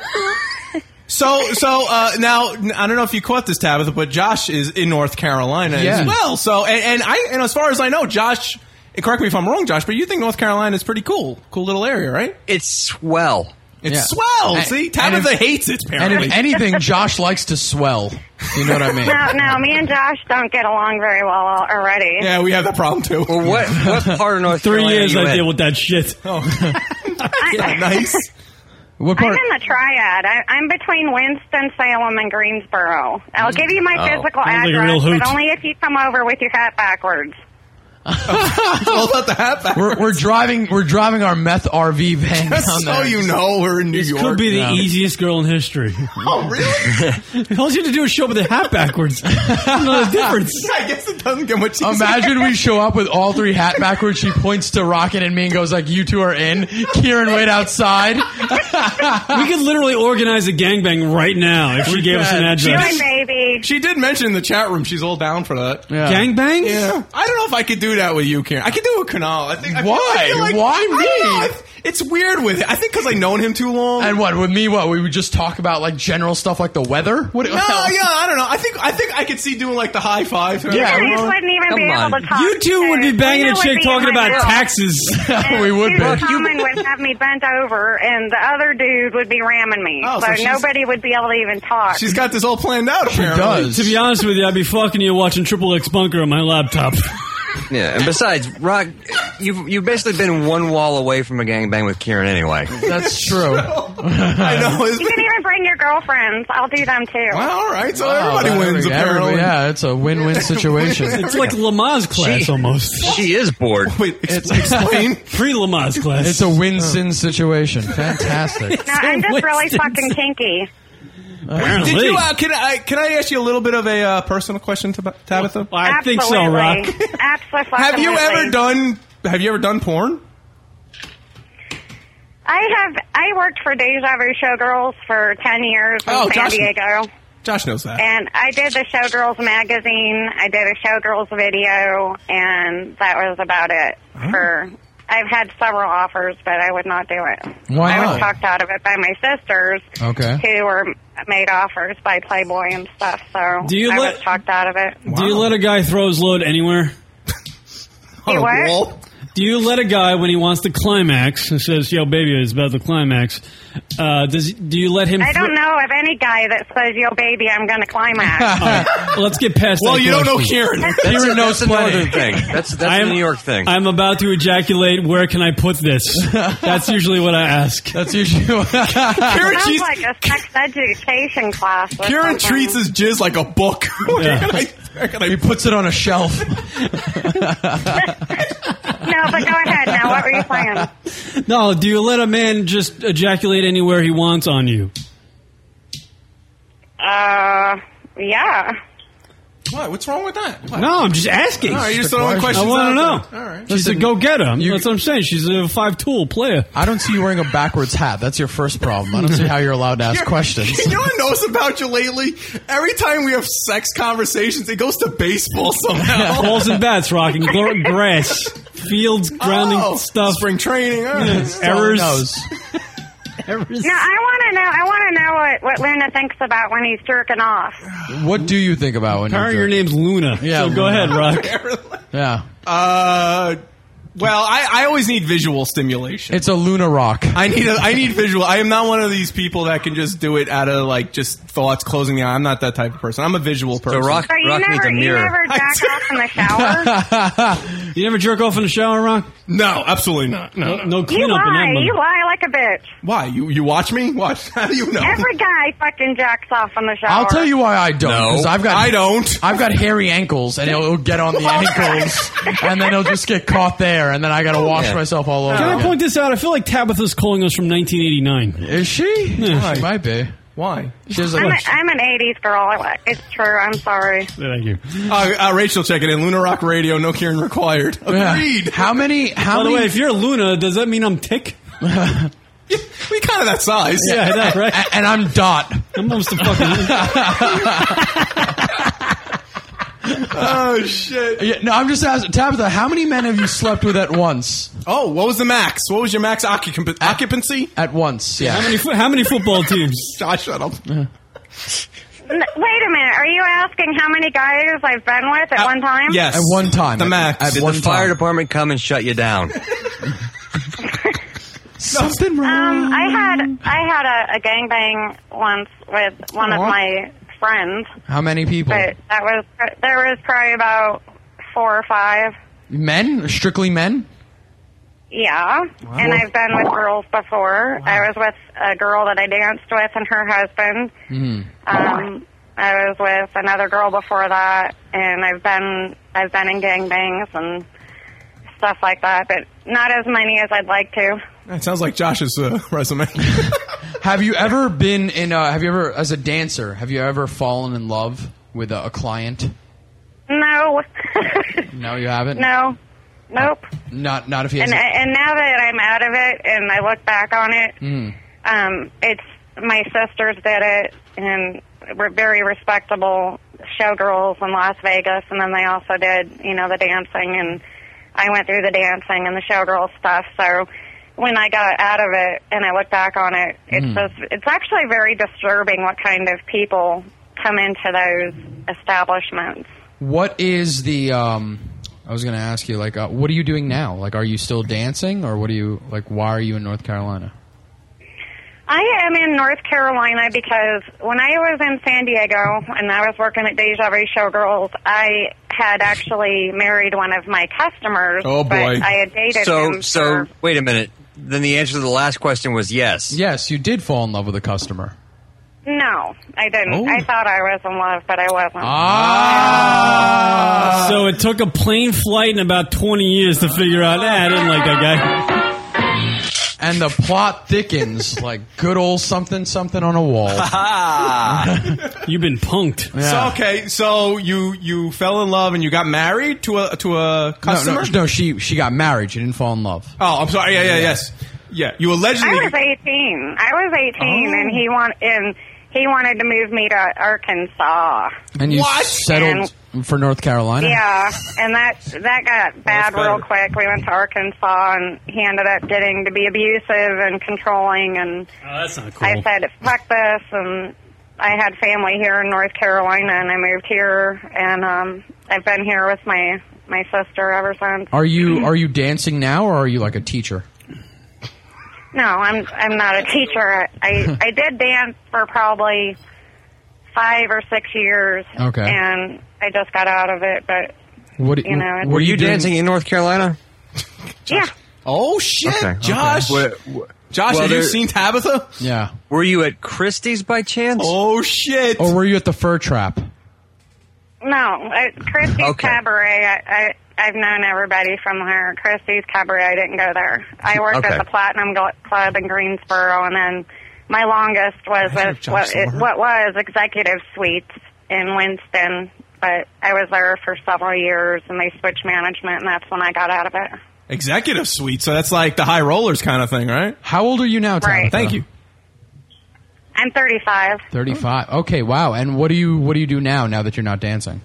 Speaker 10: So so uh, now I don't know if you caught this Tabitha, but Josh is in North Carolina
Speaker 11: Yeah.
Speaker 10: as well. So and, and I and as far as I know, Josh. and Correct me if I'm wrong, Josh, but you think North Carolina is pretty cool, cool little area, right?
Speaker 2: It's swell.
Speaker 10: It's
Speaker 11: Yeah.
Speaker 10: swell.
Speaker 11: And-
Speaker 10: See,
Speaker 11: and if-
Speaker 10: Tabitha hates it.
Speaker 11: And
Speaker 10: Apparently,
Speaker 11: if anything, Josh likes to swell. You know what I mean?
Speaker 17: No, no, me and Josh don't get along very well al- already.
Speaker 10: (laughs) yeah, we have that problem too.
Speaker 2: Well, what what part of North
Speaker 1: Three
Speaker 2: Carolina
Speaker 1: years
Speaker 2: you
Speaker 1: I
Speaker 2: in?
Speaker 1: deal with that shit.
Speaker 10: nice.
Speaker 11: What
Speaker 17: (laughs) I'm
Speaker 11: part?
Speaker 17: in the triad. I, I'm between Winston, Salem, and Greensboro. I'll give you my
Speaker 2: Oh.
Speaker 17: physical
Speaker 1: Sounds like a real
Speaker 17: address,
Speaker 1: hoot.
Speaker 17: but only if you come over with your hat
Speaker 11: (laughs)
Speaker 17: backwards.
Speaker 10: it's all about the hat. back.
Speaker 11: We're,
Speaker 10: (laughs)
Speaker 11: we're driving. We're driving our meth RV van down
Speaker 10: Just so
Speaker 11: there.
Speaker 10: Oh, you know, we're in New
Speaker 1: This
Speaker 10: York.
Speaker 1: could be the
Speaker 11: Yeah. (laughs)
Speaker 1: easiest girl in history.
Speaker 10: (laughs) oh, really?
Speaker 1: All you have to do is show up with a
Speaker 11: (laughs)
Speaker 1: hat backwards. no difference.
Speaker 10: I guess it doesn't get much easier.
Speaker 11: Imagine we show up with all three hat backwards. She points to Rocket and me and goes like, "You two are in." Kieran, wait outside.
Speaker 1: We could literally organize a gangbang right now if she gave us an
Speaker 17: Do
Speaker 1: address.
Speaker 17: it, baby.
Speaker 10: She did mention in the chat room she's all down for that.
Speaker 11: Yeah.
Speaker 1: Gangbangs?
Speaker 10: Yeah. I don't know if I could do that with you, Karen. I could do it with Kunal. I think. I feel-
Speaker 11: Why?
Speaker 10: I feel like-
Speaker 11: Why
Speaker 10: I don't
Speaker 11: me?
Speaker 10: know. It's- It's weird with it. I think because I known him too long.
Speaker 11: And what with me? What we would just talk about like general stuff like the weather. What?
Speaker 10: no, yeah, I don't know. I think I think I could see doing like the high five.
Speaker 11: Yeah,
Speaker 17: You
Speaker 11: we
Speaker 17: guys
Speaker 11: were-
Speaker 17: wouldn't even be
Speaker 2: come
Speaker 17: able
Speaker 2: on.
Speaker 17: to talk.
Speaker 1: You
Speaker 11: Oh,
Speaker 1: two would be banging
Speaker 17: I
Speaker 1: a
Speaker 17: know
Speaker 1: chick
Speaker 17: it'd be
Speaker 1: talking
Speaker 17: in my
Speaker 1: about
Speaker 17: grill. (laughs)
Speaker 1: taxes.
Speaker 10: (laughs)
Speaker 17: And
Speaker 11: we would
Speaker 17: Susan
Speaker 11: be.
Speaker 17: Common would have me bent over, and the other dude would be ramming me.
Speaker 10: Oh, so
Speaker 17: so
Speaker 10: she's-
Speaker 17: nobody would be able to even talk.
Speaker 10: She's got this all planned out.
Speaker 11: She
Speaker 10: Apparently,
Speaker 11: does.
Speaker 1: to be honest with you, I'd be fucking you watching Triple X Bunker on my laptop.
Speaker 2: Yeah, and besides, Rock, you've you've basically been one wall away from a gangbang with Kieran anyway.
Speaker 11: That's true.
Speaker 10: (laughs)
Speaker 11: (laughs)
Speaker 10: I know. It's
Speaker 17: You can even bring your girlfriends. I'll do them too.
Speaker 10: well, all right. So
Speaker 11: Wow,
Speaker 10: everybody
Speaker 11: that-
Speaker 10: wins.
Speaker 11: everybody-
Speaker 10: Apparently,
Speaker 11: yeah, it's a win-win
Speaker 1: (laughs)
Speaker 11: situation.
Speaker 1: It's like Lamaze class
Speaker 2: She-
Speaker 1: almost.
Speaker 2: She is bored.
Speaker 10: (laughs) Wait, ex-
Speaker 1: (laughs)
Speaker 10: explain.
Speaker 1: Pre Lamaze class. Oh.
Speaker 11: It's a win-sin situation. Fantastic.
Speaker 17: No, I'm just really fucking kinky.
Speaker 1: (laughs) Apparently.
Speaker 10: Did you? Uh, can I can I ask you a little bit of a uh, personal question, Tab- Tabitha?
Speaker 1: I think so, Rock.
Speaker 17: Absolutely. Absolutely.
Speaker 10: Have you ever done? Have you ever done porn?
Speaker 17: I have. I worked for Deja Vu Showgirls for ten years in
Speaker 10: Oh,
Speaker 17: San
Speaker 10: Josh-
Speaker 17: Diego,
Speaker 10: Josh knows that.
Speaker 17: and I did the Showgirls magazine. I did a Showgirls video, and that was about it for I've had several offers, but I would not do it.
Speaker 11: Why
Speaker 17: I
Speaker 11: not?
Speaker 17: was talked out of it by my sisters,
Speaker 11: Okay.
Speaker 17: who were made offers by Playboy and stuff. So
Speaker 1: Do you
Speaker 17: I
Speaker 1: let-
Speaker 17: was talked out of it.
Speaker 1: Do you let a guy throw his load anywhere? Oh,
Speaker 17: You what?
Speaker 1: Do you let a guy when he wants to climax and says, "Yo, baby, it's about the climax"? Uh, does do you let him?
Speaker 17: I
Speaker 1: thro-
Speaker 17: don't know of any guy that says, "Yo, baby, I'm going to climax."
Speaker 1: (laughs) All right, (laughs) let's get past.
Speaker 17: Well,
Speaker 1: that
Speaker 17: you don't know
Speaker 1: question.
Speaker 17: Karen. That's a- Karen
Speaker 2: knows that's a plenty. northern thing. That's- that's a
Speaker 1: I'm-
Speaker 2: New York thing.
Speaker 1: I'm about to ejaculate. Where can I put
Speaker 2: (laughs)
Speaker 1: this? That's usually what I ask. That's usually. (laughs)
Speaker 17: Sounds like a sex education class. or (laughs)
Speaker 10: Karen
Speaker 17: something.
Speaker 10: treats his jizz like a book. (laughs)
Speaker 11: he puts it on a shelf.
Speaker 17: No, but go ahead now. What were you saying?
Speaker 1: (laughs) No, do you let a man just ejaculate anywhere he wants on you?
Speaker 17: Uh, yeah.
Speaker 10: What? What's wrong with that?
Speaker 1: No, I'm just asking.
Speaker 10: No, you're just throwing questions.
Speaker 1: I want to
Speaker 10: out
Speaker 1: know.
Speaker 10: there. All right.
Speaker 1: She's a go getter. That's
Speaker 11: (laughs)
Speaker 1: what (laughs) I'm saying. She's a five tool player.
Speaker 11: I don't see you wearing a backwards hat. That's your first problem. I don't see how you're allowed to ask questions.
Speaker 10: You know what I notice about you lately? Every time we have sex conversations, it goes to baseball somehow.
Speaker 1: Balls and bats, rocking gr- grass, fields, grounding
Speaker 10: Oh,
Speaker 1: stuff,
Speaker 10: spring training, all right. That's all it
Speaker 1: errors.
Speaker 10: knows.
Speaker 17: No, I want to know. I want to know what what Luna thinks about when he's jerking off.
Speaker 11: What do you think about when
Speaker 1: Apparently
Speaker 11: you're
Speaker 1: your name's Luna.
Speaker 11: Yeah,
Speaker 1: so go ahead, Rock.
Speaker 11: Yeah.
Speaker 10: Uh, well, I, I always need visual stimulation.
Speaker 11: It's a Luna rock.
Speaker 10: I need a, I need visual. I am not one of these people that can just do it out of like just thoughts closing the eye. I'm not that type of person. I'm a visual person.
Speaker 17: so you never, you
Speaker 10: (laughs)
Speaker 17: never jack off in the shower.
Speaker 1: (laughs) you never jerk off in the shower, Rock?
Speaker 10: No, absolutely not. No, no,
Speaker 17: you lie. You lie like a bitch.
Speaker 10: Why? You you watch me? Watch? (laughs) How do you know?
Speaker 17: Every guy fucking jacks off in the shower.
Speaker 11: I'll tell you why I don't.
Speaker 10: No,
Speaker 11: 'cause I've got
Speaker 10: I don't.
Speaker 11: I've got hairy ankles, and it'll get on the
Speaker 1: (laughs)
Speaker 11: ankles, and then it'll just get caught there, and then I got to wash
Speaker 1: Yeah.
Speaker 11: myself all over.
Speaker 1: Can I
Speaker 11: again.
Speaker 1: point this out? I feel like Tabitha's calling us from 1989.
Speaker 11: Is she?
Speaker 1: Yeah.
Speaker 11: She might be.
Speaker 10: Why?
Speaker 11: She was
Speaker 17: I'm, a, I'm an '80s girl. It's true. I'm sorry.
Speaker 1: Thank you.
Speaker 10: Uh, uh, Rachel, check it in. Lunar Rock Radio, no Kieran required.
Speaker 1: Yeah.
Speaker 10: Agreed.
Speaker 11: How many?
Speaker 1: By the way, if you're Luna, does that mean I'm
Speaker 10: (laughs)
Speaker 1: Tick?
Speaker 10: we kind of that size.
Speaker 1: Yeah, I know, right?
Speaker 11: And I'm Dot.
Speaker 1: (laughs) I'm almost a fucking.
Speaker 10: oh shit!
Speaker 11: Yeah, no, I'm just asking Tabitha. How many men have you slept with at once?
Speaker 10: Oh, what was the max? What was your max occup- occupancy?
Speaker 11: At once, yeah.
Speaker 1: How many fo- how many football teams?
Speaker 10: (laughs) Josh, shut up.
Speaker 17: N- Wait a minute. Are you asking how many guys I've been with at one time?
Speaker 2: At
Speaker 11: one time.
Speaker 2: The max. Did
Speaker 11: one
Speaker 2: the fire department come and shut you down?
Speaker 11: Something wrong.
Speaker 17: Um, I had I had a, a gangbang once with one of
Speaker 11: Aw.
Speaker 17: my friends,
Speaker 11: How many people?
Speaker 17: but that was there was probably about four or five.
Speaker 11: Men? Strictly men?
Speaker 17: Yeah, and I've been with girls before. I was with a girl that I danced with and her husband.
Speaker 11: Mm.
Speaker 17: Um, I was with another girl before that, and I've been I've been in gangbangs and stuff like that, but not as many as I'd like to.
Speaker 10: That sounds like Josh's uh, resume.
Speaker 11: (laughs) Have you ever been in? A, have you ever, as a dancer, have you ever fallen in love with a, a client?
Speaker 17: No,
Speaker 11: No, you haven't.
Speaker 17: no, nope.
Speaker 11: Not not if he has.
Speaker 17: And
Speaker 11: a-
Speaker 17: and now that I'm out of it, and I look back on it,
Speaker 11: Mm.
Speaker 17: um, it's my sisters did it, and were very respectable showgirls in Las Vegas, and then they also did, you know, the dancing, and I went through the dancing and the showgirl stuff. So when I got out of it and I look back on it, it's
Speaker 11: Hmm.
Speaker 12: Mm.
Speaker 17: just it's actually very disturbing what kind of people come into those establishments.
Speaker 11: What is the? Um, I was going to ask you, like, uh, what are you doing now? Like, are you still dancing, or what are you like? Why are you in North Carolina?
Speaker 17: I am in North Carolina because when I was in San Diego and I was working at Deja Vu Showgirls, I had actually married one of my customers. But I had dated
Speaker 2: Oh, so
Speaker 17: him.
Speaker 2: so wait a minute. Then the answer to the last question was yes.
Speaker 11: Yes, you did fall in love with a customer.
Speaker 17: No, I didn't.
Speaker 11: Oh.
Speaker 17: I thought I was in love, but I wasn't.
Speaker 1: Uh, so it took a plane flight and about 20 years to figure out. Nah, I didn't like that guy.
Speaker 11: And the plot thickens, (laughs) like good old something something on a wall.
Speaker 1: (laughs) You've been punked.
Speaker 10: So okay, so you you fell in love and you got married to a to a
Speaker 11: No,
Speaker 10: customer.
Speaker 11: no, no, she she got married. She didn't fall in love.
Speaker 10: Oh, I'm sorry. Yeah, yeah, yes, yeah. You
Speaker 17: I
Speaker 10: allegedly
Speaker 17: was 18. I was 18, and he want and he wanted to move me to Arkansas.
Speaker 11: And you settled
Speaker 17: And
Speaker 11: for North Carolina.
Speaker 17: Yeah, and that that got bad
Speaker 11: better.
Speaker 17: real quick. We went to Arkansas, and he ended up getting to be abusive and controlling. And
Speaker 1: Oh, that's not
Speaker 17: I said, "Fuck this!" And I had family here in North Carolina, and I moved here, and um, I've been here with my my sister ever since.
Speaker 11: Are you are you dancing now, or are you like a teacher?
Speaker 17: No, I'm I'm not a teacher.
Speaker 11: (laughs)
Speaker 17: I I did dance for probably five or six years.
Speaker 11: Okay.
Speaker 17: And I just got out of it, but
Speaker 11: What
Speaker 17: You know,
Speaker 2: were you, dancing in North Carolina?
Speaker 17: yeah.
Speaker 2: Oh shit,
Speaker 11: Josh.
Speaker 2: Josh,
Speaker 11: have you
Speaker 2: seen Tabitha?
Speaker 11: Yeah.
Speaker 2: Were you at Christie's by chance?
Speaker 11: Oh shit! Or were you at the fur trap?
Speaker 17: No, I, Christie's
Speaker 11: Okay.
Speaker 17: Cabaret. I, I I've known everybody from there. Christie's Cabaret. I didn't go there. I worked
Speaker 3: Okay.
Speaker 17: at the Platinum Gl- Club in Greensboro, and then my longest was
Speaker 3: I heard
Speaker 17: with
Speaker 3: Josh
Speaker 17: what, it,
Speaker 3: Lerner.
Speaker 17: what was Executive Suites in Winston. But I was there for several years, and they switched management, and that's when I got out of it.
Speaker 23: Executive suite, so that's like the high rollers kind of thing, right?
Speaker 11: How old are you now,
Speaker 17: Right. Tabitha?
Speaker 23: Thank you.
Speaker 17: I'm 35.
Speaker 11: Thirty-five. Okay, wow. And what do you what do you do now? Now that you're not dancing,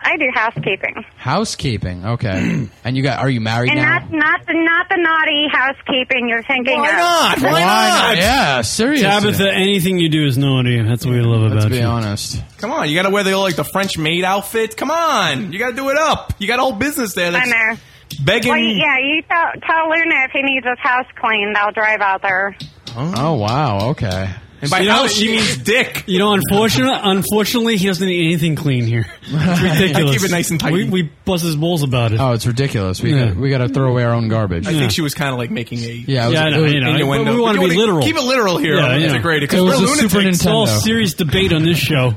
Speaker 17: I do housekeeping.
Speaker 11: housekeeping.
Speaker 1: (clears throat)
Speaker 11: Okay. and you got? Are you married
Speaker 17: and
Speaker 11: now?
Speaker 17: not not the not the naughty housekeeping you're thinking of.
Speaker 11: Yeah, seriously.
Speaker 1: Tabitha, anything you do is naughty. That's what we love about
Speaker 11: be
Speaker 1: you.
Speaker 11: honest.
Speaker 23: Come on, you got to wear the like the French maid outfit. Come on, you got to do it up. You got a whole business there.
Speaker 17: I
Speaker 23: That's
Speaker 17: know.
Speaker 23: begging.
Speaker 17: Well, yeah, you tell, tell Luna if he needs his house cleaned, I'll drive out
Speaker 11: (laughs)
Speaker 17: there.
Speaker 11: Oh wow. Okay.
Speaker 1: And by You know, house, she you- means
Speaker 23: dick.
Speaker 1: (laughs) You know, unfortunately, unfortunately, he doesn't need anything
Speaker 11: (laughs)
Speaker 1: clean here. It's ridiculous.
Speaker 11: Keep it nice and tidy.
Speaker 1: We, we bust his balls about it.
Speaker 11: Oh, it's ridiculous. We
Speaker 1: Yeah.
Speaker 11: got, we got to throw away our own garbage.
Speaker 23: I think she was kind of like making a
Speaker 11: Yeah, it was-
Speaker 1: yeah, I know,
Speaker 11: it was-
Speaker 1: you know,
Speaker 11: innuendo.
Speaker 1: but we want to
Speaker 11: You
Speaker 1: be
Speaker 11: wanna
Speaker 1: literal.
Speaker 11: keep it literal here
Speaker 1: Yeah,
Speaker 11: on
Speaker 1: yeah.
Speaker 11: Integrated, 'cause It we're was a lunatics. Super
Speaker 1: It's all
Speaker 11: Nintendo.
Speaker 1: serious debate on this show.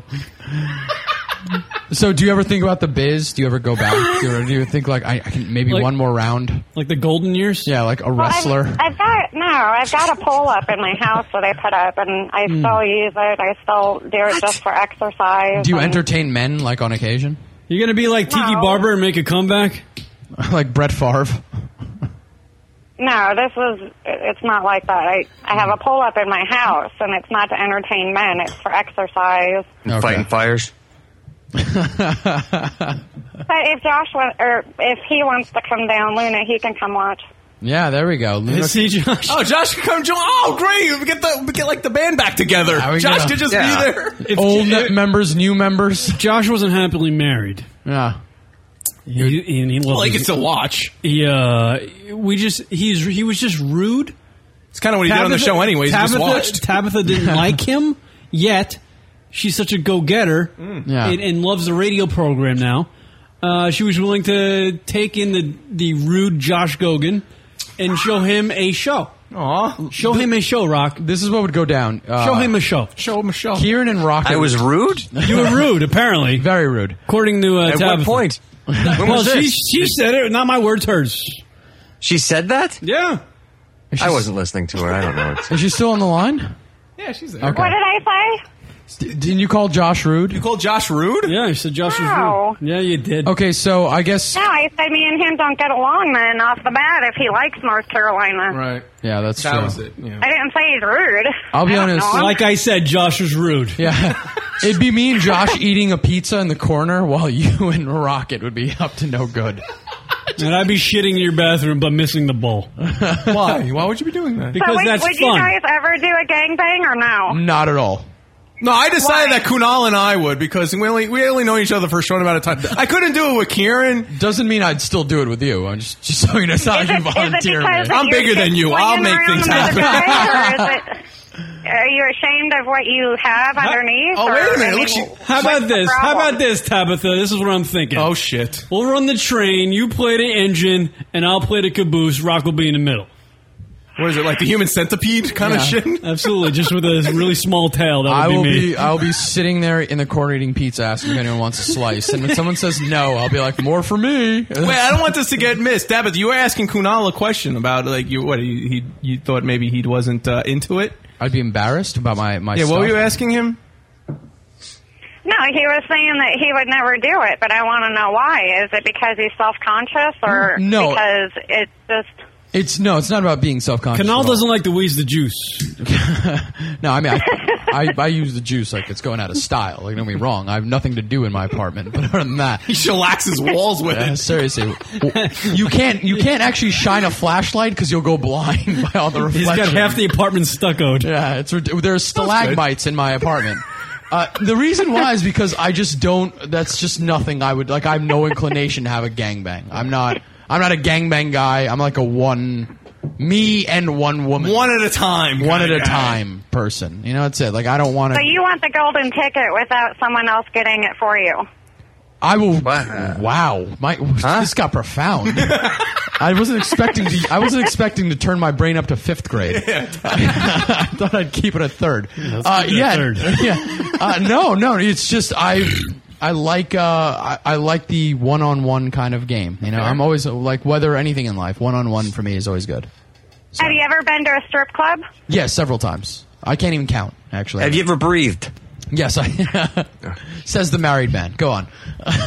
Speaker 11: So, do you ever think about the biz? Do you ever go back? do, you ever, do you think like I, I can maybe
Speaker 1: Like-
Speaker 11: one more round,
Speaker 1: like the golden years?
Speaker 11: Yeah, like a wrestler.
Speaker 17: Well, I've, I've got no, I've got a pole up in my house that I put up, and I
Speaker 11: Hmm.
Speaker 17: still use it. I still do it just for exercise.
Speaker 11: do you
Speaker 17: and-
Speaker 11: entertain men like on occasion?
Speaker 1: You're gonna be like Tiki Barber and make a comeback.
Speaker 11: (laughs) like Brett Favre.
Speaker 17: No, this is it's not like that. I I have a pole up in my house, and it's not to entertain men. It's for
Speaker 11: (laughs)
Speaker 17: exercise.
Speaker 2: Fighting fires.
Speaker 17: But if Josh wa- or if he wants to come down, Luna, he can come watch.
Speaker 11: Yeah, there we go. Luna-
Speaker 23: (laughs) Oh, Josh can come join. Oh, great! We get the we get like the band back together.
Speaker 11: There we
Speaker 23: Josh
Speaker 11: go.
Speaker 23: could just
Speaker 11: Yeah.
Speaker 23: be there.
Speaker 11: Old members, new members.
Speaker 1: Josh wasn't happily married.
Speaker 11: Yeah.
Speaker 1: He, and he loved
Speaker 23: Well, he
Speaker 1: his-
Speaker 23: can still watch.
Speaker 1: He, uh, we just he's he was just rude.
Speaker 23: It's kind of what he did on the show anyways. He just
Speaker 1: Tabitha,
Speaker 23: watched. (laughs)
Speaker 1: Tabitha didn't like him yet. She's such a go-getter
Speaker 11: Mm. Yeah.
Speaker 1: and, and loves the radio program now. Uh, she was willing to take in the the rude Josh Gogan and show him a show.
Speaker 23: Aw.
Speaker 1: Show him a show, Rock.
Speaker 11: This is what would go down. Uh,
Speaker 1: show him a show.
Speaker 23: Show him a show.
Speaker 11: Kieran and Rocket.
Speaker 1: I was
Speaker 11: (laughs)
Speaker 2: rude.
Speaker 1: You were rude, apparently.
Speaker 11: Very rude.
Speaker 1: According to uh,
Speaker 2: At what
Speaker 1: Tabitha. (laughs)
Speaker 2: point? When
Speaker 1: well,
Speaker 2: was
Speaker 1: she
Speaker 2: this?
Speaker 1: she said it, not my words, hers.
Speaker 2: She said that?
Speaker 1: Yeah.
Speaker 2: I wasn't listening to her. I don't know.
Speaker 11: Is she still on the line?
Speaker 23: Yeah, she's there.
Speaker 11: Okay.
Speaker 17: What did I say?
Speaker 11: D- Didn't you call Josh rude? You
Speaker 23: called Josh rude?
Speaker 1: Yeah, you said Josh
Speaker 17: No.
Speaker 1: was rude. Yeah, you did.
Speaker 11: Okay, so I guess.
Speaker 17: No, I said me and him don't get along then off the bat if he likes North Carolina.
Speaker 23: Right.
Speaker 11: Yeah, that's
Speaker 23: That
Speaker 11: true.
Speaker 23: was it, yeah.
Speaker 17: I didn't say he's rude.
Speaker 11: I'll be
Speaker 17: I don't
Speaker 11: honest.
Speaker 17: know him.
Speaker 1: I said, Josh was rude. (laughs)
Speaker 11: Yeah. It'd be me and Josh eating a pizza in the (laughs) corner while you and Rocket would be up to no good.
Speaker 1: (laughs) And I'd be shitting in your bathroom but missing the bowl.
Speaker 11: Why?
Speaker 23: Why would you be doing that?
Speaker 1: Because
Speaker 17: so wait,
Speaker 1: that's
Speaker 17: would you
Speaker 1: fun.
Speaker 17: guys ever do a gangbang or no?
Speaker 11: Not at all.
Speaker 23: No, I decided that Kunal and I would because we only we only know each other for a short amount of time. I couldn't do it with Kieran.
Speaker 11: Doesn't mean I'd still do it with you. I'm just just so you know, it's not
Speaker 17: Is
Speaker 11: like
Speaker 17: it-
Speaker 11: you
Speaker 17: is it
Speaker 11: volunteer.
Speaker 17: because
Speaker 11: man.
Speaker 17: you're just swinging around with a guy, or is
Speaker 1: (laughs)
Speaker 17: it- Are you ashamed of what you have underneath?
Speaker 1: Oh,
Speaker 17: or,
Speaker 1: wait a
Speaker 17: I
Speaker 1: minute.
Speaker 17: mean,
Speaker 1: Look, she, how about this? How about this, Tabitha? This is what I'm thinking. Oh,
Speaker 23: shit.
Speaker 1: We'll run the train. You play the engine, and I'll play the caboose. Rock will be in the middle.
Speaker 23: What is it like the human centipede kind
Speaker 11: Yeah.
Speaker 23: of shit?
Speaker 1: Absolutely, just with a really small tail. That would
Speaker 11: I
Speaker 1: be
Speaker 11: will
Speaker 1: me.
Speaker 11: be I'll be sitting there in the corner eating pizza, asking if anyone wants a slice. And when someone says no, I'll be like, "More for me."
Speaker 23: Wait, I don't want this to get missed. Dabith, you were asking Kunal a question about like you what he, he you thought maybe he wasn't uh, into it.
Speaker 11: I'd be embarrassed about my my.
Speaker 23: yeah, what
Speaker 11: stuff.
Speaker 23: were you asking him?
Speaker 17: No, he was saying that he would never do it, but I want to know why. Is it because he's self-conscious, or
Speaker 11: No.
Speaker 17: because it's just
Speaker 11: It's no, it's not about being self conscious.
Speaker 1: Canal doesn't like to wheeze the juice.
Speaker 11: (laughs) no, I mean, I, I, I use the juice like it's going out of style. Like, don't be wrong. I have nothing to do in my apartment, but other than that, he
Speaker 23: shellacks his walls with it.
Speaker 11: Seriously, W- you can't you can't actually shine a flashlight because you'll go blind (laughs) by all the
Speaker 1: He's
Speaker 11: reflections.
Speaker 1: got half the apartment stuccoed.
Speaker 11: Yeah, it's rid- there's stalagmites in my apartment. Uh, the reason why is because I just don't. That's just nothing I would like. I have no inclination to have a gangbang. I'm not. I'm not a gangbang guy. I'm like a one, me and one woman,
Speaker 23: one at a time,
Speaker 11: one at
Speaker 23: kinda
Speaker 11: a
Speaker 23: guy.
Speaker 11: time person. You know, that's it. Like I don't want
Speaker 17: So
Speaker 11: to.
Speaker 17: you want the golden ticket without someone else getting it for you.
Speaker 11: I will. Wow, my this
Speaker 23: (laughs)
Speaker 11: got profound. I wasn't expecting to. I wasn't expecting to turn my brain up to fifth grade. (laughs) I thought I'd keep it a third.
Speaker 1: let's
Speaker 11: Uh,
Speaker 1: keep it a
Speaker 11: yeah,
Speaker 1: third.
Speaker 11: (laughs) yeah. Uh, no, no. It's just I. I like uh, I, I like the one on one kind of game. You know, I'm always like whether anything in life, one on one for me is always good.
Speaker 17: Have you ever been to a strip club?
Speaker 11: Yeah, several times. I can't even count actually.
Speaker 2: Have you ever breathed?
Speaker 11: Yes, I (laughs) says the married man. Go on. (laughs)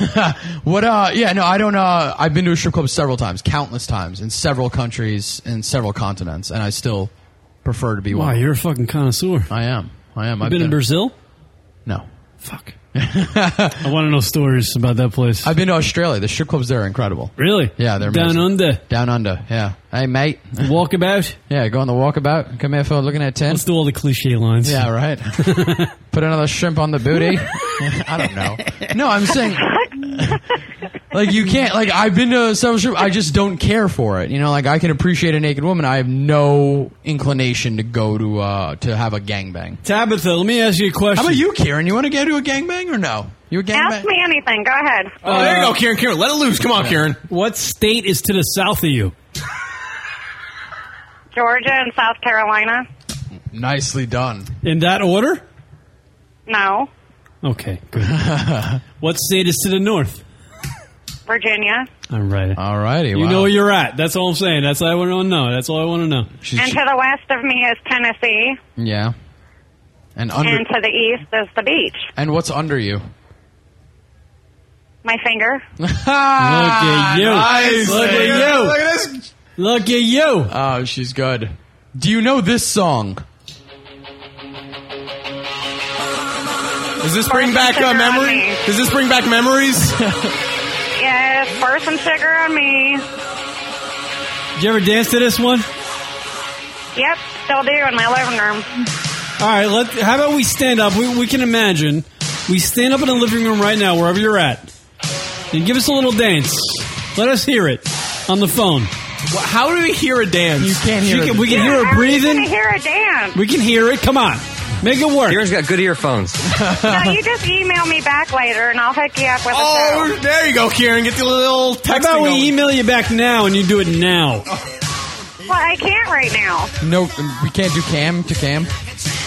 Speaker 11: what? Uh, yeah, no, I don't. Uh, I've been to a strip club several times, countless times, in several countries, in several continents, and I still prefer to be
Speaker 1: Wow,
Speaker 11: one.
Speaker 1: you're a fucking connoisseur.
Speaker 11: I am. I am.
Speaker 1: You
Speaker 11: I've
Speaker 1: been, in
Speaker 11: been-
Speaker 1: Brazil?
Speaker 11: No. (laughs)
Speaker 1: Fuck. I want to know stories about that place.
Speaker 11: I've been to Australia. The strip clubs there are incredible.
Speaker 1: Really?
Speaker 11: Yeah, they're
Speaker 1: Down
Speaker 11: under. Down under. Yeah. Hey, mate.
Speaker 1: Walkabout.
Speaker 11: Yeah, go on the
Speaker 1: Oh,
Speaker 11: walkabout. Come here for looking at ten.
Speaker 1: Let's do all the cliche lines.
Speaker 11: Yeah,
Speaker 1: (laughs)
Speaker 11: right. Put another shrimp on the booty. I don't know. No, I'm
Speaker 17: (laughs)
Speaker 11: saying like you can't like I've been to several strip I just don't care for it. You know, like I can appreciate a naked woman. I have no inclination to go to uh to have a gangbang.
Speaker 1: Tabitha, let me ask you a question.
Speaker 11: How about you, Karen? You want to go to a gangbang or no? You a
Speaker 17: Ask
Speaker 11: gangbang?
Speaker 17: me anything. Go ahead.
Speaker 1: Oh, there you go,
Speaker 23: Karen. Karen, let it loose. Come on, Karen.
Speaker 1: What state is to the south of you?
Speaker 17: Georgia and South Carolina.
Speaker 11: Nicely done.
Speaker 1: In that order?
Speaker 17: No.
Speaker 1: Okay, good. (laughs) what state is to the north?
Speaker 17: Virginia.
Speaker 1: All right.
Speaker 11: All righty.
Speaker 1: You
Speaker 11: wow.
Speaker 1: know where you're at. That's all I'm saying. That's all I want to know. That's all I want to know.
Speaker 17: and to the west of me is Tennessee.
Speaker 11: Yeah. And under
Speaker 17: and to the east is the beach.
Speaker 11: and what's under you?
Speaker 17: My
Speaker 1: (laughs)
Speaker 17: finger.
Speaker 1: Look at you.
Speaker 11: Nice.
Speaker 1: Ah, Look at you. Look at
Speaker 11: this.
Speaker 1: Look at you.
Speaker 11: Oh, she's good. Do you know this song?
Speaker 23: Does this bring back uh,
Speaker 17: Sugar
Speaker 23: memory?
Speaker 17: on me.
Speaker 23: Does this bring back memories?
Speaker 2: (laughs)
Speaker 17: Yes, pour some sugar on me.
Speaker 1: Did you ever dance to this one?
Speaker 17: Yep, still do in my living room.
Speaker 1: All right, let, how about we stand up? We, we can imagine. We stand up in the living room right now, wherever you're at, and give us a little dance. Let us hear it on the phone.
Speaker 23: How do we hear a dance?
Speaker 1: You can't
Speaker 23: hear
Speaker 1: Can,
Speaker 23: it.
Speaker 1: we can
Speaker 23: Yeah,
Speaker 1: hear
Speaker 17: how
Speaker 1: her
Speaker 17: are you gonna
Speaker 1: breathing.
Speaker 17: hear
Speaker 23: (laughs)
Speaker 17: a dance.
Speaker 1: We can hear it. Come on, make it work.
Speaker 2: Karen's got good earphones.
Speaker 17: No, you just email me back later, and I'll hook you up with a show.
Speaker 23: Oh, (laughs) there you go, Karen.
Speaker 11: (laughs)
Speaker 23: Get the little
Speaker 1: How
Speaker 23: text.
Speaker 1: about we email you back now and you do it now?
Speaker 17: Well, I can't right now.
Speaker 11: No, we can't do cam to cam.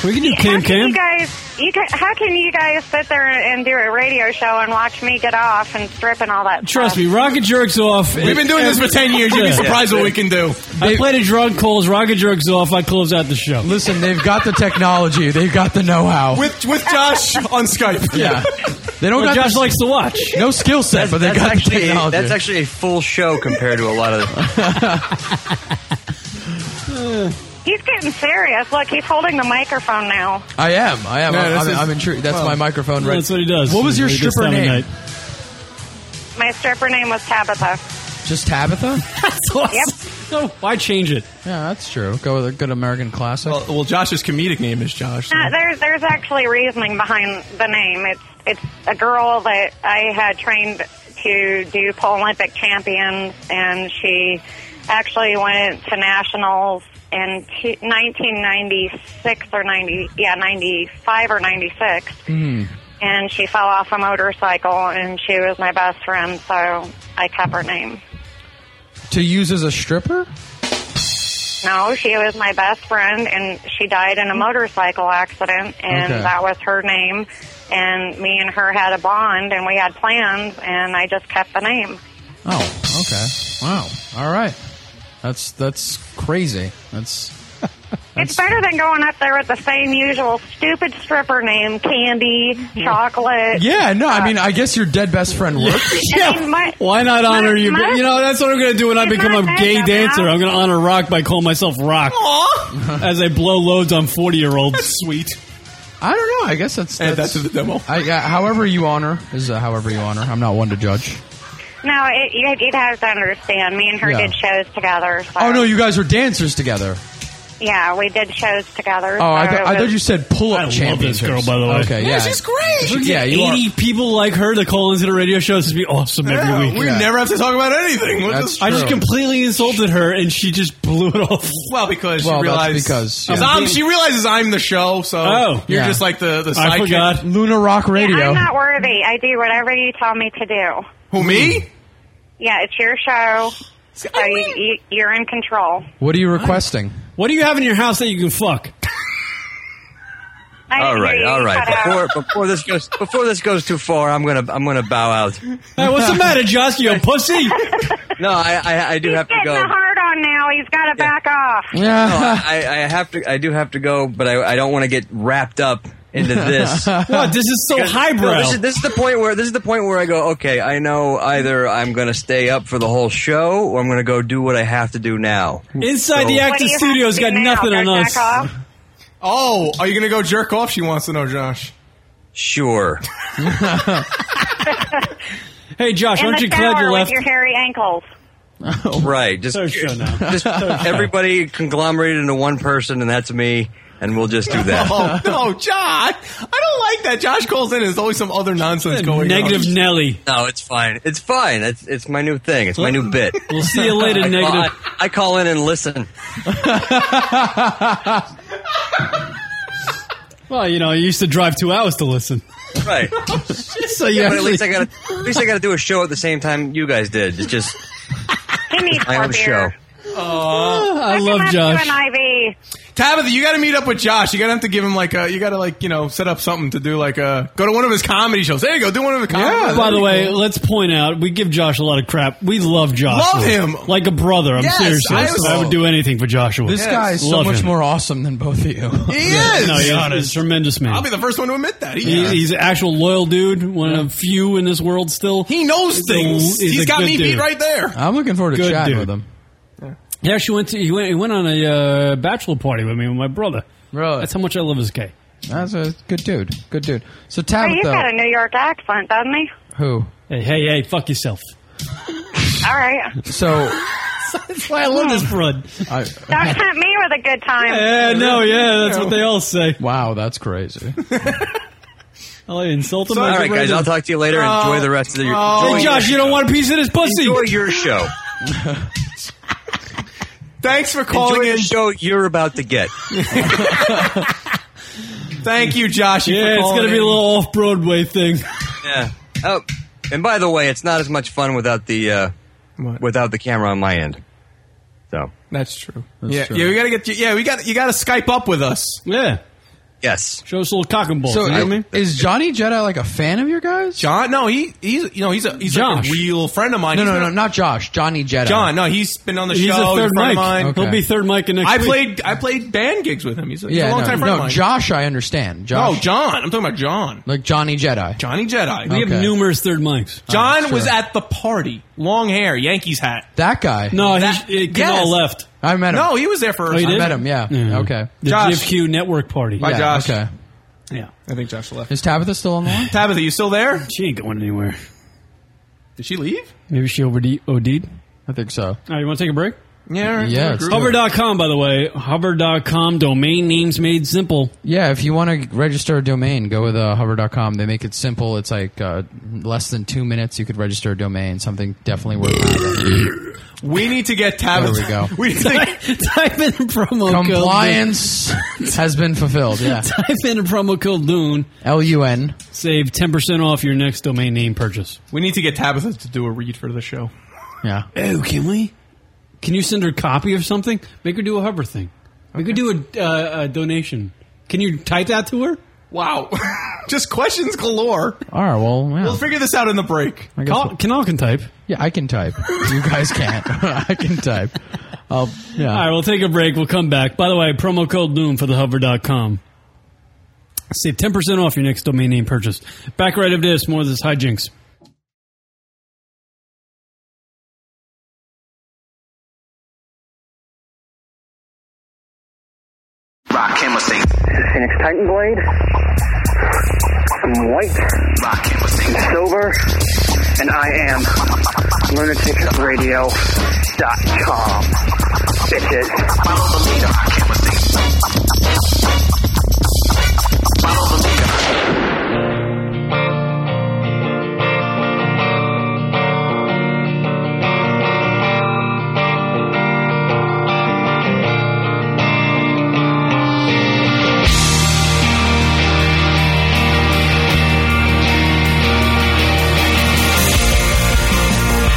Speaker 1: We can do
Speaker 17: how can you guys? You can, how can you guys sit there and do a radio show and watch me get off and strip and all that?
Speaker 1: Trust me, Rocket Jerks off.
Speaker 23: We've been doing this for 10 years. You'd be surprised what we can
Speaker 11: (laughs)
Speaker 23: do.
Speaker 1: I played a drug calls. Rocket Jerks off. I close out the show.
Speaker 11: Listen, they've got the technology. They've got the know-how.
Speaker 23: With, with Josh on Skype. (laughs)
Speaker 11: (laughs) yeah, they don't.
Speaker 1: Well,
Speaker 11: got
Speaker 1: Josh
Speaker 11: the,
Speaker 1: likes to watch.
Speaker 11: No skill set, but they
Speaker 2: that's
Speaker 11: got the
Speaker 2: actually
Speaker 11: technology.
Speaker 2: that's actually a full show compared to a lot
Speaker 11: (laughs)
Speaker 2: of.
Speaker 17: He's getting serious. Look, he's holding the microphone now.
Speaker 11: I am. I am.
Speaker 1: No,
Speaker 11: I'm,
Speaker 1: this
Speaker 11: I'm,
Speaker 1: is-
Speaker 11: I'm intrigued. That's
Speaker 1: well,
Speaker 11: my microphone. Right.
Speaker 1: That's what he does.
Speaker 11: What was your
Speaker 1: He does
Speaker 11: stripper
Speaker 1: time of
Speaker 11: name?
Speaker 1: night.
Speaker 17: My stripper name was Tabitha.
Speaker 11: Just Tabitha.
Speaker 1: (laughs) That's awesome. No, why change it?
Speaker 11: Yeah, that's true. Go with a good American classic.
Speaker 23: Well, well, Josh's comedic name is Josh.
Speaker 17: Uh, there's there's actually reasoning behind the name. It's it's a girl that I had trained to do pole Olympic champions, and she actually went to nationals in t- 1996 or 90 yeah 95 or 96
Speaker 1: Mm.
Speaker 11: Mm-hmm.
Speaker 17: and she fell off a motorcycle and she was my best friend so i kept her name
Speaker 11: To use as a stripper?
Speaker 17: No, she was my best friend, and she died in a motorcycle accident, and
Speaker 11: Okay.
Speaker 17: that was her name. And me and her had a bond, and we had plans, and I just kept the name.
Speaker 11: Oh, okay. Wow. All right. That's that's crazy. That's
Speaker 17: It's better than going up there with the same usual stupid stripper name, candy, chocolate. Uh,
Speaker 11: yeah. No, I mean, I guess your dead best friend (laughs) works.
Speaker 17: (laughs) I mean, my,
Speaker 1: Why not honor
Speaker 17: my-
Speaker 1: you?
Speaker 17: my-
Speaker 1: you know, that's what I'm going to do when I
Speaker 17: It's
Speaker 1: become a
Speaker 17: not
Speaker 1: gay
Speaker 17: bad,
Speaker 1: dancer.
Speaker 17: Rob.
Speaker 1: I'm going to honor
Speaker 5: Oh.
Speaker 1: (laughs) Rock by calling myself Rock
Speaker 23: Aw.
Speaker 1: as I blow loads on 40 year olds.
Speaker 23: Sweet.
Speaker 11: I don't know. I guess that's that's, that's the demo. I, uh, however you honor is uh, however you honor. I'm not one to judge.
Speaker 17: No, it, you- you'd have to understand. Me and her
Speaker 11: Yeah.
Speaker 17: did shows together. So,
Speaker 11: Oh no, you guys were dancers together.
Speaker 17: Yeah, we did shows together.
Speaker 11: Oh, I,
Speaker 17: so
Speaker 11: th-
Speaker 17: it
Speaker 11: I thought
Speaker 17: was-
Speaker 11: you said pull up
Speaker 1: I love this
Speaker 11: championships.
Speaker 1: girl, by the way.
Speaker 11: Okay, yeah.
Speaker 1: great.
Speaker 11: Yeah, you are.
Speaker 1: eighty people like her to call into the radio show. This would be awesome every week.
Speaker 11: we Yeah. never have to talk about anything. What That's the-
Speaker 1: I just
Speaker 11: true.
Speaker 1: completely insulted her, and she just blew it off.
Speaker 10: Well, because
Speaker 1: Well,
Speaker 10: she
Speaker 1: that's
Speaker 10: realized
Speaker 1: because, yeah.
Speaker 10: I'm- she realizes I'm the show, so
Speaker 1: Oh.
Speaker 10: you're
Speaker 1: Yeah.
Speaker 10: just like the the sidekick.
Speaker 1: I forgot.
Speaker 11: Luna Rock Radio.
Speaker 17: I'm not worthy. I do whatever you tell me to do.
Speaker 10: Who me?
Speaker 17: Yeah, it's your show, so you, you, you're in control.
Speaker 11: What are you requesting?
Speaker 1: What do you have in your house that you can fuck?
Speaker 17: I
Speaker 2: All right,
Speaker 17: hear you.
Speaker 2: all right.
Speaker 17: Cut out.
Speaker 2: Before before this goes before this goes too far, I'm gonna I'm gonna bow out.
Speaker 1: Hey, what's the matter, Josh? You a pussy?
Speaker 2: No, I I, I do have to
Speaker 17: Getting
Speaker 2: go.
Speaker 17: the hard on now. He's got to back off.
Speaker 1: Mm,
Speaker 2: No, I, I have to. I do have to go, but I, I don't want to get wrapped up into this.
Speaker 1: (laughs) What? This is so
Speaker 2: Because-
Speaker 1: highbrow.
Speaker 2: no, this, is, this is the point where this is the point where I go. Okay, I know either I'm going to stay up for the whole show, or I'm going to go do what I have to do now.
Speaker 1: Inside
Speaker 2: So-
Speaker 1: the actor studio's got nothing on us.
Speaker 10: Oh, are you gonna go jerk off? She wants to know, Josh.
Speaker 2: Sure.
Speaker 1: (laughs) hey, Josh,
Speaker 17: in
Speaker 1: why don't
Speaker 17: the
Speaker 1: you glad
Speaker 17: shower
Speaker 1: you
Speaker 17: with
Speaker 1: left? (laughs) Oh,
Speaker 17: your hairy ankles.
Speaker 2: Right. Just,
Speaker 1: (laughs)
Speaker 2: just everybody conglomerated into one person, and that's me. And we'll just (laughs) do
Speaker 10: (laughs)
Speaker 1: (laughs)
Speaker 10: Oh,
Speaker 2: that.
Speaker 10: no, Josh. I don't like that. Josh calls in and there's always some other nonsense
Speaker 1: (laughs)
Speaker 10: going
Speaker 1: Negative
Speaker 10: on.
Speaker 1: Nelly.
Speaker 2: No, it's fine. It's fine. It's it's my new thing. It's my new bit.
Speaker 1: (laughs) We'll see you later,
Speaker 2: I call-
Speaker 1: negative.
Speaker 2: I, I call in and listen.
Speaker 1: (laughs) Well, you know, you used to drive two hours to listen. (laughs)
Speaker 2: Right.
Speaker 1: Oh, So you
Speaker 2: yeah, but at least I
Speaker 1: actually-
Speaker 2: got to at least I got to do a show at the same time you guys did. It's just (laughs)
Speaker 17: He needs
Speaker 2: my
Speaker 17: more
Speaker 2: own show.
Speaker 17: beer. Hook him up to an IV.
Speaker 10: Tabitha, you got to meet up with Josh. You got to have to give him like a. You got to like you know set up something to do like a. Go to one of his comedy shows. There you go. Do one of the comedy. shows.
Speaker 1: By
Speaker 10: That'd
Speaker 1: the
Speaker 10: be
Speaker 1: way,
Speaker 10: cool.
Speaker 1: let's point out we give Josh a lot of crap. We love Joshua.
Speaker 10: Love him.
Speaker 1: like a brother. I'm
Speaker 10: Yes,
Speaker 1: serious.
Speaker 10: I
Speaker 1: I,
Speaker 10: was-
Speaker 1: would do anything for Joshua.
Speaker 11: This guy is so
Speaker 1: Love
Speaker 11: much
Speaker 1: him.
Speaker 11: more awesome than both of you.
Speaker 10: (laughs) he
Speaker 1: Yeah,
Speaker 10: is.
Speaker 1: No, he's, he's a tremendous man.
Speaker 10: I'll be the first one to admit that. He,
Speaker 1: He-
Speaker 10: is.
Speaker 1: He's an actual loyal dude. One of the few in this world still.
Speaker 10: He knows things.
Speaker 1: He's
Speaker 10: He's
Speaker 1: a
Speaker 10: got
Speaker 1: good
Speaker 10: me beat
Speaker 1: dude.
Speaker 10: right there.
Speaker 11: I'm looking forward to
Speaker 1: Good
Speaker 11: chatting
Speaker 1: dude.
Speaker 11: with him.
Speaker 1: He actually went to he went, he went on a uh, bachelor party with me with my brother.
Speaker 11: Really?
Speaker 1: That's how much I love this guy.
Speaker 11: That's a good dude. Good dude.
Speaker 17: Oh,
Speaker 11: So
Speaker 17: he's got a
Speaker 11: Tabitha,
Speaker 17: New York accent, doesn't
Speaker 1: (laughs)
Speaker 17: he?
Speaker 11: who?
Speaker 1: Hey, hey, hey! Fuck yourself.
Speaker 17: All right.
Speaker 11: So
Speaker 1: That's (laughs) why I love this broad.
Speaker 10: (laughs)
Speaker 11: I,
Speaker 17: That sent me with a good time.
Speaker 1: Yeah, no, yeah, that's what they all say.
Speaker 11: wow, that's
Speaker 10: (laughs)
Speaker 11: crazy.
Speaker 1: I'll insult them.
Speaker 2: all right, guys. I'll talk to you later.
Speaker 10: Uh,
Speaker 2: Enjoy the rest of your. enjoy
Speaker 1: Hey, Josh,
Speaker 2: your
Speaker 1: you don't want a piece of this pussy.
Speaker 2: Enjoy your show.
Speaker 10: (laughs) Thanks for calling
Speaker 2: Enjoy
Speaker 10: in.
Speaker 2: the show you're about to get.
Speaker 10: Thank you, Josh.
Speaker 1: yeah, it's gonna be a little off Broadway thing.
Speaker 2: Yeah. Oh, and by the way, it's not as much fun without the uh, without the camera on my end. So
Speaker 10: That's true.
Speaker 11: That's
Speaker 10: yeah,
Speaker 11: true.
Speaker 10: yeah, we gotta get. You, yeah, we got. You gotta Skype up with us.
Speaker 1: Yeah.
Speaker 2: yes,
Speaker 1: Show us a little cock and balls.
Speaker 11: So
Speaker 1: you know what I mean?
Speaker 11: is Johnny Jedi like a fan of your guys?
Speaker 10: John. No, he. He's. You know, he's a. He's like
Speaker 1: Josh.
Speaker 10: a real friend of mine.
Speaker 11: No,
Speaker 10: He's
Speaker 11: no, no,
Speaker 10: not-
Speaker 11: not Josh. Johnny Jedi.
Speaker 10: John. No, he's been on the
Speaker 1: He's
Speaker 10: show.
Speaker 1: a third
Speaker 10: friend of
Speaker 1: mic.
Speaker 10: mine.
Speaker 11: Okay.
Speaker 1: He'll be third mic in next
Speaker 10: I
Speaker 1: week.
Speaker 10: played. I played band gigs with him. He's a, he's
Speaker 11: Yeah,
Speaker 10: a long time
Speaker 11: no,
Speaker 10: friend of
Speaker 11: no
Speaker 10: mine.
Speaker 11: Josh. I understand.
Speaker 10: No,
Speaker 11: Josh,
Speaker 10: John. I'm talking about John.
Speaker 11: like Johnny Jedi.
Speaker 10: Johnny Jedi.
Speaker 1: We
Speaker 11: Okay.
Speaker 1: have numerous third mics.
Speaker 11: Oh,
Speaker 10: John
Speaker 11: sure.
Speaker 10: was at the party. Long hair, Yankees hat.
Speaker 11: That guy.
Speaker 1: No,
Speaker 10: That-
Speaker 1: he, it,
Speaker 10: yes.
Speaker 1: all left.
Speaker 11: I met him.
Speaker 10: No, he was there for.
Speaker 1: Oh, he
Speaker 11: I
Speaker 1: did?
Speaker 11: met him. Yeah.
Speaker 1: Yeah.
Speaker 11: Okay.
Speaker 1: The
Speaker 10: Josh.
Speaker 1: GFQ network party.
Speaker 10: Bye,
Speaker 11: yeah,
Speaker 10: Josh.
Speaker 11: Okay.
Speaker 1: Yeah.
Speaker 10: I think Josh left.
Speaker 11: Is Tabitha still on the line?
Speaker 10: Tabitha, you still there?
Speaker 1: She ain't going anywhere.
Speaker 10: Did she leave?
Speaker 1: Maybe she over OD'd.
Speaker 11: I think so.
Speaker 1: All right, you want to take a break?
Speaker 10: Yeah.
Speaker 11: Yeah,
Speaker 10: yeah,
Speaker 11: it's
Speaker 10: group.
Speaker 11: still-
Speaker 1: Hover.com, by the way. Hover.com, domain names made simple.
Speaker 11: Yeah, if you want to register a domain, go with uh, hover.com. They make it simple. It's like uh, less than two minutes. You could register a domain. Something definitely worth having.
Speaker 10: we need to get Tabitha.
Speaker 11: There we go.
Speaker 10: (laughs) we need to-
Speaker 1: (laughs) Type in the promo
Speaker 11: Compliance has been fulfilled.
Speaker 10: (laughs)
Speaker 11: Yeah.
Speaker 1: code. (laughs) Type in the promo code Loon.
Speaker 11: L U N.
Speaker 1: Save 10% off your next domain name purchase.
Speaker 10: we need to get Tabitha to do a read for the show.
Speaker 11: Yeah.
Speaker 1: Oh, can we? Can you send her a copy of something? Make her do a Hover thing. Make her do a, uh, a donation. Can you type that to her?
Speaker 10: Wow. (laughs) Just questions galore.
Speaker 11: All right. Well, yeah.
Speaker 10: We'll figure this out in the break.
Speaker 11: I guess
Speaker 1: Call, Canal can type.
Speaker 11: Yeah, I can type. You guys can't. (laughs) I can type. I'll, yeah.
Speaker 1: All right, we'll take a break. We'll come back. By the way, promo code Loom for the hover.com. Save 10% off your next domain name purchase. Back right after this, more of this hijinks.
Speaker 5: Rock chemistry. This is Phoenix Titan Blade. I'm white. I'm sober. And I am lunaticradio.com. Bitches.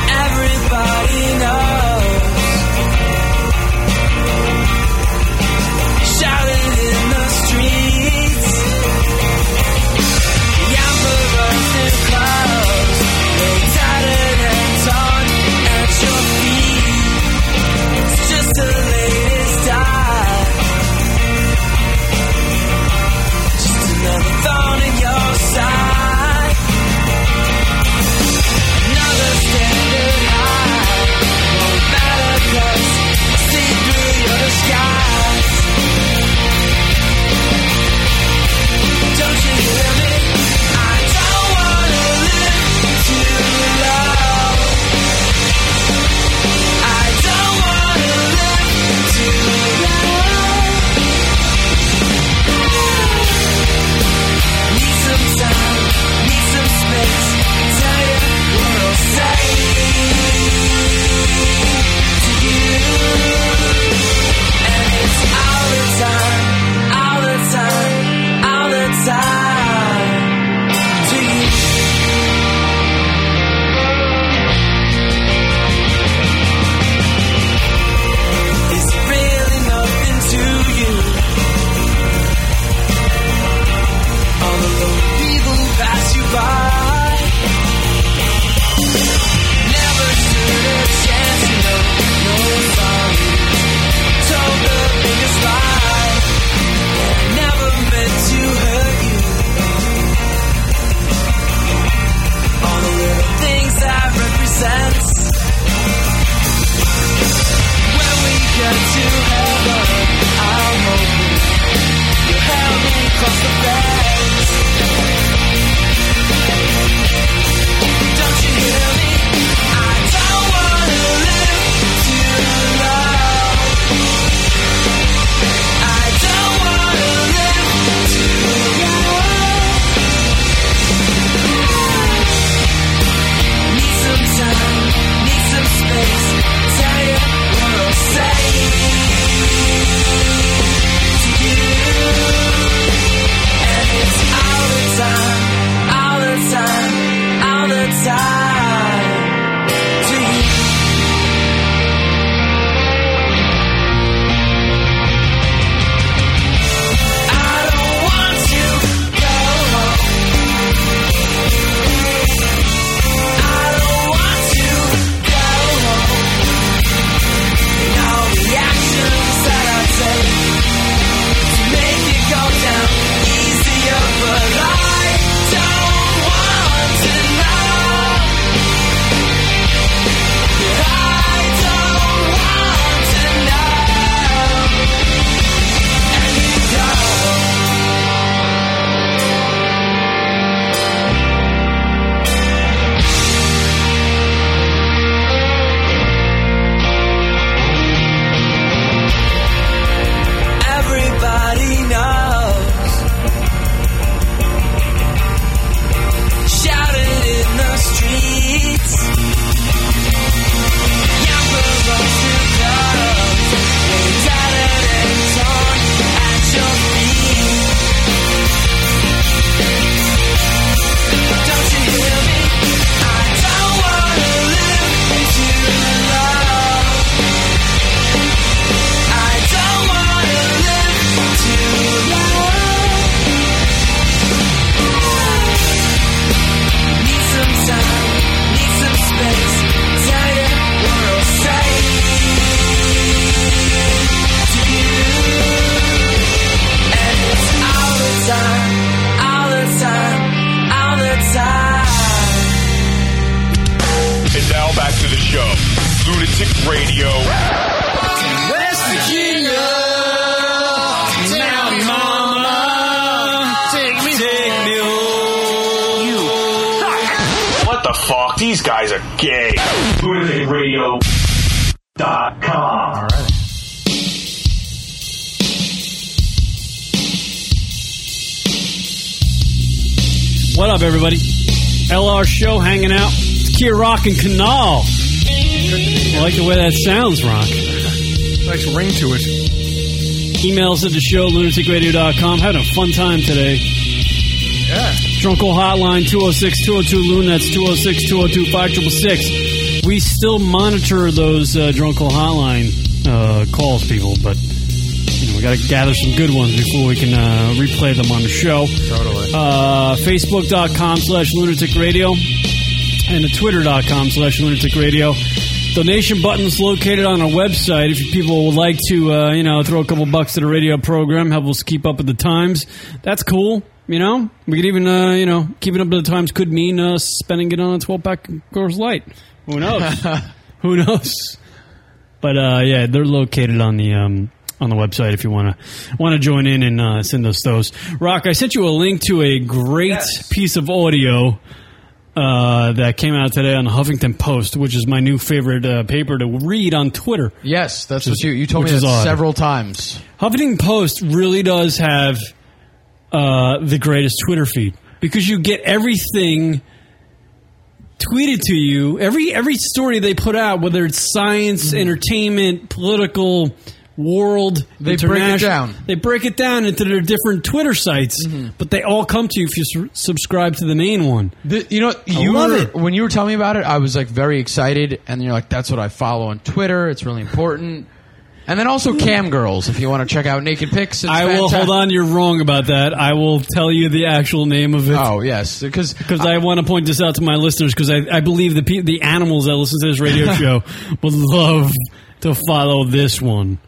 Speaker 24: Everybody knows
Speaker 21: fuck? These guys are gay. LunaticRadio.com. All right.
Speaker 1: What up, everybody? LR Show hanging out. It's Kia Rock and Canal. I like the way that sounds, Rock.
Speaker 23: Nice ring to it.
Speaker 1: Emails at the show, lunaticradio.com. Having a fun time today.
Speaker 23: Yeah.
Speaker 1: Drunk old hotline 206-202-LOON. That's 206-202-5666. We still monitor those uh, drunk old hotline uh, calls, people, but you know, we got to gather some good ones before we can uh, replay them on the show.
Speaker 23: Totally.
Speaker 1: Uh, Facebook.com slash lunatic radio and the Twitter.com slash lunatic radio. Donation buttons located on our website. If people would like to, uh, you know, throw a couple bucks to the radio program, help us keep up with the times. That's cool. You know, we could even, uh, you know, keeping up with the times could mean uh, spending it on a 12 pack of Coors Light. (laughs) Who knows?
Speaker 11: (laughs)
Speaker 1: Who knows? But uh, yeah, they're located on the um, on the website if you want to want to join in and uh, send us those. Rock, I sent you a link to a great piece of audio uh, that came out today on the Huffington Post, which is my new favorite uh, paper to read on Twitter.
Speaker 11: Yes, that's
Speaker 1: Which
Speaker 11: what
Speaker 1: is-
Speaker 11: you you told me
Speaker 1: which is
Speaker 11: that
Speaker 1: odd.
Speaker 11: several times.
Speaker 1: Huffington Post really does have uh, the greatest Twitter feed because you get everything tweeted to you. Every every story they put out, whether it's science,
Speaker 11: Mm-hmm.
Speaker 1: entertainment, political, world,
Speaker 11: They break it
Speaker 1: international-
Speaker 11: down. Mm-hmm.
Speaker 1: They break it down into their different Twitter sites, but they all come to you if you su- subscribe to the main one.
Speaker 11: The- you know,
Speaker 1: I
Speaker 11: you
Speaker 1: love
Speaker 11: were,
Speaker 1: it.
Speaker 11: when you were telling me about it, I was like very excited, and you're like, "That's what I follow on Twitter. It's really important." And then also cam girls, if you want to check out naked pics. It's
Speaker 1: I will
Speaker 11: fantastic.
Speaker 1: hold on. You're wrong about that. I will tell you the actual name of it.
Speaker 11: Oh yes, because
Speaker 1: I, want to point this out to my listeners because I, I believe the pe- the animals that listen to this
Speaker 11: (laughs)
Speaker 1: radio show would love to follow this one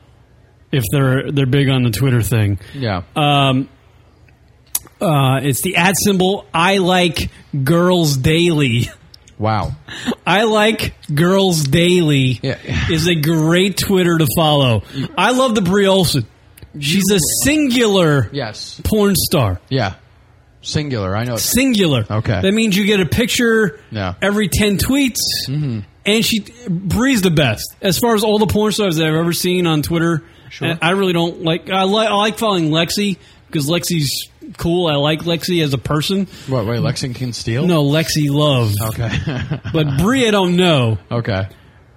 Speaker 1: if they're they're big on the Twitter thing.
Speaker 11: Yeah.
Speaker 1: Um, uh, it's the ad symbol. I like girls daily.
Speaker 11: Wow.
Speaker 1: I like girls daily. Is a great Twitter to follow. I love the Brie Olson. She's a singular
Speaker 11: yes
Speaker 1: porn star.
Speaker 11: Yeah. Singular. I know. it.
Speaker 1: Singular.
Speaker 11: Okay.
Speaker 1: That means you get a picture
Speaker 11: Yeah. Mm-hmm.
Speaker 1: every 10 tweets. And she Bree's the best. As far as all the porn stars that I've ever seen on Twitter, and I really don't like I, li- I like following Lexi because Lexi's cool. I like Lexi as a person.
Speaker 11: What, wait, Lexington Steel?
Speaker 1: No, Lexi Love.
Speaker 11: Okay. (laughs)
Speaker 1: but Bree I don't know.
Speaker 11: Okay.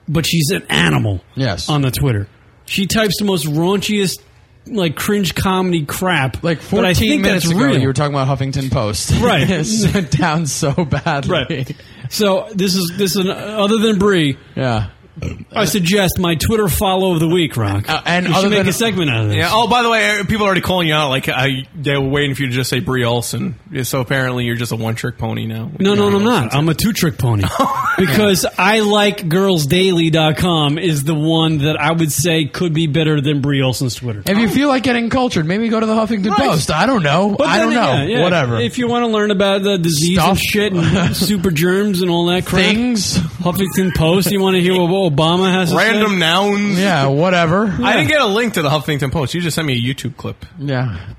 Speaker 1: But she's an animal.
Speaker 11: Yes.
Speaker 1: On the Twitter. She types the most raunchiest like cringe comedy crap. Like
Speaker 11: 14
Speaker 1: but I think
Speaker 11: minutes
Speaker 1: that's
Speaker 11: ago,
Speaker 1: real.
Speaker 11: you were talking about Huffington Post.
Speaker 1: (laughs) Right.
Speaker 11: It's down (laughs) so badly.
Speaker 1: Right. So this is this is an, other than Bree.
Speaker 11: Yeah.
Speaker 1: I suggest my Twitter follow of the week, Rock.
Speaker 11: Uh,
Speaker 23: and
Speaker 1: you
Speaker 23: other
Speaker 1: should make
Speaker 23: than-
Speaker 1: a segment out of this.
Speaker 23: Yeah. Oh, by the way, uh, people are already calling you out. Like I, they were waiting for you to just say Brie Olson. Yeah, So apparently, you're just a one trick pony now.
Speaker 1: No, no, no, I'm not. I'm a two
Speaker 11: (laughs)
Speaker 1: trick pony.
Speaker 11: Oh
Speaker 1: because I like girlsdaily.com is the one that I would say could be better than Brie Olson's Twitter.
Speaker 11: If you feel like getting cultured, maybe go to the Huffington Post. I don't know.
Speaker 1: But
Speaker 11: I
Speaker 1: then
Speaker 11: don't know.
Speaker 1: again, yeah,
Speaker 11: Whatever.
Speaker 1: If you want to learn about the disease and
Speaker 11: (laughs)
Speaker 1: shit and super germs and all that crap, things, Huffington Post. You want to hear what Obama has? to say?
Speaker 23: Random nouns.
Speaker 11: Yeah, whatever.
Speaker 23: I didn't get a link to the Huffington Post. You just sent me a YouTube clip.
Speaker 11: Yeah.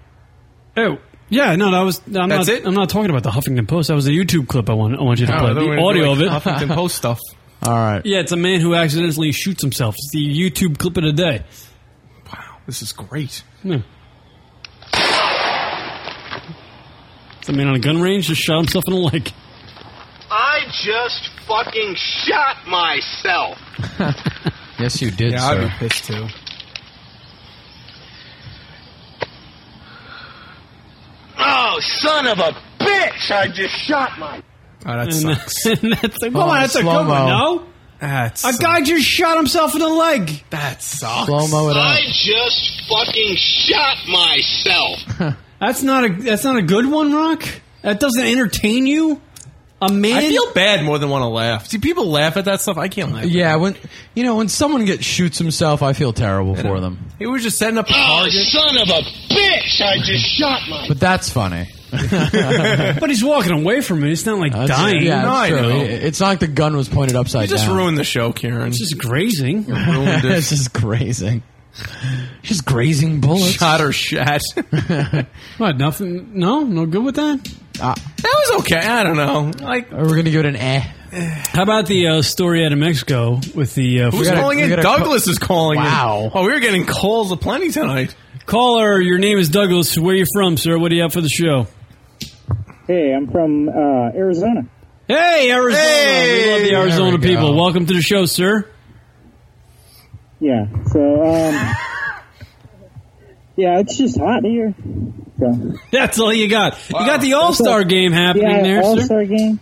Speaker 1: Oh, yeah. No, that was. I'm
Speaker 23: That's
Speaker 1: not,
Speaker 23: it?
Speaker 1: I'm not talking about the Huffington Post. That was a YouTube clip. I want. I want you to
Speaker 23: Oh,
Speaker 1: play
Speaker 23: I thought we were
Speaker 1: the
Speaker 23: gonna
Speaker 1: audio
Speaker 23: do,
Speaker 1: of
Speaker 23: like,
Speaker 1: it. (laughs)
Speaker 23: Huffington Post stuff.
Speaker 11: (laughs) All right.
Speaker 1: Yeah, it's a man who accidentally shoots himself. It's the YouTube clip of the day. Wow,
Speaker 23: this is great.
Speaker 1: It's a man on a gun range just shot himself in the leg. (laughs)
Speaker 4: I just fucking shot myself.
Speaker 11: Yes, you did,
Speaker 23: Yeah,
Speaker 11: sir.
Speaker 23: I'd be pissed too.
Speaker 4: Oh, son of a bitch! I just shot my.
Speaker 23: Oh, that
Speaker 1: And-
Speaker 23: sucks.
Speaker 1: and that's
Speaker 23: Oh,
Speaker 1: like, come on, that's a good one, no?
Speaker 23: That's
Speaker 1: A guy just shot himself in the leg.
Speaker 23: That sucks.
Speaker 11: Slow-mo it
Speaker 4: I just fucking shot myself.
Speaker 1: (laughs) That's not a that's not a good one, Rock. That doesn't entertain you. A man.
Speaker 23: I feel bad more than want to laugh. See, people laugh at that stuff. I can't laugh.
Speaker 11: Yeah, when you know when someone gets shoots himself, I feel terrible for them.
Speaker 23: He was just setting up a
Speaker 4: Oh,
Speaker 23: target.
Speaker 4: son of a bitch! I just shot my.
Speaker 11: But that's funny.
Speaker 1: (laughs) but he's walking away from it. It's not like
Speaker 11: That's-
Speaker 1: dying.
Speaker 11: Yeah, that's
Speaker 1: No, I
Speaker 11: true.
Speaker 1: know.
Speaker 11: It's not like the gun was pointed upside
Speaker 1: You just
Speaker 11: down.
Speaker 1: ruined
Speaker 23: the show, Karen.
Speaker 1: It's just grazing. (laughs)
Speaker 11: ruined it. it's just grazing. Just grazing bullets.
Speaker 23: Shot or shat.
Speaker 1: (laughs) What? Nothing? No, no good with that.
Speaker 11: Uh,
Speaker 23: that was okay. I don't know. Like
Speaker 11: we're gonna give it an eh.
Speaker 1: How about the uh, story out of Mexico with the? Uh,
Speaker 23: Who's calling in? Douglas is calling in. Wow. Oh, we were getting calls aplenty tonight.
Speaker 1: Caller, your name is Douglas. Where are you from, sir? What do you have for the show?
Speaker 5: Hey, I'm from uh, Arizona.
Speaker 1: Hey, Arizona. we love the Arizona
Speaker 5: we go.
Speaker 1: people. Welcome to the show, sir.
Speaker 5: Yeah. So, um, (laughs) yeah, it's just hot here. So,
Speaker 1: That's all you got. You got the All Star game happening
Speaker 5: yeah,
Speaker 1: there,
Speaker 5: All
Speaker 1: sir.
Speaker 5: Star game.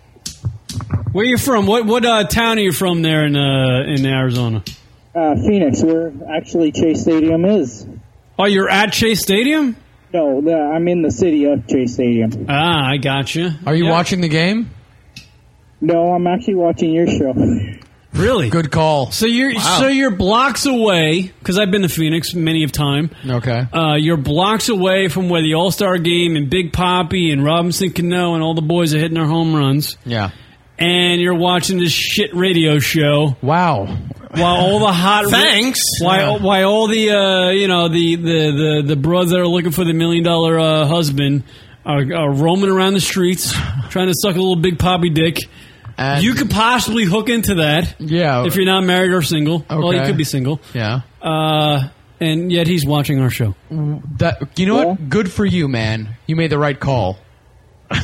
Speaker 1: Where you from? What what uh, town are you from there in uh, in Arizona?
Speaker 5: Uh, Phoenix, where actually Chase Stadium is.
Speaker 1: Oh, you're at Chase Stadium?
Speaker 5: No, the, I'm in the city of Chase Stadium.
Speaker 1: Ah, I gotcha.
Speaker 5: Are you watching
Speaker 11: the game?
Speaker 5: No, I'm actually watching your show.
Speaker 1: Really
Speaker 11: good call.
Speaker 1: So you're
Speaker 5: Wow.
Speaker 1: so you're blocks away because I've been to Phoenix many of time.
Speaker 11: Okay.
Speaker 1: Uh, you're blocks away from where the All Star Game and Big Poppy and Robinson Cano and all the boys are hitting their home runs.
Speaker 11: Yeah.
Speaker 1: And you're watching this shit radio show.
Speaker 11: Wow.
Speaker 1: While all the hot
Speaker 23: Thanks.
Speaker 1: Why?
Speaker 23: Yeah.
Speaker 1: Why all the uh, you know the the the the broads that are looking for the million dollar uh, husband are, are roaming around
Speaker 11: (laughs)
Speaker 1: the streets trying to suck a little big poppy dick. you could possibly hook into that.
Speaker 11: Yeah.
Speaker 1: If you're not married or single. Well, you could be single.
Speaker 11: Yeah.
Speaker 1: Uh, and yet he's watching our show.
Speaker 11: That you know what? Good for you, man. You made the right call.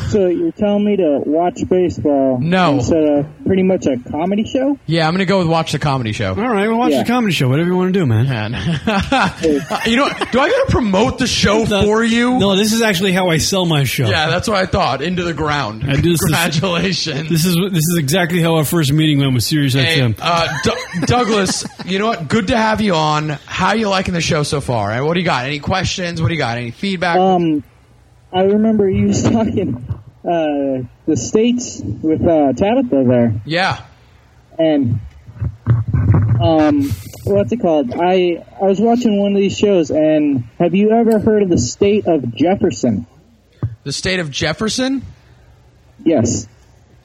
Speaker 5: so you're telling me to watch baseball?
Speaker 11: No.
Speaker 5: Instead of pretty much a comedy show?
Speaker 11: Yeah, I'm gonna go with watch the comedy show.
Speaker 1: All right, well, watch
Speaker 5: Yeah.
Speaker 1: the comedy show. Whatever you
Speaker 11: (laughs)
Speaker 1: want to do, man.
Speaker 11: Uh, you know, what? do I gotta promote the show for you?
Speaker 1: (laughs) No, this is actually how I sell my show.
Speaker 11: Yeah, that's what I thought. Into the ground.
Speaker 1: I do this- (laughs)
Speaker 11: Congratulations.
Speaker 1: This is this is exactly how our first meeting went with Sirius
Speaker 11: Hey,
Speaker 1: XM.
Speaker 11: uh, D- Douglas, you know what? Good to have you on. How you liking the show so far? And what do you got? Any questions? What do you got? Any feedback?
Speaker 5: Um, I remember you was (laughs) talking uh, the states with uh, Tabitha there,
Speaker 11: yeah.
Speaker 5: and um, what's it called? I I was watching one of these shows, and have you ever heard of the state of Jefferson?
Speaker 11: The state of Jefferson?
Speaker 5: Yes.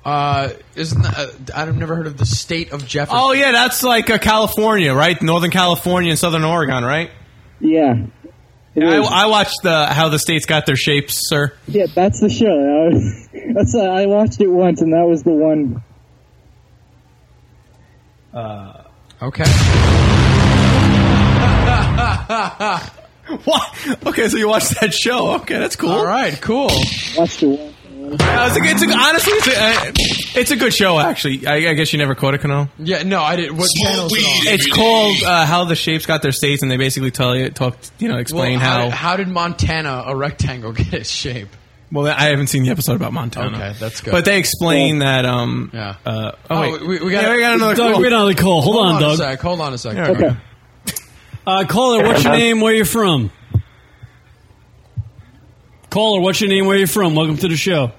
Speaker 11: Uh, isn't that, uh, I've never heard of the state of Jefferson.
Speaker 23: Oh yeah, that's like uh, California, right? Northern California and Southern Oregon, right?
Speaker 5: Yeah.
Speaker 23: I, I watched the how the states got their shapes, sir.
Speaker 5: Yeah, that's the show. (laughs) I was- That's uh, I watched it once, and that was the one.
Speaker 11: Uh, okay.
Speaker 23: what? Okay, so you watched that show. Okay, that's cool. All
Speaker 11: right, cool.
Speaker 5: That's the one.
Speaker 23: Uh, it's a, it's a, honestly, it's a, uh, it's a good show. Actually, I, I guess you never caught it, Cano.
Speaker 11: Yeah, no, I didn't. What channel is it on?
Speaker 23: It's called uh, "How the Shapes Got Their States," and they basically tell you, talk, you know, explain
Speaker 11: Well,
Speaker 23: how.
Speaker 11: did- how did Montana, a rectangle, (laughs) get its shape?
Speaker 23: Well, I haven't seen the episode about Montana.
Speaker 11: Okay, that's good.
Speaker 23: But they explain that. Um,
Speaker 11: yeah.
Speaker 23: Uh, oh, wait.
Speaker 11: we, we got,
Speaker 23: Yeah, we got another Doug, call. we got another call. Hold on,
Speaker 11: on
Speaker 23: Doug.
Speaker 11: A sec. uh, Hold on a second.
Speaker 23: Yeah, okay.
Speaker 1: Uh, caller, what's your
Speaker 11: Uh-huh.
Speaker 1: name? Where you from? Caller, what's your name? Where you from? Welcome to the show.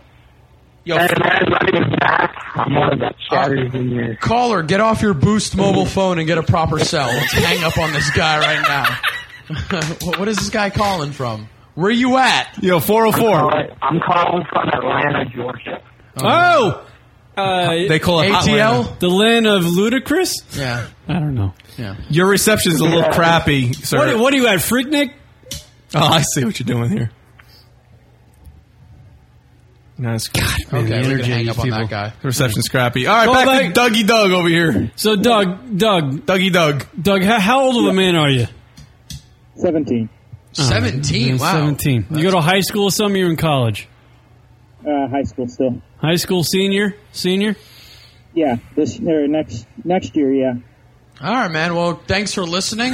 Speaker 23: Yo,
Speaker 5: I'm one of the chatters in here.
Speaker 11: Uh, Caller, get off your Boost mobile phone and get a proper cell. Let's hang up on this guy right now. (laughs) What- what is this guy calling from? Where you at?
Speaker 23: Yo, 404.
Speaker 5: I'm calling from Atlanta, Georgia.
Speaker 1: Oh, uh,
Speaker 23: They call it
Speaker 1: ATL,
Speaker 23: Hotlanta.
Speaker 1: the land of ludicrous.
Speaker 11: Yeah.
Speaker 1: I don't know.
Speaker 11: Yeah.
Speaker 23: Your reception's a little crappy, sir.
Speaker 1: What, what are you at, Freaknik?
Speaker 23: Oh, I see what you're doing here. No, it's God,
Speaker 11: man, Okay, the we're gonna energy hang of up these on that people. guy.
Speaker 23: The reception's crappy. All right,
Speaker 1: Call
Speaker 23: back,
Speaker 1: back.
Speaker 23: to Dougie Doug over here.
Speaker 1: So, Doug, Doug,
Speaker 23: Dougie Doug,
Speaker 1: Doug, how, how old of a man are you?
Speaker 5: Seventeen.
Speaker 11: Seventeen.
Speaker 1: Oh,
Speaker 11: Wow.
Speaker 1: Seventeen. You go to high school or something? You're in college.
Speaker 5: Uh, high school still.
Speaker 1: High school senior, senior.
Speaker 5: Yeah, this or next next year. Yeah.
Speaker 11: All right, man. Well, thanks for listening.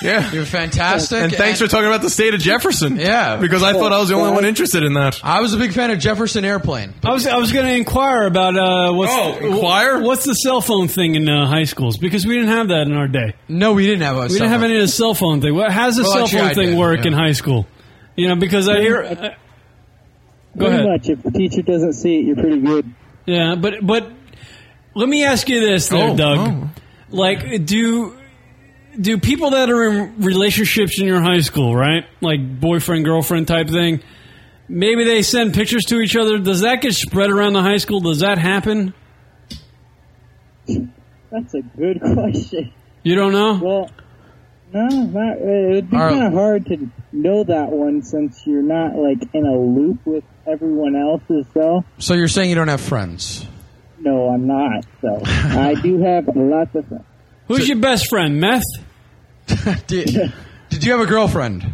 Speaker 23: yeah,
Speaker 11: you're fantastic.
Speaker 23: and thanks for talking about the state of Jefferson.
Speaker 11: Yeah.
Speaker 23: because I thought I was the only one interested in that.
Speaker 11: I was a big fan of Jefferson Airplane.
Speaker 1: I was I was going to inquire about uh, what's
Speaker 11: Oh, inquire?
Speaker 1: what's the cell phone thing in uh, high schools because we didn't have that in our day.
Speaker 11: No, we didn't have a.
Speaker 1: We didn't have any of the cell phone thing. What how's the
Speaker 11: Well,
Speaker 1: cell
Speaker 11: actually,
Speaker 1: phone
Speaker 11: I
Speaker 1: thing
Speaker 11: did,
Speaker 1: work
Speaker 11: yeah.
Speaker 1: in high school? You know, because I hear uh, Go
Speaker 5: pretty
Speaker 1: ahead.
Speaker 5: much. If the teacher doesn't see it, you're pretty good.
Speaker 1: yeah, but but let me ask you this, there,
Speaker 5: Oh,
Speaker 1: Doug. Like, do do people that are in relationships in your high school, right? Like boyfriend girlfriend type thing. Maybe they send pictures to each other. Does that get spread around the high school? Does that happen?
Speaker 5: That's a good (laughs) question.
Speaker 1: You don't know?
Speaker 5: Well, no, not, it would be
Speaker 1: All right.
Speaker 5: kind of hard to know that one since you're not like in a loop with everyone else as well.
Speaker 11: So you're saying you don't have friends?
Speaker 5: No, I'm not.
Speaker 11: (laughs)
Speaker 5: So I do have lots of friends.
Speaker 1: Who's your best friend, Meth?
Speaker 11: (laughs) did, did you have a girlfriend?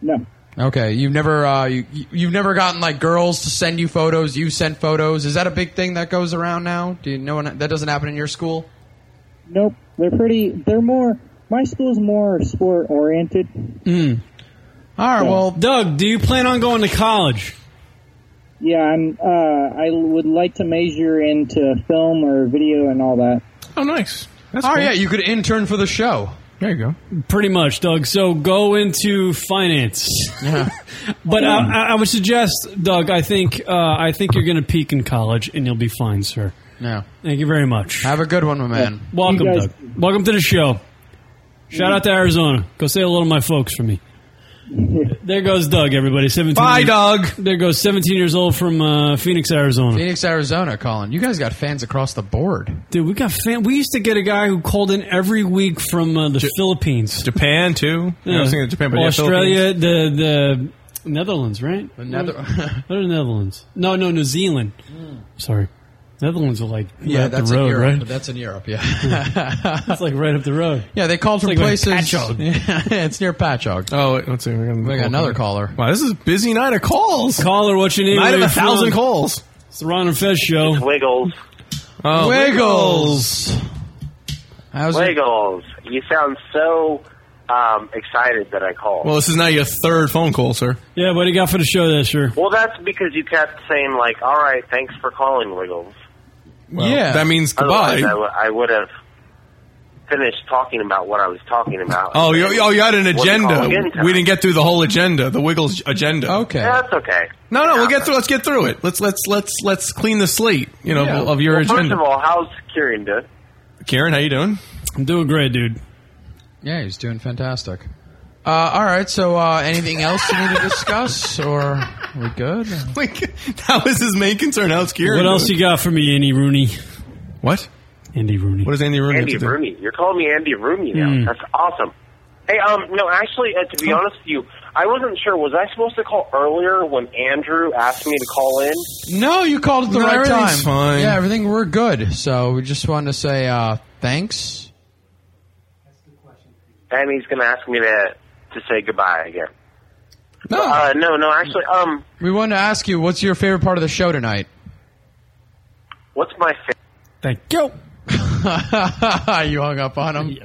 Speaker 5: No.
Speaker 11: Okay, you've never uh, you you've never gotten like girls to send you photos. You sent photos. Is that a big thing that goes around now? Do you know when- that doesn't happen in your school?
Speaker 5: Nope. They're pretty. They're more. My school's more sport oriented.
Speaker 1: Mm.
Speaker 11: Hmm. All right.
Speaker 1: Well, Doug, do you plan on going to college?
Speaker 5: Yeah, I'm. Uh, I would like to major into film or video and all that.
Speaker 1: Oh, nice.
Speaker 11: Oh yeah, you could intern for the show.
Speaker 1: There you go. Pretty much, Doug. So go into finance. (laughs) but I, I I would suggest, Doug. I think uh, I think you're going to peak in college, and you'll be fine, sir.
Speaker 11: No.
Speaker 1: Thank you very much.
Speaker 11: Have a good one, my man.
Speaker 1: Welcome,
Speaker 11: You guys-
Speaker 1: Doug. Welcome to the show. Shout out to Arizona. Go say hello to my folks for (laughs) me. There goes Doug, everybody. 17
Speaker 11: Bye,
Speaker 1: Doug. There goes 17 years old from uh, Phoenix, Arizona.
Speaker 11: Phoenix, Arizona, Colin. You guys got fans across the board.
Speaker 1: Dude, we got fan. We used to get a guy who called in every week from uh, the Philippines,
Speaker 23: Japan too. I was thinking of Japan, but yeah,
Speaker 1: Australia, the the Netherlands, right? The
Speaker 11: Nether-
Speaker 1: (laughs)
Speaker 11: Hmm.
Speaker 1: what are the Netherlands? No, no, New Zealand. Sorry, Netherlands are like right
Speaker 11: Yeah,
Speaker 1: up
Speaker 11: that's
Speaker 1: the road,
Speaker 11: in Europe.
Speaker 1: right?
Speaker 11: But that's in Europe. Yeah.
Speaker 1: (laughs) it's like right up the road.
Speaker 11: Yeah, they called
Speaker 1: It's
Speaker 11: from
Speaker 1: like
Speaker 11: places.
Speaker 1: When Patchogue.
Speaker 11: (laughs) Yeah, it's near Patchogue.
Speaker 23: Oh, wait, let's see. We got,
Speaker 11: We got another caller.
Speaker 23: Wow, this is a busy night of calls.
Speaker 1: Caller, what's your name?
Speaker 23: Night
Speaker 1: Where
Speaker 23: of a
Speaker 1: you from?
Speaker 23: thousand calls.
Speaker 1: It's the Ron and Fez show.
Speaker 6: Wiggles.
Speaker 23: Oh,
Speaker 6: Wiggles.
Speaker 11: How's
Speaker 6: Wiggles, you sound so um, excited that I called.
Speaker 23: Well, this is now your third phone call, sir.
Speaker 1: Yeah, what do you got for the show this year?
Speaker 6: Well, that's because you kept saying like, "All right, thanks for calling, Wiggles."
Speaker 23: yeah, that means
Speaker 6: Otherwise,
Speaker 23: goodbye.
Speaker 6: I, w- I would have finished talking about what I was talking about.
Speaker 23: Oh, you, oh, you had an
Speaker 6: Wasn't
Speaker 23: agenda.
Speaker 6: calling in time.
Speaker 23: We didn't get through the whole agenda, the Wiggles agenda. Okay.
Speaker 6: That's okay.
Speaker 23: No, no, we'll get through. Let's get through it. Let's let's let's let's clean the slate. You know,
Speaker 6: Yeah.
Speaker 23: of your
Speaker 6: well,
Speaker 23: agenda.
Speaker 6: First of all, how's Kieran doing?
Speaker 23: Karen, how you doing?
Speaker 1: I'm doing great, dude.
Speaker 11: Yeah, he's doing fantastic. Uh, all right, so uh, anything else you need to discuss, or are we
Speaker 23: (laughs)
Speaker 11: good?
Speaker 23: that was his main concern. How's Kieran?
Speaker 1: What else you got for me, Andy Rooney?
Speaker 23: What?
Speaker 1: Andy Rooney.
Speaker 23: What is Andy Rooney?
Speaker 6: Andy Rooney. You're calling me Andy Rooney now.
Speaker 1: Hmm.
Speaker 6: That's awesome. Hey, um, no, actually, uh, to be honest with you, I wasn't sure. Was I supposed to call earlier when Andrew asked me to call in?
Speaker 11: No, you called at the
Speaker 6: No,
Speaker 11: right time.
Speaker 6: everything's fine.
Speaker 11: Yeah, everything we're good. So we just wanted to say uh, thanks.
Speaker 6: and he's going to ask me to to say goodbye again. No, uh, no, no. Actually, um,
Speaker 11: We wanted to ask you, what's your favorite part of the show tonight?
Speaker 6: what's my fa-
Speaker 1: Thank you.
Speaker 11: (laughs) you hung up on him.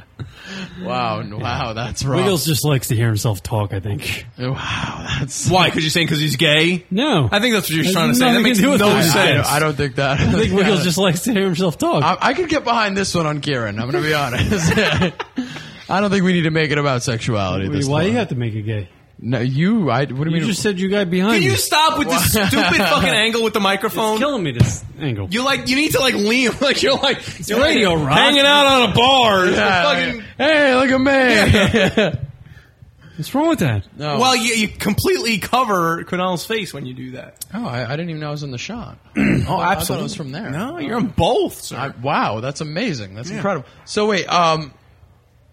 Speaker 11: Wow, wow, that's wrong.
Speaker 1: Wiggles just likes to hear himself talk. I think.
Speaker 11: Oh, Wow, that's
Speaker 23: Why? Because you're saying because he's gay?
Speaker 1: No,
Speaker 23: I think that's what you're
Speaker 1: Has
Speaker 23: trying to say. That
Speaker 1: nothing to
Speaker 23: makes
Speaker 1: do
Speaker 23: no
Speaker 1: with it.
Speaker 23: sense.
Speaker 1: I- I don't-
Speaker 11: I don't think that.
Speaker 1: (laughs) I think Wiggles just likes to hear himself talk.
Speaker 11: I, I could get behind this one on Kieran. I'm going to be honest. (laughs) I don't think we need to make it about sexuality. at
Speaker 1: Wait,
Speaker 11: this
Speaker 1: why
Speaker 11: point.
Speaker 1: you have to make it gay?
Speaker 11: No, you. I. What do you,
Speaker 1: You
Speaker 11: mean?
Speaker 1: just said you got behind.
Speaker 23: Can you stop with this
Speaker 11: Why?
Speaker 1: (laughs)
Speaker 23: stupid
Speaker 11: (laughs)
Speaker 23: fucking angle with the microphone? It's
Speaker 1: killing me this angle.
Speaker 23: You like you need to like lean (laughs) like you're like you're like
Speaker 1: radio, Ron.
Speaker 23: hanging out on a bar.
Speaker 1: Yeah,
Speaker 23: Fucking-
Speaker 11: hey, look at me. (laughs)
Speaker 1: What's wrong with that?
Speaker 11: No.
Speaker 23: Well, you, you completely cover Cornell's face when you do that.
Speaker 11: Oh, I, I didn't even know I was in the (clears throat) shot. oh, I thought it
Speaker 23: absolutely.
Speaker 11: was from there.
Speaker 23: No, you're in both. Sir.
Speaker 11: wow, that's amazing. That's
Speaker 23: Yeah.
Speaker 11: incredible. So wait, um,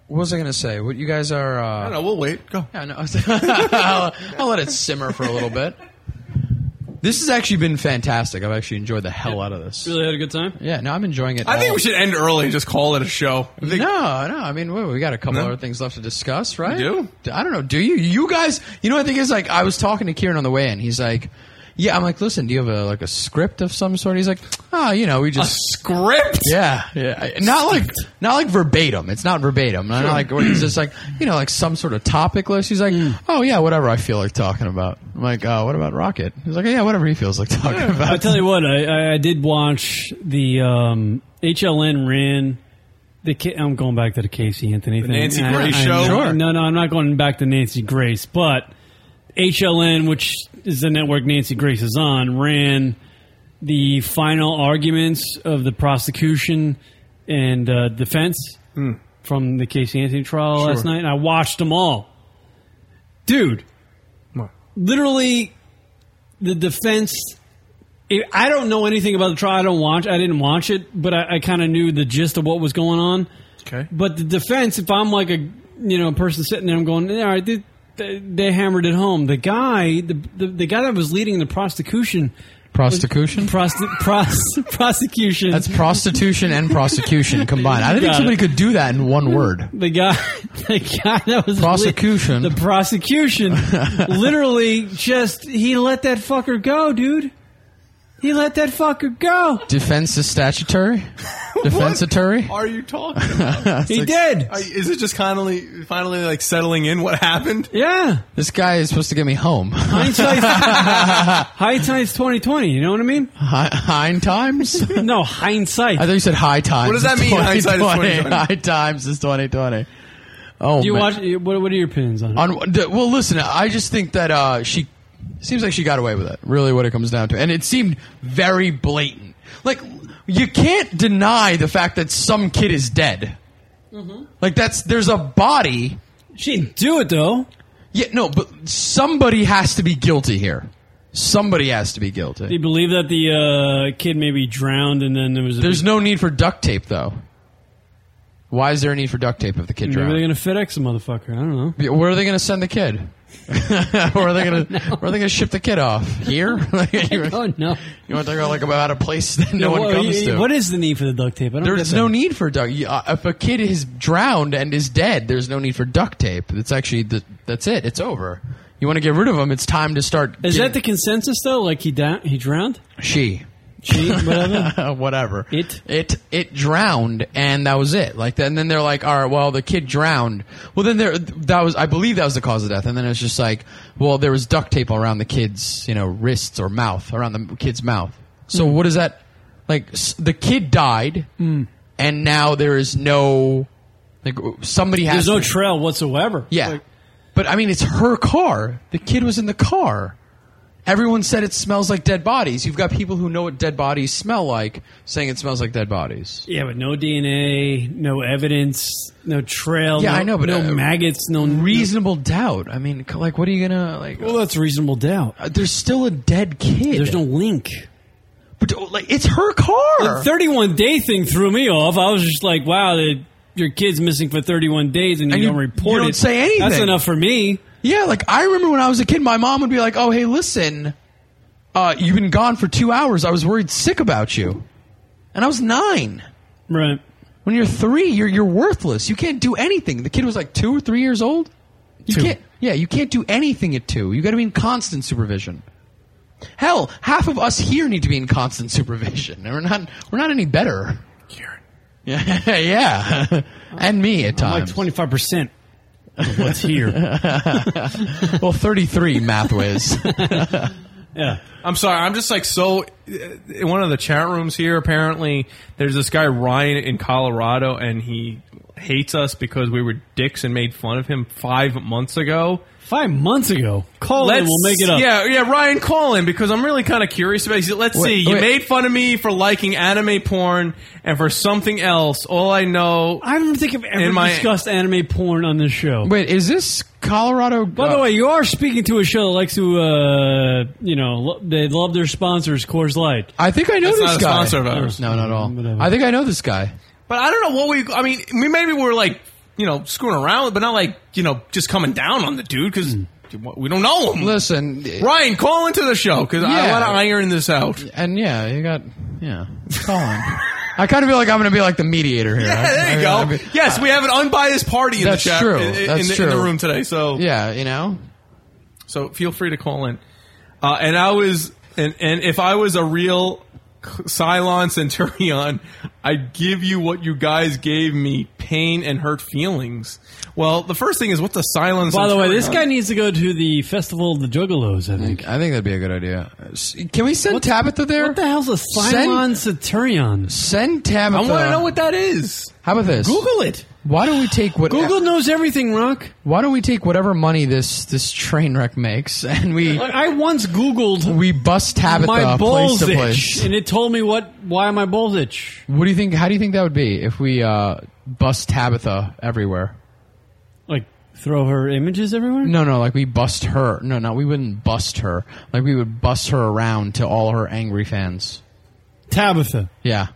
Speaker 11: what was I going to say? What you guys are? Uh,
Speaker 23: I don't know. We'll wait. Go.
Speaker 11: Yeah, no. I'll, I'll let it simmer for a little bit. This has actually been fantastic. I've actually enjoyed the hell out of this.
Speaker 1: Really had a good time.
Speaker 11: Yeah, no, I'm enjoying it.
Speaker 23: I think
Speaker 11: all.
Speaker 23: we should end
Speaker 11: (laughs)
Speaker 23: early and just call it a show. I think-
Speaker 11: no, no. I mean, we we got a couple
Speaker 23: No?
Speaker 11: other things left to discuss, right?
Speaker 23: We do?
Speaker 11: I don't know. Do you? You guys? You know, I think it's like I was talking to Kieran on the way in. He's like, "Yeah." I'm like, "Listen, do you have a like a script of some sort?" He's like, "Ah, you know, we just
Speaker 23: script."
Speaker 11: Yeah, yeah. I- Not like not like verbatim. It's not verbatim. Not like where he's just like you know like some sort of topic list. He's like,
Speaker 23: Mm.
Speaker 11: "Oh yeah, whatever I feel like talking about." I'm like, "Oh, what about Rocket?" He's like, "Yeah, whatever he feels like (laughs) talking about."
Speaker 1: I tell you what, I, I, I did watch the um, HLN ran. The K- I'm going back to the Casey Anthony
Speaker 23: The
Speaker 1: thing.
Speaker 23: Nancy
Speaker 1: I-
Speaker 23: Grace
Speaker 1: I-
Speaker 23: show? Sure.
Speaker 1: No, no, I'm not going back to Nancy Grace, but HLN, which is the network Nancy Grace is on, ran the final arguments of the prosecution and uh, defense from the Casey Anthony trial
Speaker 23: Hmm. Sure.
Speaker 1: last night, and I watched them all. Dude, literally, the defense. I- I don't know anything about the trial. I don't watch. I didn't watch it, but I, I kind of knew the gist of what was going on.
Speaker 23: Okay.
Speaker 1: But the defense, if I'm like a you know person sitting there, I'm going, all right, they, they hammered it home. The guy, the, the the guy that was leading the prosecution,
Speaker 11: Prostitution?
Speaker 1: Prosti- (laughs) pros- prosecution.
Speaker 11: That's prostitution and prosecution combined. I didn't
Speaker 1: You
Speaker 11: think
Speaker 1: got
Speaker 11: somebody
Speaker 1: it.
Speaker 11: could do that in
Speaker 23: Mm.
Speaker 11: one word.
Speaker 1: The guy, (laughs) the guy that was
Speaker 11: Prosecution. (laughs)
Speaker 1: the prosecution, literally just he let that fucker go, dude. He let that
Speaker 11: (laughs)
Speaker 1: fucker go.
Speaker 11: Defense is
Speaker 1: (laughs)
Speaker 11: statutory? Defensatory?
Speaker 10: Are you talking?
Speaker 11: (laughs) It's like-
Speaker 10: I- Is it just finally, finally like settling in what (laughs) happened?
Speaker 1: Yeah.
Speaker 11: This guy is supposed to get me home. (laughs)
Speaker 1: Hindsight's, hindsight's twenty twenty. You know what I mean?
Speaker 11: Hi- hind times?
Speaker 1: (laughs) no, hindsight.
Speaker 11: I thought you said high times.
Speaker 1: What does that
Speaker 11: is
Speaker 1: mean, hindsight is
Speaker 11: 2020?
Speaker 1: 2020?
Speaker 11: High times is twenty twenty. Oh,
Speaker 1: Do you
Speaker 11: man.
Speaker 1: watch? What, what are your opinions on it?
Speaker 11: On the- well, listen, I just think that uh, she seems like she got away with it. Really, what it comes down to, and it seemed very blatant. Like you can't deny the fact that some kid is dead. Like that's there's a body.
Speaker 1: She didn't do it though.
Speaker 11: Yeah, no, but somebody has to be guilty here. Somebody has to be guilty.
Speaker 1: Do you believe that the uh, kid maybe drowned and then there was? A
Speaker 11: There's no need for duct tape, though. Why is there a need for duct tape if the kid
Speaker 1: Maybe
Speaker 11: drowned?
Speaker 1: they're gonna FedEx a motherfucker. I don't know.
Speaker 11: Yeah, Where are they going to send the kid? (laughs) where are they
Speaker 1: (laughs)
Speaker 11: going to Where are they going to ship the kid off? Here? (laughs) Like, you,
Speaker 1: no.
Speaker 11: You want to talk like about a place that (laughs) no
Speaker 1: (laughs) Yeah,
Speaker 11: one
Speaker 1: what-
Speaker 11: comes to?
Speaker 1: What is the need for the duct tape? I don't
Speaker 11: there's
Speaker 1: get
Speaker 11: no
Speaker 1: that.
Speaker 11: need for duct. you- uh, If a kid is drowned and is dead, there's no need for duct tape. It's actually the, that's it. It's over. You want to get rid of him? It's time to start.
Speaker 1: Is that
Speaker 11: getting-
Speaker 1: the consensus though? Like he da- he drowned.
Speaker 11: she?
Speaker 1: She whatever
Speaker 11: (laughs) whatever
Speaker 1: it
Speaker 11: it it drowned and that was it like that and then they're like all right well the kid drowned well then there that was i believe that was the cause of death and then it's just like well there was duct tape around the kid's you know wrists or mouth around the kid's mouth so
Speaker 1: Mm.
Speaker 11: what is that like s- the kid died
Speaker 1: Mm.
Speaker 11: and now there is no like somebody has
Speaker 1: There's no
Speaker 11: to-
Speaker 1: trail whatsoever.
Speaker 11: yeah. but I mean, it's her car. The kid was in the car. Everyone said it smells like dead bodies. You've got people who know what dead bodies smell like saying it smells like dead bodies.
Speaker 1: Yeah, but no DNA, no evidence, no trail.
Speaker 11: yeah,
Speaker 1: no-
Speaker 11: I know, but
Speaker 1: no
Speaker 11: uh,
Speaker 1: maggots, no
Speaker 11: reasonable doubt. I mean, c- like, what are you gonna like? Uh,
Speaker 1: Well, that's reasonable doubt.
Speaker 11: there's still a dead kid.
Speaker 1: There's no link.
Speaker 11: But oh, like, it's her car.
Speaker 1: The 31 day thing threw me off. I was just like, wow, the, your kid's missing for 31 days and you
Speaker 11: And you-
Speaker 1: don't report
Speaker 11: you don't
Speaker 1: it.
Speaker 11: say anything.
Speaker 1: That's enough for me.
Speaker 11: Yeah, like I remember when I was a kid, my mom would be like, "Oh, hey, listen, uh, you've been gone for two hours. I was worried sick about you," and I was nine.
Speaker 1: Right.
Speaker 11: When you're three, you're you're worthless. You can't do anything. The kid was like two or three years old. You can can't. Yeah, you can't do anything at two. You got to be in constant supervision. Hell, half of us here need to be in constant supervision. We're not. We're not any better. Karen. Yeah, (laughs) yeah, (laughs) and me at
Speaker 1: I'm
Speaker 11: times.
Speaker 1: like 25% of what's here.
Speaker 11: (laughs) well, 33 math whiz.
Speaker 1: yeah.
Speaker 10: I'm sorry. I'm just like so. uh, In one of the chat rooms here, apparently, there's this guy Ryan in Colorado, and he hates us because we were dicks and made fun of him five months ago.
Speaker 1: Five months ago. Call in,
Speaker 10: Let's-
Speaker 1: we'll make it up.
Speaker 10: Yeah, yeah. Ryan, call in because I'm really kind of curious about. You. Let's
Speaker 1: Wait,
Speaker 10: see. You
Speaker 1: wait.
Speaker 10: made fun of me for liking anime porn and for something else. All I know.
Speaker 1: I don't think I've ever
Speaker 10: in my,
Speaker 1: discussed anime porn on this show.
Speaker 11: Wait, is this Colorado? Oh.
Speaker 1: By the way, you are speaking to a show that likes to, uh, you know, lo- they love their sponsors, Coors Light.
Speaker 11: I think I know
Speaker 1: That's
Speaker 11: this
Speaker 1: not a
Speaker 11: guy.
Speaker 1: sponsor of ours.
Speaker 11: No, not at all. I think I know this guy.
Speaker 10: But I don't know what we. I mean, we maybe we're like you know screwing around, but not like you know just coming down on the dude because we don't know him.
Speaker 11: Listen,
Speaker 10: Ryan, call into the show because I
Speaker 11: Yeah.
Speaker 10: want to iron this out.
Speaker 11: And yeah, you got yeah. Colin. I kind of feel like I'm going to be like the mediator here.
Speaker 10: Yeah, there you go. yes, we have an unbiased party in
Speaker 11: That's
Speaker 10: the chat.
Speaker 11: true.
Speaker 10: In, in
Speaker 11: That's
Speaker 10: the,
Speaker 11: true.
Speaker 10: in the room today. So
Speaker 11: yeah, you know.
Speaker 10: So feel free to call in. Uh, and I was and and if I was a real Cylon Centurion, I'd give you what you guys gave me: pain and hurt feelings. Well, the first thing is what's a Cylon.
Speaker 1: By the way, this guy
Speaker 10: Centurion?
Speaker 1: needs to go to the Festival of the Juggalos, I think.
Speaker 11: I think that'd be a good idea. Can we send Tabitha there?
Speaker 1: What the hell's a Cylon Centurion?
Speaker 11: Send Tabitha.
Speaker 1: I wanna know
Speaker 10: what that is.
Speaker 11: How about this?
Speaker 1: Google it.
Speaker 11: Why don't we take what e-
Speaker 1: Google knows everything, Rock.
Speaker 11: Why don't we take whatever money this this train wreck makes and we?
Speaker 1: I once Googled.
Speaker 11: We bust Tabitha
Speaker 1: my
Speaker 11: place
Speaker 1: balls
Speaker 11: to
Speaker 1: itch,
Speaker 11: place.
Speaker 1: and it told me what why my balls itch.
Speaker 11: What do you think? How do you think that would be if we uh, bust Tabitha everywhere?
Speaker 1: Like throw her images everywhere?
Speaker 11: No, no. Like we bust her. No, no. We wouldn't bust her. Like we would bust her around to all her angry fans.
Speaker 1: Tabitha.
Speaker 11: Yeah.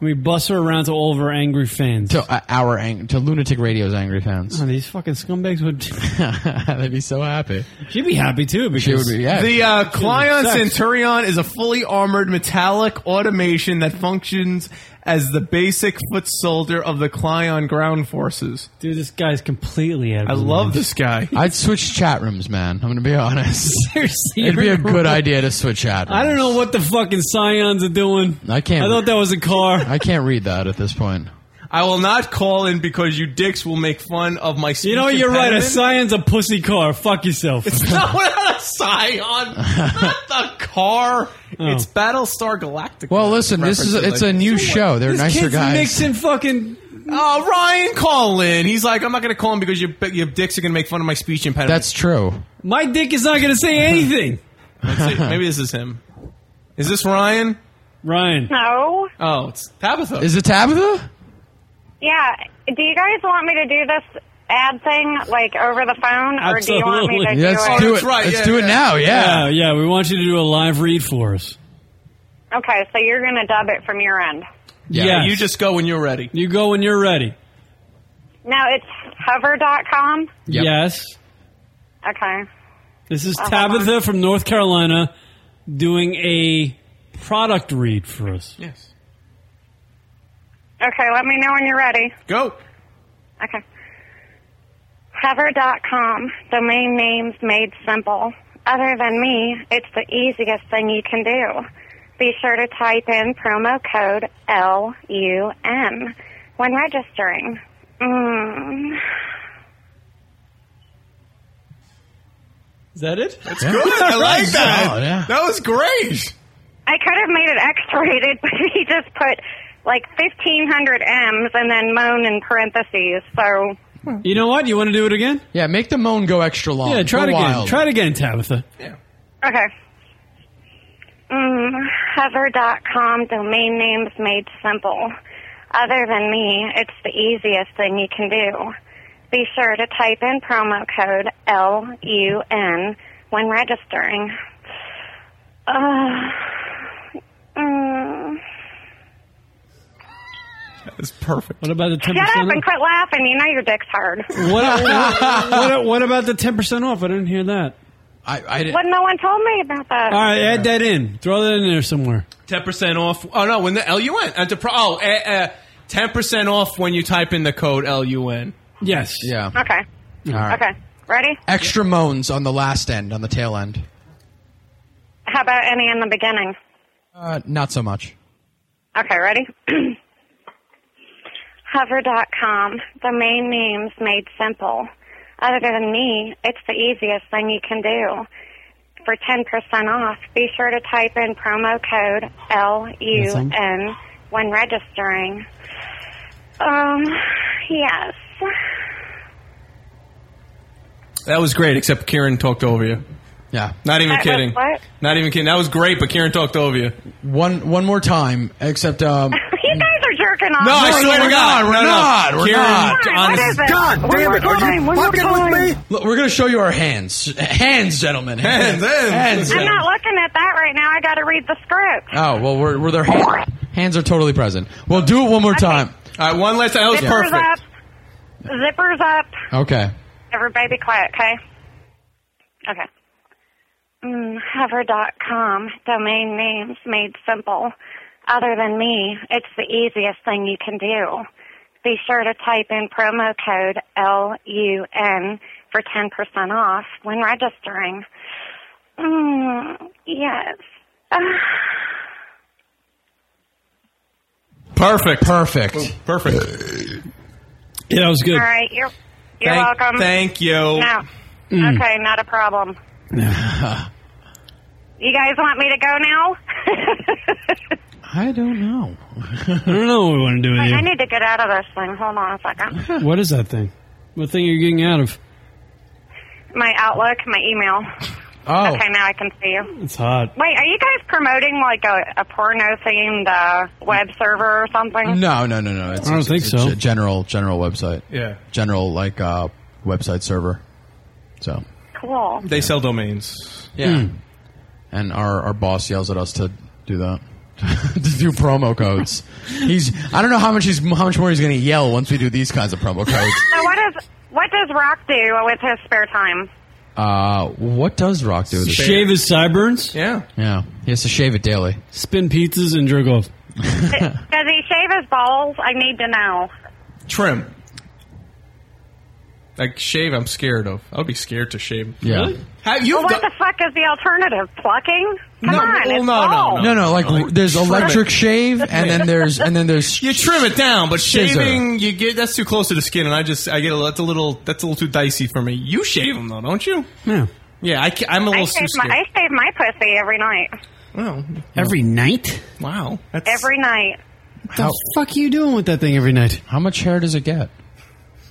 Speaker 1: We bust her around to all of our angry fans.
Speaker 11: To uh, our ang- to Lunatic Radio's angry fans. (laughs)
Speaker 1: Oh, these fucking scumbags would. (laughs)
Speaker 11: They'd be so happy.
Speaker 1: She'd be happy too. Because
Speaker 11: She would be, yeah.
Speaker 10: The uh,
Speaker 1: Dude,
Speaker 10: Clion
Speaker 1: sex.
Speaker 10: Centurion is a fully armored metallic automation that functions as the basic foot soldier of the Clion ground forces.
Speaker 1: Dude, this guy's completely out of
Speaker 10: I
Speaker 1: his
Speaker 10: love
Speaker 1: mind.
Speaker 10: this guy.
Speaker 11: I'd switch chat rooms, man. I'm going to be honest.
Speaker 1: Seriously,
Speaker 11: It'd be a
Speaker 1: you're
Speaker 11: good
Speaker 1: right.
Speaker 11: idea to switch chat
Speaker 1: I
Speaker 11: rooms.
Speaker 1: don't know what the fucking scions are doing.
Speaker 11: I can't.
Speaker 1: I thought that was a car.
Speaker 11: I can't read that at this point.
Speaker 10: I will not call in because you dicks will make fun of my.
Speaker 1: You know, you're right. A scion's a pussy car. Fuck yourself.
Speaker 10: (laughs)
Speaker 1: (laughs)
Speaker 10: not without a scion, not the car.
Speaker 1: Oh.
Speaker 10: It's Battlestar Galactica.
Speaker 11: Well, listen, this is it's a new show. They're
Speaker 10: This
Speaker 11: nicer
Speaker 10: kid's
Speaker 11: guys.
Speaker 1: Mixing fucking.
Speaker 10: Oh, Ryan, call in. He's like, I'm not going to call in because your your dicks are going to make fun of my speech impediment.
Speaker 11: That's true.
Speaker 1: My dick is not going to say
Speaker 11: (laughs)
Speaker 1: anything.
Speaker 10: Let's see. Maybe this is him. Is this Ryan?
Speaker 1: Ryan.
Speaker 17: No.
Speaker 10: Oh, it's Tabitha.
Speaker 11: Is it Tabitha?
Speaker 17: Yeah. Do you guys want me to do this ad thing like over the phone, or do you want me to
Speaker 1: Absolutely.
Speaker 17: do it?
Speaker 11: Let's do it now, yeah.
Speaker 1: yeah, yeah. We want you to do a live read for us.
Speaker 17: Okay, so you're going to dub it from your end.
Speaker 1: Yeah,
Speaker 10: you just go when you're ready.
Speaker 1: You go when you're ready.
Speaker 17: Now it's hover.com.
Speaker 1: Yes.
Speaker 17: Okay.
Speaker 1: This is
Speaker 17: Uh-huh.
Speaker 1: Tabitha from North Carolina doing a product read for us.
Speaker 10: Yes.
Speaker 17: Okay, let me know when you're ready.
Speaker 10: Go.
Speaker 17: Okay. Hover.com, domain names made simple. Other than me, it's the easiest thing you can do. Be sure to type in promo code LUN when registering. Mm.
Speaker 1: Is that it? That's
Speaker 10: good. I like that.
Speaker 11: Oh, yeah.
Speaker 10: That was great.
Speaker 17: I could have made it X-rated, (laughs) but he just put like 1500 M's and then moan in parentheses. So
Speaker 1: You know what? You want to do it again?
Speaker 11: Yeah, make the moan go extra long.
Speaker 1: Yeah,
Speaker 11: Go
Speaker 1: try it again.
Speaker 11: wild.
Speaker 1: Try it again, Tabitha.
Speaker 17: Okay. Mm, hover.com domain names made simple. Other than me, it's the easiest thing you can do. Be sure to type in promo code LUN when registering. Uh, mm.
Speaker 10: That's perfect.
Speaker 1: What about the ten
Speaker 17: Shut up
Speaker 1: percent
Speaker 17: and quit laughing. You know your dick's hard.
Speaker 1: off? (laughs)
Speaker 17: (laughs)
Speaker 1: What, what, what, what about the ten percent off? I didn't hear that.
Speaker 11: I,
Speaker 17: (laughs)
Speaker 11: I
Speaker 17: What? No one told me about that.
Speaker 1: All right, add that in. Throw that in there somewhere.
Speaker 10: Ten percent off. Oh no, when the LUN. Uh, depro- oh, ten percent off when you type in the code LUN.
Speaker 1: Yes.
Speaker 11: Yeah.
Speaker 17: Okay.
Speaker 11: All right.
Speaker 17: Okay. Ready?
Speaker 11: Extra moans on the last end, on the tail end.
Speaker 17: How about any in the beginning?
Speaker 11: Uh, not so much.
Speaker 17: Okay, ready? (clears throat) Hover.com, domain names made simple. Other than me, it's the easiest thing you can do. For 10% off, be sure to type in promo code LUN when registering. Um, yes.
Speaker 10: That was great, except Kieran talked over you.
Speaker 11: Yeah.
Speaker 10: Not even
Speaker 17: That was
Speaker 10: kidding.
Speaker 17: what?
Speaker 10: Not even kidding. That was great, but Kieran talked over you.
Speaker 11: One one more time, except
Speaker 17: (laughs)
Speaker 11: um,
Speaker 17: You guys are jerking off.
Speaker 10: No, I swear to God,
Speaker 11: we're
Speaker 10: no, no.
Speaker 11: not. We're
Speaker 10: Kieran,
Speaker 11: not.
Speaker 17: Come on, what
Speaker 10: honest-
Speaker 17: is it? One more time, one more time.
Speaker 11: Look, we're gonna show you our hands, hands, gentlemen,
Speaker 10: (laughs) Hands, hands.
Speaker 17: I'm
Speaker 11: gentlemen.
Speaker 17: not looking at that right now. I got to read the script.
Speaker 11: Oh well, we're we're their hands. Hands are totally present. We'll do it one more time.
Speaker 10: All right, one last time. That was
Speaker 17: Zippers
Speaker 10: perfect.
Speaker 17: up. Zippers up.
Speaker 11: Okay.
Speaker 17: Everybody be quiet, okay? Okay. Mm, hover.com, domain names made simple. Other than me, it's the easiest thing you can do. Be sure to type in promo code LUN for 10% off when registering. Mm, yes. (sighs)
Speaker 10: Perfect.
Speaker 11: Perfect.
Speaker 10: Perfect.
Speaker 1: Yeah, that was good.
Speaker 17: All right, you're, you're
Speaker 10: thank,
Speaker 17: welcome.
Speaker 10: Thank you.
Speaker 17: No.
Speaker 1: Mm.
Speaker 17: Okay, not a problem.
Speaker 11: (laughs)
Speaker 17: You guys want me to go now?
Speaker 11: I don't know.
Speaker 1: I don't know what we want to do
Speaker 17: I
Speaker 1: with
Speaker 17: need to get out of this thing. Hold on a second.
Speaker 1: you. (laughs) What is that thing? What thing are you getting out of?
Speaker 17: My Outlook, my email.
Speaker 1: Oh.
Speaker 17: Okay, now I can see you.
Speaker 1: It's hot.
Speaker 17: Wait, are you guys promoting like a, a porno themed uh, web server or something?
Speaker 11: No, no, no, no. It's,
Speaker 1: I don't
Speaker 11: it's-
Speaker 1: think
Speaker 11: it's
Speaker 1: so.
Speaker 11: a general general website.
Speaker 10: Yeah.
Speaker 11: General like uh, website server. So
Speaker 17: Cool.
Speaker 10: They sell domains.
Speaker 1: Hmm.
Speaker 11: yeah. And our our boss yells at us to do that. (laughs) to do promo codes. He's I don't know how much he's how much more he's going to yell once we do these kinds of promo codes.
Speaker 17: So what does what does Rock do with his spare time?
Speaker 11: Uh, what does Rock do? with his-
Speaker 1: Shave his sideburns?
Speaker 23: Yeah.
Speaker 11: Yeah, he has to shave it daily.
Speaker 1: Spin pizzas and jerk off.
Speaker 17: Does he shave his balls? I need to know.
Speaker 23: Trim. Like shave, I'm scared of. I would be scared to shave.
Speaker 11: Yeah.
Speaker 23: Have you?
Speaker 17: Well, what the fuck is the alternative? Plucking? Come on, it's Oh, balls.
Speaker 11: no, no. Like there's
Speaker 23: trim
Speaker 11: electric
Speaker 23: it.
Speaker 11: shave, and then there's and
Speaker 17: (laughs)
Speaker 11: then there's
Speaker 23: You trim it down, but
Speaker 11: Scissor.
Speaker 23: shaving you get that's too close to the skin, and I just I get a that's a little that's a little too dicey for me. You shave them though, don't you?
Speaker 1: Yeah.
Speaker 23: Yeah, I, am a
Speaker 17: I
Speaker 23: little too
Speaker 17: shave my
Speaker 23: scared.
Speaker 17: I shave my pussy every night.
Speaker 23: Well,
Speaker 1: Every night?
Speaker 23: Wow.
Speaker 17: Every night.
Speaker 1: What the fuck are you doing with that thing every night?
Speaker 11: How much hair does it get?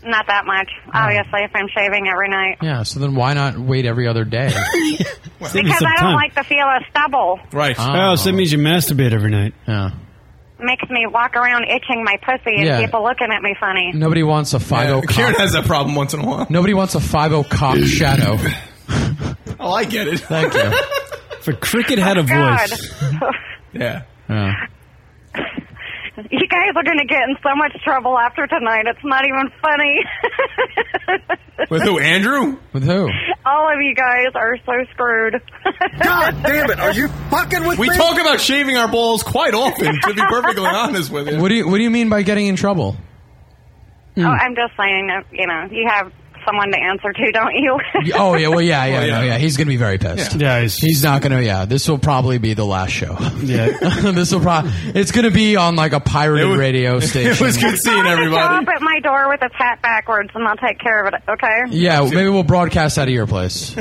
Speaker 17: Not that much,
Speaker 23: Oh.
Speaker 17: obviously, if I'm shaving every night.
Speaker 11: Yeah. So then why not wait every other day?
Speaker 17: Because I don't like the feel of stubble.
Speaker 23: Right.
Speaker 1: Oh, so that means you masturbate every night.
Speaker 11: Yeah.
Speaker 17: Makes me walk around itching my pussy and
Speaker 11: Yeah.
Speaker 17: people looking at me funny.
Speaker 11: Nobody wants a five O.
Speaker 23: Karen has that problem once in a while.
Speaker 11: Nobody wants a five O (laughs) cop shadow.
Speaker 23: Oh, I get it.
Speaker 11: Thank you.
Speaker 1: For cricket had a
Speaker 17: Oh, God.
Speaker 1: voice.
Speaker 23: Yeah.
Speaker 17: (laughs) you guys are going to get in so much trouble after tonight. It's not even funny.
Speaker 23: (laughs)
Speaker 17: (laughs)
Speaker 23: With who? Andrew?
Speaker 11: With who?
Speaker 17: All of you guys are so screwed. (laughs)
Speaker 23: God damn it! Are you fucking with we
Speaker 17: me?
Speaker 23: talk about shaving our balls quite often. To be perfectly honest with you.
Speaker 11: What do you What do you mean by getting in trouble?
Speaker 17: Oh, I'm just saying, uh, you know, you have someone to answer to, don't you? (laughs)
Speaker 11: Oh yeah, well yeah, yeah, yeah.
Speaker 1: Well, yeah.
Speaker 11: No, yeah. He's gonna be very pissed.
Speaker 1: Yeah, he's,
Speaker 11: not gonna. Yeah, this will probably be the last show.
Speaker 1: Yeah.
Speaker 11: (laughs) this will probably. It's gonna be on like a
Speaker 23: (laughs)
Speaker 11: pirated radio station.
Speaker 17: (laughs) Someone can Show up at Oh, my door with its hat backwards, and I'll take care of it. Okay.
Speaker 11: Yeah, maybe we'll broadcast out of your place.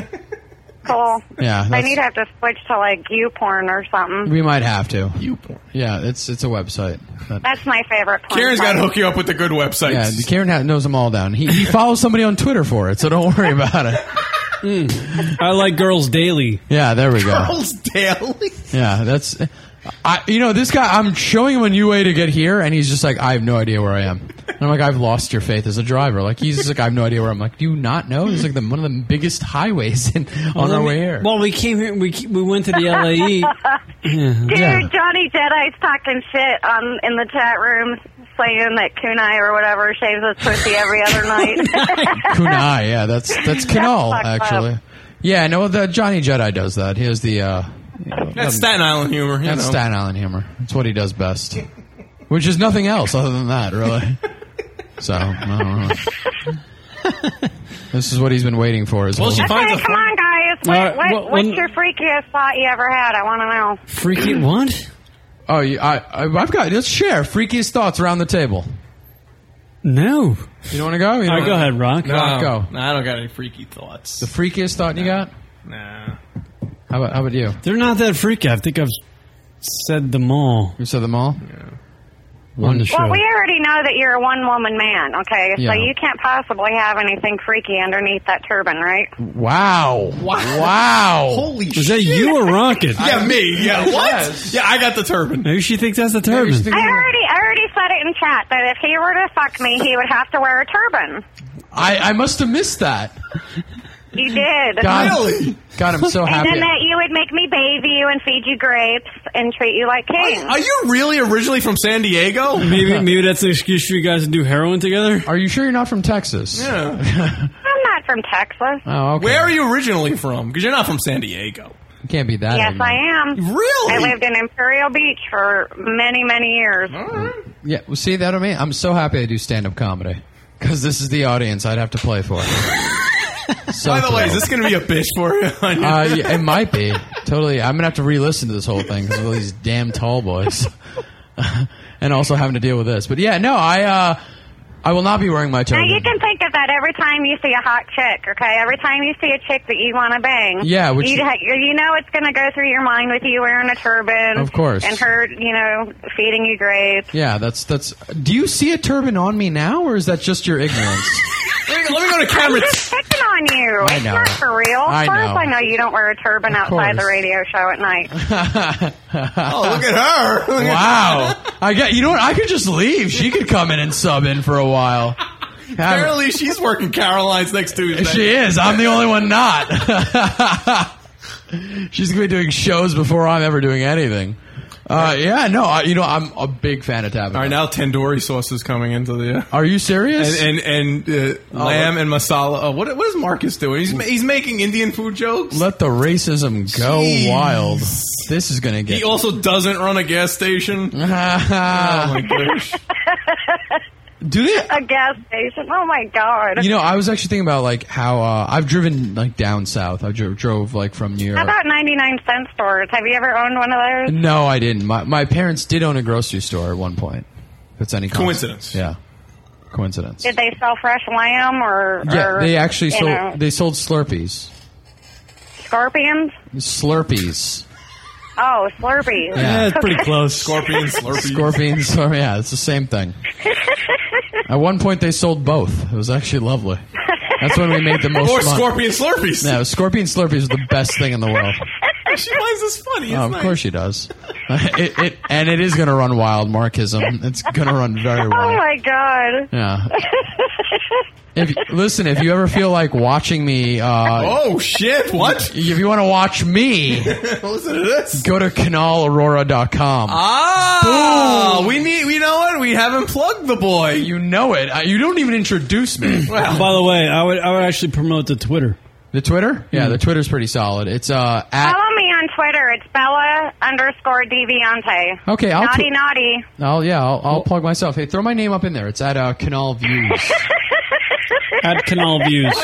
Speaker 17: Cool.
Speaker 11: Yeah,
Speaker 17: I
Speaker 11: that's-
Speaker 17: need to have to switch to like you porn or something.
Speaker 11: We might have to. You Yeah, it's it's a website. That-
Speaker 17: That's my favorite. Porn
Speaker 23: Karen's got
Speaker 17: site.
Speaker 23: to hook you up with the good websites.
Speaker 11: yeah, Karen ha- knows them all down. He, he follows somebody on Twitter for it, so don't worry about it.
Speaker 1: Hmm. I like girls daily.
Speaker 11: Yeah, there we go.
Speaker 23: Girls daily.
Speaker 11: Yeah, that's. I you know this guy. I'm showing him a new way to get here, and he's just like, I have no idea where I am. And I'm like, I've lost your faith as a driver. Like he's just like, I have no idea where I'm. Like, do you not know? It's like the, one of the biggest highways in, on
Speaker 1: Well,
Speaker 11: our
Speaker 1: then-
Speaker 11: way here.
Speaker 1: Well, we came here. We we went to the LAE. Yeah.
Speaker 17: (laughs) Dude,
Speaker 11: Yeah.
Speaker 17: Johnny Jedi's talking shit um, in the chat room, saying that Kunai or whatever shaves his pussy every other night.
Speaker 11: Kunai, yeah, that's that's Canal
Speaker 17: fucked up.
Speaker 11: actually. Yeah, no, the Johnny Jedi does that. He has the uh,
Speaker 23: That's Staten Island humor. You
Speaker 11: that's
Speaker 23: know.
Speaker 11: Staten Island humor. That's what he does best, which is nothing else other than that, really. So I don't
Speaker 23: (laughs)
Speaker 11: know. this is what he's been waiting for. His
Speaker 23: Well,
Speaker 11: whole
Speaker 23: she
Speaker 11: life.
Speaker 23: finds
Speaker 17: Hey,
Speaker 23: a
Speaker 17: come on, guys. What,
Speaker 11: Alright,
Speaker 17: what,
Speaker 11: well,
Speaker 17: what's
Speaker 11: when-
Speaker 17: your freakiest thought you ever had? I want to know.
Speaker 1: freaky what?
Speaker 11: Oh, you, I, I, I've got. Let's share freakiest thoughts around the table.
Speaker 1: No.
Speaker 11: You don't want to go? You
Speaker 1: All right,
Speaker 11: don't-
Speaker 1: go ahead, Rock.
Speaker 11: Rock, go.
Speaker 23: No, I don't got any freaky thoughts.
Speaker 11: The freakiest thought you got?
Speaker 23: Nah.
Speaker 11: How about how about you?
Speaker 1: They're not that freaky. I think I've said them all.
Speaker 11: You said them all.
Speaker 1: Yeah. On the show.
Speaker 17: Well, we already know that you're a one woman man, okay?
Speaker 1: Yeah.
Speaker 17: So you can't possibly have anything freaky underneath that turban, right?
Speaker 11: Wow! Wow! Wow!
Speaker 23: Holy
Speaker 1: Was that you or Rocket?
Speaker 23: Yeah, me. Yeah, what? Yeah, I got the turban.
Speaker 1: Maybe she thinks that's the turban.
Speaker 17: I already, I already said it in chat that if he were to fuck me, he would have to wear a turban.
Speaker 11: I, I must have missed that.
Speaker 17: You did.
Speaker 11: God, God, I'm so
Speaker 17: And
Speaker 11: happy.
Speaker 17: then that you would make me baby you and feed you grapes and treat you like king.
Speaker 23: Are you really originally from San Diego?
Speaker 1: Maybe maybe that's an excuse for you guys to do heroin together.
Speaker 11: Are you sure you're not from Texas?
Speaker 23: Yeah.
Speaker 17: I'm not from Texas.
Speaker 11: Oh, okay.
Speaker 23: Where are you originally from? Because you're not from San Diego.
Speaker 11: You can't be (laughs) that.
Speaker 17: Yes,
Speaker 11: ignorant.
Speaker 17: I am.
Speaker 23: Really?
Speaker 17: I lived in Imperial Beach for many, many years.
Speaker 11: Yeah, well, see that I mean, I'm so happy I do stand up comedy because this is the audience I'd have to
Speaker 23: (laughs)
Speaker 11: play for. so
Speaker 23: By the way, is
Speaker 11: thrilled.
Speaker 23: this going to be a bitch for you? (laughs)
Speaker 11: Uh, yeah, it might be totally. I'm gonna have to re-listen to this whole thing because of all these damn tall boys, (laughs) and also having to deal with this. But yeah, no, I uh, I will not be wearing my
Speaker 17: Now you
Speaker 11: turban.
Speaker 17: can think of that every time you see a hot chick, okay? Every time you see a chick that you want to bang,
Speaker 11: Yeah, which-
Speaker 17: you, ha- you know it's going to go through your mind with you wearing a turban,
Speaker 11: Of course.
Speaker 17: and her, you know, feeding you grapes.
Speaker 11: Yeah, that's that's. Do you see a turban on me now, or is that just
Speaker 23: (laughs)
Speaker 11: your ignorance?
Speaker 23: Let me let me go to
Speaker 17: I'm
Speaker 23: camera.
Speaker 17: just picking on you.
Speaker 11: I
Speaker 17: it's
Speaker 11: know.
Speaker 17: not for real.
Speaker 11: I
Speaker 17: of course,
Speaker 11: know.
Speaker 17: I know you don't wear a turban
Speaker 11: Of
Speaker 17: outside the
Speaker 11: course.
Speaker 17: radio show at night.
Speaker 11: oh,
Speaker 23: look at her. (laughs) Look at
Speaker 11: wow. I get you know what? I could just leave. She could come in and sub in for a while. Have-
Speaker 23: Apparently, she's working Caroline's next Tuesday.
Speaker 11: she is. I'm the only
Speaker 23: (laughs)
Speaker 11: one not. She's gonna be doing shows before I'm ever doing anything. Uh, yeah, no, I, you know, I'm a big fan of Tabitha.
Speaker 23: All right, now tandoori sauce is coming into the. uh,
Speaker 11: Are you serious?
Speaker 23: And and, and uh,
Speaker 11: Oh,
Speaker 23: lamb
Speaker 11: let-
Speaker 23: and masala. Oh, what what is Marcus doing? He's ma- he's making Indian food jokes.
Speaker 11: Let the racism go
Speaker 23: Jeez.
Speaker 11: wild. This is gonna get.
Speaker 23: He also doesn't run a gas
Speaker 11: (laughs)
Speaker 23: station. oh my gosh!
Speaker 11: Do they?
Speaker 17: A gas station. Oh my god.
Speaker 11: You know, I was actually thinking about like how uh, I've driven like down south. I dro- drove like from New York.
Speaker 17: How about 99 cent stores? Have you ever owned one of those?
Speaker 11: No, I didn't. My my parents did own a grocery store at one point. If it's any
Speaker 23: Coincidence.
Speaker 11: yeah, coincidence.
Speaker 17: Did they sell fresh lamb or,
Speaker 11: Yeah,
Speaker 17: or,
Speaker 11: they actually
Speaker 17: you
Speaker 11: sold.
Speaker 17: know,
Speaker 11: They sold Slurpees.
Speaker 17: scorpions?
Speaker 11: Slurpees.
Speaker 17: Oh, Slurpees.
Speaker 11: (laughs)
Speaker 17: Okay.
Speaker 23: Scorpion Slurpees.
Speaker 11: Scorpion (laughs) Slurpees. Oh, Yeah, it's the
Speaker 17: (laughs)
Speaker 11: same thing. At one point, they sold both. It was actually lovely. That's when we made the most.
Speaker 23: Or
Speaker 11: mon-
Speaker 23: Scorpion Slurpees.
Speaker 11: No, Scorpion Slurpees is the best thing in
Speaker 23: (laughs)
Speaker 11: the world.
Speaker 23: she finds this funny. It's
Speaker 11: Oh, of
Speaker 23: nice.
Speaker 11: course she does. (laughs) it, it, and it is going to run wild, Markism. It's going to run very
Speaker 17: Oh
Speaker 11: wild.
Speaker 17: my god.
Speaker 11: Yeah. (laughs) If listen, if you ever feel like watching me, uh,
Speaker 23: Oh, shit! What?
Speaker 11: If you want to watch me,
Speaker 23: (laughs) Listen to this.
Speaker 11: go to canalaurora.com.
Speaker 23: Ah, we need. We know what we haven't plugged the boy.
Speaker 11: You know it. I, Uh, you don't even
Speaker 23: (clears throat)
Speaker 11: introduce me.
Speaker 1: By the way, I would I would actually promote the Twitter. Mm.
Speaker 11: The Twitter? Yeah, the Twitter's pretty solid. It's uh at
Speaker 17: Follow me on Twitter. It's Bella underscore Deviante.
Speaker 11: Okay, I'll
Speaker 17: naughty
Speaker 11: tw-
Speaker 17: naughty.
Speaker 11: I'll yeah, I'll, I'll plug myself. Hey, throw my name up in there. It's at uh, Canal
Speaker 1: (laughs)
Speaker 11: Views. at Canal Views. I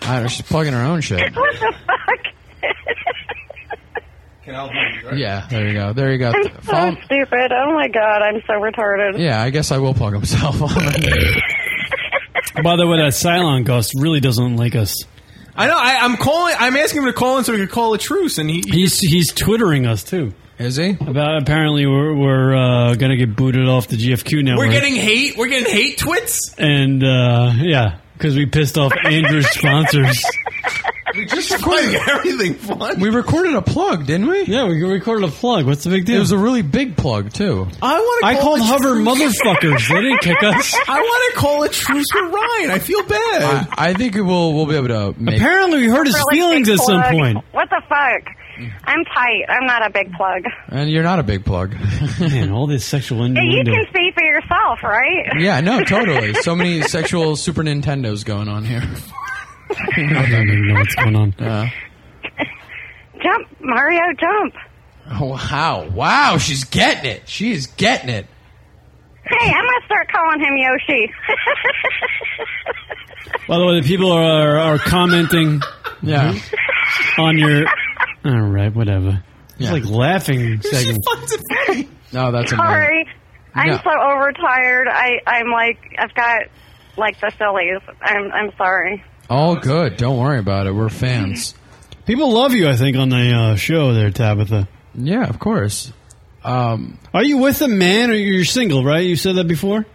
Speaker 11: don't know, she's plugging her
Speaker 17: (laughs)
Speaker 11: own shit.
Speaker 17: What the fuck?
Speaker 11: Yeah, there you go. There you go.
Speaker 17: I'm so
Speaker 11: Follow-
Speaker 17: stupid. Oh my god, I'm so retarded.
Speaker 11: yeah, I guess I will plug himself.
Speaker 1: (laughs) By the way, that Cylon ghost really doesn't like us.
Speaker 23: I know. I, I'm calling. I'm asking him to call in so we could call a truce, and he.
Speaker 1: He's he's twittering us too.
Speaker 11: Is he?
Speaker 1: About apparently we're we're uh, gonna get booted off the GFQ network.
Speaker 23: We're getting hate. We're getting hate twits.
Speaker 1: and uh, yeah, because we pissed off Andrew's
Speaker 23: (laughs)
Speaker 1: sponsors.
Speaker 23: We just recorded (laughs) everything fun.
Speaker 11: we recorded a plug, didn't we?
Speaker 1: Yeah, we recorded a plug. What's the big deal?
Speaker 11: It was a really big plug too.
Speaker 23: I want. to
Speaker 1: I
Speaker 23: call
Speaker 1: called
Speaker 23: a
Speaker 1: Hover
Speaker 23: truce. (laughs)
Speaker 1: motherfuckers. They didn't kick us.
Speaker 23: I want to call a truce with Ryan. I feel bad.
Speaker 11: I, I think we'll we'll be able to. Make,
Speaker 1: Apparently, we hurt his
Speaker 17: For, like,
Speaker 1: feelings
Speaker 17: big
Speaker 1: at some
Speaker 17: plug.
Speaker 1: point.
Speaker 17: What the fuck? I'm tight. I'm not a big plug.
Speaker 11: and you're not a big plug.
Speaker 1: Man, all this sexual
Speaker 17: Yeah, you
Speaker 1: innuendo.
Speaker 17: can speak for yourself, right? (laughs)
Speaker 11: Yeah, no, totally. So many sexual Super Nintendos going on here. Uh,
Speaker 1: I don't even know what's going on.
Speaker 17: Jump, Mario, jump.
Speaker 11: oh, wow, wow, she's getting it. She is getting it.
Speaker 17: Hey, I'm gonna start calling him Yoshi.
Speaker 1: (laughs) By the way, the people are are commenting.
Speaker 11: Yeah.
Speaker 1: On your. All right, whatever. It's like laughing. Second.
Speaker 11: No, that's
Speaker 17: Sorry, I'm
Speaker 1: No.
Speaker 17: so overtired. I I'm like I've got like the sillies. I'm I'm sorry.
Speaker 11: All good. Don't worry about it. We're fans.
Speaker 1: People love you, I think, on the uh, show there, Tabitha.
Speaker 11: Yeah, of course. Um,
Speaker 1: are you with a man or you're single? Right? You said that before.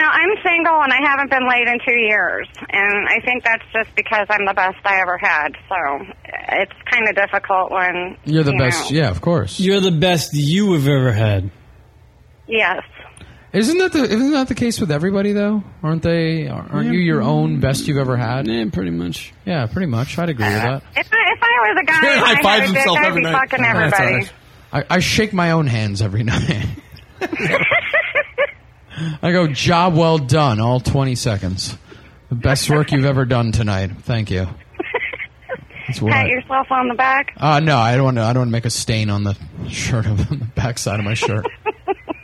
Speaker 17: No, I'm single and I haven't been laid in two years, and I think that's just because I'm the best I ever had. So it's kind of difficult when
Speaker 11: You're the
Speaker 17: you
Speaker 11: best.
Speaker 17: know.
Speaker 11: Yeah, of course.
Speaker 1: You're the best you have ever had.
Speaker 17: Yes.
Speaker 11: Isn't that the isn't that the case with everybody though? Aren't they? Aren't you your own best you've ever had?
Speaker 1: Yeah, pretty much.
Speaker 11: Yeah, pretty much. I'd agree with that.
Speaker 17: If I, if I was a
Speaker 11: (laughs)
Speaker 17: guy, and I
Speaker 11: High-fives
Speaker 17: had a dick,
Speaker 11: himself
Speaker 17: I'd
Speaker 11: every
Speaker 17: be
Speaker 11: night.
Speaker 17: fucking
Speaker 11: Yeah, that's all
Speaker 17: everybody.
Speaker 11: right. I, I shake my own hands every
Speaker 17: (laughs)
Speaker 11: night. I go, job well done, all 20 seconds. The best work you've ever done tonight. Thank you. That's what
Speaker 17: Pat
Speaker 11: I,
Speaker 17: yourself on the back.
Speaker 11: uh, no, I don't want to. I don't want to make a stain on the shirt of (laughs) on the backside of my shirt.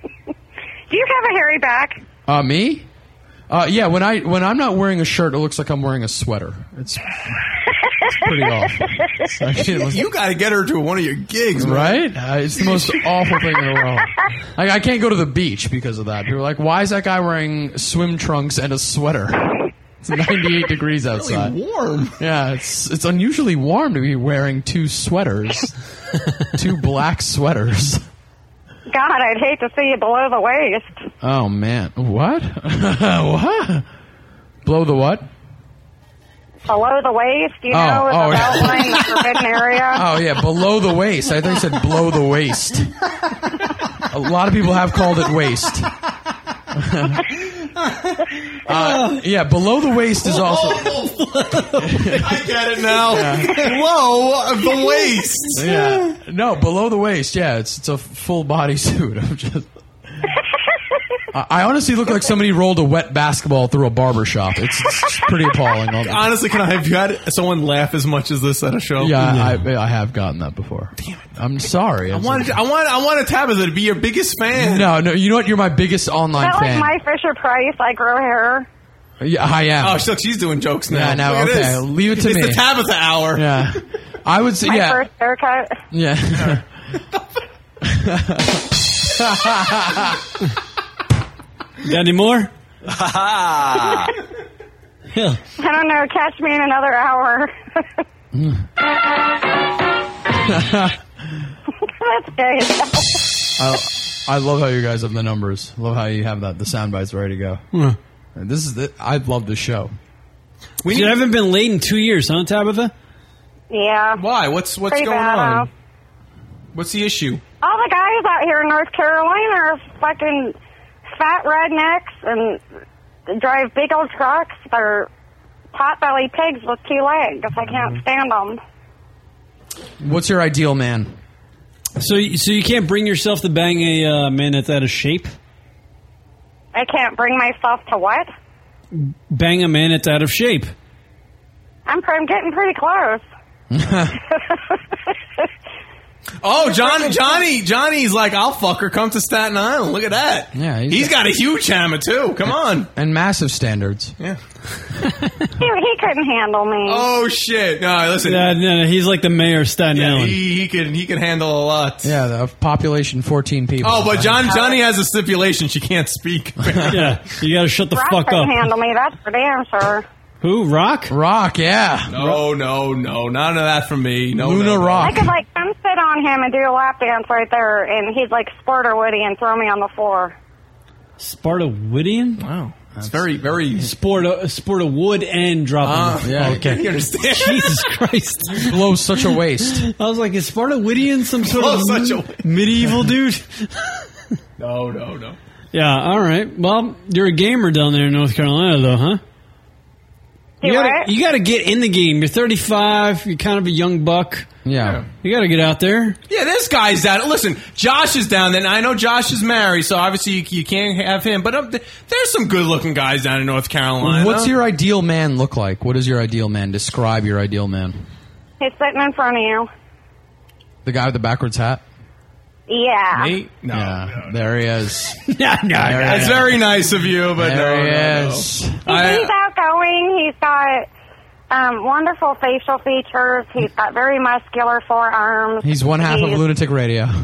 Speaker 17: Do you have a hairy back?
Speaker 11: Uh, me? Uh, yeah. When I when I'm not wearing a shirt, it looks like I'm wearing a sweater. It's, it's pretty awful. It's actually- it
Speaker 23: (laughs)
Speaker 11: was-
Speaker 23: you got to get her to one of your gigs, man.
Speaker 11: Ah, Right? Uh, it's the most awful thing in the world. Like, I can't go to the beach because of that. People are like, why is that guy wearing swim trunks and a sweater? It's 98 degrees outside.
Speaker 23: warm.
Speaker 11: Yeah, it's it's unusually warm to be wearing two sweaters, two black sweaters.
Speaker 17: God, I'd hate to see you below the waist.
Speaker 11: Oh man, what? (laughs) what? Blow the what?
Speaker 17: Below the waist, you
Speaker 11: Oh,
Speaker 17: know, is
Speaker 11: oh, yeah.
Speaker 17: about line, the forbidden area.
Speaker 11: (laughs) Oh yeah, below the waist. I think it said blow the waist. A lot of people have called it waist. Uh, yeah, below the waist is also.
Speaker 10: I get it now.
Speaker 11: Yeah.
Speaker 10: Whoa, the waist.
Speaker 11: Yeah. No, below the waist. Yeah, it's it's a full body (laughs) suit. I'm just. I I honestly look like somebody rolled a wet basketball through a barber shop. It's, it's pretty appalling.
Speaker 23: Honestly, can I have you had someone laugh as much as this at a show?
Speaker 11: Yeah, I, I have gotten that before. Damn it! I'm sorry.
Speaker 23: I wanted, I want, I wanted Tabitha to be your biggest fan.
Speaker 11: No, no. You know what? You're my biggest online
Speaker 17: that like
Speaker 11: fan.
Speaker 17: my Fisher Price, I grow hair.
Speaker 11: yeah, I am.
Speaker 23: Oh, so she's doing jokes now.
Speaker 11: Yeah, no,
Speaker 23: Look at
Speaker 11: okay.
Speaker 23: this.
Speaker 11: Leave it to
Speaker 23: it's
Speaker 11: me.
Speaker 23: the Tabitha hour.
Speaker 11: Yeah, I would say
Speaker 17: My
Speaker 11: yeah,
Speaker 17: first
Speaker 11: (laughs)
Speaker 17: haircut.
Speaker 11: yeah.
Speaker 1: Got any more?
Speaker 11: Ah.
Speaker 17: (laughs) I
Speaker 1: (laughs) Yeah.
Speaker 17: don't know. Catch me in another
Speaker 11: (laughs)
Speaker 17: hour. (laughs) That's gay. as hell.
Speaker 11: I, I love how you guys have the numbers. Love how you have that the sound bites ready to go. And This is the, I love this show.
Speaker 1: We Hmm. haven't been late in two years, huh, Tabitha?
Speaker 17: Yeah.
Speaker 23: Why? What's what's
Speaker 17: Pretty
Speaker 23: going
Speaker 17: bad,
Speaker 23: on?
Speaker 17: huh?
Speaker 23: What's the issue?
Speaker 17: All the guys out here in North Carolina are fucking fat rednecks and they drive big old trucks. They're pot-bellied pigs with two legs. I
Speaker 23: Mm-hmm.
Speaker 17: can't stand them.
Speaker 11: What's your ideal man?
Speaker 1: So, you- so you can't bring yourself to bang a uh, man that's out of shape.
Speaker 17: I can't bring myself to what?
Speaker 1: Bang a man that's out of shape.
Speaker 17: I'm, pre- I'm getting pretty
Speaker 23: (laughs)
Speaker 17: close.
Speaker 23: Oh, John, Johnny, Johnny's like, I'll fuck her. Come to Staten Island. Look at that.
Speaker 11: Yeah,
Speaker 23: He's got a huge hammer too. Come on.
Speaker 11: and massive standards.
Speaker 23: Yeah.
Speaker 17: He, he couldn't handle me.
Speaker 23: Oh shit! No, listen.
Speaker 1: Yeah, no, no, he's like the mayor of Staten Island.
Speaker 23: He, he can he can handle a lot.
Speaker 11: Yeah, the population fourteen people.
Speaker 23: Oh, but John Johnny has a stipulation. She can't speak.
Speaker 1: yeah, you gotta shut
Speaker 17: Rock couldn't handle me. That's for damn sure.
Speaker 1: Who? Rock?
Speaker 11: Rock. Yeah.
Speaker 23: No, no, no. None of that for me. No,
Speaker 11: Luna
Speaker 23: no, no.
Speaker 17: I could like come sit on him and do a lap dance right there, and he'd like sparter Woody and throw me on the floor.
Speaker 1: Sparta Whittian? Wow.
Speaker 23: It's very,
Speaker 11: (laughs)
Speaker 23: very
Speaker 1: sport a sport of wood and drop.
Speaker 11: Ah, yeah.
Speaker 1: okay.
Speaker 11: You understand?
Speaker 1: (laughs) Jesus
Speaker 11: (laughs)
Speaker 1: Christ!
Speaker 11: Blows such a waste.
Speaker 1: I was like, is Sparta Whittian some sort
Speaker 23: Blows
Speaker 1: of
Speaker 23: such a
Speaker 1: m-
Speaker 23: waste.
Speaker 1: (laughs) medieval dude?
Speaker 23: (laughs) No, no, no.
Speaker 1: Yeah. All right. Well, you're a gamer down there in North Carolina, though, huh?
Speaker 17: Do
Speaker 1: You
Speaker 17: what?
Speaker 1: gotta, you gotta get in the game. You're 35. You're kind of a young buck.
Speaker 11: Yeah.
Speaker 1: You gotta get out there.
Speaker 23: Yeah, this guy's down. Listen, Josh is down there. And I know Josh is married, so obviously you, you can't have him. But um, th- there's some good-looking guys down in North Carolina.
Speaker 11: What's your ideal man look like? What is your ideal man? Describe your ideal man.
Speaker 17: He's sitting in front of you.
Speaker 11: The guy with the backwards hat.
Speaker 17: Yeah.
Speaker 11: No, there he
Speaker 23: (laughs)
Speaker 11: is. (laughs)
Speaker 1: no, no,
Speaker 23: That's very nice of you, but
Speaker 11: There
Speaker 23: no,
Speaker 11: he
Speaker 23: no, no.
Speaker 11: is.
Speaker 17: he's outgoing. He's got um, wonderful facial features. He's got very muscular forearms.
Speaker 11: He's one half of
Speaker 17: He's-
Speaker 11: Lunatic Radio.
Speaker 23: Are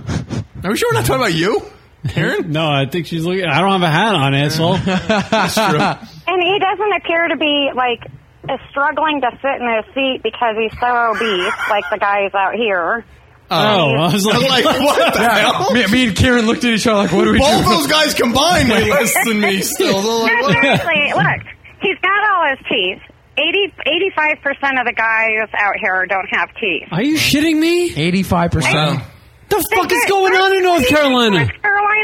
Speaker 23: we sure we're not talking about you, Karen?
Speaker 1: no, I think she's looking. I don't have a hat
Speaker 11: (laughs)
Speaker 1: on, asshole. That's true.
Speaker 17: (laughs) And he doesn't appear to be like struggling to sit in his seat because he's so obese, like the guys out here.
Speaker 1: Oh, I was
Speaker 11: (laughs)
Speaker 1: like,
Speaker 23: like, what the hell?
Speaker 11: Me, me and Karen looked at each other like, what do we
Speaker 23: Both
Speaker 11: do?
Speaker 23: those guys combined weigh less than me still. They're like,
Speaker 17: (laughs) No,
Speaker 23: what?
Speaker 11: (laughs)
Speaker 17: seriously, look, he's got all his teeth. 80, 85% of the guys out here don't have teeth.
Speaker 1: Are you shitting me?
Speaker 11: Eighty-five percent.
Speaker 1: The fuck is going on in North Carolina?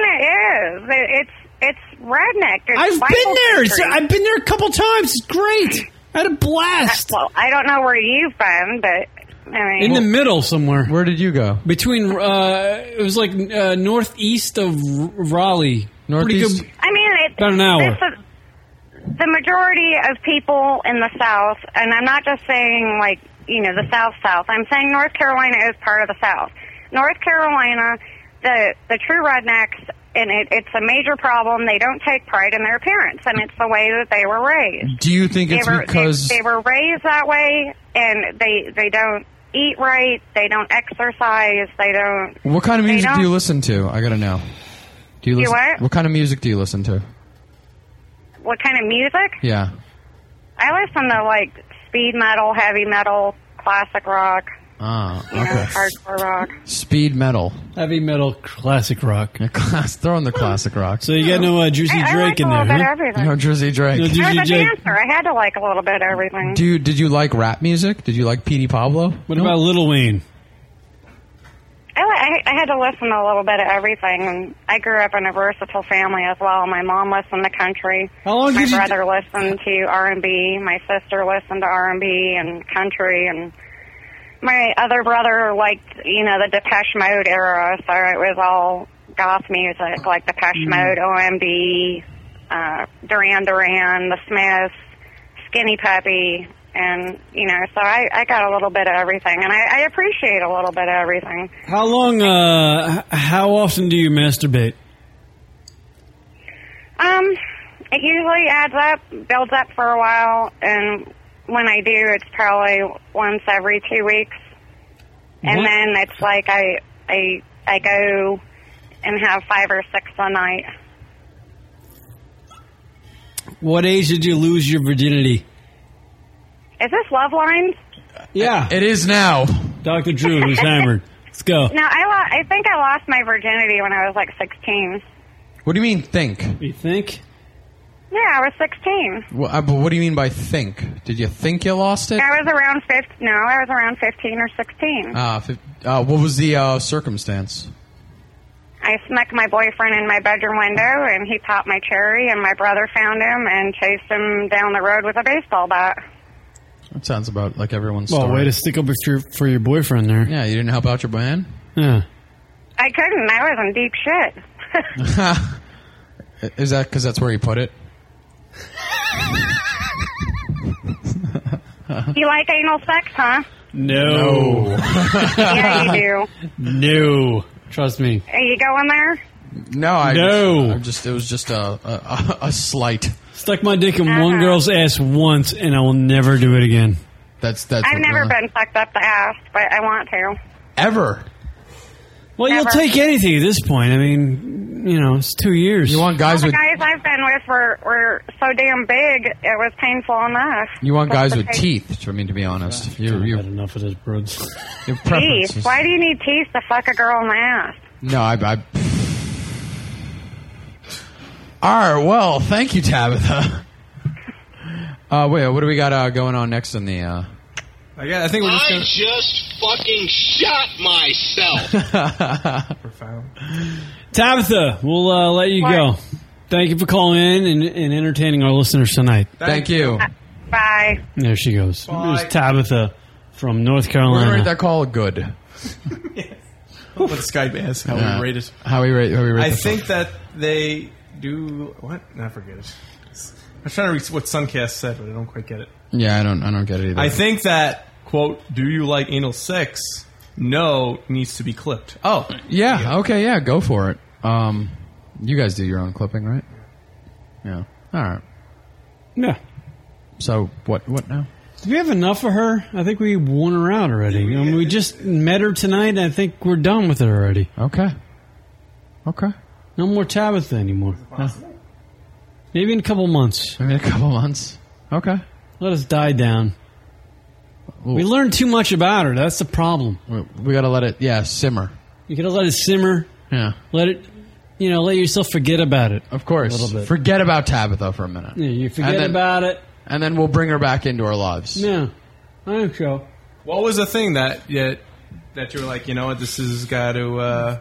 Speaker 17: Carolina is. It- It's it's redneck. It's
Speaker 1: I've
Speaker 17: Bible
Speaker 1: been there. It's-
Speaker 17: country.
Speaker 1: I've been there a couple times. It's great. I had a blast.
Speaker 17: well, I don't know where you've been, but I mean,
Speaker 1: In the middle somewhere.
Speaker 11: Where did you go?
Speaker 1: Between, uh, it was like uh, northeast of R- Raleigh.
Speaker 11: Northeast?
Speaker 1: Pretty good.
Speaker 17: I mean, it,
Speaker 1: About an hour.
Speaker 17: This is, the majority of people in the South, and I'm not just saying like you know the South South. I'm saying North Carolina is part of the South. North Carolina, the the true rednecks, and it, it's a major problem. They don't take pride in their appearance, and it's the way that they were raised.
Speaker 11: Do you think
Speaker 17: they
Speaker 11: it's
Speaker 17: were,
Speaker 11: because
Speaker 17: they, they were raised that way, and they they don't eat right. They don't exercise. They don't.
Speaker 11: What kind of
Speaker 17: they
Speaker 11: music do
Speaker 17: don't-
Speaker 11: you listen to? I gotta know. Do you
Speaker 17: Do
Speaker 11: listen?
Speaker 17: what?
Speaker 11: kind of music do you listen to?
Speaker 17: What kind of music?
Speaker 11: Yeah.
Speaker 17: I listen to like speed metal, heavy metal, classic rock,
Speaker 11: Ah,
Speaker 17: you know,
Speaker 11: okay.
Speaker 17: hardcore rock.
Speaker 11: Speed metal.
Speaker 1: Heavy metal, classic rock.
Speaker 11: (laughs) Class, throwing the classic rock.
Speaker 1: So you got no uh, Juicy
Speaker 17: I
Speaker 1: Drake
Speaker 17: like a
Speaker 1: in
Speaker 17: little
Speaker 1: there,
Speaker 17: bit of
Speaker 1: huh?
Speaker 17: everything.
Speaker 11: No Jersey Drake.
Speaker 1: No,
Speaker 17: I was a
Speaker 1: J-
Speaker 17: dancer. I had to like a little bit of everything.
Speaker 11: Do you, did you like rap music? Did you like Petey Pablo?
Speaker 1: What about Lil Wayne?
Speaker 17: I, li- I, I had to listen to a little bit of everything. And I grew up in a versatile family as well. My mom listened to country.
Speaker 1: How long
Speaker 17: My
Speaker 1: did you-
Speaker 17: brother listened to R and B. My sister listened to R and B and country. And my other brother liked, you know, the Depeche Mode era. So it was all goth music, like Depeche
Speaker 1: Mm-hmm.
Speaker 7: Mhm.
Speaker 17: Mode, OMD, uh, Duran Duran, The Smiths, Skinny Puppy. And you know, so I, I got a little bit of everything, and I, I appreciate a little bit of everything.
Speaker 1: How long? Uh, h- how often do you masturbate?
Speaker 17: Um, it usually adds up, builds up for a while, and when I do, it's probably once every two weeks, and
Speaker 7: What?
Speaker 17: then it's like I I I go and have five or six a night.
Speaker 1: What age did you lose your virginity?
Speaker 17: Is this love lines?
Speaker 1: Yeah, it is now. Doctor
Speaker 17: (laughs)
Speaker 1: Drew, who's hammered.
Speaker 11: (laughs)
Speaker 1: Let's go.
Speaker 17: No, I lo- I think I lost my virginity when I was like sixteen.
Speaker 11: What do you mean think?
Speaker 1: You think?
Speaker 17: Yeah, I was sixteen.
Speaker 11: Well, uh, but what do you mean by think? Did you think you lost it?
Speaker 17: I was around fifteen. No, I was around fifteen or sixteen.
Speaker 11: Uh, if it- uh, what was the uh, circumstance?
Speaker 17: I snuck my boyfriend in my bedroom window, and he popped my cherry, and my brother found him and chased him down the road with a baseball bat.
Speaker 11: That sounds about like everyone's
Speaker 1: Well,
Speaker 11: story.
Speaker 1: way to stick up for your, for your boyfriend there.
Speaker 11: Yeah, you didn't help out your man.
Speaker 1: Yeah.
Speaker 17: I couldn't. I was in deep shit.
Speaker 11: (laughs) Is that because that's where you put it?
Speaker 17: you like anal sex, huh?
Speaker 1: No.
Speaker 17: yeah, you do.
Speaker 1: (laughs) No. Trust me.
Speaker 17: Are you going there?
Speaker 11: No, I Just, I
Speaker 1: No.
Speaker 11: just it was just a a, a, a slight.
Speaker 1: Stuck my dick in
Speaker 17: Ah.
Speaker 1: one girl's ass once, and I will never do it again.
Speaker 11: That's that's uh,
Speaker 17: I've never been fucked up the ass, but I want to.
Speaker 11: ever.
Speaker 1: Well,
Speaker 17: Never.
Speaker 1: you'll take anything at this point. I mean, you know, it's two years. You
Speaker 11: want
Speaker 17: All the guys I've been with were, were so damn big, it was painful enough.
Speaker 11: You want
Speaker 17: Just
Speaker 11: guys
Speaker 17: to
Speaker 11: with
Speaker 17: take-
Speaker 11: teeth? I mean, to be honest, you you had
Speaker 1: enough of this, bro.
Speaker 11: Your
Speaker 17: Teeth.
Speaker 11: preferences.
Speaker 17: Why do you need teeth to fuck a girl in the ass?
Speaker 11: No, I. I all right. Well, thank you, Tabitha. (laughs) Uh, wait, what do we got uh, going on next in the? Uh...
Speaker 23: I, got, I think we're just
Speaker 21: I
Speaker 23: gonna.
Speaker 21: just fucking shot myself.
Speaker 11: (laughs)
Speaker 23: Profound.
Speaker 1: Tabitha, we'll uh, let you go. Thank you for calling in and, and entertaining our listeners tonight.
Speaker 11: Thank you.
Speaker 17: Uh, Bye.
Speaker 1: There she goes. There's Tabitha from North
Speaker 11: We're
Speaker 1: Carolina.
Speaker 11: gonna rate that call good.
Speaker 23: (laughs) What Skype asks how
Speaker 11: Yeah.
Speaker 23: we rate it.
Speaker 11: How we rate? How we rate?
Speaker 23: I
Speaker 11: the
Speaker 23: think that they do what? I forget it. I was trying to read what Suncast said, but I don't quite get it.
Speaker 11: phone. Yeah, I don't. I don't get it either.
Speaker 23: I think that quote, "Do you like anal sex?" No needs to be clipped. Oh,
Speaker 11: Yeah. Okay. Yeah. Go for it. Um, you guys do your own clipping, right? Yeah. All right.
Speaker 1: Yeah.
Speaker 11: So what? What now?
Speaker 1: Do we have enough of her? I think we worn her out already. I mean, we just met her tonight, and I think we're done with her already.
Speaker 11: Okay. Okay.
Speaker 1: No more Tabitha anymore. Maybe in a couple months.
Speaker 11: Maybe in a couple months. Okay.
Speaker 1: Let us die down. We learned too much about her. That's the problem.
Speaker 11: We, we got to let it, yeah, simmer.
Speaker 1: You got to let it simmer.
Speaker 11: Yeah.
Speaker 1: Let it, you know, let yourself forget about it.
Speaker 11: Of course.
Speaker 1: A little bit.
Speaker 11: Forget about Tabitha for a minute.
Speaker 1: Yeah, you forget
Speaker 11: And then-
Speaker 1: about it.
Speaker 11: And then we'll bring her back into our lives.
Speaker 1: Yeah. I think so.
Speaker 23: What was the thing that that, that you were like, you know what, this has got to. Uh,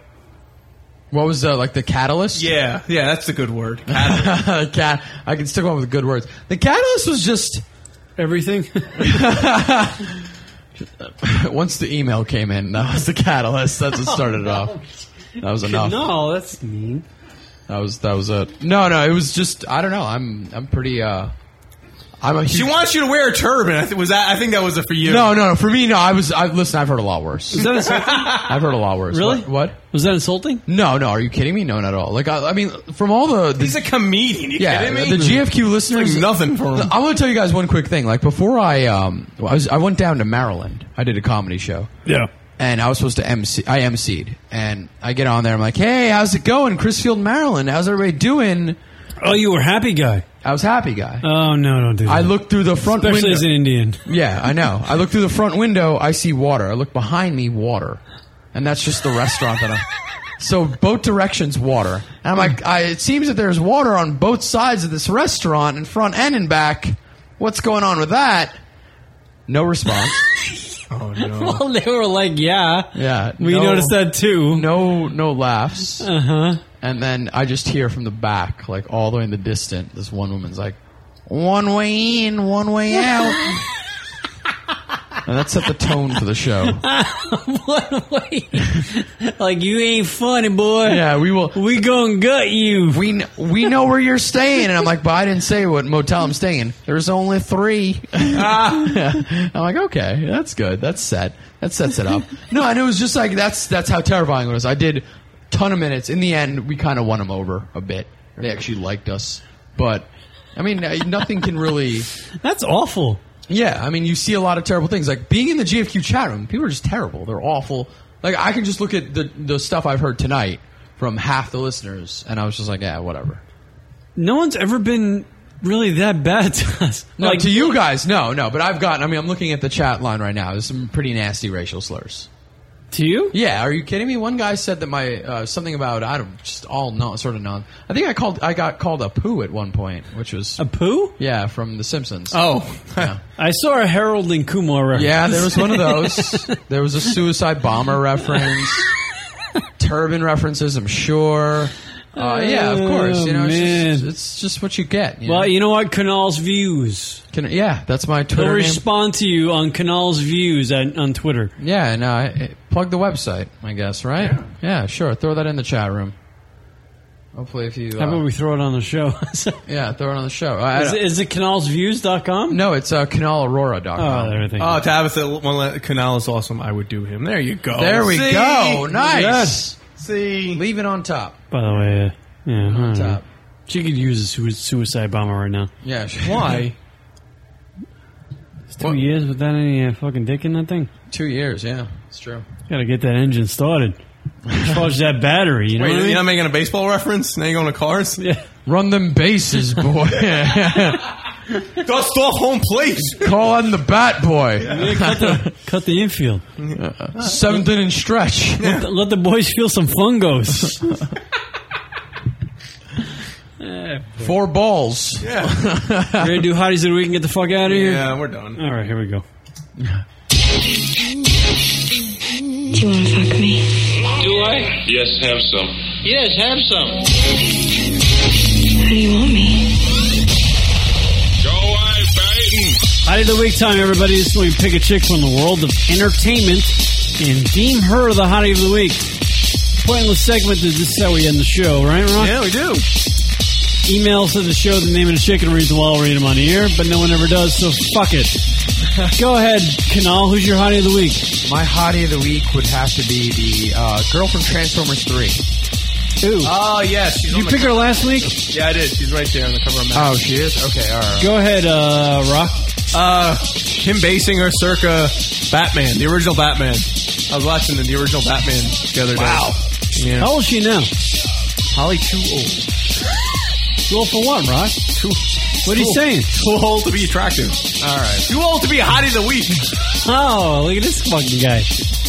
Speaker 11: What was uh, like the catalyst?
Speaker 23: yeah, yeah, that's a good word.
Speaker 11: (laughs) Cat. I can stick on with good words. The catalyst was just
Speaker 1: everything.
Speaker 11: (laughs) Once the email came in, that was the catalyst. (laughs) That's what started
Speaker 21: (laughs)
Speaker 11: it off. That was enough.
Speaker 1: Oh, No, that's mean.
Speaker 11: That was that was it. No, no, it was just I don't know. I'm I'm pretty. uh I'm a huge,
Speaker 23: She wants you to wear a turban. I th- was that? I think that was it for you.
Speaker 11: No, no, no. For me, no. I was. I listen. I've heard a lot worse.
Speaker 23: Is (laughs) that insulting?
Speaker 11: (laughs) I've heard a lot worse.
Speaker 23: Really?
Speaker 11: What, what?
Speaker 1: Was that insulting?
Speaker 11: No, no. Are you kidding me? No, not at all. Like I, I mean, from all the, the
Speaker 23: He's a comedian. You
Speaker 11: yeah,
Speaker 23: kidding me?
Speaker 11: the GFQ
Speaker 23: It's
Speaker 11: listeners,
Speaker 23: like nothing for him.
Speaker 11: I want to tell you guys one quick thing. Like before, I um, I, was, I went down to Maryland. I did a comedy show.
Speaker 1: Yeah.
Speaker 11: And I was supposed to MC. I MC'd, and I get on there. I'm like, "Hey, how's it going, Chrisfield, Maryland? How's everybody doing?"
Speaker 1: Oh, you were happy guy.
Speaker 11: I was happy guy.
Speaker 1: Oh no, don't do that.
Speaker 11: I looked through the front
Speaker 1: Especially
Speaker 11: window.
Speaker 1: as an Indian.
Speaker 11: Yeah, I know. I look through the front window, I see water. I look behind me, water. And that's just the restaurant that I'm. (laughs) So both directions, water. And I'm like, I, it seems that there's water on both sides of this restaurant, in front and in back. What's going on with that? No response.
Speaker 23: Oh,
Speaker 1: (laughs) well, they were like, yeah.
Speaker 11: Yeah,
Speaker 1: (laughs) We noticed that too. Uh-huh.
Speaker 11: No, no laughs. Uh
Speaker 1: huh.
Speaker 11: And then I just hear from the back, like all the way in the distance, this one woman's like, "One way in, one way
Speaker 1: (laughs)
Speaker 11: out." and that set the tone for the show.
Speaker 1: like you ain't funny, boy.
Speaker 11: Yeah, we will.
Speaker 1: We gonna gut you.
Speaker 11: We kn- we know where you're staying, and I'm like, but I didn't say what motel I'm staying. There's only three.
Speaker 1: Ah.
Speaker 11: (laughs) I'm like, okay, that's good. That's set. That sets it up. No, and it was just like that's that's how terrifying it was. I did ton of minutes. In the end, we kind of won them over a bit. They actually liked us, but I mean, uh, nothing can really.
Speaker 1: (laughs) That's awful.
Speaker 11: Yeah, I mean, you see a lot of terrible things. Like being in the GFQ chat room, people are just terrible. They're awful. Like I can just look at the the stuff I've heard tonight from half the listeners, and I was just like, yeah, whatever.
Speaker 1: No one's ever been really that bad to us.
Speaker 11: No,
Speaker 1: like
Speaker 11: to you guys, no, no. But I've gotten. I mean, I'm looking at the chat line right now. There's some pretty nasty racial slurs.
Speaker 1: To you?
Speaker 11: Yeah. Are you kidding me? One guy said that my uh, something about I don't just all non sort of non. I think I called. I got called a poo at one point, which was
Speaker 1: a poo.
Speaker 11: Yeah, from The Simpsons.
Speaker 1: Oh,
Speaker 11: Yeah.
Speaker 1: (laughs) I saw a Harold and Kumar reference.
Speaker 11: Yeah, there was one of
Speaker 1: (laughs)
Speaker 11: those. there was a suicide bomber reference, turban references. I'm sure. Uh, yeah, of course. You know, it's just, it's just what you get. you
Speaker 1: Oh, well,
Speaker 11: know?
Speaker 1: you know what? Canal's views.
Speaker 11: Can, yeah, that's my Twitter
Speaker 1: They'll
Speaker 11: name.
Speaker 1: respond to you on Canal's views on, on Twitter.
Speaker 11: Yeah, and uh, plug the website, I guess, right? Yeah. sure. Throw that in the chat room. Hopefully, if you.
Speaker 1: How
Speaker 11: uh,
Speaker 1: about we throw it on the show? (laughs)
Speaker 11: yeah, throw it on the show.
Speaker 1: Is it- is it canalsviews.com?
Speaker 11: No, it's uh, canalaurora.com.
Speaker 23: Oh, Tabitha well, Canal is awesome. I would do him. There you go.
Speaker 11: There we
Speaker 23: See?
Speaker 11: go. Nice.
Speaker 23: Yes.
Speaker 11: See. Leave it on top.
Speaker 1: By the way, uh, yeah, I don't
Speaker 11: top.
Speaker 1: know. She could use a sui- suicide bomber right now.
Speaker 11: Yeah.
Speaker 23: Why?
Speaker 1: It's two years without any uh, fucking dick in that thing.
Speaker 11: Two years, yeah. It's true.
Speaker 1: Got to get that
Speaker 11: (laughs)
Speaker 1: engine started. Charge that battery. You know
Speaker 23: Wait,
Speaker 1: what I
Speaker 23: you're
Speaker 1: mean?
Speaker 23: not making a baseball reference? Now you're going to cars? Yeah.
Speaker 11: Run them
Speaker 23: (laughs)
Speaker 11: bases, boy.
Speaker 23: Dust off home plate.
Speaker 11: (laughs) Call on the bat boy.
Speaker 1: Yeah, cut, the, cut the infield.
Speaker 11: Seventh inning stretch.
Speaker 1: (laughs) Let, the, let the boys feel some fungos.
Speaker 11: (laughs) Four balls.
Speaker 1: Yeah. We're going to do hotties of the week and get the fuck out of here?
Speaker 23: Yeah, we're done.
Speaker 1: All right, here we go.
Speaker 7: Do you want to fuck me?
Speaker 21: Do I?
Speaker 9: Yes, have some.
Speaker 21: Yes, have some.
Speaker 7: How do you want me?
Speaker 1: Hottie of the week time, everybody. This is where we pick a chick from the world of entertainment and deem her the hottie of the week. Pointless segment. Is this is how we end the show, right, Ron?
Speaker 23: Yeah, we do.
Speaker 1: Emails to the show the name of the chick and reads them all. I'll read them on the air, but no one ever does, so fuck
Speaker 11: (laughs)
Speaker 1: it. Go ahead, Kanal. Who's your hottie of the week?
Speaker 11: My hottie of the week would have to be the uh, girl from Transformers 3.
Speaker 1: Ooh.
Speaker 23: Oh, yes. She's
Speaker 1: Did you
Speaker 23: on the
Speaker 1: pick her
Speaker 23: cover.
Speaker 1: last week?
Speaker 23: Yeah, I did. She's right there on the cover of Mad.
Speaker 11: Oh, she is? Okay, all right.
Speaker 1: Go ahead, uh, Rock.
Speaker 23: Uh, Kim Basinger circa Batman, the original Batman. I was watching the, the original Batman the other day. Wow. Yeah.
Speaker 1: How old is she now?
Speaker 23: Probably too old.
Speaker 1: Too old for what, Rock? What are you saying?
Speaker 23: Too old to be attractive.
Speaker 11: All right.
Speaker 23: Too old to be a hottie of the week.
Speaker 1: Oh, look at this fucking guy.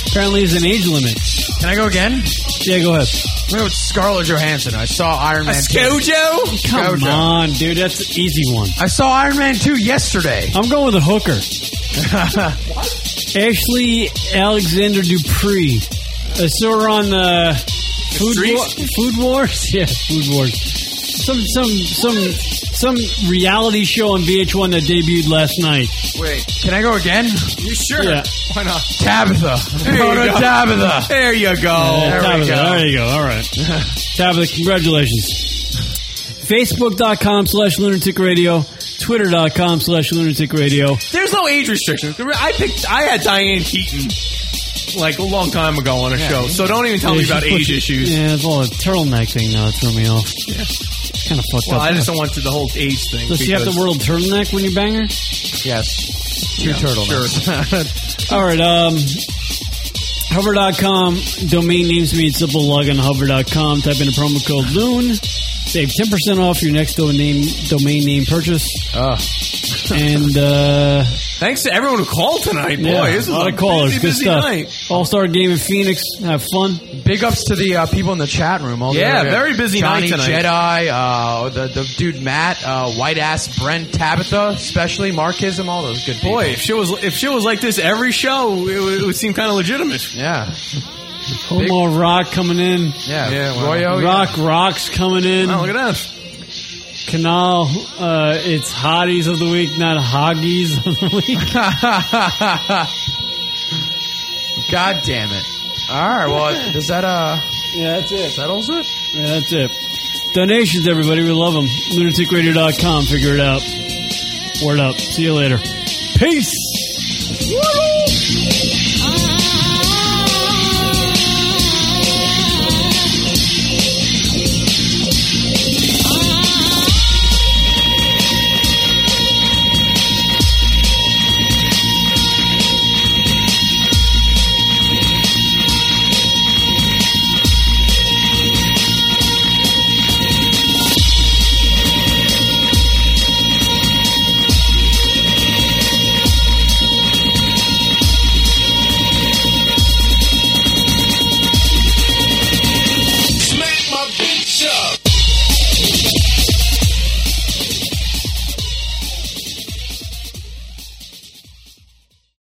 Speaker 1: Apparently, there's an age limit.
Speaker 11: Can I go again?
Speaker 1: Yeah, go ahead.
Speaker 11: I'm going with Scarlett Johansson. I saw Iron Man 2.
Speaker 23: Scojo?
Speaker 1: Come
Speaker 11: Jojo.
Speaker 1: on, dude. That's an easy one.
Speaker 11: I saw Iron Man 2 yesterday.
Speaker 1: I'm going with a hooker. (laughs) Ashley Alexander Dupree. I saw her on uh, Food
Speaker 23: Street?
Speaker 1: Wa- Food Wars. (laughs) Yeah, Food Wars. Some some some some reality show on VH1 that debuted last night.
Speaker 11: Wait, can I go again?
Speaker 23: You sure?
Speaker 1: Yeah.
Speaker 23: Why not?
Speaker 11: Tabitha.
Speaker 23: There
Speaker 11: Go
Speaker 23: you
Speaker 11: to
Speaker 23: go.
Speaker 11: Tabitha.
Speaker 23: There you go.
Speaker 1: Yeah,
Speaker 11: There we
Speaker 1: Tabitha,
Speaker 11: go.
Speaker 1: There you go. All right. Tabitha, congratulations. Facebook.com slash lunatic radio, twitter.com slash lunatic radio.
Speaker 23: There's no age restrictions. I picked. I had Diane Keaton like a long time ago on a show, so don't even tell me
Speaker 1: Yeah,
Speaker 23: about
Speaker 1: she's
Speaker 23: age
Speaker 1: pushing-
Speaker 23: issues.
Speaker 1: Yeah, it's all the turtleneck thing now that threw me off. Yeah. It's kind of fucked
Speaker 23: Well,
Speaker 1: up.
Speaker 23: I just don't want to the whole age thing.
Speaker 1: Does she have to
Speaker 23: because-
Speaker 1: wear a turtleneck when you bang her?
Speaker 11: Yes. Two
Speaker 23: Yeah,
Speaker 11: turtlenecks.
Speaker 1: (laughs) All right. Um, hover.com. Domain names mean simple log on hover.com. Type in the promo code LOON. Save
Speaker 11: Ah.
Speaker 1: 10% off your next domain, domain name purchase.
Speaker 11: Ugh.
Speaker 1: and uh,
Speaker 23: Thanks to everyone who called tonight. Boy,
Speaker 1: Yeah,
Speaker 23: this is
Speaker 1: a lot of callers. Good stuff. All Star Game in Phoenix. Have fun.
Speaker 11: Big ups to the uh, people in the chat room. All
Speaker 23: (laughs)
Speaker 11: the
Speaker 23: Yeah,
Speaker 11: way.
Speaker 23: very busy
Speaker 11: Johnny
Speaker 23: night tonight.
Speaker 11: Jedi, uh, the, the dude Matt, uh, White Ass, Brent, Tabitha, especially Markism, all those good people.
Speaker 23: Boy, if shit was if shit was like this every show, it would, it would seem kind of legitimate.
Speaker 11: Yeah.
Speaker 1: Homo Rock coming in.
Speaker 11: Yeah, Yeah, well. Royo, yeah.
Speaker 1: Rock Rock's coming in.
Speaker 23: Oh, look at that.
Speaker 1: Canal, uh, it's Hotties of the Week, not Hoggies of the
Speaker 11: Week. (laughs) God damn it. All right, well, does that, uh.
Speaker 1: Yeah, that's it.
Speaker 11: Settles it?
Speaker 1: yeah, that's it. Donations, everybody. We love them. LunaticRadio.com. Figure it out. Word up. See you later. Peace.